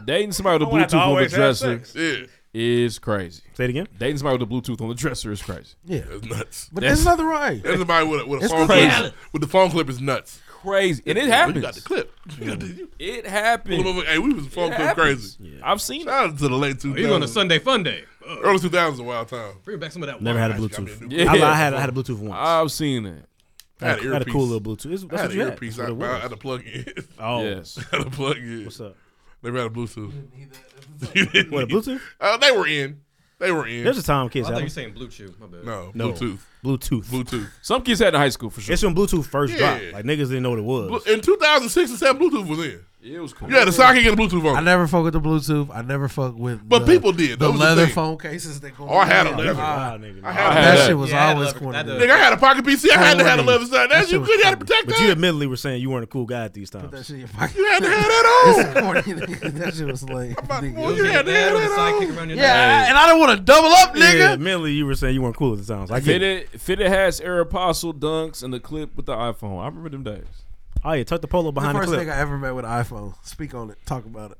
Speaker 1: dating somebody with a
Speaker 4: I wanna have to
Speaker 1: Bluetooth on the
Speaker 4: Oh, always have
Speaker 1: dresser
Speaker 4: sex.
Speaker 2: Yeah,
Speaker 1: is crazy.
Speaker 4: Say it again.
Speaker 1: Dating somebody with a Bluetooth on the dresser is crazy.
Speaker 3: Yeah,
Speaker 2: that's nuts.
Speaker 3: but
Speaker 1: That's-
Speaker 3: there's nothing right.
Speaker 2: That's somebody with a, with a
Speaker 3: It's
Speaker 2: phone
Speaker 3: crazy.
Speaker 2: clip. With the phone clip is nuts.
Speaker 1: Crazy, and it
Speaker 2: You got the
Speaker 1: happens.
Speaker 2: clip. You got the- you
Speaker 1: It
Speaker 2: pull them
Speaker 1: happens.
Speaker 2: over, hey, we was phone
Speaker 1: It
Speaker 2: clip
Speaker 1: happens.
Speaker 2: crazy.
Speaker 1: I've seen it.
Speaker 2: Shout out to the late two
Speaker 9: He's on a
Speaker 2: thousands,
Speaker 9: Sunday fun day. Uh,
Speaker 2: early two thousands, a wild time.
Speaker 9: bring back some of that.
Speaker 4: Never had a
Speaker 9: wine.
Speaker 2: I mean,
Speaker 4: Bluetooth.
Speaker 2: new-
Speaker 1: Yeah.
Speaker 4: I, I had I had a Bluetooth once.
Speaker 1: I've seen it.
Speaker 2: I had,
Speaker 4: I had a
Speaker 2: earpiece.
Speaker 4: cool little Bluetooth. It's-
Speaker 2: I had
Speaker 4: That's what
Speaker 2: an
Speaker 4: you had.
Speaker 2: earpiece.
Speaker 4: That's
Speaker 2: I,
Speaker 4: what it
Speaker 2: I
Speaker 4: was.
Speaker 2: had to plug in.
Speaker 4: Oh,
Speaker 1: Yes.
Speaker 2: I had to plug in.
Speaker 4: what's up?
Speaker 2: They ran a Bluetooth.
Speaker 4: What, a Bluetooth?
Speaker 2: Uh, they were in. They were in.
Speaker 4: There's a time kids.
Speaker 2: I
Speaker 4: have
Speaker 2: thought you
Speaker 4: them.
Speaker 2: saying Blue Chew. My bad. No, Bluetooth.
Speaker 4: Bluetooth.
Speaker 2: Bluetooth.
Speaker 1: Some kids had in high school for sure.
Speaker 4: It's when Bluetooth first
Speaker 2: Yeah.
Speaker 4: dropped. Like niggas didn't know what it was.
Speaker 2: Blu- In 2006 and 7, Bluetooth was in.
Speaker 1: Yeah, it was cool.
Speaker 2: You had a socket and a Bluetooth on.
Speaker 3: I never fuck with the Bluetooth. I never fuck with.
Speaker 2: But
Speaker 3: the-
Speaker 2: people did.
Speaker 3: The
Speaker 2: That was the
Speaker 3: leather
Speaker 2: thing.
Speaker 3: phone cases that go.
Speaker 2: Oh, I had
Speaker 3: around.
Speaker 2: a leather.
Speaker 3: Ah,
Speaker 2: I
Speaker 3: that,
Speaker 2: had that.
Speaker 3: shit was
Speaker 2: Yeah, I had
Speaker 3: always
Speaker 2: leather-
Speaker 3: corny.
Speaker 2: that Nigga, I had a pocket PC. I had to have a leather side. That's you could. You had to protect
Speaker 4: But
Speaker 2: that.
Speaker 4: you admittedly were saying you weren't a cool guy at these times.
Speaker 2: You had to have that on.
Speaker 3: that shit was lame.
Speaker 2: Well, you had to have that on.
Speaker 3: Yeah, and I don't want to double up,
Speaker 4: Yeah,
Speaker 3: nigga.
Speaker 4: admittedly you were saying you weren't cool at the times. I get it.
Speaker 1: Fitted, Fitted has Air Apostle dunks and the clip with the iPhone. I remember them days.
Speaker 4: Oh yeah, tuck the polo
Speaker 3: The
Speaker 4: behind the,
Speaker 3: first
Speaker 4: clip.
Speaker 3: thing I ever met with an iPhone. Speak on it. Talk about it.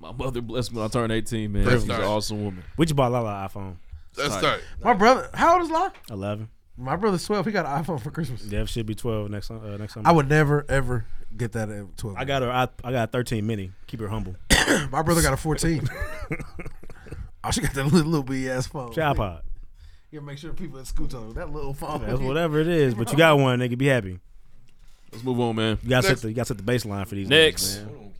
Speaker 1: My mother blessed me when I turned 18, man.
Speaker 4: That's
Speaker 1: She's
Speaker 4: nice.
Speaker 1: an awesome woman.
Speaker 4: Would you buy Lala iPhone?
Speaker 1: That's tight.
Speaker 3: My brother, how old is Lon?
Speaker 4: Eleven.
Speaker 3: My brother's twelve. He got an iPhone for Christmas.
Speaker 4: Dev should be twelve next sum- uh, next summer.
Speaker 3: I would never ever get that at twelve.
Speaker 4: I got her. I, I got a thirteen mini. Keep her humble.
Speaker 3: My brother got a fourteen. oh, she got that little, little bitty ass phone.
Speaker 4: She iPod.
Speaker 3: Yeah, make sure people at school tell them that little phone.
Speaker 4: That's whatever it is. But you got one, nigga. Be happy.
Speaker 1: Let's move on, man.
Speaker 4: You got to set
Speaker 1: Next.
Speaker 4: the you got to set the baseline for these. niggas,
Speaker 1: Next.
Speaker 4: man.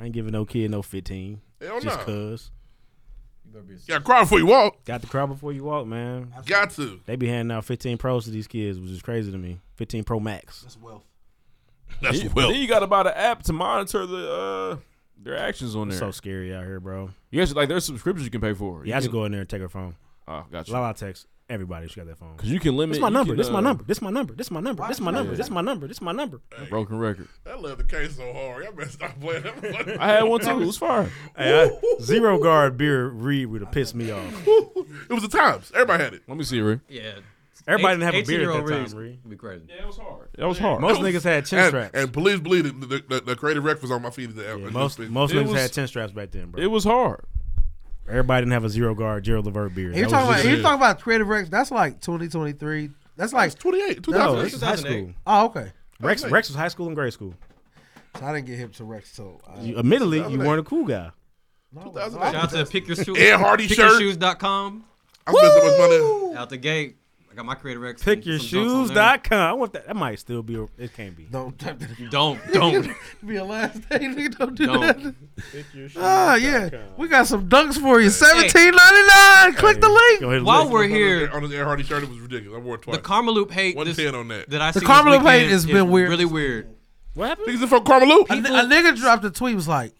Speaker 4: I ain't giving no kid no fifteen.
Speaker 2: Hell
Speaker 4: just
Speaker 2: nah.
Speaker 4: cause.
Speaker 2: Yeah, cry before you walk.
Speaker 4: Got to cry before you walk, man.
Speaker 2: Got to.
Speaker 4: They be handing out 15 pros to these kids, which is crazy to me. 15 Pro Max.
Speaker 3: That's wealth.
Speaker 2: That's
Speaker 1: then,
Speaker 2: well.
Speaker 1: Then you got to buy the app to monitor the uh, their actions on there.
Speaker 4: It's so scary out here, bro.
Speaker 1: You actually like there's subscriptions you can pay for.
Speaker 4: Yeah, I should go in there and take her phone.
Speaker 1: Oh, gotcha.
Speaker 4: Lala text everybody. She got that phone.
Speaker 1: 'Cause you can limit-
Speaker 4: This my
Speaker 1: you
Speaker 4: number.
Speaker 1: can,
Speaker 4: this my
Speaker 1: uh,
Speaker 4: number. This my number. This my number. This my
Speaker 1: you
Speaker 4: number.
Speaker 1: do
Speaker 4: This
Speaker 1: that?
Speaker 4: my number. This my number.
Speaker 1: Broken record.
Speaker 2: That leather case so hard. I better stop playing.
Speaker 1: I had one too. It was fire.
Speaker 4: Hey, I- zero guard beer read would have pissed me off.
Speaker 2: It was the times. Everybody had it.
Speaker 1: Let me see, Ray.
Speaker 9: Yeah.
Speaker 4: Everybody didn't have a beard at
Speaker 9: 18-year-old
Speaker 4: that
Speaker 9: Reeves
Speaker 4: time. Reed.
Speaker 9: would Be crazy. Yeah,
Speaker 1: it was hard. That was hard.
Speaker 4: Most niggas had chin
Speaker 2: and,
Speaker 4: straps.
Speaker 2: And please believe it, the, the, the creative rec was on my feet. Yeah,
Speaker 4: most most niggas had chin straps back then, bro.
Speaker 1: It was hard.
Speaker 4: Everybody didn't have a zero guard Gerald Levert beard.
Speaker 3: And you're
Speaker 4: That
Speaker 3: talking
Speaker 4: was
Speaker 3: about
Speaker 4: just-
Speaker 3: you're talking about creative Rex. That's like 2023. That's like
Speaker 2: 28.
Speaker 4: No, this is high school.
Speaker 3: Oh, okay.
Speaker 4: Rex Rex was high school and grade school.
Speaker 3: So I didn't get hip to Rex. So I,
Speaker 4: You, admittedly, you weren't a cool guy.
Speaker 9: Shout out to pick your shoes.
Speaker 2: Ed Hardy shirt.
Speaker 9: Pickyourshoes.com.
Speaker 2: I spent so much money.
Speaker 9: Out the gate. I got my creative Rex. and some dunks on there.
Speaker 4: Pickyourshoes.com. I want that. That might still be. a- It can't be.
Speaker 3: Don't
Speaker 9: Don't, don't.
Speaker 3: be a last day. Nigga, don't do
Speaker 9: Don't.
Speaker 3: that. Ah, yeah. We got some dunks for you. Seventeen ninety nine. Click the link.
Speaker 9: While we're here,
Speaker 2: on the Air Hardy shirt, it was ridiculous. I wore it twice.
Speaker 9: the Karma Loop hate.
Speaker 2: One
Speaker 9: this,
Speaker 2: pin on that.
Speaker 9: That I
Speaker 3: The
Speaker 9: see
Speaker 3: Karma
Speaker 9: this
Speaker 3: Loop hate
Speaker 9: weekend
Speaker 3: has
Speaker 9: is
Speaker 3: been weird.
Speaker 9: Really weird.
Speaker 4: What happened?
Speaker 2: Niggas are from Karma Loop.
Speaker 3: A, ni- a nigga dropped a tweet. Was like,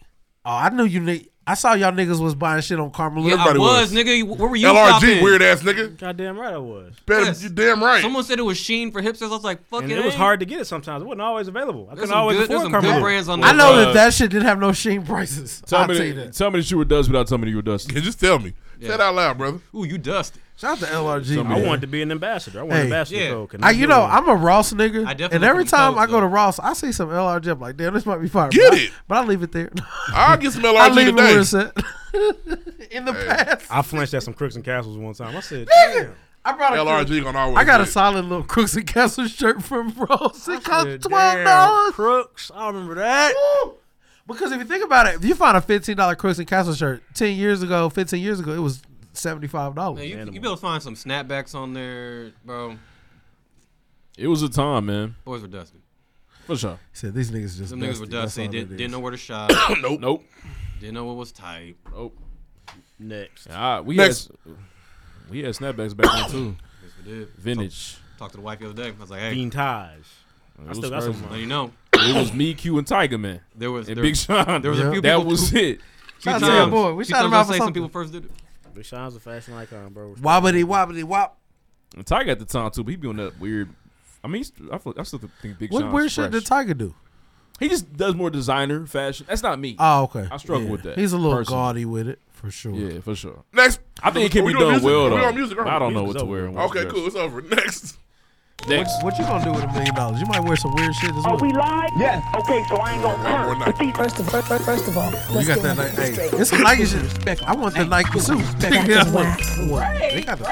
Speaker 3: "Oh, I knew you. Ni- I saw y'all niggas was buying shit on Carmelo.
Speaker 9: Yeah, I was, nigga. Where were you?
Speaker 2: LRG,
Speaker 9: shopping?
Speaker 2: weird ass nigga.
Speaker 4: Goddamn right I was.
Speaker 2: Better, you damn right.
Speaker 9: Someone said it was Sheen for hipsters. I was like, fuck
Speaker 4: And
Speaker 9: it.
Speaker 4: it was
Speaker 9: ain't.
Speaker 4: hard to get it sometimes. It wasn't always available. I
Speaker 9: There's
Speaker 4: couldn't
Speaker 9: some
Speaker 4: always
Speaker 9: good- there's
Speaker 4: afford
Speaker 9: some
Speaker 4: Carmelo.
Speaker 9: good brands on
Speaker 3: I know
Speaker 1: Uh,
Speaker 3: that that shit didn't have no sheen prices.
Speaker 1: Tell
Speaker 3: I'll
Speaker 1: me,
Speaker 3: tell you
Speaker 1: that,
Speaker 3: that.
Speaker 1: tell me that you were dust without telling me you were dust.
Speaker 2: just tell me. Say it out loud, brother.
Speaker 9: Ooh, you dusty.
Speaker 3: Shout out to LRG.
Speaker 4: I wanted to be an ambassador. I wanted
Speaker 3: Hey.
Speaker 4: an ambassador
Speaker 3: Yeah.
Speaker 4: code. Can
Speaker 3: I,
Speaker 4: I
Speaker 3: you
Speaker 4: get
Speaker 3: know,
Speaker 4: one?
Speaker 3: I'm a Ross nigga,
Speaker 4: definitely
Speaker 3: and every
Speaker 4: look at the
Speaker 3: time I
Speaker 4: codes,
Speaker 3: go to Ross, I see some LRG. I'm like, damn, this might be fire.
Speaker 2: Get
Speaker 3: but I-
Speaker 2: it.
Speaker 3: but I leave it there.
Speaker 2: I'll get some
Speaker 3: I
Speaker 2: LRG
Speaker 3: leave it
Speaker 2: today.
Speaker 3: where it's at. In the past,
Speaker 4: I flinched at some crooks and castles one time. I said,
Speaker 3: Nigga, I brought a
Speaker 2: LRG gonna always.
Speaker 3: I got a
Speaker 2: win.
Speaker 3: solid little Crooks and Castle shirt from Ross. It cost
Speaker 4: "Damn,
Speaker 3: twelve dollars.
Speaker 4: Crooks. I remember that.
Speaker 3: Because if you think about it, if you find a fifteen dollar Crooks and Castle shirt ten years ago, fifteen years ago, it was seventy five
Speaker 9: Man,
Speaker 3: dollars.
Speaker 9: you, you be able to find some snapbacks on there, bro.
Speaker 1: It was a time, man.
Speaker 9: Boys were dusty.
Speaker 1: For sure.
Speaker 3: Said these niggas just
Speaker 9: Some niggas were dusty. Did,
Speaker 3: Did,
Speaker 9: didn't know where to shop.
Speaker 2: nope.
Speaker 1: Nope.
Speaker 9: Didn't know what was tight.
Speaker 1: Nope.
Speaker 4: Next.
Speaker 1: Ah, we
Speaker 9: Next.
Speaker 1: had we had snapbacks back then too.
Speaker 9: Yes, we did.
Speaker 1: Vintage.
Speaker 9: Talked talked to the wife the other day. I was like, hey.
Speaker 4: Vintage. I
Speaker 1: It
Speaker 4: still
Speaker 1: was
Speaker 4: got some.
Speaker 1: crazy.
Speaker 4: of
Speaker 9: Let
Speaker 4: mine.
Speaker 9: you know.
Speaker 1: It was me, Q, and Tiger Man.
Speaker 9: There was-
Speaker 1: and
Speaker 9: there-
Speaker 1: Big Sean.
Speaker 9: there was a few
Speaker 1: That
Speaker 9: people-
Speaker 1: was it.
Speaker 3: Shout out to your
Speaker 9: Few times-
Speaker 3: boy. We
Speaker 9: few
Speaker 3: shout him
Speaker 9: times I
Speaker 3: out for
Speaker 9: say some
Speaker 3: something.
Speaker 9: people first did it.
Speaker 4: Big Sean's a fashion icon, bro.
Speaker 3: Wobbity wobbity wop.
Speaker 1: And Tiger at the time too, but he be on that weird. I mean, he's- I, feel, I still think Big
Speaker 3: What
Speaker 1: Sean's
Speaker 3: weird shit
Speaker 1: fresh.
Speaker 3: did Tiger do?
Speaker 1: He just does more designer fashion. That's not me.
Speaker 3: Oh, okay.
Speaker 1: I struggle
Speaker 3: Yeah.
Speaker 1: with that.
Speaker 3: He's a little
Speaker 1: personally.
Speaker 3: gaudy with it for sure.
Speaker 1: Yeah, for sure.
Speaker 2: Next.
Speaker 1: I think it can
Speaker 2: We
Speaker 1: be
Speaker 2: doing
Speaker 1: done
Speaker 2: music?
Speaker 1: well though.
Speaker 2: We on music, aren't we?
Speaker 1: I don't know what
Speaker 2: Music's
Speaker 1: to wear. and what to
Speaker 2: Okay,
Speaker 1: dress.
Speaker 2: cool. It's over. Next.
Speaker 1: Next.
Speaker 3: What you gonna do with a million dollars? You might wear some weird shit
Speaker 20: Oh,
Speaker 3: as well.
Speaker 20: live? Yes. Okay, so I ain't gonna curse. First of, first, first, first of all,
Speaker 3: You
Speaker 20: let's
Speaker 3: got
Speaker 20: get
Speaker 3: that
Speaker 20: one
Speaker 3: Nike.
Speaker 20: thing
Speaker 3: Hey,
Speaker 20: straight.
Speaker 3: it's some Nike shit. Respect. I want the Nike suit. Think that's what. what? They got the. I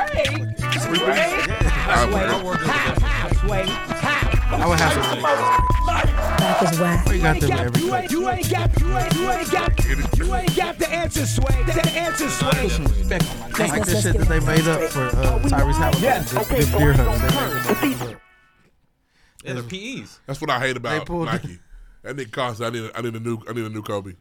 Speaker 3: would have some.
Speaker 20: Back is whack.
Speaker 3: You got them every.
Speaker 20: You ain't, you ain't got, you ain't, you ain't got, you ain't got the answer, Sway. The answer, Sway.
Speaker 3: Like this shit that they made up for uh, Tyrese Halliburton.
Speaker 20: Yes.
Speaker 3: The,
Speaker 20: Okay,
Speaker 3: the
Speaker 20: so
Speaker 3: deer
Speaker 20: I
Speaker 3: hunt.
Speaker 20: don't
Speaker 3: They
Speaker 20: curse.
Speaker 3: made them up.
Speaker 9: Yeah, they're PEs. E
Speaker 2: That's what I hate about
Speaker 3: pulled-
Speaker 2: Nike. That nigga cost. I need. A, I need a new. I need a new Kobe.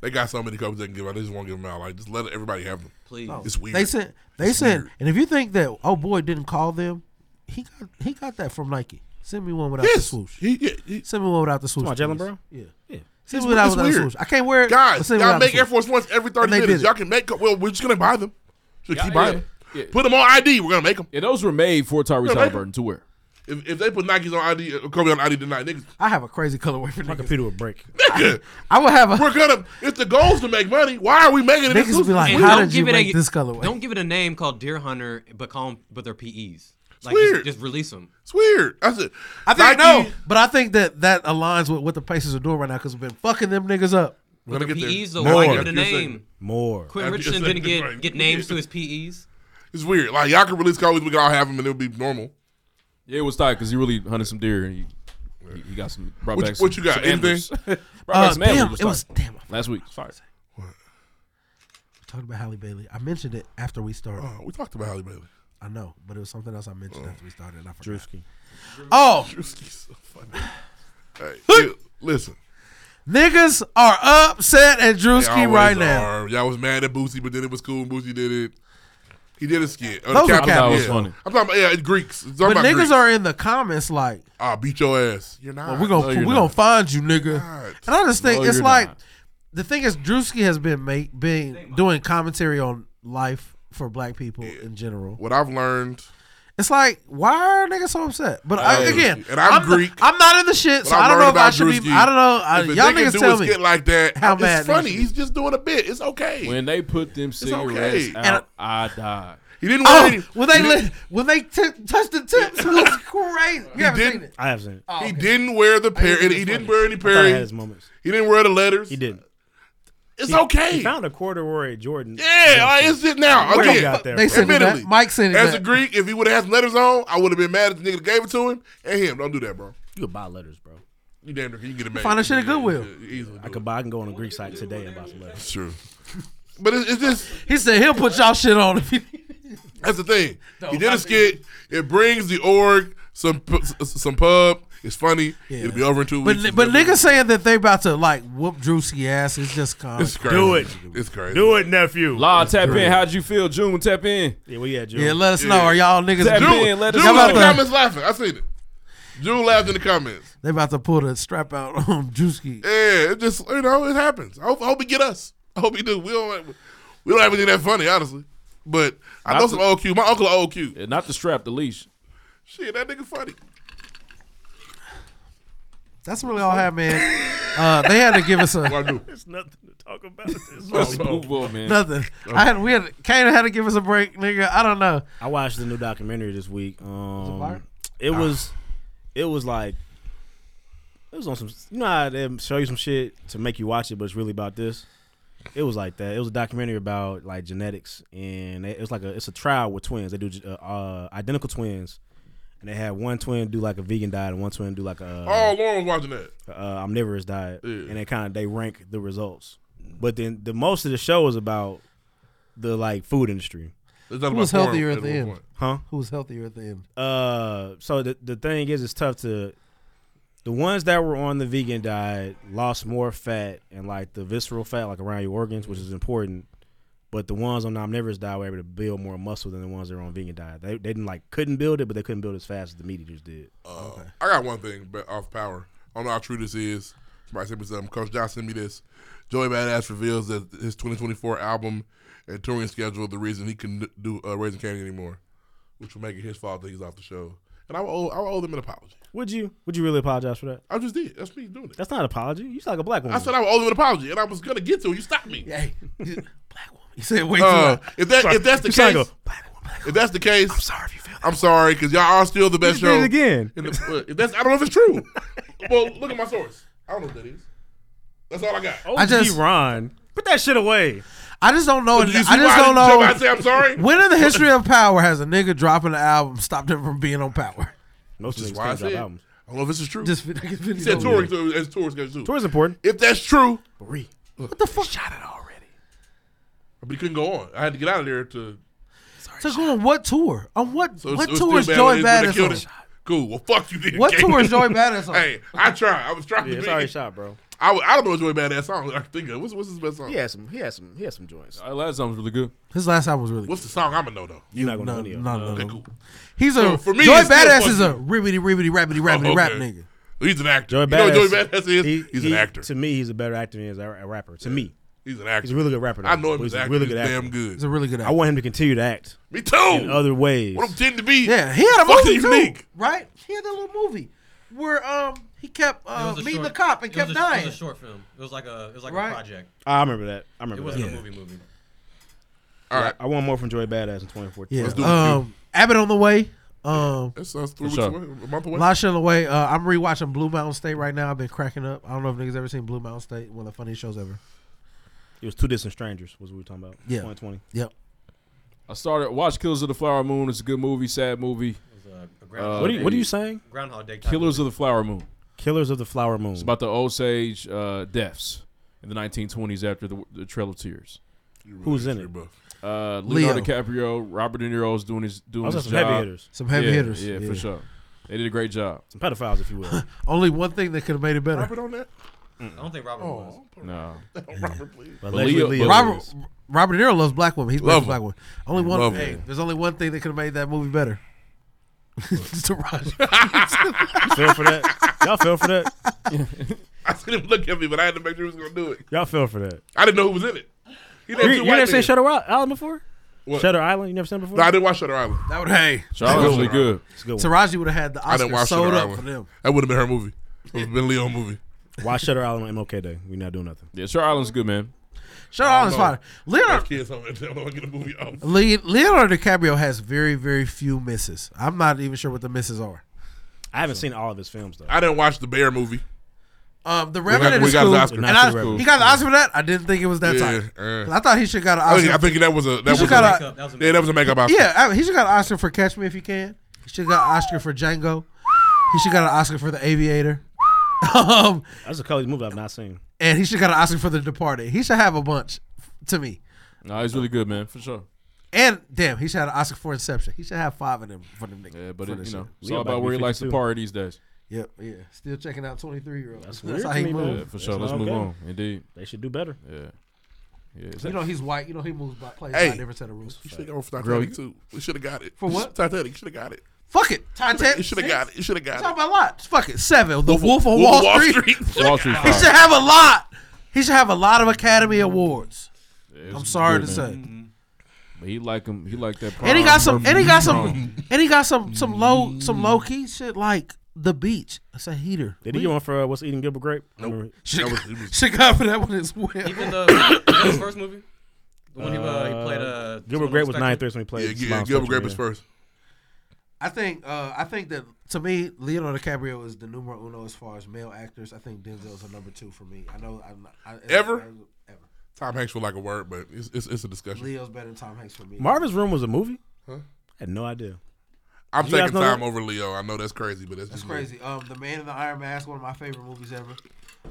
Speaker 2: They got so many copies they can give out. They just won't give them out. Like just let everybody have them.
Speaker 9: Please,
Speaker 2: it's weird.
Speaker 3: They sent. They
Speaker 2: It's
Speaker 3: sent.
Speaker 2: weird.
Speaker 3: And if you think that oh boy didn't call them, he got he got that from Nike. Send me one without the
Speaker 2: Yes.
Speaker 3: swoosh.
Speaker 2: He,
Speaker 3: Send me one without the swoosh.
Speaker 4: on, Jalen
Speaker 3: please.
Speaker 4: Brown?
Speaker 3: Yeah.
Speaker 4: Yeah.
Speaker 2: It's-
Speaker 3: Send me without,
Speaker 2: it's
Speaker 3: without the
Speaker 2: weird.
Speaker 3: swooch. I can't wear it. but
Speaker 2: Guys,
Speaker 3: send me
Speaker 2: y'all
Speaker 3: without the
Speaker 2: make Air
Speaker 3: swoosh.
Speaker 2: Force Ones every thirty
Speaker 3: And they
Speaker 2: minutes.
Speaker 3: did it.
Speaker 2: Y'all can make. Well, we're just gonna buy them. Just keep buying them.
Speaker 1: yeah.
Speaker 2: Put them on ID. We're gonna make them.
Speaker 1: Yeah, those were made for Tyrese
Speaker 2: Yeah, they-
Speaker 1: Halliburton to wear.
Speaker 2: If, if they put Nikes on ID, uh, Kobe on ID tonight, niggas.
Speaker 3: I have a crazy colorway for
Speaker 4: My
Speaker 3: niggas.
Speaker 4: computer would break.
Speaker 2: Nigga,
Speaker 3: I would have a.
Speaker 2: We're gonna. If the goal is to make money, why are we making it?
Speaker 3: Niggas
Speaker 2: exclusive?
Speaker 3: be like,
Speaker 9: And
Speaker 3: how
Speaker 9: don't
Speaker 3: did you
Speaker 9: give it
Speaker 3: make
Speaker 9: a-
Speaker 3: this colorway?
Speaker 9: Don't give it a name called Deer Hunter, but call 'em- but they're PEs. Like
Speaker 2: weird.
Speaker 9: Just, just release them.
Speaker 2: It's weird. That's it.
Speaker 3: I think
Speaker 2: Nike-
Speaker 3: no, but I think that that aligns with what the Pacers are doing right now because we've been fucking them niggas up.
Speaker 9: But the PEs though,
Speaker 3: More.
Speaker 9: why give it a
Speaker 2: After your
Speaker 9: name?
Speaker 2: second.
Speaker 4: More.
Speaker 9: Quinn
Speaker 2: After your
Speaker 9: Richardson
Speaker 2: second,
Speaker 9: didn't
Speaker 2: right.
Speaker 9: get, get names to his PEs.
Speaker 2: It's weird. Like y'all could release Kobe's, we could all have them, and it would be normal.
Speaker 1: Yeah, it was tight because he really hunted some deer and he, he, he got some. Brought
Speaker 2: What
Speaker 1: back
Speaker 2: you-
Speaker 1: some,
Speaker 2: what you got?
Speaker 1: some
Speaker 2: Anything?
Speaker 1: antlers. brought
Speaker 3: Uh,
Speaker 1: back some
Speaker 3: damn,
Speaker 1: antlers,
Speaker 3: it was-
Speaker 1: tight.
Speaker 3: damn, I
Speaker 1: Last week, fire.
Speaker 3: We talked about Halle Bailey. I mentioned it after we started.
Speaker 2: Oh, we talked about Halle Bailey.
Speaker 3: I know, but it was something else I mentioned after we started. And I forgot.
Speaker 4: Drewski.
Speaker 3: Oh,
Speaker 2: Drewski's so funny. Hey, you- listen.
Speaker 3: niggas are upset at
Speaker 2: They
Speaker 3: Drewski
Speaker 2: always
Speaker 3: right now.
Speaker 2: are. Y'all was mad at Boosie, but then it was cool. and Boosie did it. He did a skit. Oh, the
Speaker 3: Those are
Speaker 2: Captain,
Speaker 3: cap- I thought it was
Speaker 2: yeah.
Speaker 1: funny.
Speaker 2: I'm talking about yeah, it's Greeks. I'm talking
Speaker 3: But
Speaker 2: about
Speaker 3: niggas
Speaker 2: Greeks.
Speaker 3: are in the comments like,
Speaker 2: I'll beat your ass. You're not.
Speaker 3: well, we're gonna
Speaker 2: No, you're
Speaker 3: we're
Speaker 2: not.
Speaker 3: gonna find you, nigga. And I just think
Speaker 2: No,
Speaker 3: it's
Speaker 2: you're
Speaker 3: like
Speaker 2: not.
Speaker 3: the thing is Drewski has been make, been doing commentary on life for black people in general.
Speaker 2: What I've learned.
Speaker 3: It's like why are niggas so upset? But I,
Speaker 2: Hey,
Speaker 3: again,
Speaker 2: and I'm
Speaker 3: not-
Speaker 2: Greek.
Speaker 3: I'm not in the shit,
Speaker 2: What
Speaker 3: so
Speaker 2: I've
Speaker 3: I don't
Speaker 2: learned
Speaker 3: know if I
Speaker 2: about
Speaker 3: should be.
Speaker 2: Drewski,
Speaker 3: I don't know. I,
Speaker 2: if a
Speaker 3: y'all
Speaker 2: nigga
Speaker 3: niggas
Speaker 2: do
Speaker 3: tell
Speaker 2: a
Speaker 3: me
Speaker 2: skit like that.
Speaker 3: how
Speaker 2: it's
Speaker 3: mad niggas
Speaker 2: funny.
Speaker 3: should
Speaker 2: He's just doing a bit. It's okay.
Speaker 1: When they put them cigarettes
Speaker 2: okay.
Speaker 1: out,
Speaker 2: And-
Speaker 1: I died.
Speaker 2: he didn't
Speaker 3: Oh,
Speaker 2: want any-
Speaker 3: when they
Speaker 2: he
Speaker 3: li- when they t- touched the tips, it was crazy. You haven't
Speaker 2: didn't-
Speaker 3: seen it.
Speaker 4: I have seen it.
Speaker 3: Oh,
Speaker 2: He
Speaker 3: okay.
Speaker 2: didn't wear the pair.
Speaker 3: think
Speaker 2: and
Speaker 3: it
Speaker 2: He
Speaker 3: was
Speaker 2: didn't
Speaker 3: funny.
Speaker 2: wear any
Speaker 4: I thought I had
Speaker 2: Perry.
Speaker 4: his moments.
Speaker 2: He didn't wear the letters.
Speaker 4: He didn't.
Speaker 2: It's
Speaker 4: He-
Speaker 2: okay.
Speaker 4: He found a corduroy Jordan.
Speaker 2: Yeah, like, it's it now.
Speaker 4: Where
Speaker 2: Again,
Speaker 4: you got there,
Speaker 3: They
Speaker 4: bro?
Speaker 3: sent it back.
Speaker 2: admittedly,
Speaker 3: Mike sent it
Speaker 2: As a
Speaker 3: back.
Speaker 2: Greek, if he would have had some letters on, I would have been mad at the nigga that gave it to him and him. Don't do that, bro.
Speaker 4: You could buy letters, bro.
Speaker 2: You damn near you can get it back.
Speaker 3: Find that shit at Goodwill.
Speaker 2: Easily.
Speaker 4: I could buy. I can go on a Greek site today and buy some letters.
Speaker 2: That's true. But it's, it's just
Speaker 3: He said he'll put y'all shit on if he.
Speaker 2: that's the thing.
Speaker 3: No,
Speaker 2: he did
Speaker 3: I
Speaker 2: a skit. It brings the org some pu- s- some pub. It's funny. It'll be over in two
Speaker 3: But
Speaker 2: weeks.
Speaker 3: but niggas saying that they about to like whoop Drewski ass is just kind.
Speaker 2: it's crazy.
Speaker 8: Do it.
Speaker 2: It's crazy.
Speaker 8: Do it, nephew.
Speaker 1: Law, tap in. How'd you feel, June? Tap in.
Speaker 4: Yeah, we had Jordan.
Speaker 3: Yeah, let us know. Are y'all niggas?
Speaker 1: Tap
Speaker 2: Dude,
Speaker 1: in. Let
Speaker 2: Dude
Speaker 1: us
Speaker 2: in
Speaker 1: know.
Speaker 2: the comments laughing. I seen it. Dude laughed in the comments.
Speaker 3: They about to pull the strap out on Drewski.
Speaker 2: Yeah, it just you know it happens. I hope, I hope he get us. I hope he do. We don't we don't have anything that funny, honestly. But I
Speaker 1: Not
Speaker 2: know
Speaker 1: the-
Speaker 2: some old Q. My uncle a old Q.
Speaker 1: Yeah, Not the strap, the leash.
Speaker 2: Shit, that nigga funny.
Speaker 3: That's really all I have, man. Uh, they had to give us a
Speaker 2: What I do?
Speaker 8: There's nothing to talk about. This
Speaker 1: Let's move on, man.
Speaker 3: nothing. I had we had Kane had to give us a break, nigga. I don't know.
Speaker 4: I watched the new documentary this week. Um,
Speaker 3: fire?
Speaker 4: it was, it was like, it was on some. You know how they show you some shit to make you watch it, but it's really about this. It was like that. It was a documentary about like genetics, and it it was like a it's a trial with twins. They do uh, uh, identical twins, and they had one twin do like a vegan diet and one twin do like a
Speaker 2: Oh, Lauren was watching that.
Speaker 4: uh, omnivorous diet,
Speaker 2: Yeah.
Speaker 4: and they kind of they rank the results. But then the most of the show is about the like food industry,
Speaker 2: It's not
Speaker 3: Who
Speaker 2: about
Speaker 3: was
Speaker 2: porn
Speaker 3: healthier at the
Speaker 2: one
Speaker 3: end?
Speaker 2: point.
Speaker 4: huh?
Speaker 3: Who was healthier at the end?
Speaker 4: Uh, so the the thing is, it's tough to. The ones that were on the vegan diet lost more fat and like the visceral fat, like around your organs, which is important. But the ones on the omnivorous diet were able to build more muscle than the ones that were on vegan diet. They, they didn't like couldn't build it, but they couldn't build as fast as the meat eaters did.
Speaker 2: Uh, I got one thing but off power. I don't know how true this is. Somebody sent me something. Coach Josh sent me this. Joey Badass reveals that his 2024 album and touring schedule the reason he couldn't do uh, Raising Candy anymore, which will make it his fault that he's off the show. And I will owe, I will owe them an apology.
Speaker 4: Would you Would you really apologize for that?
Speaker 2: I just did. That's me doing it.
Speaker 4: That's not an apology. You sound like a black woman.
Speaker 2: I said I would owe them an apology, and I was gonna get to it. You stopped me.
Speaker 3: Hey, black woman. You said way too
Speaker 2: Uh,
Speaker 3: much.
Speaker 2: if that if that's the
Speaker 4: You sound
Speaker 2: case,
Speaker 4: like a-
Speaker 2: if that's the case, I'm
Speaker 3: sorry if you feel that.
Speaker 2: I'm sorry because y'all are still the best
Speaker 4: You did
Speaker 2: show.
Speaker 4: it again.
Speaker 2: in the- uh, if that's I don't know if it's true. well, look at my source. I don't know what that is. That's all I got.
Speaker 4: OG
Speaker 3: I just-
Speaker 4: Ron, put that shit away.
Speaker 3: I just don't know. I
Speaker 2: Did you
Speaker 3: just
Speaker 2: see why
Speaker 3: don't
Speaker 2: didn't Joe Biden
Speaker 3: know.
Speaker 2: say I'm sorry.
Speaker 3: When in the history of power has a nigga dropping an album stopped him from being on power?
Speaker 4: Most
Speaker 2: Which
Speaker 4: of
Speaker 2: is why I
Speaker 4: these
Speaker 2: said.
Speaker 4: drop
Speaker 2: I
Speaker 4: albums.
Speaker 2: don't know if this is true.
Speaker 3: Just
Speaker 2: he said touring, so it's touring schedule too.
Speaker 4: Tour's important.
Speaker 2: If that's true,
Speaker 3: What the fuck? Shot it already.
Speaker 2: but he couldn't go on. I had to get out of there to.
Speaker 3: So go on what tour? On what
Speaker 2: So it's-
Speaker 3: what
Speaker 2: it was
Speaker 3: tour is
Speaker 2: still bad when they-
Speaker 3: Joy
Speaker 2: when they killed
Speaker 3: Badass
Speaker 2: him. Cool. Well, fuck you. Then
Speaker 3: What
Speaker 2: Gabe.
Speaker 3: tour is Joey Badass on?
Speaker 2: Hey, I tried. I was trying
Speaker 4: Yeah,
Speaker 2: to.
Speaker 4: it's
Speaker 2: be-
Speaker 4: already shot, bro.
Speaker 2: I, would- I don't know his really badass song. I can think of what's what's his best song.
Speaker 21: He had some. He had some. He had some joints.
Speaker 1: That last song was really good.
Speaker 3: His last album was really.
Speaker 2: What's the song? I'ma know though.
Speaker 3: You're not gonna know. No, no, no.
Speaker 2: Okay, cool.
Speaker 3: He's a
Speaker 2: So, for me,
Speaker 3: Joy
Speaker 2: it's still
Speaker 3: Badass
Speaker 2: fuck
Speaker 3: is a ribbity ribbity rabbity rabbity
Speaker 2: okay.
Speaker 3: rap nigga.
Speaker 2: He's an actor.
Speaker 4: Joey
Speaker 2: You know what Joey
Speaker 4: Badass-
Speaker 2: Badass is?
Speaker 4: he-
Speaker 2: He's
Speaker 4: he-
Speaker 2: an actor.
Speaker 4: To me, he's a better actor than he is a, a rapper. To me,
Speaker 2: he's an actor.
Speaker 4: He's a really good rapper.
Speaker 2: I know him
Speaker 4: but
Speaker 2: as
Speaker 4: a
Speaker 2: an actor. He's damn good.
Speaker 3: He's a really good
Speaker 4: I
Speaker 3: actor.
Speaker 4: want him to continue to act.
Speaker 2: Me too.
Speaker 4: In other ways.
Speaker 2: What I'm tending to be.
Speaker 3: Yeah, he had a
Speaker 2: Fucking
Speaker 3: movie too,
Speaker 2: unique.
Speaker 3: right? He had that little movie where um he kept uh,
Speaker 9: was a
Speaker 3: meeting
Speaker 9: short-
Speaker 3: the cop and
Speaker 9: it was
Speaker 3: kept
Speaker 9: a- It
Speaker 3: dying.
Speaker 9: was a short film. It was like a it was like
Speaker 3: Right.
Speaker 9: a project.
Speaker 4: I remember that. I remember
Speaker 9: It wasn't
Speaker 4: that.
Speaker 9: a movie movie.
Speaker 4: All right. I want more from Joy Badass in 2014.
Speaker 3: Yeah. um, Abbott on the way. Um,
Speaker 2: That's us three weeks
Speaker 4: For sure.
Speaker 2: away, a month away.
Speaker 3: Lasha on the way. Uh, I'm rewatching Blue Mountain State right now. I've been cracking up. I don't know if niggas ever seen Blue Mountain State. One of the funniest shows ever.
Speaker 4: It was Two Distant Strangers, was what we were talking about.
Speaker 3: Yeah.
Speaker 4: 2020.
Speaker 3: Yep.
Speaker 1: I started Watch Killers of the Flower Moon. It's a good movie, sad movie.
Speaker 9: a Groundhog
Speaker 4: What are you- what are you saying?
Speaker 9: Groundhog Day type
Speaker 1: Killers of the Flower Moon.
Speaker 4: Killers of the Flower Moon.
Speaker 1: It's about the Osage uh, deaths in the 1920s after the, the Trail of Tears.
Speaker 4: Who's in it?
Speaker 1: Uh, Leonardo
Speaker 4: Leo.
Speaker 1: DiCaprio, Robert De Niro's doing his doing
Speaker 4: Those are
Speaker 1: his
Speaker 4: some heavy
Speaker 1: job.
Speaker 4: hitters. Some heavy
Speaker 1: Yeah,
Speaker 4: hitters.
Speaker 1: Yeah,
Speaker 4: Yeah.
Speaker 1: for sure. They did a great job.
Speaker 4: Some pedophiles, if you will.
Speaker 3: Only one thing that could have made it better.
Speaker 2: Robert on that?
Speaker 9: I don't think
Speaker 3: Oh.
Speaker 9: Robert was.
Speaker 1: No.
Speaker 2: Robert, please.
Speaker 1: But
Speaker 3: Allegedly, Robert Robert De Niro loves black women. He's
Speaker 2: Love
Speaker 3: black black women. Only one.
Speaker 2: Love
Speaker 3: hey,
Speaker 2: him.
Speaker 3: there's only one thing that could have made that movie better.
Speaker 4: fell for that? Y'all fell for that?
Speaker 2: I seen him look at me, but I had to make sure he was gonna do it.
Speaker 4: Y'all fell for that.
Speaker 2: I didn't know who was in it. He
Speaker 4: You, you never seen Shutter Island before?
Speaker 2: What?
Speaker 4: Shutter Island? You never seen it before?
Speaker 2: No, I didn't watch Shutter Island.
Speaker 3: That would- hey.
Speaker 1: Shutter Island's really good.
Speaker 4: It's a good one.
Speaker 3: Taraji would have had the
Speaker 2: I
Speaker 3: Oscar
Speaker 2: didn't watch
Speaker 3: sold
Speaker 2: Shutter
Speaker 3: up
Speaker 2: Island.
Speaker 3: for them.
Speaker 2: That would have been her movie. It would have been Leo movie.
Speaker 4: Why Shutter Island on MLK Day? we not doing nothing.
Speaker 1: Yeah, Shutter Island's good, man.
Speaker 3: Shutter Island's fine. Leonardo,
Speaker 2: Have kids home and tell them to get a movie off.
Speaker 3: Le- Leonardo DiCaprio has very very few misses. I'm not even sure what the misses are.
Speaker 4: I haven't seen all of his films, though.
Speaker 2: I didn't watch the Bear movie.
Speaker 3: Um, the
Speaker 2: We got-
Speaker 3: Revenant
Speaker 2: we
Speaker 3: is
Speaker 2: got
Speaker 3: cool.
Speaker 2: the Oscar.
Speaker 3: And
Speaker 2: Not
Speaker 3: I-
Speaker 2: the Revenant.
Speaker 3: he got the Oscar for that. I didn't think it was that
Speaker 2: Yeah,
Speaker 3: tight.
Speaker 2: uh.
Speaker 3: 'Cause I thought he should got an
Speaker 2: I
Speaker 3: Oscar.
Speaker 2: think, I think that was a
Speaker 3: He
Speaker 2: that was,
Speaker 3: should
Speaker 2: a,
Speaker 3: got a-
Speaker 2: yeah that was a makeup Oscar.
Speaker 3: Yeah, I- he should got an Oscar for Catch Me If You Can. He should got an Oscar for Django. He should got an Oscar for The Aviator. um,
Speaker 4: That's a college movie I've not seen.
Speaker 3: and he should got an Oscar for The Departed. He should have a bunch, f- to me.
Speaker 1: No, he's really good, man, for sure.
Speaker 3: And damn, he should have an Oscar for Inception. He should have five of them for them niggas.
Speaker 1: Yeah, but
Speaker 3: for
Speaker 1: it,
Speaker 3: this
Speaker 1: you know,
Speaker 3: shit.
Speaker 1: it's all about where he likes to party these days.
Speaker 3: Yep, yeah. Still checking out twenty three year olds. That's,
Speaker 4: weird
Speaker 3: how
Speaker 4: to
Speaker 3: he
Speaker 4: me,
Speaker 3: moves.
Speaker 1: Yeah, for sure. Let's
Speaker 4: not
Speaker 1: move
Speaker 4: okay.
Speaker 1: on. Indeed.
Speaker 4: They should do better.
Speaker 1: Yeah. Yeah.
Speaker 3: You know he's white. You know he moves by plays
Speaker 2: Hey.
Speaker 3: by a different set of rules.
Speaker 2: You should have gone for
Speaker 1: Girl,
Speaker 2: Titanic too. We should have got it
Speaker 3: For what?
Speaker 2: Titanic. You should have got it.
Speaker 3: Fuck it, Titanic.
Speaker 2: You should have got it. You should have got
Speaker 3: Talk
Speaker 2: it.
Speaker 3: about a lot. Fuck it, seven. The Wolf,
Speaker 2: Wolf
Speaker 3: of Wall,
Speaker 2: of Wall
Speaker 3: Street.
Speaker 2: Street. Wall Street's
Speaker 3: he
Speaker 2: fire.
Speaker 3: should have a lot. He should have a lot of Academy Awards.
Speaker 1: it's
Speaker 3: I'm sorry
Speaker 1: good,
Speaker 3: to
Speaker 1: man.
Speaker 3: say.
Speaker 1: But he like him. He like that.
Speaker 3: And he
Speaker 1: prom
Speaker 3: got some.
Speaker 1: movie.
Speaker 3: And he got some.
Speaker 1: Prom.
Speaker 3: And he got some. Some low. Some low key shit like the beach. It's a heater.
Speaker 4: Did he get one for uh, What's Eating Gilbert Grape? Nope.
Speaker 3: Shit, shit got for that one as well.
Speaker 9: Even the was that his first movie, the one he, uh, he
Speaker 4: Uh,
Speaker 9: played. Uh,
Speaker 4: Gilbert Grape was 93 when he played.
Speaker 2: Yeah, yeah,
Speaker 4: Miles
Speaker 2: Gilbert
Speaker 4: Fletcher,
Speaker 2: Grape
Speaker 4: yeah.
Speaker 2: is first.
Speaker 3: I think. Uh, I think that to me, Leonardo DiCaprio is the numero uno as far as male actors. I think Denzel's a number two for me. I know. I'm not, I,
Speaker 2: Ever?
Speaker 3: I- ever.
Speaker 2: Tom Hanks would like a word, but it's it's, it's a discussion.
Speaker 3: Leo's better than Tom Hanks for me.
Speaker 4: Marvin's Room was a movie?
Speaker 3: Huh?
Speaker 4: I had no idea.
Speaker 2: I'm
Speaker 4: You guys
Speaker 2: taking
Speaker 4: know
Speaker 2: time
Speaker 4: that?
Speaker 2: over Leo. I know that's crazy, but that's,
Speaker 3: That's
Speaker 2: just me.
Speaker 3: crazy. Um, The Man in the Iron Mask, one of my favorite movies ever.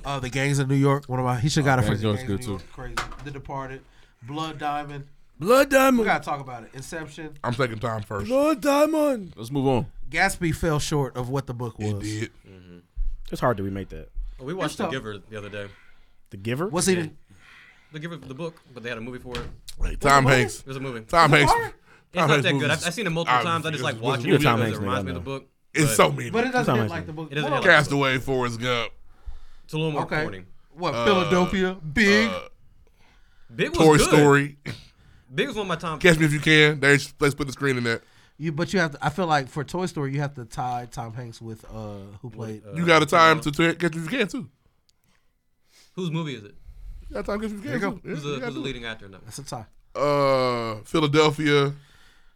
Speaker 3: Uh, The Gangs of New York, one of my. He should got
Speaker 1: Oh,
Speaker 3: it for
Speaker 1: Gangs
Speaker 3: The
Speaker 1: of
Speaker 3: Gangs
Speaker 1: New
Speaker 3: of
Speaker 1: York's
Speaker 3: New York.
Speaker 1: good,
Speaker 3: Crazy. The Departed, Blood Diamond.
Speaker 1: Blood Diamond.
Speaker 3: We gotta talk about it. Inception.
Speaker 2: I'm taking time first.
Speaker 1: Blood Diamond. Let's move on.
Speaker 3: Gatsby fell short of what the book was.
Speaker 4: It's hard to remake that.
Speaker 9: oh, we watched The Giver the other day.
Speaker 4: The Giver?
Speaker 3: What's he?
Speaker 9: Yeah. The Giver, the book, but they had a movie for it.
Speaker 2: Like, Tom
Speaker 9: Was it a
Speaker 2: Hanks.
Speaker 9: movie? It was a movie.
Speaker 2: Tom Hanks. Tom
Speaker 9: It's not
Speaker 2: Hanks
Speaker 9: that good.
Speaker 2: movies.
Speaker 9: I've, I've seen it multiple
Speaker 2: I-
Speaker 9: times. I just like
Speaker 2: it's-
Speaker 9: watch
Speaker 2: it's-
Speaker 9: it
Speaker 2: it's-
Speaker 9: because it
Speaker 2: it's-
Speaker 9: reminds me of the book.
Speaker 2: It's so mean.
Speaker 3: But it doesn't hit like the book.
Speaker 9: It doesn't hit like the book.
Speaker 2: Castaway, Forrest Gump.
Speaker 9: It's a little more
Speaker 3: Okay.
Speaker 9: corny.
Speaker 3: What?
Speaker 2: Uh,
Speaker 3: Philadelphia. Big.
Speaker 9: Big was
Speaker 2: Toy
Speaker 9: good.
Speaker 2: Story.
Speaker 9: Big was one of my time.
Speaker 2: Catch me if you can. There's let's put the screen in that.
Speaker 3: you, but you have. To, I feel like for Toy Story, you have to tie Tom Hanks with uh, who played.
Speaker 2: You got a
Speaker 9: Uh,
Speaker 2: time to t- catch me if you can too.
Speaker 9: Whose movie is it?
Speaker 2: You got a time to catch me if you
Speaker 3: There you
Speaker 2: can.
Speaker 3: go.
Speaker 2: too. Yeah,
Speaker 9: Who's
Speaker 2: you
Speaker 9: the,
Speaker 2: gotta
Speaker 9: who's the
Speaker 2: do it.
Speaker 9: leading actor in that?
Speaker 3: That's a tie.
Speaker 2: Uh, Philadelphia.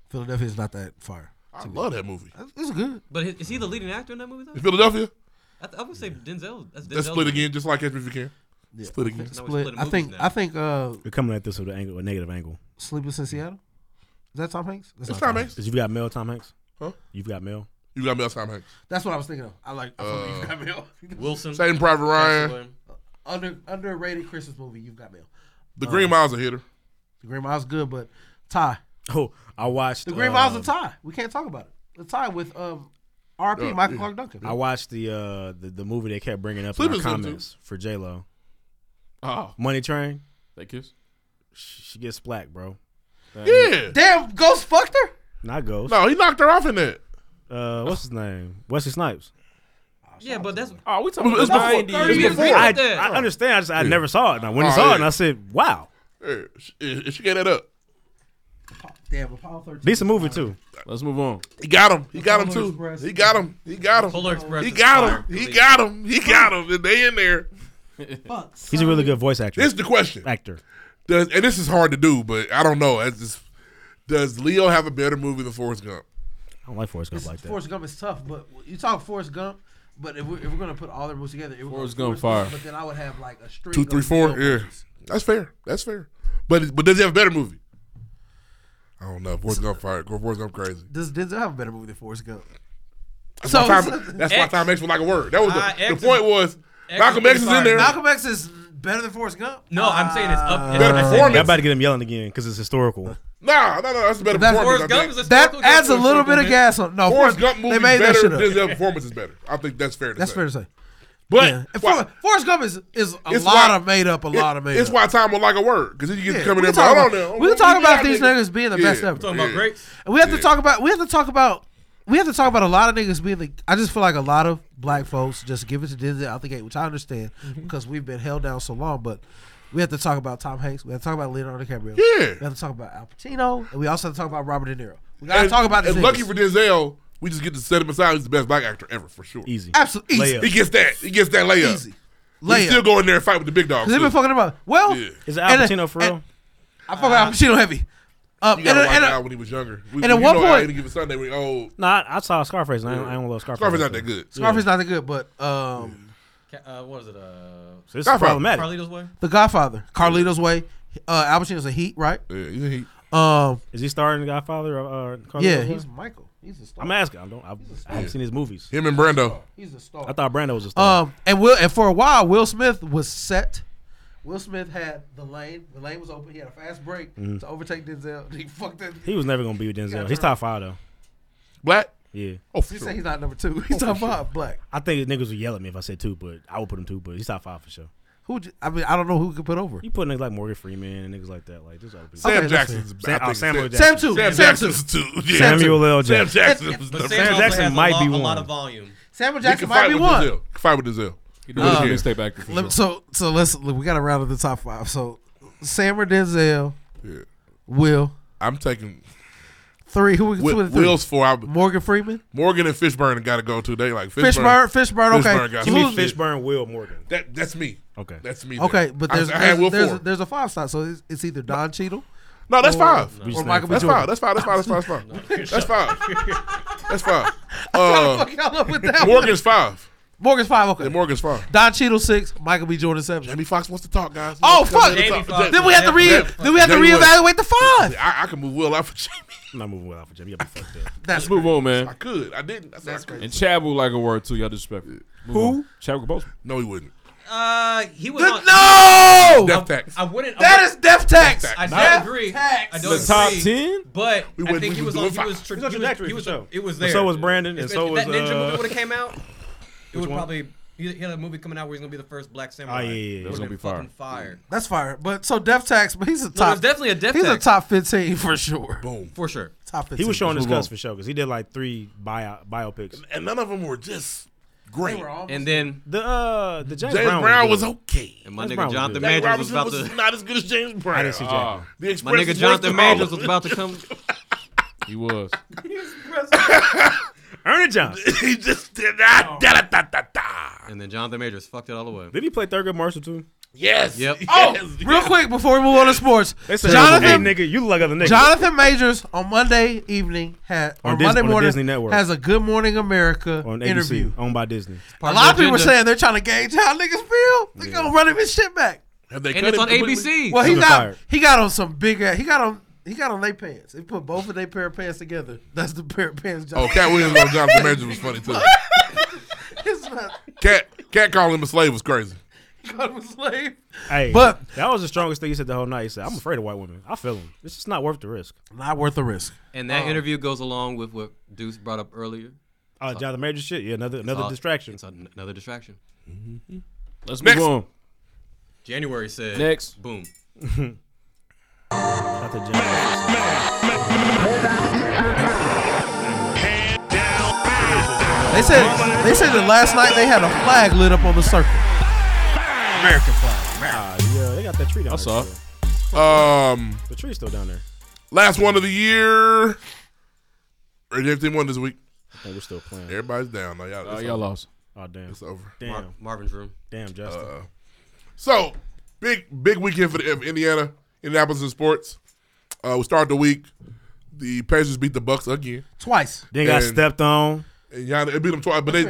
Speaker 3: Philadelphia is not that far.
Speaker 2: I love that movie.
Speaker 3: It's good.
Speaker 9: But is- is he the leading actor in that movie though?
Speaker 2: In Philadelphia,
Speaker 9: I, th- I would say Denzel. That's Denzel.
Speaker 2: let's split again, just like catch me if you can. Split again.
Speaker 9: Now we
Speaker 3: Split.
Speaker 9: splitting
Speaker 3: I think.
Speaker 9: movies now.
Speaker 3: I think. Uh,
Speaker 4: You're coming at this with an angle, a negative angle.
Speaker 3: Sleepless in Seattle. Is that Tom Hanks? That's
Speaker 2: It's
Speaker 3: not
Speaker 2: Tom Hanks.
Speaker 4: Because you've got male Tom Hanks.
Speaker 2: Huh?
Speaker 4: You've got male.
Speaker 2: You got me Tom Hanks.
Speaker 3: That's what I was thinking of. I like. I fuck with
Speaker 2: Uh,
Speaker 3: you got mail.
Speaker 9: Wilson.
Speaker 2: Saving Private Ryan.
Speaker 9: Castaway.
Speaker 3: Under underrated Christmas movie. You've got mail.
Speaker 2: The
Speaker 3: Uh,
Speaker 2: Green Mile's a hitter.
Speaker 3: The Green Mile's good, but tie.
Speaker 4: Oh, I watched
Speaker 3: The Green
Speaker 4: uh,
Speaker 3: Mile's a tie. We can't talk about it. The tie with um, R.I.P.
Speaker 2: uh,
Speaker 3: Michael Clark Duncan.
Speaker 4: I watched the uh the, the movie they kept bringing up
Speaker 3: Sleeping
Speaker 4: in our
Speaker 3: Citizen.
Speaker 4: comments for J Lo.
Speaker 1: Oh.
Speaker 4: Money Train.
Speaker 1: They kiss.
Speaker 4: She, she gets splacked, bro.
Speaker 2: Yeah.
Speaker 3: Damn, Ghost fucked her.
Speaker 4: Not Ghost.
Speaker 2: No, he knocked her off in that.
Speaker 4: Uh, what's his name? Wesley Snipes.
Speaker 9: Yeah, but that's
Speaker 1: oh, we
Speaker 4: It's before- I, I understand. I, just, I never saw it. And I went and
Speaker 2: Oh,
Speaker 4: saw
Speaker 2: yeah.
Speaker 4: it, and I said, "Wow,
Speaker 2: Hey, she, Uh, she gave that up.
Speaker 3: Damn, Apollo 13.
Speaker 4: decent movie too."
Speaker 1: Let's move on.
Speaker 2: He got him. He got him
Speaker 3: Polar
Speaker 2: too.
Speaker 3: Express.
Speaker 2: He got him. He got him.
Speaker 9: Polar Express
Speaker 2: He
Speaker 9: is
Speaker 2: got
Speaker 9: fire,
Speaker 2: him. He
Speaker 9: believe
Speaker 2: got him. He got him. And they in there.
Speaker 4: He's a really good voice actor.
Speaker 2: This is the question.
Speaker 4: Actor.
Speaker 2: Does and this is hard to do, but I don't know. That's just- does Leo have a better movie than Forrest Gump?
Speaker 4: I don't like Forrest Gump like that.
Speaker 3: Forrest Gump is tough, but you talk Forrest Gump. But if we're, if we're gonna put all the movies together, it would go
Speaker 1: Forrest Gump fire.
Speaker 3: But then I would have like a string.
Speaker 2: Two, three,
Speaker 3: of
Speaker 2: four.
Speaker 3: Leo
Speaker 2: Yeah,
Speaker 3: movies.
Speaker 2: that's fair. That's fair. But but does he have a better movie? I don't know. Forrest Gump fired. Forrest Gump crazy.
Speaker 3: Does Denzel have a better movie than Forrest Gump?
Speaker 2: That's
Speaker 3: Oh,
Speaker 2: why time- that's why time X was like a word. That was the-
Speaker 3: Ah,
Speaker 2: the
Speaker 3: X
Speaker 2: point
Speaker 3: is-
Speaker 2: was
Speaker 3: X
Speaker 2: Malcolm X is in there.
Speaker 3: Malcolm X is better than Forrest Gump.
Speaker 9: No, I'm saying it's up.
Speaker 2: Better
Speaker 4: Uh,
Speaker 2: performance.
Speaker 4: I'm about to get him yelling again because it's historical.
Speaker 2: Nah, no, no, that's a better
Speaker 3: That's-
Speaker 2: performance. I
Speaker 3: Forrest Gump
Speaker 2: think.
Speaker 3: is a That historical adds a good little bit of performance. gas on- no,
Speaker 2: Forrest
Speaker 3: Forrest-
Speaker 2: Gump
Speaker 3: they
Speaker 2: movie
Speaker 3: made that
Speaker 2: better.
Speaker 3: shit
Speaker 2: Denzel
Speaker 3: up.
Speaker 2: performance is better. I think that's fair. To
Speaker 3: That's
Speaker 2: say.
Speaker 3: fair to say.
Speaker 2: But
Speaker 3: Yeah. And For, Forrest Gump is is a
Speaker 2: It's
Speaker 3: lot
Speaker 2: why-
Speaker 3: of made up, a
Speaker 2: it-
Speaker 3: lot of made
Speaker 2: It's
Speaker 3: up.
Speaker 2: why time would like a word because you get
Speaker 3: Yeah,
Speaker 2: coming
Speaker 3: we
Speaker 2: in.
Speaker 3: talk
Speaker 2: Hold on
Speaker 3: about-
Speaker 2: now.
Speaker 3: we can
Speaker 2: got
Speaker 3: talk about these niggas being the best ever.
Speaker 9: Talking about greats.
Speaker 3: And we have
Speaker 2: Yeah.
Speaker 3: to talk about we have to talk about we have to talk about a lot of niggas being like I just feel like a lot of black folks just give it to Denzel out the gate, which I understand
Speaker 2: Mm-hmm.
Speaker 3: because we've been held down so long, but we have to talk about Tom Hanks, we have to talk about Leonardo DiCaprio.
Speaker 2: Yeah.
Speaker 3: We have to talk about Al Pacino, and we also have to talk about Robert De Niro. We gotta
Speaker 2: And-
Speaker 3: talk about these
Speaker 2: And
Speaker 3: niggas.
Speaker 2: lucky for Denzel, we just get to set him aside. He's the best black actor ever for sure.
Speaker 4: Easy,
Speaker 3: Absolutely easy.
Speaker 2: He gets that. He gets that layup. Easy.
Speaker 3: Layup.
Speaker 2: He still go in there and fight with the big dogs.
Speaker 3: Because they've been
Speaker 2: too.
Speaker 3: fucking him up. Well,
Speaker 2: Yeah.
Speaker 4: Is
Speaker 2: it
Speaker 4: it
Speaker 2: Al
Speaker 4: Al
Speaker 3: and-
Speaker 4: Pacino for real?
Speaker 3: I fuck with Al Pacino heavy. Um,
Speaker 2: You
Speaker 3: and,
Speaker 2: gotta watch
Speaker 3: and,
Speaker 2: out when he was younger. We, we-
Speaker 3: and at
Speaker 2: you
Speaker 3: one
Speaker 2: know Al
Speaker 3: point-
Speaker 2: Any Given Sunday, we old.
Speaker 4: Nah, I, I saw Scarface. And I, don't, I don't love Scarface.
Speaker 2: Scarface
Speaker 4: like
Speaker 2: not that good.
Speaker 3: Scarface's not that good, but um,
Speaker 9: Ca- Uh, what is it? Uh,
Speaker 4: So this is Godfather. problematic.
Speaker 9: Carlito's Way.
Speaker 3: The Godfather, Carlito's Way, uh, Al Pacino's a Heat, right?
Speaker 2: Yeah, he's a heat.
Speaker 3: Um,
Speaker 4: Is he starring in Godfather? Or, uh, Carlito's
Speaker 3: yeah,
Speaker 4: Way?
Speaker 3: he's Michael. He's a star.
Speaker 4: I'm asking. I don't. I, I haven't seen his movies.
Speaker 2: Him and Brando.
Speaker 3: He's a star.
Speaker 4: I thought Brando was a star.
Speaker 3: Um, and Will, and for a while, Will Smith was set. Will Smith had the lane. The lane was open. He had a fast break
Speaker 2: Mm.
Speaker 4: Mhm.
Speaker 3: to overtake Denzel. He fucked it.
Speaker 4: he was never gonna be with Denzel.
Speaker 3: gotta
Speaker 4: He's top five though.
Speaker 2: Black.
Speaker 4: Yeah.
Speaker 2: Oh,
Speaker 3: He said he's not number two. He's top five black.
Speaker 4: I think niggas would yell at me if I said two, but I would put him two. But he's top five for sure.
Speaker 3: Who? j- I mean, I don't know who could put over.
Speaker 4: You put niggas like Morgan Freeman and niggas like that. Like this.
Speaker 3: Sam Okay, that's Jackson's-
Speaker 2: fair. I
Speaker 4: Sam, oh,
Speaker 2: think Sam-
Speaker 3: Sam
Speaker 4: Samuel Jackson.
Speaker 3: two.
Speaker 2: Sam
Speaker 3: Sam
Speaker 2: Jackson's
Speaker 3: two.
Speaker 2: two. Yeah.
Speaker 4: Samuel L.
Speaker 2: Sam
Speaker 4: Jackson.
Speaker 2: Jackson. was
Speaker 9: But
Speaker 2: the-
Speaker 9: Sam,
Speaker 4: Sam
Speaker 9: Jackson
Speaker 4: Jackson
Speaker 9: has
Speaker 4: might
Speaker 9: a lot,
Speaker 4: be
Speaker 9: A lot
Speaker 4: one.
Speaker 9: of volume.
Speaker 3: Samuel
Speaker 2: He can
Speaker 3: Jackson
Speaker 2: fight
Speaker 3: might be
Speaker 2: with
Speaker 3: one.
Speaker 2: Denzel. He can Fight with Denzel. He
Speaker 1: does
Speaker 3: Uh,
Speaker 1: a mixtape actor for
Speaker 3: Let
Speaker 1: sure.
Speaker 3: me, so so let's look, we got to round up the top five. So Sam or Denzel,
Speaker 2: Yeah.
Speaker 3: Will
Speaker 2: I'm taking
Speaker 3: three. Who we
Speaker 2: Wi-
Speaker 3: two and three?
Speaker 2: Will's four. I,
Speaker 3: Morgan Freeman,
Speaker 2: Morgan and Fishburne got to go too. They like
Speaker 3: Fishburne, Fishburne. Okay,
Speaker 2: got
Speaker 3: So
Speaker 2: me
Speaker 3: who's-
Speaker 2: shit.
Speaker 4: Fishburne, Will Morgan.
Speaker 2: That that's me.
Speaker 4: Okay.
Speaker 2: That's me.
Speaker 3: Okay,
Speaker 2: there.
Speaker 3: but
Speaker 2: I-
Speaker 3: there's
Speaker 2: I, had Will
Speaker 3: there's, there's,
Speaker 2: four.
Speaker 3: a, there's a five star, so it's, it's either Don Cheadle.
Speaker 2: no, that's
Speaker 3: or-
Speaker 2: five.
Speaker 3: Or, Michael B.
Speaker 2: That's
Speaker 3: Jordan.
Speaker 2: five. That's five. That's five. That's five. That's five. That's five. That's five.
Speaker 3: How
Speaker 2: Uh,
Speaker 3: the fuck y'all up with that
Speaker 2: Morgan's five.
Speaker 3: one? Morgan's five. Okay,
Speaker 2: Yeah, Morgan's five.
Speaker 3: Don Cheadle six, Michael B. Jordan seven.
Speaker 2: Jamie Foxx wants to talk, guys.
Speaker 3: Oh
Speaker 2: Let's go.
Speaker 3: fuck!
Speaker 2: Let's
Speaker 3: Then
Speaker 2: talk.
Speaker 3: we have to re
Speaker 2: Jamie-
Speaker 3: then we have to
Speaker 2: Jamie Foxx.
Speaker 3: reevaluate the five.
Speaker 2: I, I can move Will out for Jamie.
Speaker 4: I'm not moving without for Jimmy. I'll be fucked up.
Speaker 1: Let's
Speaker 3: That's
Speaker 1: move on, man.
Speaker 2: I could. I didn't. That's, that's crazy.
Speaker 1: And Chad will like a word too. Y'all disrespect it. Move
Speaker 4: Who?
Speaker 1: on. Chadwick Boseman.
Speaker 2: No, he wouldn't.
Speaker 9: Uh, he was on.
Speaker 3: No,
Speaker 2: Death tax.
Speaker 9: I wouldn't.
Speaker 3: that is death tax.
Speaker 9: I don't
Speaker 3: Death
Speaker 9: agree.
Speaker 3: tax.
Speaker 9: I
Speaker 1: The
Speaker 9: don't
Speaker 1: top
Speaker 9: agree.
Speaker 1: ten.
Speaker 9: But
Speaker 2: We
Speaker 9: I
Speaker 2: went-
Speaker 9: think
Speaker 2: we
Speaker 9: he
Speaker 2: was doing
Speaker 9: was on. He
Speaker 2: fine.
Speaker 9: was.
Speaker 4: It
Speaker 9: Tra-
Speaker 4: was
Speaker 9: he was,
Speaker 4: on trajectory
Speaker 9: he
Speaker 4: for
Speaker 9: was,
Speaker 4: sure.
Speaker 9: It was
Speaker 4: But
Speaker 9: there.
Speaker 4: so was Brandon, and
Speaker 9: If
Speaker 4: so
Speaker 9: that
Speaker 4: was,
Speaker 9: Ninja
Speaker 4: uh,
Speaker 9: movie would have came out. It would
Speaker 4: one?
Speaker 9: probably. He he had a movie coming out where he's gonna be the first black samurai.
Speaker 4: Oh, yeah, yeah, yeah.
Speaker 9: Would've
Speaker 1: That's gonna
Speaker 9: been
Speaker 1: be fire.
Speaker 9: fucking fire.
Speaker 3: That's fire. But so Def Tax, but he's a
Speaker 9: No,
Speaker 3: top.
Speaker 9: it's definitely a Def
Speaker 3: He's
Speaker 9: Tax.
Speaker 3: a top fifteen for sure.
Speaker 2: Boom.
Speaker 9: For sure.
Speaker 3: Top fifteen.
Speaker 4: He was showing his
Speaker 1: move on.
Speaker 4: cuss for sure because he did like three bio, biopics.
Speaker 2: And none of them were just
Speaker 3: They
Speaker 2: great.
Speaker 3: were almost-
Speaker 9: And then
Speaker 4: The uh, the James,
Speaker 2: James Brown, was
Speaker 4: good.
Speaker 2: okay.
Speaker 9: and my
Speaker 4: That's
Speaker 9: nigga
Speaker 4: probably
Speaker 9: Jonathan
Speaker 4: good.
Speaker 2: James
Speaker 9: Majors
Speaker 2: Brown
Speaker 9: was
Speaker 2: was,
Speaker 9: about
Speaker 2: was
Speaker 9: to.
Speaker 2: not as good as James Brown.
Speaker 4: I didn't see Jack.
Speaker 1: Ah,
Speaker 2: The
Speaker 9: My
Speaker 2: Express
Speaker 9: nigga
Speaker 2: is
Speaker 9: Jonathan
Speaker 2: worth all
Speaker 9: Majors
Speaker 2: of
Speaker 9: was
Speaker 2: it.
Speaker 9: about to come.
Speaker 1: he was.
Speaker 4: Ernie Johnson.
Speaker 2: he just did
Speaker 9: Oh.
Speaker 2: that. Da, da, da, da, da.
Speaker 9: And then Jonathan Majors fucked it all away.
Speaker 4: Did he play Thurgood Marshall too?
Speaker 2: Yes.
Speaker 9: Yep.
Speaker 2: Oh,
Speaker 3: Real quick before we move on to sports,
Speaker 4: They said,
Speaker 3: Jonathan
Speaker 4: "Hey, nigga, you look like other niggas."
Speaker 3: Jonathan Majors on Monday evening had
Speaker 4: On
Speaker 3: on,
Speaker 4: Dis-
Speaker 3: Monday
Speaker 4: on the
Speaker 3: morning
Speaker 4: Disney Network.
Speaker 3: has a Good Morning America
Speaker 4: on ABC,
Speaker 3: interview.
Speaker 4: owned by Disney.
Speaker 3: A
Speaker 9: Part
Speaker 3: lot of
Speaker 9: of the
Speaker 3: people were
Speaker 9: agenda.
Speaker 3: saying they're trying to gauge how niggas feel. They're gonna run him his shit back.
Speaker 2: Have they
Speaker 9: And
Speaker 2: cut
Speaker 9: it's
Speaker 2: him
Speaker 9: on
Speaker 2: completely?
Speaker 9: ABC.
Speaker 3: Well, he
Speaker 4: Shoulda
Speaker 3: got
Speaker 4: fired.
Speaker 3: he got on some big ass. He got on he got on their pants. They put both of their pair of pants together. That's the pair of pants.
Speaker 2: Oh,
Speaker 3: Jonathan.
Speaker 2: Cat Williams on Jonathan Majors was funny too.
Speaker 3: It's not-
Speaker 2: Cat Cat calling him a slave was crazy.
Speaker 3: he called him a slave.
Speaker 4: Hey,
Speaker 3: But-
Speaker 4: that was the strongest thing he said the whole night. He said, "I'm afraid of white women. I feel them. It's just not worth the risk."
Speaker 3: Not worth the risk.
Speaker 4: Uh-huh.
Speaker 9: And that interview goes along with what Deuce brought up earlier Uh,
Speaker 4: Oh, Jonathan Major shit. Yeah, another another
Speaker 13: all-
Speaker 4: distraction.
Speaker 13: It's an- another distraction.
Speaker 4: Let's move Next. on.
Speaker 13: January said.
Speaker 4: Next.
Speaker 13: Boom.
Speaker 4: Not the January.
Speaker 3: They said they said that last night they had a flag lit up on the circle. American flag.
Speaker 4: Ah, yeah, they got that tree down
Speaker 3: I
Speaker 4: there.
Speaker 3: saw
Speaker 4: still.
Speaker 2: Um,
Speaker 4: The tree's still down there.
Speaker 2: last one of the year. Redemption won this week.
Speaker 4: we're still playing.
Speaker 2: Everybody's down. though. y'all,
Speaker 1: Oh,
Speaker 2: it's
Speaker 1: y'all
Speaker 2: over.
Speaker 1: lost.
Speaker 4: Oh damn.
Speaker 2: It's over.
Speaker 4: Damn.
Speaker 13: Mar- Marvin's room.
Speaker 4: Damn, Justin.
Speaker 2: Uh, so big big weekend for the, of Indiana, Indianapolis in sports. Uh, we start the week. The Pacers beat the Bucks again
Speaker 3: Twice.
Speaker 4: Then got
Speaker 2: And-
Speaker 4: stepped on.
Speaker 2: And y'all they beat them twice, but they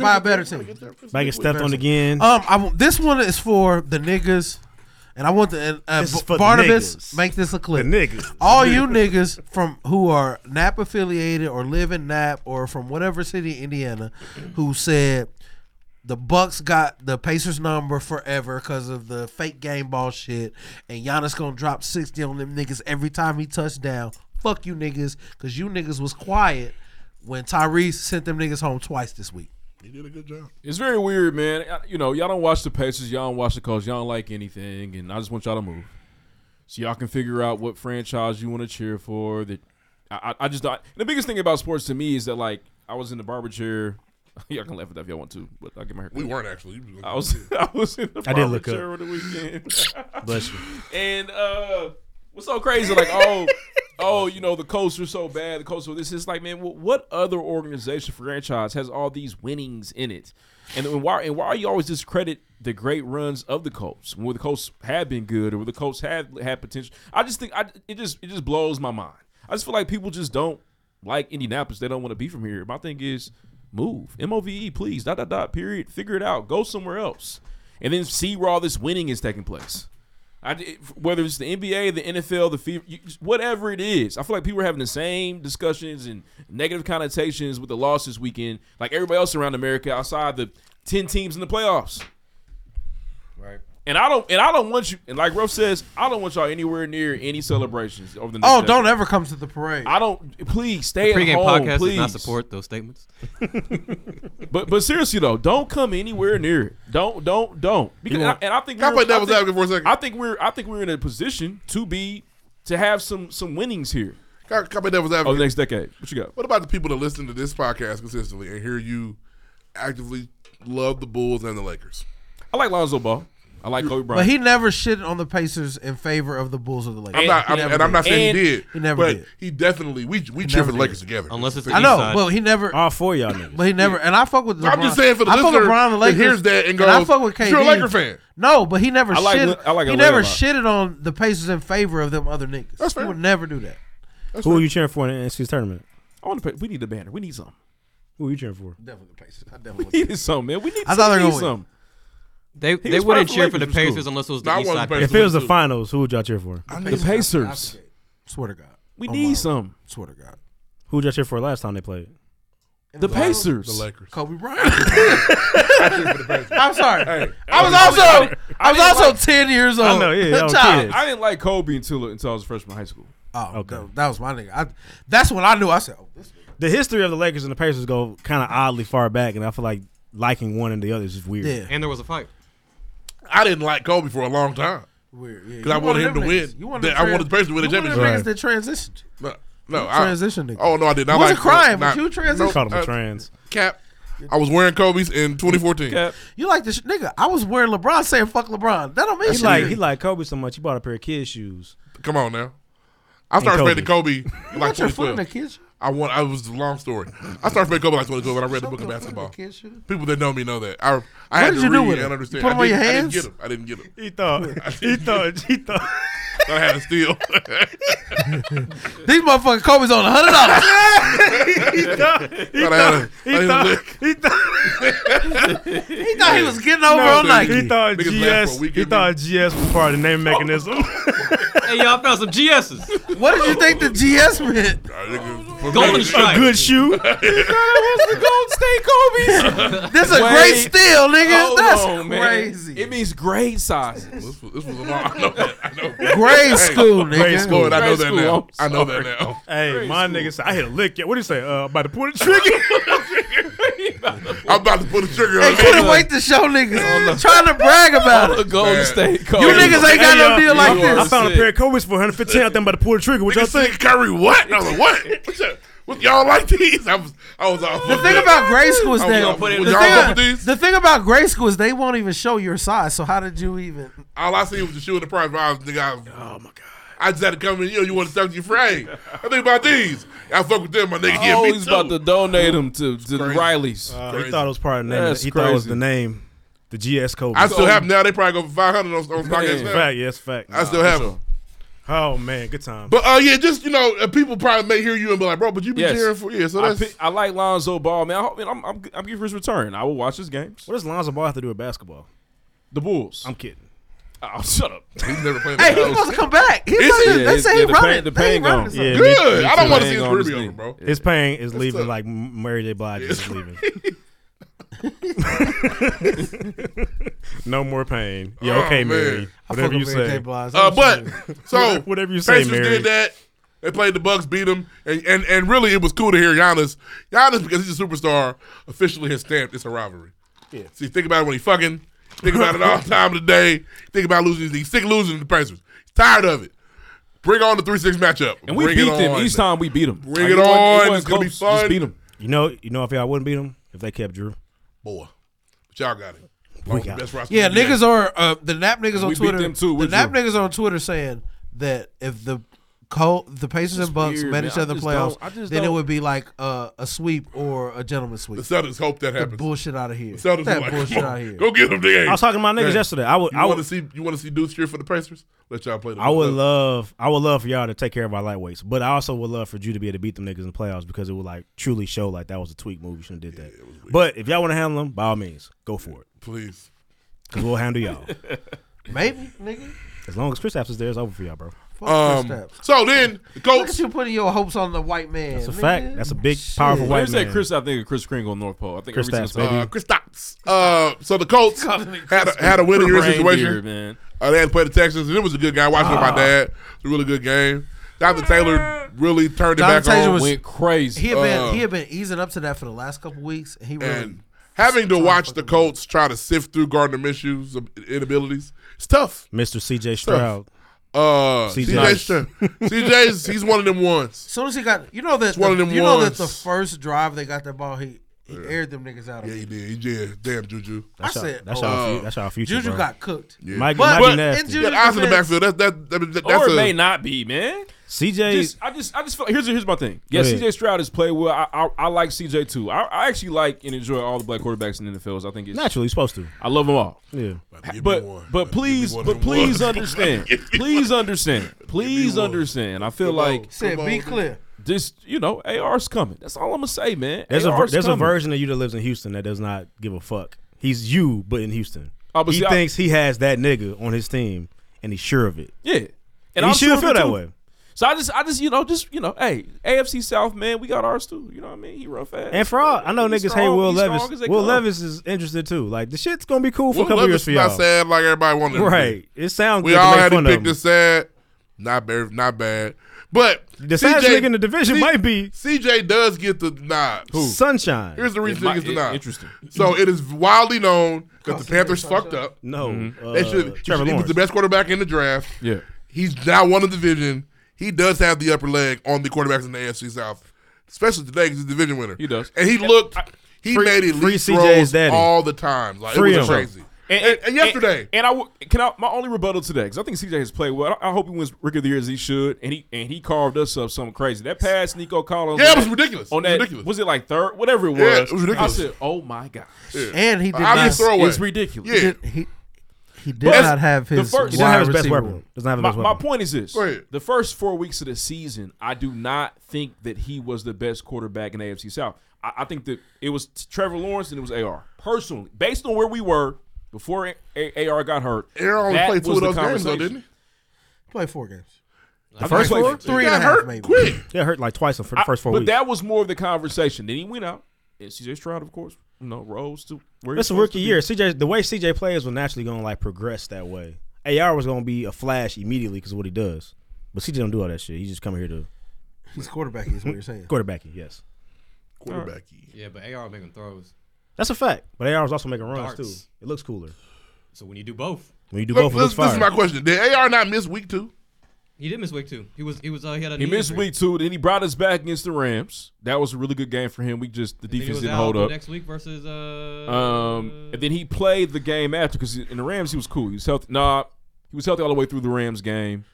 Speaker 3: By a better team.
Speaker 4: They get stepped on again.
Speaker 3: Um, I, w- this one is for the niggas, and I want to and, uh,
Speaker 4: This is
Speaker 3: B-
Speaker 4: for the
Speaker 3: Barnabas
Speaker 4: niggas.
Speaker 3: make this a clip.
Speaker 4: The niggas.
Speaker 3: all you niggas from who are Nap affiliated or live in Nap or from whatever city, in Indiana, who said the Bucks got the Pacers number forever because of the fake game ball shit, and Giannis gonna drop sixty on them niggas every time he touched down. Fuck you niggas, cause you niggas was quiet when Tyrese sent them niggas home twice this week.
Speaker 2: He did a good job.
Speaker 1: It's very weird, man. I- You know, y'all don't watch the Pacers, y'all don't watch the Colts, y'all don't like anything, and I just want y'all to move, so y'all can figure out what franchise you want to cheer for. That I, I I just thought the biggest thing about sports to me is that like I was in the barber chair. Y'all can laugh at that if y'all want to, but I get my hair.
Speaker 2: We
Speaker 1: cut.
Speaker 2: weren't actually. You
Speaker 1: I was. I was in the
Speaker 4: I
Speaker 1: barber
Speaker 4: did look
Speaker 1: chair
Speaker 4: up.
Speaker 1: over the weekend.
Speaker 4: Bless you.
Speaker 1: And uh, what's so crazy? Like, oh, oh, you know, the Colts are so bad. The Colts are this. It's like, man, wh- what other organization franchise has all these winnings in it? And, then why? And why are you always discredit the great runs of the Colts when the Colts have been good or where the Colts have had potential? I just think I it just it just blows my mind. I just feel like people just don't like Indianapolis. They don't want to be from here. My thing is move. M O V E, please. Dot dot dot. Period. Figure it out. Go somewhere else, and then see where all this winning is taking place. I d- whether it's the NBA, the NFL, the fever, you, whatever it is, I feel like people are having the same discussions and negative connotations with the loss this weekend, like everybody else around America outside the ten teams in the playoffs.
Speaker 13: Right.
Speaker 1: And I don't, and I don't want you. And like Ruff says, I don't want y'all anywhere near any celebrations over the. Next
Speaker 3: Oh, don't
Speaker 1: decade.
Speaker 3: ever come to the parade.
Speaker 1: I don't. Please stay
Speaker 13: The
Speaker 1: at
Speaker 13: pregame
Speaker 1: home.
Speaker 13: podcast does
Speaker 1: please
Speaker 13: not support those statements.
Speaker 1: but but seriously though, don't come anywhere near it. Don't don't don't. Because
Speaker 2: You
Speaker 1: and I,
Speaker 2: want-
Speaker 1: and I think
Speaker 2: Can I
Speaker 1: we're-
Speaker 2: play devil's
Speaker 1: think-
Speaker 2: advocate for a second?
Speaker 1: I think we're I think we're in a position to be to have some some winnings here.
Speaker 2: Can I- can I play devil's advocate?
Speaker 1: Over Oh, the next decade, what you got?
Speaker 2: What about the people that listen to this podcast consistently and hear you actively love the Bulls and the Lakers?
Speaker 1: I like Lonzo Ball. I like Kobe
Speaker 3: But he never shitted on the Pacers in favor of the Bulls or the Lakers.
Speaker 2: I'm not, I'm,
Speaker 3: He
Speaker 2: and,
Speaker 3: never
Speaker 2: I'm not
Speaker 3: did.
Speaker 2: saying he did.
Speaker 3: He never
Speaker 2: but
Speaker 3: did.
Speaker 2: He definitely. We we
Speaker 3: He
Speaker 2: cheer for the
Speaker 3: never did.
Speaker 2: Lakers together.
Speaker 13: Unless it's the
Speaker 3: I know,
Speaker 13: East side.
Speaker 3: but he never.
Speaker 4: All four of y'all niggas.
Speaker 3: But he never. And I fuck with. LeBron.
Speaker 2: I'm just saying for the
Speaker 3: I fuck with
Speaker 2: listener
Speaker 3: LeBron and
Speaker 2: that
Speaker 3: Lakers.
Speaker 2: hears that and
Speaker 3: I
Speaker 2: goes,
Speaker 3: fuck with KD.
Speaker 2: "You're a Laker fan."
Speaker 3: No, but he never.
Speaker 1: I like-
Speaker 3: shit,
Speaker 1: I like
Speaker 3: He
Speaker 1: LA
Speaker 3: never
Speaker 1: a lot.
Speaker 3: shitted on the Pacers in favor of them other niggas.
Speaker 2: That's fair.
Speaker 3: He would never do that.
Speaker 4: Who are you cheering for in the NCAA tournament?
Speaker 1: I want to pay. We need a banner. We need something.
Speaker 4: Who are you cheering for?
Speaker 3: Definitely the Pacers. I definitely.
Speaker 1: We need something, man. We need.
Speaker 3: I thought they were
Speaker 1: we need
Speaker 3: gonna win.
Speaker 1: something.
Speaker 13: They
Speaker 1: He
Speaker 13: they
Speaker 1: was
Speaker 13: wouldn't
Speaker 1: fighting
Speaker 13: cheer for
Speaker 1: for
Speaker 13: the
Speaker 1: Lakers in
Speaker 13: Pacers
Speaker 1: school.
Speaker 13: unless it was
Speaker 2: No,
Speaker 13: the
Speaker 2: I
Speaker 13: East
Speaker 2: wasn't
Speaker 13: Side.
Speaker 2: paying
Speaker 13: Pacers.
Speaker 4: If it was the finals, who would y'all cheer for?
Speaker 2: I
Speaker 1: The Pacers.
Speaker 3: Swear to God.
Speaker 1: We
Speaker 3: Oh,
Speaker 1: need
Speaker 3: my.
Speaker 1: some.
Speaker 3: Swear to God.
Speaker 4: Who would y'all cheer for last time they played?
Speaker 1: The Pacers.
Speaker 2: The Lakers.
Speaker 3: Kobe Bryant. I'm sorry.
Speaker 1: Hey,
Speaker 3: I was
Speaker 1: I didn't-
Speaker 3: also.
Speaker 1: I
Speaker 3: I was
Speaker 1: didn't
Speaker 3: also
Speaker 1: like-
Speaker 3: ten years old.
Speaker 4: I know, yeah, y'all
Speaker 3: Child.
Speaker 4: kids.
Speaker 1: I didn't like Kobe until until I was a freshman in high school.
Speaker 3: Oh, that, that was my nigga. I, that's when I knew. I said, oh, this
Speaker 4: The history of the Lakers and the Pacers go kind of oddly far back, and I feel like liking one and the other is just weird.
Speaker 3: Yeah.
Speaker 13: And there was a fight.
Speaker 2: I didn't like Kobe for a long time
Speaker 3: weird.
Speaker 2: because I wanted him to win.
Speaker 3: You wanted
Speaker 2: That- I wanted the Pacers to win the championship.
Speaker 3: Niggas that transitioned.
Speaker 2: No, no,
Speaker 3: You
Speaker 2: I
Speaker 3: transitioned niggas.
Speaker 2: Oh no, I did not.
Speaker 3: You wasn't
Speaker 2: like,
Speaker 3: crying,
Speaker 2: no,
Speaker 3: but you transitioned.
Speaker 4: Called him
Speaker 2: uh,
Speaker 4: a trans.
Speaker 2: Cap. I was wearing Kobe's in 2014.
Speaker 1: Cap.
Speaker 3: You like this nigga? I was wearing LeBron saying "fuck LeBron." That don't mean
Speaker 4: He
Speaker 3: shit.
Speaker 4: like he like Kobe so much. He bought a pair of kid shoes.
Speaker 2: Come on now. I
Speaker 4: And
Speaker 2: started
Speaker 4: Kobe.
Speaker 2: spending Kobe in like
Speaker 3: Put your foot in the
Speaker 2: 2012.
Speaker 3: kid's shoe.
Speaker 2: I want. I was a long story. I started playing Kobe like 2012 when I read the book of
Speaker 3: Put your foot in the
Speaker 2: basketball.
Speaker 3: kid's shoe.
Speaker 2: People that know me know that. I, I
Speaker 3: What
Speaker 2: had
Speaker 3: did
Speaker 2: to
Speaker 3: you do
Speaker 2: read
Speaker 3: with
Speaker 2: and
Speaker 3: it?
Speaker 2: understand.
Speaker 3: You put
Speaker 2: I
Speaker 3: 'em on your
Speaker 2: didn't-
Speaker 3: hands?
Speaker 2: I didn't get him. I didn't
Speaker 4: He thought.
Speaker 2: he thought-
Speaker 4: He
Speaker 2: get
Speaker 4: thought.
Speaker 2: him. I had to steal.
Speaker 3: These motherfucking Kobe's on a hundred dollars.
Speaker 4: He
Speaker 2: thought I had a- I had a lick.
Speaker 4: He thought.
Speaker 3: he thought he was getting over on Nike.
Speaker 4: He thought
Speaker 3: Niggas laugh for
Speaker 4: GS. He thought GS was part of the name mechanism.
Speaker 9: hey, y'all found some GSs.
Speaker 3: What did you think the GS meant?
Speaker 9: Golden Strike.
Speaker 4: A good shoe.
Speaker 1: was the Golden State Kobe's.
Speaker 3: This a great steal, nigga.
Speaker 1: Hold
Speaker 3: That's
Speaker 1: on, man.
Speaker 3: crazy.
Speaker 1: It means grade sizes. this was, this was a lot. I know that. I know
Speaker 3: Grade school, nigga.
Speaker 2: Lord, I know that now. I know that now.
Speaker 4: Hey, my nigga said, I hit a lick. Yeah, What do you say? Uh, about to pull the trigger.
Speaker 2: I'm about to pull the trigger
Speaker 3: They couldn't wait to show niggas trying to brag about it.
Speaker 1: Golden State
Speaker 3: You niggas ain't got no deal like
Speaker 4: I
Speaker 3: this.
Speaker 4: found a pair of Kobe's for 115. I think I'm about to pull the trigger. What y'all think?
Speaker 2: Curry, what? I was like, what? What y'all- What y'all like these? I was, I was all.
Speaker 3: The thing about grade school is
Speaker 2: I was
Speaker 3: they
Speaker 2: all,
Speaker 3: the
Speaker 2: "Would y'all go with
Speaker 3: thing,
Speaker 2: these?
Speaker 3: the thing about grade school is they won't even show your size. So how did you even?
Speaker 2: All I see was the shoe in the price. but I was, nigga, I was, oh my god. I just had to come in. You know, you want to start your frame. I think about these. I fuck with them, my nigga. Yeah,
Speaker 1: Oh,
Speaker 2: me
Speaker 1: he's
Speaker 2: too.
Speaker 1: about to donate him to, to the
Speaker 2: Crazy.
Speaker 1: Rileys.
Speaker 4: Uh, he thought it was part of the name.
Speaker 1: That's
Speaker 4: he thought it was
Speaker 1: crazy.
Speaker 4: the name. The GS Kobe.
Speaker 2: I still have 'em now. They probably go for five hundred on, on
Speaker 4: Yeah,
Speaker 2: podcast. now.
Speaker 4: fact, yes, fact.
Speaker 2: I still
Speaker 4: Nah,
Speaker 2: have
Speaker 4: for
Speaker 2: them.
Speaker 4: Oh man, good time.
Speaker 2: But uh, yeah, just you know, uh, people probably may hear you and be like, "Bro, but you be
Speaker 1: Yes.
Speaker 2: cheering for yeah." So
Speaker 1: I
Speaker 2: that's
Speaker 1: pick- I, like Lonzo Ball, man. I hope, man, I'm, I'm, I'm giving his return. I will watch his games.
Speaker 4: What does Lonzo Ball have to do with basketball?
Speaker 1: The Bulls.
Speaker 4: I'm kidding.
Speaker 1: Oh, shut up.
Speaker 2: He's never played.
Speaker 3: Hey, he's supposed to come back. He's supposed to, they say he running.
Speaker 1: The
Speaker 3: They
Speaker 1: pain
Speaker 3: ain't running
Speaker 1: gone.
Speaker 3: something.
Speaker 4: Yeah,
Speaker 2: Good. I don't
Speaker 4: too.
Speaker 2: want to
Speaker 1: Hang
Speaker 2: see his
Speaker 1: on this
Speaker 2: career be
Speaker 1: thing.
Speaker 2: over, bro.
Speaker 4: His pain is
Speaker 2: That's
Speaker 4: leaving
Speaker 2: tough.
Speaker 4: like M- Mary J. Blige is leaving. no more pain. Yeah,
Speaker 2: Oh,
Speaker 4: okay,
Speaker 2: man. I
Speaker 4: Mary. Whatever
Speaker 2: fuck
Speaker 4: you
Speaker 2: with
Speaker 4: say.
Speaker 2: Uh, but so
Speaker 4: whatever you say,
Speaker 2: Pacers
Speaker 4: Mary.
Speaker 2: did that. They played the Bucks, beat them, and, and and really it was cool to hear Giannis. Giannis because he's a superstar. Officially has stamped it's a rivalry.
Speaker 4: Yeah.
Speaker 2: See, think about it when he fucking. Think about it all the time of the day. Think about losing. He's sick of losing to the Pacers. He's tired of it. Bring on the three six matchup.
Speaker 1: And we
Speaker 2: Bring it
Speaker 1: beat them
Speaker 2: on.
Speaker 1: each time we beat them.
Speaker 2: Bring it on. It's gonna be fun.
Speaker 1: Just beat them.
Speaker 4: You know, you know if y'all wouldn't beat him if they kept Drew.
Speaker 2: Boy, but y'all got it.
Speaker 4: We
Speaker 2: the
Speaker 4: got
Speaker 2: best roster
Speaker 3: Yeah,
Speaker 2: in the
Speaker 3: niggas
Speaker 2: NBA.
Speaker 3: are uh, the nap niggas on
Speaker 1: We beat
Speaker 3: Twitter.
Speaker 1: them too,
Speaker 3: the
Speaker 1: with
Speaker 3: nap
Speaker 1: you.
Speaker 3: niggas on Twitter saying that if the Col- the Pacers
Speaker 1: It's
Speaker 3: and Bucks
Speaker 1: weird,
Speaker 3: met
Speaker 1: man.
Speaker 3: each
Speaker 1: I
Speaker 3: other in
Speaker 1: just
Speaker 3: playoffs,
Speaker 1: don't- I just
Speaker 3: then it
Speaker 1: don't-
Speaker 3: would be like uh, a sweep or a gentleman's sweep.
Speaker 2: The Celtics hope that happens.
Speaker 3: Get bullshit out of here.
Speaker 2: The Celtics
Speaker 3: Get
Speaker 2: are
Speaker 3: that
Speaker 2: like,
Speaker 3: bullshit
Speaker 2: come
Speaker 3: out
Speaker 2: on,
Speaker 3: here.
Speaker 2: Go get them.
Speaker 4: I was talking to my niggas yesterday. I would-
Speaker 2: You
Speaker 4: I
Speaker 2: want to
Speaker 4: would-
Speaker 2: see? You want to see dudes cheer for the Pacers? Let y'all play. The
Speaker 4: I would
Speaker 2: Bucks.
Speaker 4: love, I would love for y'all to take care of our lightweights, but I also would love for you to be able to beat them niggas in the playoffs because it would like truly show like that was a tweak move. You shouldn't have did that. but if y'all want to handle them, by all means, go for it.
Speaker 2: Please.
Speaker 4: Cause we'll handle y'all.
Speaker 3: Maybe, nigga.
Speaker 4: As long as Chris Apps is there, it's over for y'all, bro.
Speaker 3: Fuck um,
Speaker 2: So then, the coach.
Speaker 3: Look at you putting your hopes on the white man.
Speaker 4: That's a
Speaker 3: nigga.
Speaker 4: fact. That's a big, powerful
Speaker 1: Whenever
Speaker 4: white
Speaker 1: you say
Speaker 4: man.
Speaker 1: Chris, I think of Chris Kringle on North Pole. I think
Speaker 4: Chris
Speaker 1: every
Speaker 4: Stapps,
Speaker 1: single time.
Speaker 4: baby.
Speaker 2: Uh, Chris Stapps. Uh, so the Colts had a, had a win in your
Speaker 1: Reindeer,
Speaker 2: situation.
Speaker 1: man. Ah.
Speaker 2: Uh, they had to play the Texans, and it was a good game. I watched it with my dad. It was a really good game. Dr. Taylor really turned it
Speaker 3: Jonathan
Speaker 2: back
Speaker 3: Taylor
Speaker 2: on.
Speaker 3: was-
Speaker 1: Went crazy.
Speaker 3: He had been
Speaker 2: Uh,
Speaker 3: he had been easing up to that for the last couple weeks, and he really.
Speaker 2: and having to watch the Colts try to sift through Gardner Minshew's inabilities, it's tough.
Speaker 4: Mr. CJ
Speaker 2: tough.
Speaker 4: Stroud.
Speaker 2: Uh,
Speaker 4: CJ.
Speaker 2: CJ Stroud. CJ's he's one of them ones.
Speaker 3: as soon as he got, you know that
Speaker 2: It's one of
Speaker 3: the-
Speaker 2: them
Speaker 3: you know
Speaker 2: ones.
Speaker 3: that the first drive they got that ball, he he aired them niggas out. Of
Speaker 2: Yeah,
Speaker 3: it.
Speaker 2: he did. He did. Damn, Juju.
Speaker 4: That's
Speaker 3: I
Speaker 4: our-
Speaker 3: said,
Speaker 4: that's
Speaker 3: oh,
Speaker 4: our fu- that's our future,
Speaker 3: Juju
Speaker 4: bro.
Speaker 3: got cooked.
Speaker 2: Yeah.
Speaker 4: Mike-
Speaker 3: but
Speaker 4: Mike
Speaker 3: in
Speaker 4: nasty.
Speaker 3: Juju's
Speaker 2: Yeah, eyes in the
Speaker 3: defense-
Speaker 2: backfield. That, that, that,
Speaker 1: or
Speaker 2: that's a,
Speaker 1: it may not be, man.
Speaker 4: CJ,
Speaker 1: Just, I just, I just feel. Here's, here's my thing. Yeah,
Speaker 4: Go ahead.
Speaker 1: CJ Stroud has played well. I, I, I like CJ too. I, I actually like and enjoy all the black quarterbacks in the NFLs. I think it's
Speaker 4: naturally, he's supposed to.
Speaker 1: I love them all.
Speaker 4: Yeah.
Speaker 2: Give me one.
Speaker 1: But but please
Speaker 2: one
Speaker 1: but
Speaker 2: of them
Speaker 1: please
Speaker 2: ones.
Speaker 1: understand.
Speaker 2: Give me
Speaker 1: please understand. Please understand. I feel
Speaker 2: Come on.
Speaker 1: like
Speaker 3: Said,
Speaker 2: Come
Speaker 3: be
Speaker 2: on.
Speaker 3: clear.
Speaker 1: this, you know, AR's coming. That's all I'm gonna say, man.
Speaker 4: There's a ver-
Speaker 1: AR's
Speaker 4: there's a
Speaker 1: coming.
Speaker 4: version of you that lives in Houston that does not give a fuck. He's you, but in Houston.
Speaker 1: Oh, but
Speaker 4: he
Speaker 1: see, I-
Speaker 4: thinks he has that nigga on his team, and he's sure of it.
Speaker 1: Yeah.
Speaker 4: And he
Speaker 1: I'm
Speaker 4: should
Speaker 1: sure of
Speaker 4: feel
Speaker 1: it,
Speaker 4: that
Speaker 1: too.
Speaker 4: way.
Speaker 1: So I just I just, you know, just you know, hey, AFC South, man, we got ours too. You know what I mean? He run fast.
Speaker 4: And for all I know,
Speaker 1: He
Speaker 4: niggas hate
Speaker 1: strong.
Speaker 4: Will
Speaker 1: He strong
Speaker 4: Levis.
Speaker 1: as they
Speaker 4: Will
Speaker 1: come.
Speaker 4: Levis is interested too. Like the shit's gonna be cool for
Speaker 2: Will
Speaker 4: a couple
Speaker 2: Levis is
Speaker 4: years for
Speaker 2: not
Speaker 4: y'all.
Speaker 2: sad like everybody wanted. him to be.
Speaker 4: Right. It sounds
Speaker 2: We
Speaker 4: good
Speaker 2: all
Speaker 4: to make
Speaker 2: had to
Speaker 4: fun of
Speaker 2: pick
Speaker 4: him.
Speaker 2: the sad. Not bad. Not bad. But
Speaker 4: The saddest nigga in the division might be-
Speaker 2: CJ. Does get the nod.
Speaker 4: Sunshine.
Speaker 2: Here's the reason
Speaker 1: might-
Speaker 2: he gets the
Speaker 1: it-
Speaker 2: nod.
Speaker 1: interesting.
Speaker 2: So it is widely known that the Panthers fucked up.
Speaker 4: No,
Speaker 2: they
Speaker 4: uh,
Speaker 2: should.
Speaker 4: Trevor
Speaker 2: he was
Speaker 4: Lawrence.
Speaker 2: the best quarterback in the draft.
Speaker 1: Yeah.
Speaker 2: He's now won the division. He does have the upper leg on the quarterbacks in the AFC South, especially today because he's a division winner.
Speaker 1: He does.
Speaker 2: And he looked. He
Speaker 1: Free-
Speaker 2: made at
Speaker 4: free
Speaker 2: least
Speaker 4: CJ 's
Speaker 2: throws
Speaker 4: daddy.
Speaker 2: all the time. Like
Speaker 4: Free
Speaker 2: it
Speaker 4: him.
Speaker 2: was crazy.
Speaker 1: And,
Speaker 2: and, and yesterday.
Speaker 1: and, I w- can I my only rebuttal to that because I think CJ has played well. I, I hope he wins Rookie of the Year as he should, and he and he carved us up something crazy. That pass Nico Collins,
Speaker 2: Yeah, it
Speaker 1: on
Speaker 2: was
Speaker 1: that-
Speaker 2: ridiculous.
Speaker 1: On
Speaker 2: It was
Speaker 1: that,
Speaker 2: ridiculous.
Speaker 1: was it like third, whatever it was?
Speaker 2: Yeah, it was ridiculous.
Speaker 1: I said, oh my god,
Speaker 2: Yeah.
Speaker 3: And he did
Speaker 2: Obvious
Speaker 3: not.
Speaker 2: throwaway.
Speaker 1: it's ridiculous.
Speaker 2: Yeah.
Speaker 3: He, He did not have his
Speaker 4: He didn't have his best
Speaker 3: receiver.
Speaker 4: weapon. Doesn't have his
Speaker 1: my,
Speaker 4: best
Speaker 1: my
Speaker 4: weapon.
Speaker 1: point is this:
Speaker 4: Go ahead.
Speaker 1: the first four weeks of the season, I do not think that he was the best quarterback in AFC South. I, I think that it was Trevor Lawrence and it was AR. Personally, based on where we were before A- A- AR got hurt,
Speaker 2: AR only
Speaker 1: that
Speaker 2: played two
Speaker 1: was
Speaker 2: of
Speaker 1: the
Speaker 2: those games, though,
Speaker 1: conversation.
Speaker 2: didn't he?
Speaker 3: Played four games.
Speaker 1: The first
Speaker 3: four?
Speaker 1: four?
Speaker 3: Three
Speaker 1: He
Speaker 3: and a
Speaker 1: got
Speaker 3: half,
Speaker 1: hurt
Speaker 3: maybe.
Speaker 1: quick.
Speaker 4: Yeah, it hurt like twice for the
Speaker 1: I-
Speaker 4: first four
Speaker 1: but
Speaker 4: weeks.
Speaker 1: that was more of the conversation. Then he went out, and CJ Stroud, of course, you know, rose to where he was
Speaker 4: This is
Speaker 1: supposed
Speaker 4: rookie
Speaker 1: to be.
Speaker 4: year. CJ, the way CJ plays was naturally going to like progress that way. AR was going to be a flash immediately because of what he does, but CJ don't do all that shit. He just come here to
Speaker 3: He's quarterbacking, is what you're saying.
Speaker 4: quarterback. Yes,
Speaker 9: Yeah, but AR making throws.
Speaker 4: that's a fact. But AR was also making runs
Speaker 9: Darts.
Speaker 4: too. It looks cooler
Speaker 9: So when you do both,
Speaker 4: when you do
Speaker 2: Look,
Speaker 4: both. It looks
Speaker 2: this, this is
Speaker 4: fire.
Speaker 2: my question. Did AR not miss week two?
Speaker 9: he did miss week two. He was he was uh, he had a
Speaker 1: He
Speaker 9: knee
Speaker 1: missed
Speaker 9: injury.
Speaker 1: week two. Then he brought us back against the Rams. That was a really good game for him. We just the
Speaker 9: Then he
Speaker 1: defense
Speaker 9: was
Speaker 1: didn't
Speaker 9: out
Speaker 1: hold up.
Speaker 9: next week versus uh
Speaker 1: Um, and then he played the game after because in the Rams he was cool. He was healthy. Nah, he was healthy all the way through the Rams game.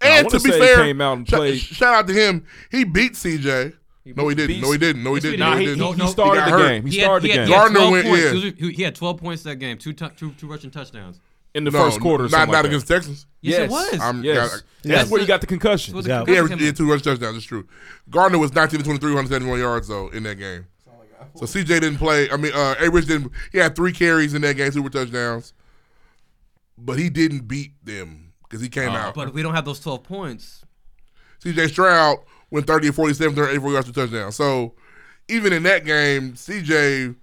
Speaker 1: I
Speaker 2: And
Speaker 1: wanna
Speaker 2: to be
Speaker 1: say
Speaker 2: fair,
Speaker 1: he came out and
Speaker 2: sh-
Speaker 1: played.
Speaker 2: shout out to him. He beat CJ. no, he didn't. No, he didn't. No, he didn't.
Speaker 1: Nah,
Speaker 2: no,
Speaker 1: he-
Speaker 2: didn't.
Speaker 1: he- he started
Speaker 2: got
Speaker 1: the
Speaker 2: hurt.
Speaker 1: game. He started the game.
Speaker 2: Gardner
Speaker 9: 12
Speaker 2: went
Speaker 9: points.
Speaker 2: in.
Speaker 9: He, was- he- he had 12 points that game, two tu- two two rushing touchdowns
Speaker 1: In the first quarter or
Speaker 2: Not
Speaker 1: something
Speaker 2: not
Speaker 1: like that.
Speaker 2: against Texas.
Speaker 9: Yes, it Yes. was.
Speaker 2: I'm,
Speaker 1: Yes.
Speaker 2: got-
Speaker 1: That's where he got the concussion.
Speaker 2: He
Speaker 1: That's where the
Speaker 2: averaged-
Speaker 1: concussion
Speaker 2: he had two rush touchdowns. It's true. Gardner was 19 to 23, 171 yards though in that game. So CJ didn't play. I mean, uh, A. Rich didn't. He had three carries in that game, two were touchdowns, but he didn't beat them because he
Speaker 1: Uh,
Speaker 2: came out.
Speaker 9: But if we don't have those 12 points,
Speaker 2: CJ Stroud went 30 and 47, 384 yards to touchdown. So even in that game, CJ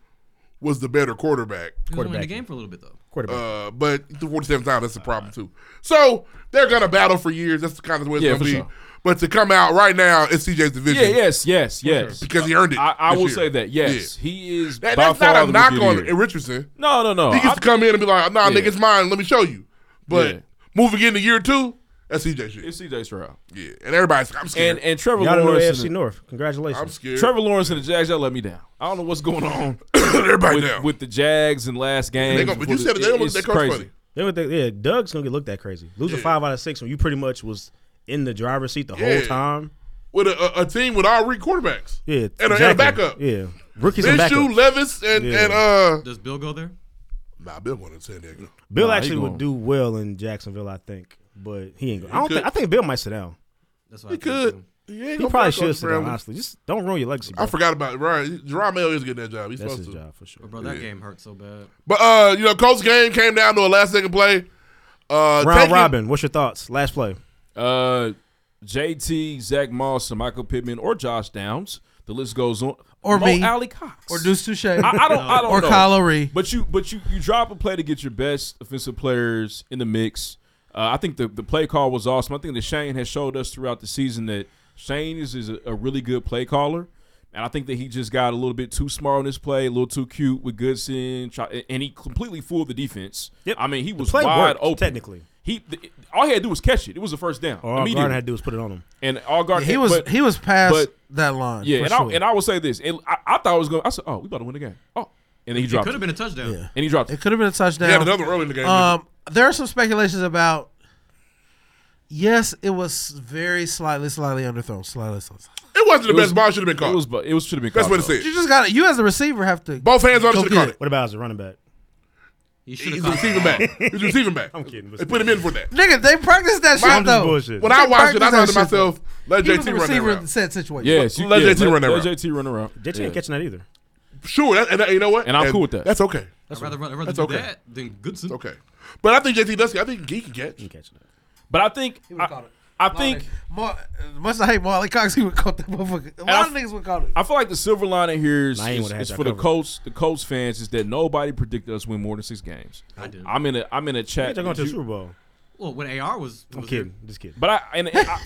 Speaker 2: was the better quarterback.
Speaker 9: he was winning the game for a little bit though.
Speaker 4: Quarterback.
Speaker 2: Uh, but the 47 times, that's a problem too. So they're going to battle for years. That's the kind of way it's
Speaker 1: Yeah,
Speaker 2: going
Speaker 1: for
Speaker 2: to be.
Speaker 1: sure.
Speaker 2: But to come out right now, it's CJ's division.
Speaker 1: Yeah, yes, yes, yes.
Speaker 2: Because he earned it.
Speaker 1: I, I
Speaker 2: this
Speaker 1: will
Speaker 2: year.
Speaker 1: say that. Yes,
Speaker 2: Yeah.
Speaker 1: he is.
Speaker 2: That-
Speaker 1: by
Speaker 2: that's
Speaker 1: far
Speaker 2: not a
Speaker 1: the
Speaker 2: knock
Speaker 1: rookie of the
Speaker 2: on
Speaker 1: year.
Speaker 2: Richardson.
Speaker 1: No, no, no.
Speaker 2: He gets
Speaker 1: I-
Speaker 2: to come in and be like, nah,
Speaker 1: Yeah.
Speaker 2: nigga, it's mine. Let me show you. But
Speaker 1: Yeah.
Speaker 2: moving into year two, that's CJ shit.
Speaker 1: It's CJ Stroud.
Speaker 2: Yeah, and everybody's, I'm scared.
Speaker 1: And and Trevor
Speaker 4: Y'all don't know
Speaker 1: Lawrence.
Speaker 4: AFC
Speaker 1: and the-
Speaker 4: North. Congratulations.
Speaker 2: I'm scared.
Speaker 1: Trevor Lawrence and the Jags, y'all let me down. I don't know what's going on
Speaker 2: Everybody
Speaker 1: with,
Speaker 2: down.
Speaker 1: with the Jags and last game.
Speaker 2: They gonna- but you said that they gonna look at that coach funny.
Speaker 4: They would think- yeah, Doug's gonna get looked at crazy. Losing
Speaker 2: Yeah.
Speaker 4: five out of six when you pretty much was in the driver's seat the
Speaker 2: Yeah.
Speaker 4: whole time.
Speaker 2: with a, a, a team with all three quarterbacks.
Speaker 4: Yeah,
Speaker 2: and, a- and a
Speaker 4: exactly.
Speaker 2: backup.
Speaker 4: Yeah, rookies and
Speaker 2: Minshew,
Speaker 4: backups.
Speaker 2: Levis, and
Speaker 4: Yeah.
Speaker 2: and uh.
Speaker 9: Does Bill go there?
Speaker 2: Nah, Bill wanted San Diego.
Speaker 4: Bill
Speaker 2: Nah, he
Speaker 4: actually
Speaker 2: gone.
Speaker 4: would do well in Jacksonville, I think, but he ain't. Gonna, I
Speaker 2: He
Speaker 4: don't.
Speaker 2: could.
Speaker 4: Think, I think Bill might sit down.
Speaker 9: That's
Speaker 2: He could. He, ain't
Speaker 4: He
Speaker 2: gonna
Speaker 4: probably
Speaker 2: back
Speaker 4: should
Speaker 2: up
Speaker 4: sit
Speaker 2: Brown.
Speaker 4: down. Honestly, just don't ruin your legacy. Bro.
Speaker 2: I forgot about it. Right, Jerome Mail is getting that job. He's
Speaker 4: That's
Speaker 2: supposed
Speaker 4: his
Speaker 2: to.
Speaker 4: job for sure.
Speaker 9: But bro, that
Speaker 2: Yeah.
Speaker 9: game hurt so bad.
Speaker 2: But uh, you know, Colts game came down to a last second play. Uh,
Speaker 4: Round
Speaker 2: taking-
Speaker 4: robin. What's your thoughts? Last play.
Speaker 1: Uh, JT, Zach Moss, and Michael Pittman, or Josh Downs. The list goes on.
Speaker 3: Or
Speaker 1: Mo
Speaker 3: me.
Speaker 1: Alley Cox,
Speaker 3: Or Deuce Touche.
Speaker 1: I, I don't. I don't
Speaker 3: Or
Speaker 1: know.
Speaker 3: Kyle Lowry.
Speaker 1: But you, but you, you drop a play to get your best offensive players in the mix. Uh, I think the the play call was awesome. I think that Shane has showed us throughout the season that Shane is is a, a really good play caller, and I think that he just got a little bit too smart on this play, a little too cute with Goodson, try, and he completely fooled the defense.
Speaker 4: Yep.
Speaker 1: I mean, he
Speaker 4: The
Speaker 1: was
Speaker 4: play
Speaker 1: wide
Speaker 4: worked,
Speaker 1: open
Speaker 4: technically.
Speaker 1: He th- all he had to do was catch it. It was a first down.
Speaker 4: All
Speaker 1: immediately.
Speaker 4: Garner had to do was put it on him.
Speaker 1: And all guard.
Speaker 3: Yeah, he was- he was past that line,
Speaker 1: Yeah,
Speaker 3: for
Speaker 1: and,
Speaker 3: sure.
Speaker 1: I, and I will say this. It, I, I thought I was going. I said, "Oh, we about to win the game." Oh, and then he
Speaker 9: It
Speaker 1: dropped.
Speaker 9: could have been a touchdown.
Speaker 1: Yeah. And he dropped.
Speaker 3: It could have been a touchdown.
Speaker 2: He had another early in the game,
Speaker 1: Uh,
Speaker 3: Um, there are some speculations about. Yes, it was very slightly, slightly underthrown. Slightly, slightly.
Speaker 2: It wasn't
Speaker 1: It
Speaker 2: the best
Speaker 1: was-
Speaker 2: ball. Should have been
Speaker 1: It
Speaker 2: caught.
Speaker 1: was. bu- It was should have been.
Speaker 2: Best
Speaker 1: caught,
Speaker 2: way to
Speaker 1: though.
Speaker 2: say it.
Speaker 3: You just got to You as a receiver have to
Speaker 2: Both hands on
Speaker 3: go
Speaker 2: it. Should
Speaker 3: get
Speaker 2: have caught it.
Speaker 4: What about as a running back?
Speaker 9: He should
Speaker 2: He's
Speaker 9: have
Speaker 2: a receiving back. He's a receiving back.
Speaker 4: I'm kidding.
Speaker 2: They put him in for that.
Speaker 3: Nigga, they practiced that
Speaker 2: My-
Speaker 3: shit though.
Speaker 4: bullshitting.
Speaker 2: When I
Speaker 3: They
Speaker 2: watched it, I
Speaker 3: practiced
Speaker 2: thought to
Speaker 3: that shit, though.
Speaker 2: myself, "Let
Speaker 3: He was
Speaker 2: JT
Speaker 3: a
Speaker 2: run that
Speaker 3: receiver
Speaker 2: route."
Speaker 3: in said situation.
Speaker 1: Yes, you,
Speaker 2: Let
Speaker 1: yeah,
Speaker 2: JT run that
Speaker 1: Let
Speaker 2: route.
Speaker 1: JT run around.
Speaker 4: JT ain't catching that either.
Speaker 2: Sure, that, and, that- you know what?
Speaker 1: And I'm cool with that.
Speaker 2: That's okay.
Speaker 9: I'd rather, run, I'd rather
Speaker 2: That's
Speaker 9: do
Speaker 2: okay.
Speaker 9: that than Goodson.
Speaker 2: It's okay. But I think JT does. I think he can catch.
Speaker 4: He catching that.
Speaker 1: But I think
Speaker 3: would've
Speaker 1: I,
Speaker 3: caught it.
Speaker 1: I
Speaker 3: Marley-
Speaker 1: think
Speaker 3: Mar- as much as I hate Marley Cox, he would caught that motherfucker. A lot of
Speaker 1: I-
Speaker 3: niggas would caught it.
Speaker 1: I feel like the silver lining here is,
Speaker 4: Nah, I ain't
Speaker 1: is,
Speaker 4: would've had
Speaker 1: is
Speaker 4: y'all
Speaker 1: for the
Speaker 4: covered.
Speaker 1: Colts, the Colts fans, is that nobody predicted us win more than six games. I
Speaker 9: did.
Speaker 1: I'm in a I'm in a
Speaker 4: They're
Speaker 1: chat.
Speaker 4: going to the
Speaker 1: You-
Speaker 4: Super Bowl.
Speaker 9: Well, when AR was, was
Speaker 4: I'm kidding. Just kidding.
Speaker 1: But I and I,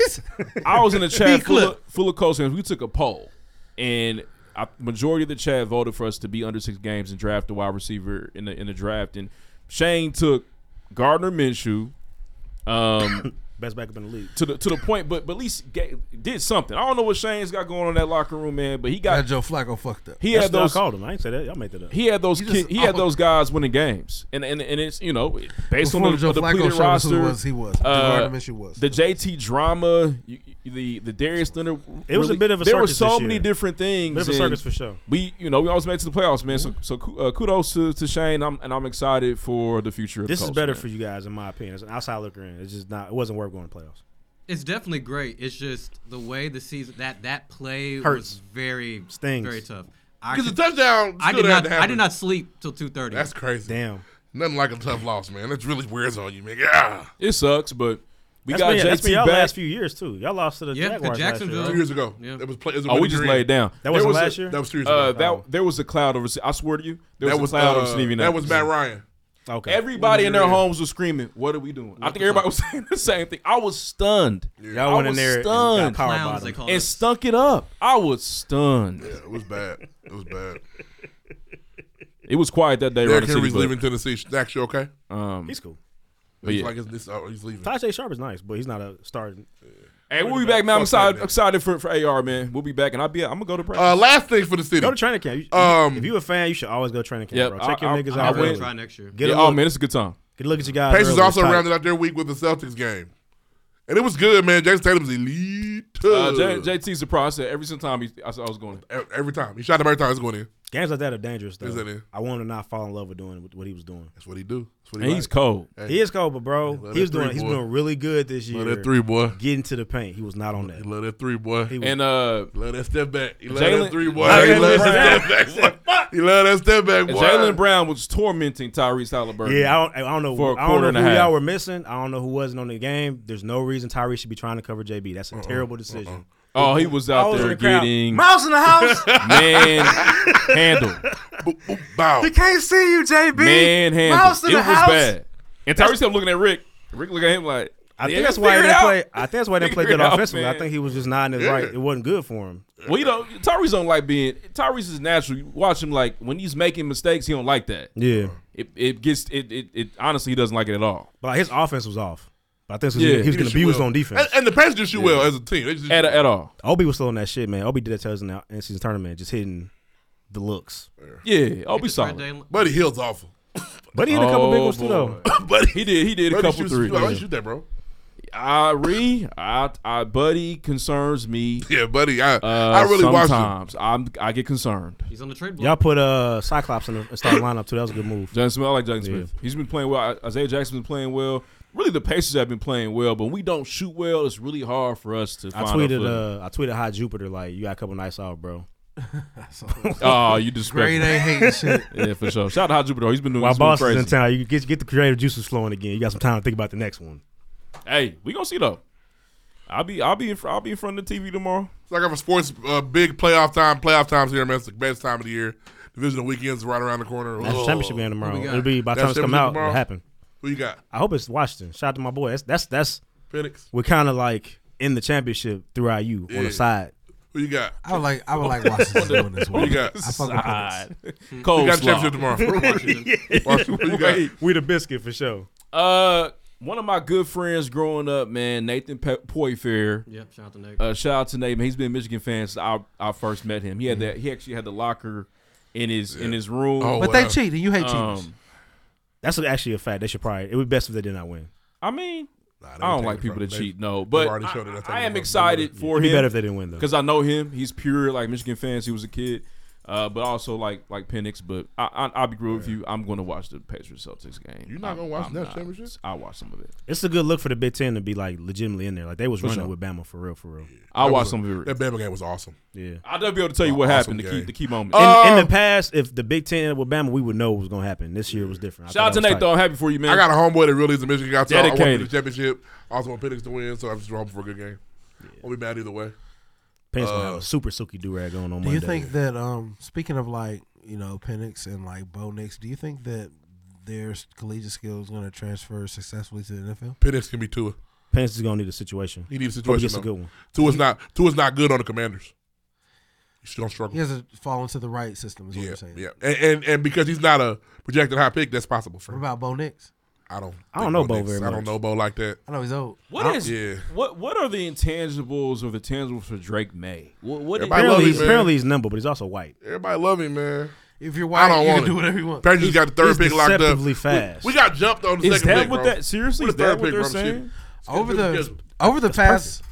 Speaker 1: I was in a
Speaker 4: Be
Speaker 1: chat full of,
Speaker 4: clipped.
Speaker 1: full of Colts fans. We took a poll, and I, majority of the chat voted for us to be under six games and draft a wide receiver in the in the draft. And Shane took Gardner Minshew. Um,
Speaker 4: Best backup in the league.
Speaker 1: to the to the point, but but at least ga- did something. I don't know what Shane's got going on in that locker room, man. But he got
Speaker 3: That Joe Flacco fucked up.
Speaker 1: he
Speaker 4: That's
Speaker 1: had
Speaker 4: what y'all
Speaker 1: those
Speaker 4: called him. I ain't say that. Y'all made that up.
Speaker 1: he had those
Speaker 3: You
Speaker 1: kid,
Speaker 3: just-
Speaker 1: he had those guys winning games, and and, and it's you know based
Speaker 3: Before
Speaker 1: on the,
Speaker 3: Joe
Speaker 1: the
Speaker 3: Flacco
Speaker 1: depleted
Speaker 3: showed us who
Speaker 1: roster,
Speaker 3: was, he was.
Speaker 1: uh,
Speaker 3: Gardner Minshew was.
Speaker 1: the JT drama. You, the the Darius Thunder.
Speaker 4: It was a bit of a
Speaker 1: There were
Speaker 4: circus
Speaker 1: so
Speaker 4: this
Speaker 1: many
Speaker 4: year.
Speaker 1: different things.
Speaker 4: Bit of a
Speaker 1: and
Speaker 4: circus for sure. Mm-hmm.
Speaker 1: We you know we always make it to the playoffs, man. So so ku- uh, kudos to, to Shane. I'm and I'm excited for the future. of
Speaker 4: This
Speaker 1: the
Speaker 4: is
Speaker 1: Colts,
Speaker 4: better
Speaker 1: man.
Speaker 4: for you guys, in my opinion. As an outside looker in, it's just not. It wasn't worth going to playoffs.
Speaker 9: It's definitely great. It's just the way the season that that play
Speaker 4: Hurts.
Speaker 9: was very
Speaker 4: Stings.
Speaker 9: very tough.
Speaker 2: Because
Speaker 9: could-
Speaker 2: the touchdown
Speaker 9: I
Speaker 2: still
Speaker 9: did
Speaker 2: had
Speaker 9: not.
Speaker 2: to
Speaker 9: I
Speaker 2: happen.
Speaker 9: did not sleep till two thirty.
Speaker 2: That's crazy.
Speaker 4: Damn.
Speaker 2: Nothing like a tough loss, man. That really wears on you, man. Yeah.
Speaker 1: It sucks, but
Speaker 2: we
Speaker 4: That's
Speaker 2: got
Speaker 4: been- that's
Speaker 2: JT
Speaker 4: been y'all
Speaker 2: back.
Speaker 4: last few years too. Y'all lost to the
Speaker 9: Yeah, to
Speaker 4: Jaguars last year,
Speaker 9: Jacksonville.
Speaker 4: right?
Speaker 2: Two years ago.
Speaker 9: Yeah.
Speaker 2: That was play. it was a
Speaker 1: Oh, we
Speaker 2: winning
Speaker 1: just
Speaker 2: dream.
Speaker 1: laid down.
Speaker 4: That wasn't
Speaker 1: There was a-
Speaker 4: last year?
Speaker 2: That was three years
Speaker 1: Uh,
Speaker 2: ago.
Speaker 1: that there was a cloud over. I swear to you, there
Speaker 2: That
Speaker 1: was,
Speaker 2: was,
Speaker 1: a cloud
Speaker 2: uh,
Speaker 1: over Stevie.
Speaker 2: that
Speaker 1: Nicks.
Speaker 2: was Matt Ryan.
Speaker 4: Okay.
Speaker 1: Everybody in their
Speaker 2: Yeah.
Speaker 1: homes was screaming, "What are we doing?" I think everybody was saying the same thing. I was stunned.
Speaker 4: Y'all
Speaker 1: I
Speaker 4: went in
Speaker 1: was
Speaker 4: there and got
Speaker 1: stunned.
Speaker 4: power Clowns, bottomed. they call
Speaker 1: and
Speaker 4: us.
Speaker 1: stunk it up. I was stunned.
Speaker 2: Yeah, it was bad. It was bad.
Speaker 1: It was quiet that day. around
Speaker 2: Derrick
Speaker 1: the
Speaker 2: Henry's
Speaker 1: city, but-
Speaker 2: leaving Tennessee. Dax, you okay?
Speaker 1: Um,
Speaker 4: He's cool.
Speaker 1: But
Speaker 2: He's
Speaker 1: yeah.
Speaker 2: like, it's, it's, oh, he's leaving.
Speaker 4: Tajay Sharp is nice, but he's not a starting.
Speaker 1: Hey, we'll be back, man. I'm
Speaker 4: Fuck
Speaker 1: excited,
Speaker 4: that
Speaker 1: excited for, for AR, man. We'll be back, and I'll be. I'm gonna go to practice.
Speaker 2: Uh, last thing for the city.
Speaker 4: Go to training camp. You-
Speaker 2: Um,
Speaker 4: if you a fan, you should always go to training camp,
Speaker 1: Yep,
Speaker 4: bro. Check
Speaker 1: I-
Speaker 4: your
Speaker 1: I-
Speaker 4: niggas
Speaker 1: I
Speaker 4: out.
Speaker 1: will.
Speaker 4: early.
Speaker 1: Try next year.
Speaker 4: Get
Speaker 1: Yeah,
Speaker 4: a
Speaker 1: oh,
Speaker 4: look.
Speaker 1: man, it's a good time.
Speaker 4: Get a look at you guys.
Speaker 2: Pacers
Speaker 4: early.
Speaker 2: also
Speaker 4: Tight.
Speaker 2: rounded out their week with the Celtics game. And it was good, man. Jason Tatum's elite.
Speaker 1: Uh, J, JT surprised I said every single time he, I, said I was going.
Speaker 2: E-, Every, time he shot him every time it's going in.
Speaker 4: Games like that are dangerous, though.
Speaker 2: Is that it?
Speaker 4: I want him to not fall in love with doing what- what he was doing.
Speaker 2: That's what he do. That's what
Speaker 1: And he's cold.
Speaker 4: He is cold, but bro,
Speaker 2: Love
Speaker 4: he was
Speaker 2: that
Speaker 4: doing.
Speaker 2: three,
Speaker 4: He's
Speaker 2: boy.
Speaker 4: doing really good this year.
Speaker 2: Love that three, boy.
Speaker 4: Getting to the paint, he was not on that.
Speaker 2: Love that three, boy.
Speaker 4: He was-
Speaker 1: And uh,
Speaker 2: love that step back. He love
Speaker 1: Jalen-
Speaker 2: that three, boy.
Speaker 1: Jalen
Speaker 2: He love that
Speaker 1: Brown.
Speaker 2: step back. He love that step back,
Speaker 1: and
Speaker 2: boy.
Speaker 1: Jalen Brown was tormenting Tyrese Halliburton.
Speaker 4: Yeah, I don't, I don't know.
Speaker 1: For a
Speaker 4: I don't
Speaker 1: quarter
Speaker 4: know
Speaker 1: and a
Speaker 4: who
Speaker 1: half.
Speaker 4: y'all were missing. I don't know who wasn't on the game. There's no reason Tyrese should be trying to cover JB. That's a terrible decision.
Speaker 1: Oh, he was out
Speaker 4: I was
Speaker 1: there
Speaker 4: in the crowd.
Speaker 1: getting
Speaker 4: Mouse in the house?
Speaker 1: man handle.
Speaker 2: Bow.
Speaker 7: He can't see you, JB.
Speaker 1: Man handle.
Speaker 7: Mouse in
Speaker 1: it
Speaker 7: the
Speaker 1: was
Speaker 7: house.
Speaker 1: bad. And Tyrese kept looking at Rick. Rick looked at him like,
Speaker 4: I
Speaker 1: "Yeah,
Speaker 4: think that's
Speaker 1: figure
Speaker 4: why
Speaker 1: it
Speaker 4: they
Speaker 1: out."
Speaker 4: play. I think that's why they played
Speaker 1: Figure it
Speaker 4: good
Speaker 1: out,
Speaker 4: offensively. I
Speaker 1: man.
Speaker 4: think he was just not in his
Speaker 1: Yeah.
Speaker 4: right. It wasn't good for him.
Speaker 1: Well, you know, Tyrese don't like being. Tyrese is natural. You watch him like when he's making mistakes, he don't like that.
Speaker 4: Yeah.
Speaker 1: It it gets it it, it honestly he doesn't like it at all.
Speaker 4: But like, his offense was off. But I think he was, he was getting
Speaker 2: just
Speaker 4: abused
Speaker 2: well.
Speaker 4: on defense.
Speaker 2: And, and the Pacers just shoot
Speaker 1: Yeah.
Speaker 2: well as a team. They just
Speaker 1: At at all.
Speaker 4: Obi was still on that shit, man. Obi did that to us in the in season tournament, just hitting the looks.
Speaker 1: Yeah, oh, I'll be sorry.
Speaker 2: Buddy Hill's awful.
Speaker 4: But he hit a couple big
Speaker 1: Oh,
Speaker 4: ones too, though.
Speaker 2: Buddy,
Speaker 1: He did he did a
Speaker 2: Buddy
Speaker 1: couple
Speaker 2: shoots-
Speaker 1: threes.
Speaker 2: Why you shoot that, bro?
Speaker 1: I re I, I buddy concerns me.
Speaker 2: Yeah, buddy. I
Speaker 1: I
Speaker 2: really watched him.
Speaker 1: Uh, sometimes I'm I get concerned.
Speaker 9: He's on the trade block.
Speaker 4: Y'all put uh Cyclops in the starting lineup too. That was a good move.
Speaker 1: Jackson Smith, I like Jackson
Speaker 4: Yeah.
Speaker 1: Smith. He's been playing well. Isaiah Jackson's been playing well. Really, the Pacers have been playing well, but when we don't shoot well, it's really hard for us to.
Speaker 4: I
Speaker 1: find our
Speaker 4: tweeted
Speaker 1: footing.
Speaker 4: uh I tweeted hot Jupiter like you got a couple nights off, bro. uh,
Speaker 1: Oh, you disrespectful.
Speaker 3: Grade A hating shit.
Speaker 1: yeah, for sure. Shout out to Hot Jupiter. He's been doing
Speaker 4: While
Speaker 1: he's been
Speaker 4: Boston's
Speaker 1: crazy.
Speaker 4: in town, you get get the creative juices flowing again. You got some time to think about the next one.
Speaker 1: Hey, we gonna see though. I'll be I'll be in, fr- I'll be in front of the TV tomorrow.
Speaker 2: It's like I'm a sports uh, big playoff time. Playoff times here, man. It's the best time of the year. Divisional weekends right around the corner.
Speaker 4: That's
Speaker 2: Ugh.
Speaker 4: championship game tomorrow.
Speaker 2: Who we got?
Speaker 4: It'll be by the time
Speaker 2: That's
Speaker 4: it's come
Speaker 2: championship
Speaker 4: out,
Speaker 2: tomorrow?
Speaker 4: it'll happen.
Speaker 2: Who you got?
Speaker 4: I hope it's Washington. Shout out to my boy. That's that's that's
Speaker 2: Phoenix.
Speaker 4: we're kind of like in the championship through IU on
Speaker 2: Yeah.
Speaker 4: the side.
Speaker 2: Who you got?
Speaker 3: I would like I would like Washington to win this
Speaker 2: Who
Speaker 3: one.
Speaker 2: you got?
Speaker 3: I fuck with Phoenix.
Speaker 1: Cold
Speaker 2: Who got the
Speaker 1: slaw.
Speaker 2: championship tomorrow?
Speaker 4: Yeah.
Speaker 2: Washington, who you got?
Speaker 4: Wait, we the biscuit for sure.
Speaker 1: Uh, one of my good friends growing up, man, Nathan Pe- Poyfair.
Speaker 9: Yep, shout out to Nate.
Speaker 1: Uh, shout out to Nate. man. He's been a Michigan fan since I, I first met him. He had that. He actually had the locker in his in his room.
Speaker 2: Oh,
Speaker 3: But they wow. cheat, and you hate
Speaker 2: Um,
Speaker 1: Um,
Speaker 3: cheaters.
Speaker 4: That's actually a fact. They should probably. It would be best if they did not win.
Speaker 1: I mean,
Speaker 2: Nah,
Speaker 1: I
Speaker 2: they
Speaker 1: don't
Speaker 2: take
Speaker 1: like
Speaker 2: it
Speaker 1: people
Speaker 2: from-
Speaker 1: that
Speaker 2: they-
Speaker 1: cheat. No,
Speaker 2: they've
Speaker 1: but
Speaker 2: already
Speaker 1: I,
Speaker 2: showed it. They'll take
Speaker 1: I
Speaker 2: it
Speaker 1: am
Speaker 2: from-
Speaker 1: excited
Speaker 2: they
Speaker 1: for
Speaker 4: It'd be
Speaker 1: him
Speaker 4: better if they didn't win, though.
Speaker 1: because I know him. He's pure like Michigan fans. He was a kid, uh, but also like like Penix. But I, I, I'll be real with you. I'm going to watch the Patriots Celtics game.
Speaker 2: You're not
Speaker 1: I'm-
Speaker 2: gonna watch
Speaker 1: I'm
Speaker 2: that
Speaker 1: not.
Speaker 2: championship?
Speaker 1: I watch some of it.
Speaker 4: It's a good look for the Big Ten to be like legitimately in there. Like they was running
Speaker 1: sure.
Speaker 4: with Bama for real, for real.
Speaker 1: I
Speaker 2: That
Speaker 1: watch
Speaker 2: was a-
Speaker 1: some of
Speaker 2: That Oh,
Speaker 1: it.
Speaker 2: Bama game was awesome.
Speaker 4: Yeah.
Speaker 1: I'll definitely be able to tell you what
Speaker 2: Awesome
Speaker 1: happened. The key
Speaker 2: game.
Speaker 1: the key moment.
Speaker 4: In, in
Speaker 2: Uh,
Speaker 4: the past, if the Big Ten with Bama, we would know what was gonna happen. This year was different. I
Speaker 1: Shout out to
Speaker 4: thought that
Speaker 1: Nate
Speaker 4: was
Speaker 1: though. I'm
Speaker 4: tight.
Speaker 1: happy for you, man.
Speaker 2: I got a homeboy that really is a Michigan guy. So I want him to win
Speaker 1: Dedicated.
Speaker 2: the championship. I also want Phoenix to win, so I'm just hoping for a good game. Won't be mad either way.
Speaker 4: Pence gonna
Speaker 2: Uh,
Speaker 4: have a super silky do rag going on
Speaker 3: Do you
Speaker 4: Monday.
Speaker 3: think that um speaking of like, you know, Penix and like Bo Nix, do you think that their collegiate skills gonna transfer successfully to the NFL?
Speaker 2: Phoenix can be Tua.
Speaker 4: Pence is gonna need a situation?
Speaker 2: He needs a
Speaker 4: Hope
Speaker 2: situation.
Speaker 4: he gets a
Speaker 2: though.
Speaker 4: good one.
Speaker 2: Tua's not Tua's not good on the Commanders. He's gonna
Speaker 3: He
Speaker 2: struggle.
Speaker 3: has to fall into the right system, is what
Speaker 2: Yeah,
Speaker 3: you're saying.
Speaker 2: yeah, and, and and because he's not a projected high pick, that's possible for
Speaker 3: What
Speaker 2: him.
Speaker 3: about Bo Nix?
Speaker 2: I don't.
Speaker 4: I don't
Speaker 2: think
Speaker 4: know Bo
Speaker 2: Nix.
Speaker 4: very
Speaker 2: I
Speaker 4: much.
Speaker 2: don't know Bo like that.
Speaker 3: I know he's old.
Speaker 1: What is
Speaker 2: Yeah.
Speaker 1: what what are the intangibles or the tangibles for Drake May? What what is,
Speaker 2: Everybody love
Speaker 4: Apparently,
Speaker 2: him, man.
Speaker 4: apparently he's nimble, but he's also white.
Speaker 2: Everybody love him, man.
Speaker 3: If you're
Speaker 2: I
Speaker 3: white,
Speaker 2: don't
Speaker 3: you
Speaker 2: want
Speaker 3: can
Speaker 2: him.
Speaker 3: do whatever you want.
Speaker 2: Patriots got the third
Speaker 4: he's
Speaker 2: pick locked up.
Speaker 4: deceptively
Speaker 2: We-
Speaker 4: fast.
Speaker 2: We, got jumped on the
Speaker 1: is
Speaker 2: second
Speaker 1: that
Speaker 2: pick,
Speaker 1: what
Speaker 2: bro.
Speaker 1: that seriously
Speaker 2: We're
Speaker 1: is
Speaker 2: the
Speaker 1: that
Speaker 2: third
Speaker 1: what
Speaker 2: pick,
Speaker 1: they're
Speaker 2: bro. Shit.
Speaker 1: saying?
Speaker 3: Over
Speaker 2: It's
Speaker 3: the
Speaker 2: just-
Speaker 3: over the past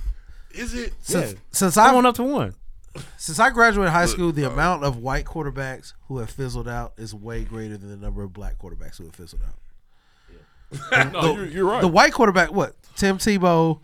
Speaker 2: Is it?
Speaker 3: Since,
Speaker 4: Yeah.
Speaker 3: since
Speaker 4: Come
Speaker 3: I've-
Speaker 4: on up to one.
Speaker 3: Since I graduated high school, the amount of white quarterbacks who have fizzled out is way greater than the number of black quarterbacks who have fizzled out.
Speaker 2: No, you're- you're right.
Speaker 3: The white quarterback, what? Tim Tebow,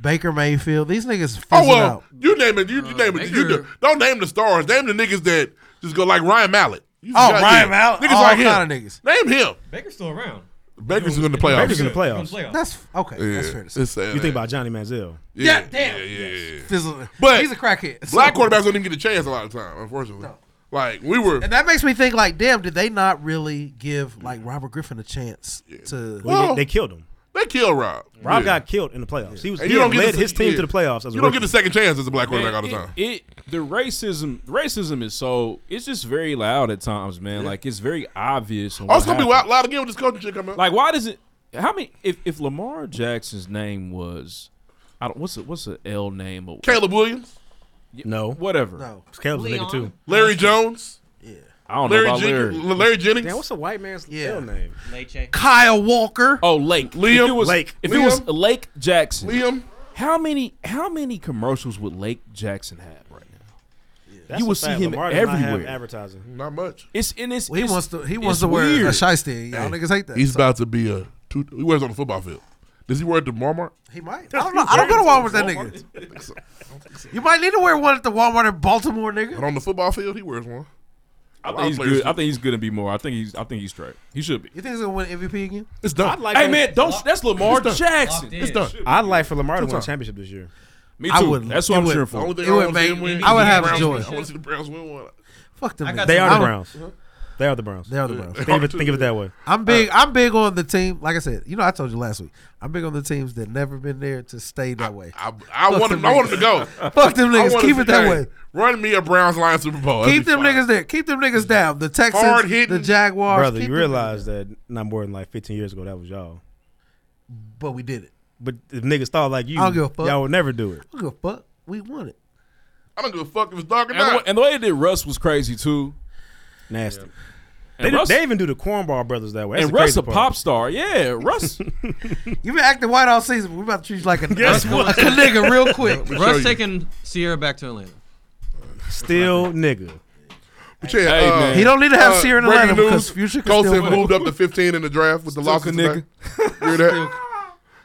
Speaker 3: Baker Mayfield, these niggas fizzled
Speaker 2: Oh well,
Speaker 3: out.
Speaker 2: you name it. You, you name it. You do, don't name the stars. Name the niggas that just go like Ryan Mallett. You
Speaker 3: Oh,
Speaker 2: got-
Speaker 3: Ryan
Speaker 2: yeah.
Speaker 3: Mallett,
Speaker 2: Niggas
Speaker 3: all
Speaker 2: like him.
Speaker 3: kinda niggas.
Speaker 2: Name him.
Speaker 9: Baker's still around.
Speaker 2: Baker's in the playoffs.
Speaker 4: Baker's in the playoffs.
Speaker 3: That's okay. That's
Speaker 2: Yeah,
Speaker 3: fair to
Speaker 2: it's
Speaker 3: say.
Speaker 2: sad.
Speaker 4: You think about Johnny Manziel.
Speaker 2: Yeah,
Speaker 3: Yeah, damn.
Speaker 2: Yeah, yeah, yeah, yeah.
Speaker 3: Fizzle-
Speaker 2: But
Speaker 3: he's a crackhead, so-
Speaker 2: Black quarterbacks don't even get a chance a lot of time, unfortunately. Like we were.
Speaker 3: And that makes me think, like, damn, did they not really give like Robert Griffin a chance to?
Speaker 4: Well, they- they killed him.
Speaker 2: They killed Rob.
Speaker 4: Rob
Speaker 2: Yeah.
Speaker 4: got killed in the playoffs. He was
Speaker 2: And
Speaker 4: he
Speaker 2: you don't
Speaker 4: had
Speaker 2: get
Speaker 4: led
Speaker 2: the-
Speaker 4: his team
Speaker 2: yeah.
Speaker 4: to the playoffs. As a
Speaker 2: You don't
Speaker 4: rookie.
Speaker 2: get the second chance as a black quarterback all the time.
Speaker 1: It the racism racism is so it's just very loud at times, man. Like it's very obvious. on
Speaker 2: Oh, it's
Speaker 1: what
Speaker 2: gonna be
Speaker 1: happened.
Speaker 2: wild, loud again when this coaching shit coming.
Speaker 1: Like, why does it? How many? If if Lamar Jackson's name was, I don't. What's a what's a L name? Or,
Speaker 2: Caleb Williams.
Speaker 4: No.
Speaker 1: Whatever.
Speaker 3: No.
Speaker 4: Caleb's a nigga too.
Speaker 2: Larry Jones.
Speaker 3: Yeah.
Speaker 1: I don't
Speaker 2: Larry
Speaker 1: know about Larry.
Speaker 2: Jen- Larry Jennings.
Speaker 4: Damn, what's a white man's
Speaker 3: yeah.
Speaker 4: name?
Speaker 3: Kyle Walker.
Speaker 1: Oh, Lake.
Speaker 2: Liam.
Speaker 1: If it was,
Speaker 2: Lake.
Speaker 1: If it was
Speaker 2: Liam.
Speaker 1: Lake Jackson.
Speaker 2: Liam.
Speaker 1: How many? How many commercials would Lake Jackson have right now?
Speaker 4: That's
Speaker 1: you
Speaker 4: a
Speaker 1: would see
Speaker 4: fact.
Speaker 1: him
Speaker 4: Lamar does not have
Speaker 1: everywhere.
Speaker 4: advertising.
Speaker 2: Not much.
Speaker 1: It's in his.
Speaker 3: Well, he wants to. He wants
Speaker 1: it's
Speaker 3: to wear a
Speaker 1: weird.
Speaker 3: shiesty. Y'all niggas hate that.
Speaker 2: He's
Speaker 3: so.
Speaker 2: about to be a. Two, he wears it on the football field. Does he wear it to Walmart?
Speaker 3: He might. I don't know. I don't go to Walmart with that nigga. You might need to wear one at the Walmart in Baltimore, nigga.
Speaker 2: But on the football field, he wears one.
Speaker 1: I
Speaker 2: A lot
Speaker 1: think
Speaker 2: of
Speaker 1: he's
Speaker 2: players
Speaker 1: good.
Speaker 2: do.
Speaker 1: I think he's gonna be more. I think he's. I think he's straight. He should be.
Speaker 3: You think he's gonna win MVP again?
Speaker 2: It's done.
Speaker 4: I'd like
Speaker 1: hey
Speaker 4: him-
Speaker 1: man, don't. that's Lamar
Speaker 4: It's done.
Speaker 1: Jackson.
Speaker 4: It's done. I'd like for Lamar to win a championship this year.
Speaker 1: Me
Speaker 4: I
Speaker 1: too.
Speaker 4: would-
Speaker 1: That's what
Speaker 4: it
Speaker 1: I'm
Speaker 4: would-
Speaker 1: cheering
Speaker 2: The only
Speaker 1: for.
Speaker 2: thing I
Speaker 4: It would
Speaker 2: wanna see
Speaker 4: make-
Speaker 2: him win is
Speaker 4: I would
Speaker 2: the
Speaker 4: have
Speaker 2: Browns
Speaker 4: joy.
Speaker 2: win. I want to see the Browns win one.
Speaker 3: Fuck them.
Speaker 2: I
Speaker 3: niggas.
Speaker 2: got
Speaker 4: They
Speaker 2: some-
Speaker 4: are
Speaker 2: I
Speaker 4: the
Speaker 2: don't-
Speaker 4: Browns. They are the Browns.
Speaker 3: They are the Browns.
Speaker 4: Think of it, think of it that way.
Speaker 3: I'm big. I'm big on the team. Like I said, you know, I told you last week. I'm big on the teams that never been there to stay that way.
Speaker 2: I, I want him. I want him to go.
Speaker 3: Fuck them
Speaker 2: I
Speaker 3: niggas.
Speaker 2: want
Speaker 3: Keep
Speaker 2: him
Speaker 3: it
Speaker 2: to-
Speaker 3: that
Speaker 2: hey,
Speaker 3: way.
Speaker 2: Run me a Browns line Super Bowl.
Speaker 3: Keep them niggas there. Keep them niggas down. The Texans, the Jaguars.
Speaker 4: Brother,
Speaker 3: keep
Speaker 4: you
Speaker 3: them-
Speaker 4: realize that not more than like 15 years ago, that was y'all.
Speaker 3: But we did it.
Speaker 4: But if niggas thought like you,
Speaker 3: I don't give a fuck.
Speaker 4: y'all would never do it.
Speaker 3: I don't give a fuck. We won it.
Speaker 2: I don't give a fuck if it's dark or
Speaker 1: And the, way,
Speaker 2: not.
Speaker 1: and the way they did Russ was crazy too.
Speaker 4: Nasty.
Speaker 1: And
Speaker 4: They, do-
Speaker 1: Russ-
Speaker 4: they even do the cornball brothers that way. That's
Speaker 1: and
Speaker 4: the
Speaker 1: Russ
Speaker 4: crazy
Speaker 1: a
Speaker 4: part.
Speaker 1: pop star. Yeah, Russ.
Speaker 3: You've been acting white all season. We about to treat you like a,
Speaker 1: Guess
Speaker 3: a,
Speaker 1: what?
Speaker 3: a nigga real quick.
Speaker 9: Russ taking Sierra back to Atlanta.
Speaker 4: Still nigga.
Speaker 2: But yeah,
Speaker 4: Hey,
Speaker 2: uh,
Speaker 4: man. He don't need to have Sierra in
Speaker 2: breaking
Speaker 4: Atlanta because
Speaker 2: news,
Speaker 4: Future can
Speaker 2: Colts
Speaker 4: still
Speaker 2: have
Speaker 4: win.
Speaker 2: moved up to 15 in the draft with the
Speaker 1: Still
Speaker 2: losses
Speaker 1: Kanika.
Speaker 2: today. You hear that?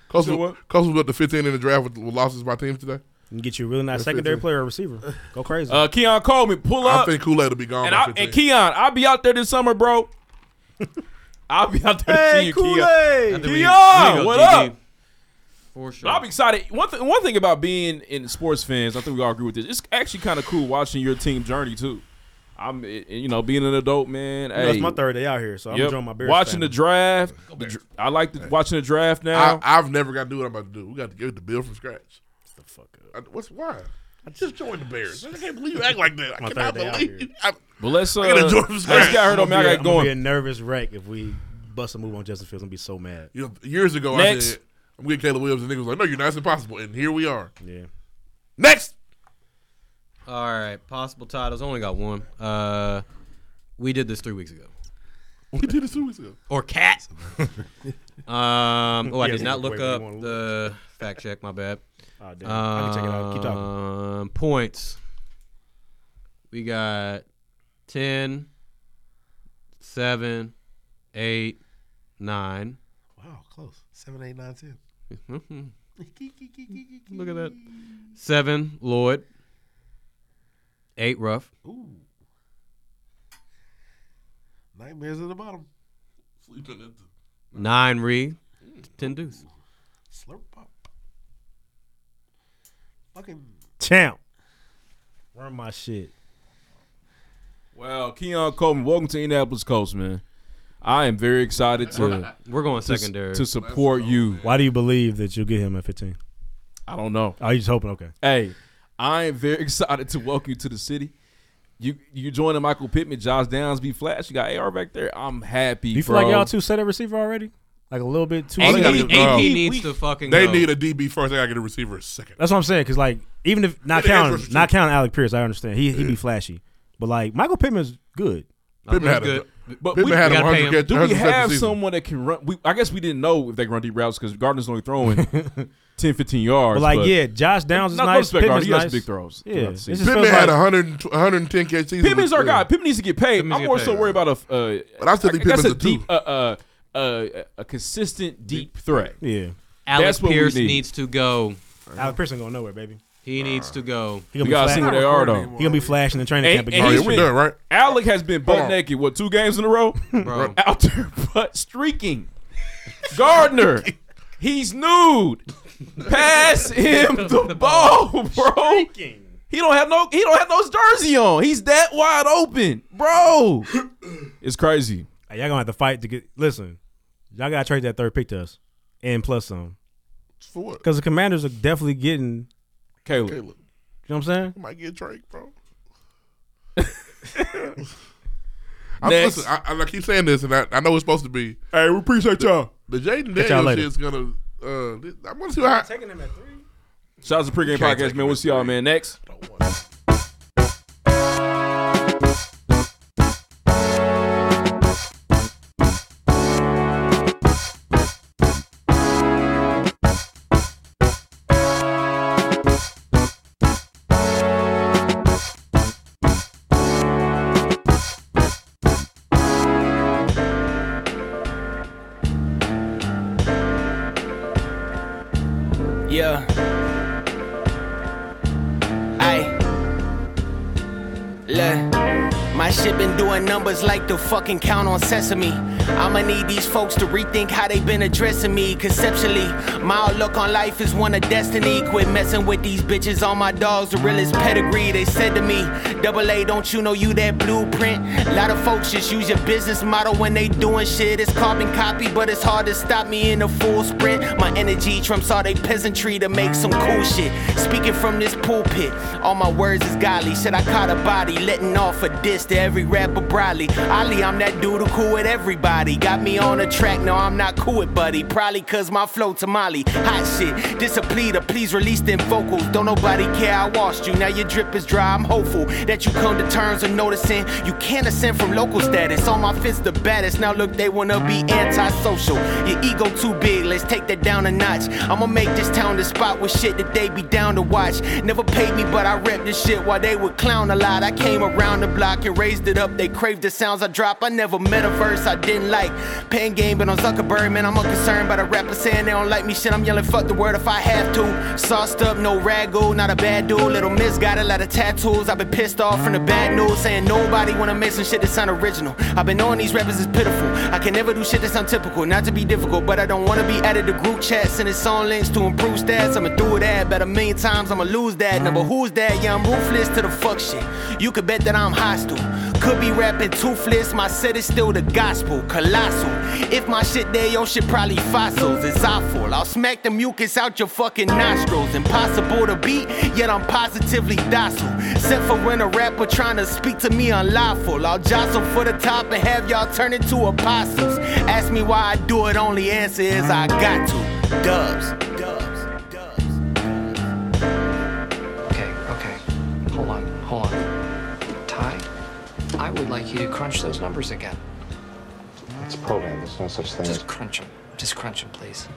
Speaker 2: Colts
Speaker 1: Still
Speaker 2: was- Colts was up to 15 in the draft with, with losses by teams today.
Speaker 4: And get you a really nice
Speaker 2: That's
Speaker 4: secondary
Speaker 2: 15.
Speaker 4: player or receiver. Go crazy.
Speaker 1: Uh, Keon Coleman, pull
Speaker 2: I
Speaker 1: up.
Speaker 2: think Kool-Aid will be gone
Speaker 1: And,
Speaker 2: by
Speaker 1: I,
Speaker 2: 15.
Speaker 1: and Keon, I'll be out there this summer, bro. I'll be out there to
Speaker 4: Hey,
Speaker 1: see you,
Speaker 4: Kool-Aid. I
Speaker 1: Keon.
Speaker 4: think we- we
Speaker 1: Keon,
Speaker 4: go
Speaker 1: what
Speaker 4: DB.
Speaker 1: up? But I'm excited. One, th- one thing about being in sports fans, I think we all agree with this. It's actually kind of cool watching your team journey too. I'm, it- you know, being an adult man.
Speaker 4: You know,
Speaker 1: hey,
Speaker 4: it's my third day out here, so I'm
Speaker 1: yep.
Speaker 4: enjoying my beer.
Speaker 1: Watching the draft. the dr- I like the, watching the draft now.
Speaker 2: I, I've never got to do what I'm about to do. We got to get the bill from scratch. What the fuck? what's why? I just joined the Bears. I can't believe you act like that. I
Speaker 4: My
Speaker 2: cannot
Speaker 4: third day out
Speaker 2: believe.
Speaker 4: here.
Speaker 2: I,
Speaker 1: But let's uh,
Speaker 2: I gotta enjoy
Speaker 1: let's
Speaker 2: this
Speaker 1: get
Speaker 2: guy.
Speaker 1: heard on me. I
Speaker 4: I'm
Speaker 1: got
Speaker 4: gonna be
Speaker 1: going.
Speaker 4: a nervous wreck if we bust a move on Justin Fields. I'm gonna be so mad.
Speaker 2: You know, years ago, I
Speaker 4: Next.
Speaker 2: said, I'm getting Caleb Williams, and niggas was like, no, you're not. It's impossible. And here we are.
Speaker 4: Yeah.
Speaker 2: Next.
Speaker 9: All right, possible titles. I Only got one. Uh, we did this three weeks ago.
Speaker 2: We did this two weeks ago.
Speaker 9: Or cat. um, oh,
Speaker 2: Yeah,
Speaker 9: I did not look
Speaker 2: wait,
Speaker 9: up
Speaker 2: we wanna
Speaker 9: the fact check. My bad.
Speaker 4: Oh, damn. I can check it out. Keep talking.
Speaker 1: Uh,
Speaker 9: Um, points. We got 10, 7, 8, 9.
Speaker 3: Wow, close. Seven, eight, nine, ten.
Speaker 9: Look at that. 7, Lloyd. 8, Ruff.
Speaker 3: Ooh. Nightmares at the bottom.
Speaker 2: Sleeping at the
Speaker 9: 9, Reed. 10, Deuce.
Speaker 3: slurp up. Fucking
Speaker 4: Champ. Run my shit.
Speaker 1: Well, Keon Coleman, welcome to Indianapolis Colts, man. I am very excited to.
Speaker 9: We're going
Speaker 1: to-
Speaker 9: secondary.
Speaker 1: to support you.
Speaker 4: Why do you believe that you'll get him at 15?
Speaker 1: I don't know.
Speaker 4: Oh, you just hoping? Okay.
Speaker 1: Hey, I am very excited to welcome you to the city. You you joining Michael Pittman, Josh Downs, B Flash. You got AR back there. I'm happy.
Speaker 4: Do you feel
Speaker 1: bro.
Speaker 4: like y'all two set at receiver already? Like a little bit too.
Speaker 1: All they
Speaker 4: set?
Speaker 1: gotta do-
Speaker 9: AP
Speaker 1: Bro.
Speaker 9: needs to fucking
Speaker 2: They
Speaker 9: go.
Speaker 2: need a DB first. They got to get a receiver second.
Speaker 4: That's what I'm saying. Because like even if
Speaker 2: Yeah, the edge
Speaker 4: not counting
Speaker 2: rushers
Speaker 4: not counting Alec Pierce, I understand he he be flashy, but like Michael Pittman's good.
Speaker 2: Pittman had a-
Speaker 1: But
Speaker 2: Pittman
Speaker 1: we,
Speaker 2: had
Speaker 1: we
Speaker 2: him
Speaker 1: gotta pay
Speaker 2: 100
Speaker 1: him.
Speaker 2: catch-
Speaker 1: do we
Speaker 2: 100 catches
Speaker 1: have
Speaker 2: season.
Speaker 1: someone that can run? We, I guess we didn't know if they can run deep routes because Gardner's only throwing 10, 15 yards.
Speaker 4: But like, yeah, Josh Downs is
Speaker 1: Not no
Speaker 4: nice,
Speaker 1: disrespect, Gardner,
Speaker 4: Pittman's
Speaker 1: he has
Speaker 4: nice.
Speaker 1: big throws.
Speaker 4: Yeah,
Speaker 1: throughout the
Speaker 4: it's
Speaker 1: season.
Speaker 4: just
Speaker 2: Pittman had 100, 110 k season.
Speaker 1: Pittman's
Speaker 2: with
Speaker 1: our
Speaker 2: three.
Speaker 1: guy. Pittman needs to get paid.
Speaker 2: Pittman needs
Speaker 1: I'm
Speaker 2: to
Speaker 1: more
Speaker 2: get
Speaker 1: so
Speaker 2: paid.
Speaker 1: worried about a. Uh,
Speaker 2: But I still think
Speaker 1: guess
Speaker 2: Pittman's a
Speaker 1: a deep, uh, uh, uh, a consistent deep threat.
Speaker 4: Yeah.
Speaker 1: That's
Speaker 13: Alex
Speaker 1: what we
Speaker 13: Pierce
Speaker 1: need.
Speaker 13: needs to go.
Speaker 4: Alex Pierce ain't going nowhere, baby.
Speaker 13: He needs to go.
Speaker 4: He gonna be flash- He gonna be flashing the training camp
Speaker 1: And,
Speaker 2: Oh,
Speaker 4: again.
Speaker 1: and he's been, right? Alec has been
Speaker 4: Hold
Speaker 1: butt
Speaker 4: on.
Speaker 1: naked. What two games in a row?
Speaker 13: Bro.
Speaker 1: Out there butt streaking. Gardner, he's nude. Pass him the ball, bro. He don't have no. He don't have no jersey on. He's that wide open, bro. It's crazy.
Speaker 4: Hey, y'all gonna have to fight to get. Listen, y'all gotta trade that third pick to us, and plus some.
Speaker 2: For what?
Speaker 4: Because the Commanders are definitely getting
Speaker 1: Caleb.
Speaker 4: You know what I'm saying?
Speaker 2: He might get Drake, bro. I'm,
Speaker 1: Next.
Speaker 2: listen, I, I keep saying this, and I, I know it's supposed to be.
Speaker 1: Hey, we appreciate y'all.
Speaker 2: The Jaden
Speaker 1: Catch y'all
Speaker 2: Daniels
Speaker 1: later.
Speaker 2: shit's gonna. Uh, th- I want to see how. Taking
Speaker 4: him at
Speaker 2: three.
Speaker 1: Shout out to pregame
Speaker 2: Can't take
Speaker 1: podcast, man. We'll see y'all, man. Next.
Speaker 12: Yeah. Ay. Look. My shit been doing numbers like the fucking count on sesame. I'ma need these folks to rethink how they been addressing me conceptually. My outlook on life is one of destiny. Quit messing with these bitches, all my dogs, the realest pedigree. They said to me, Double A, don't you know you that blueprint? lot of folks just use your business model when they doing shit. It's carbon copy, but it's hard to stop me in a full sprint. My energy trumps all they peasantry to make some cool shit. Speaking from this pulpit, all my words is godly. Said I caught a body, letting off a diss to every rapper broadly. Ollie, I'm that dude who cool with everybody. Got me on a track, no, I'm not cool with buddy. Probably cause my flow tamale, hot shit. This a plea to please release them vocals. Don't nobody care, I washed you. Now your drip is dry, I'm hopeful that you come to terms with noticing you can't ascend from local status. On my fist, the baddest. Now look, they wanna be antisocial. Your ego too big, let's take that down a notch. I'ma make this town the spot with shit that they be down to watch. Never paid me, but I rep this shit while they would clown a lot. I came around the block and raised it up. They craved the sounds I drop. I never met a verse I didn't like. Pen game, but on Zuckerberg, man, I'm unconcerned by the rapper saying they don't like me. Shit, I'm yelling fuck the word if I have to. Sauced up, no ragu, not a bad dude. Little miss got a lot of tattoos. I've been pissed off from the bad news, saying nobody wanna make some shit that's unoriginal. I've been knowing these rappers is pitiful. I can never do shit that's untypical, not to be difficult, but I don't wanna be added to group chats, sending song links to improve stats. I'ma do that, but a million times I'ma lose that. Number who's that? Yeah, I'm ruthless to the fuck shit. You could bet that I'm hostile. Could be rapping toothless, my set is still the gospel, colossal. If my shit there, your shit probably fossils, it's awful. I'll smack the mucus out your fucking nostrils. Impossible to beat, yet I'm positively docile. Except for when a rapper trying to speak to me unlawful. I'll jostle for the top and have y'all turn into apostles. Ask me why I do it, only answer is I got to. Dubs.
Speaker 22: Okay, okay. Hold on, hold on. Ty, I would like you to crunch those numbers again.
Speaker 23: It's programmed. There's no such thing
Speaker 22: Just crunch them. Just crunch them, please.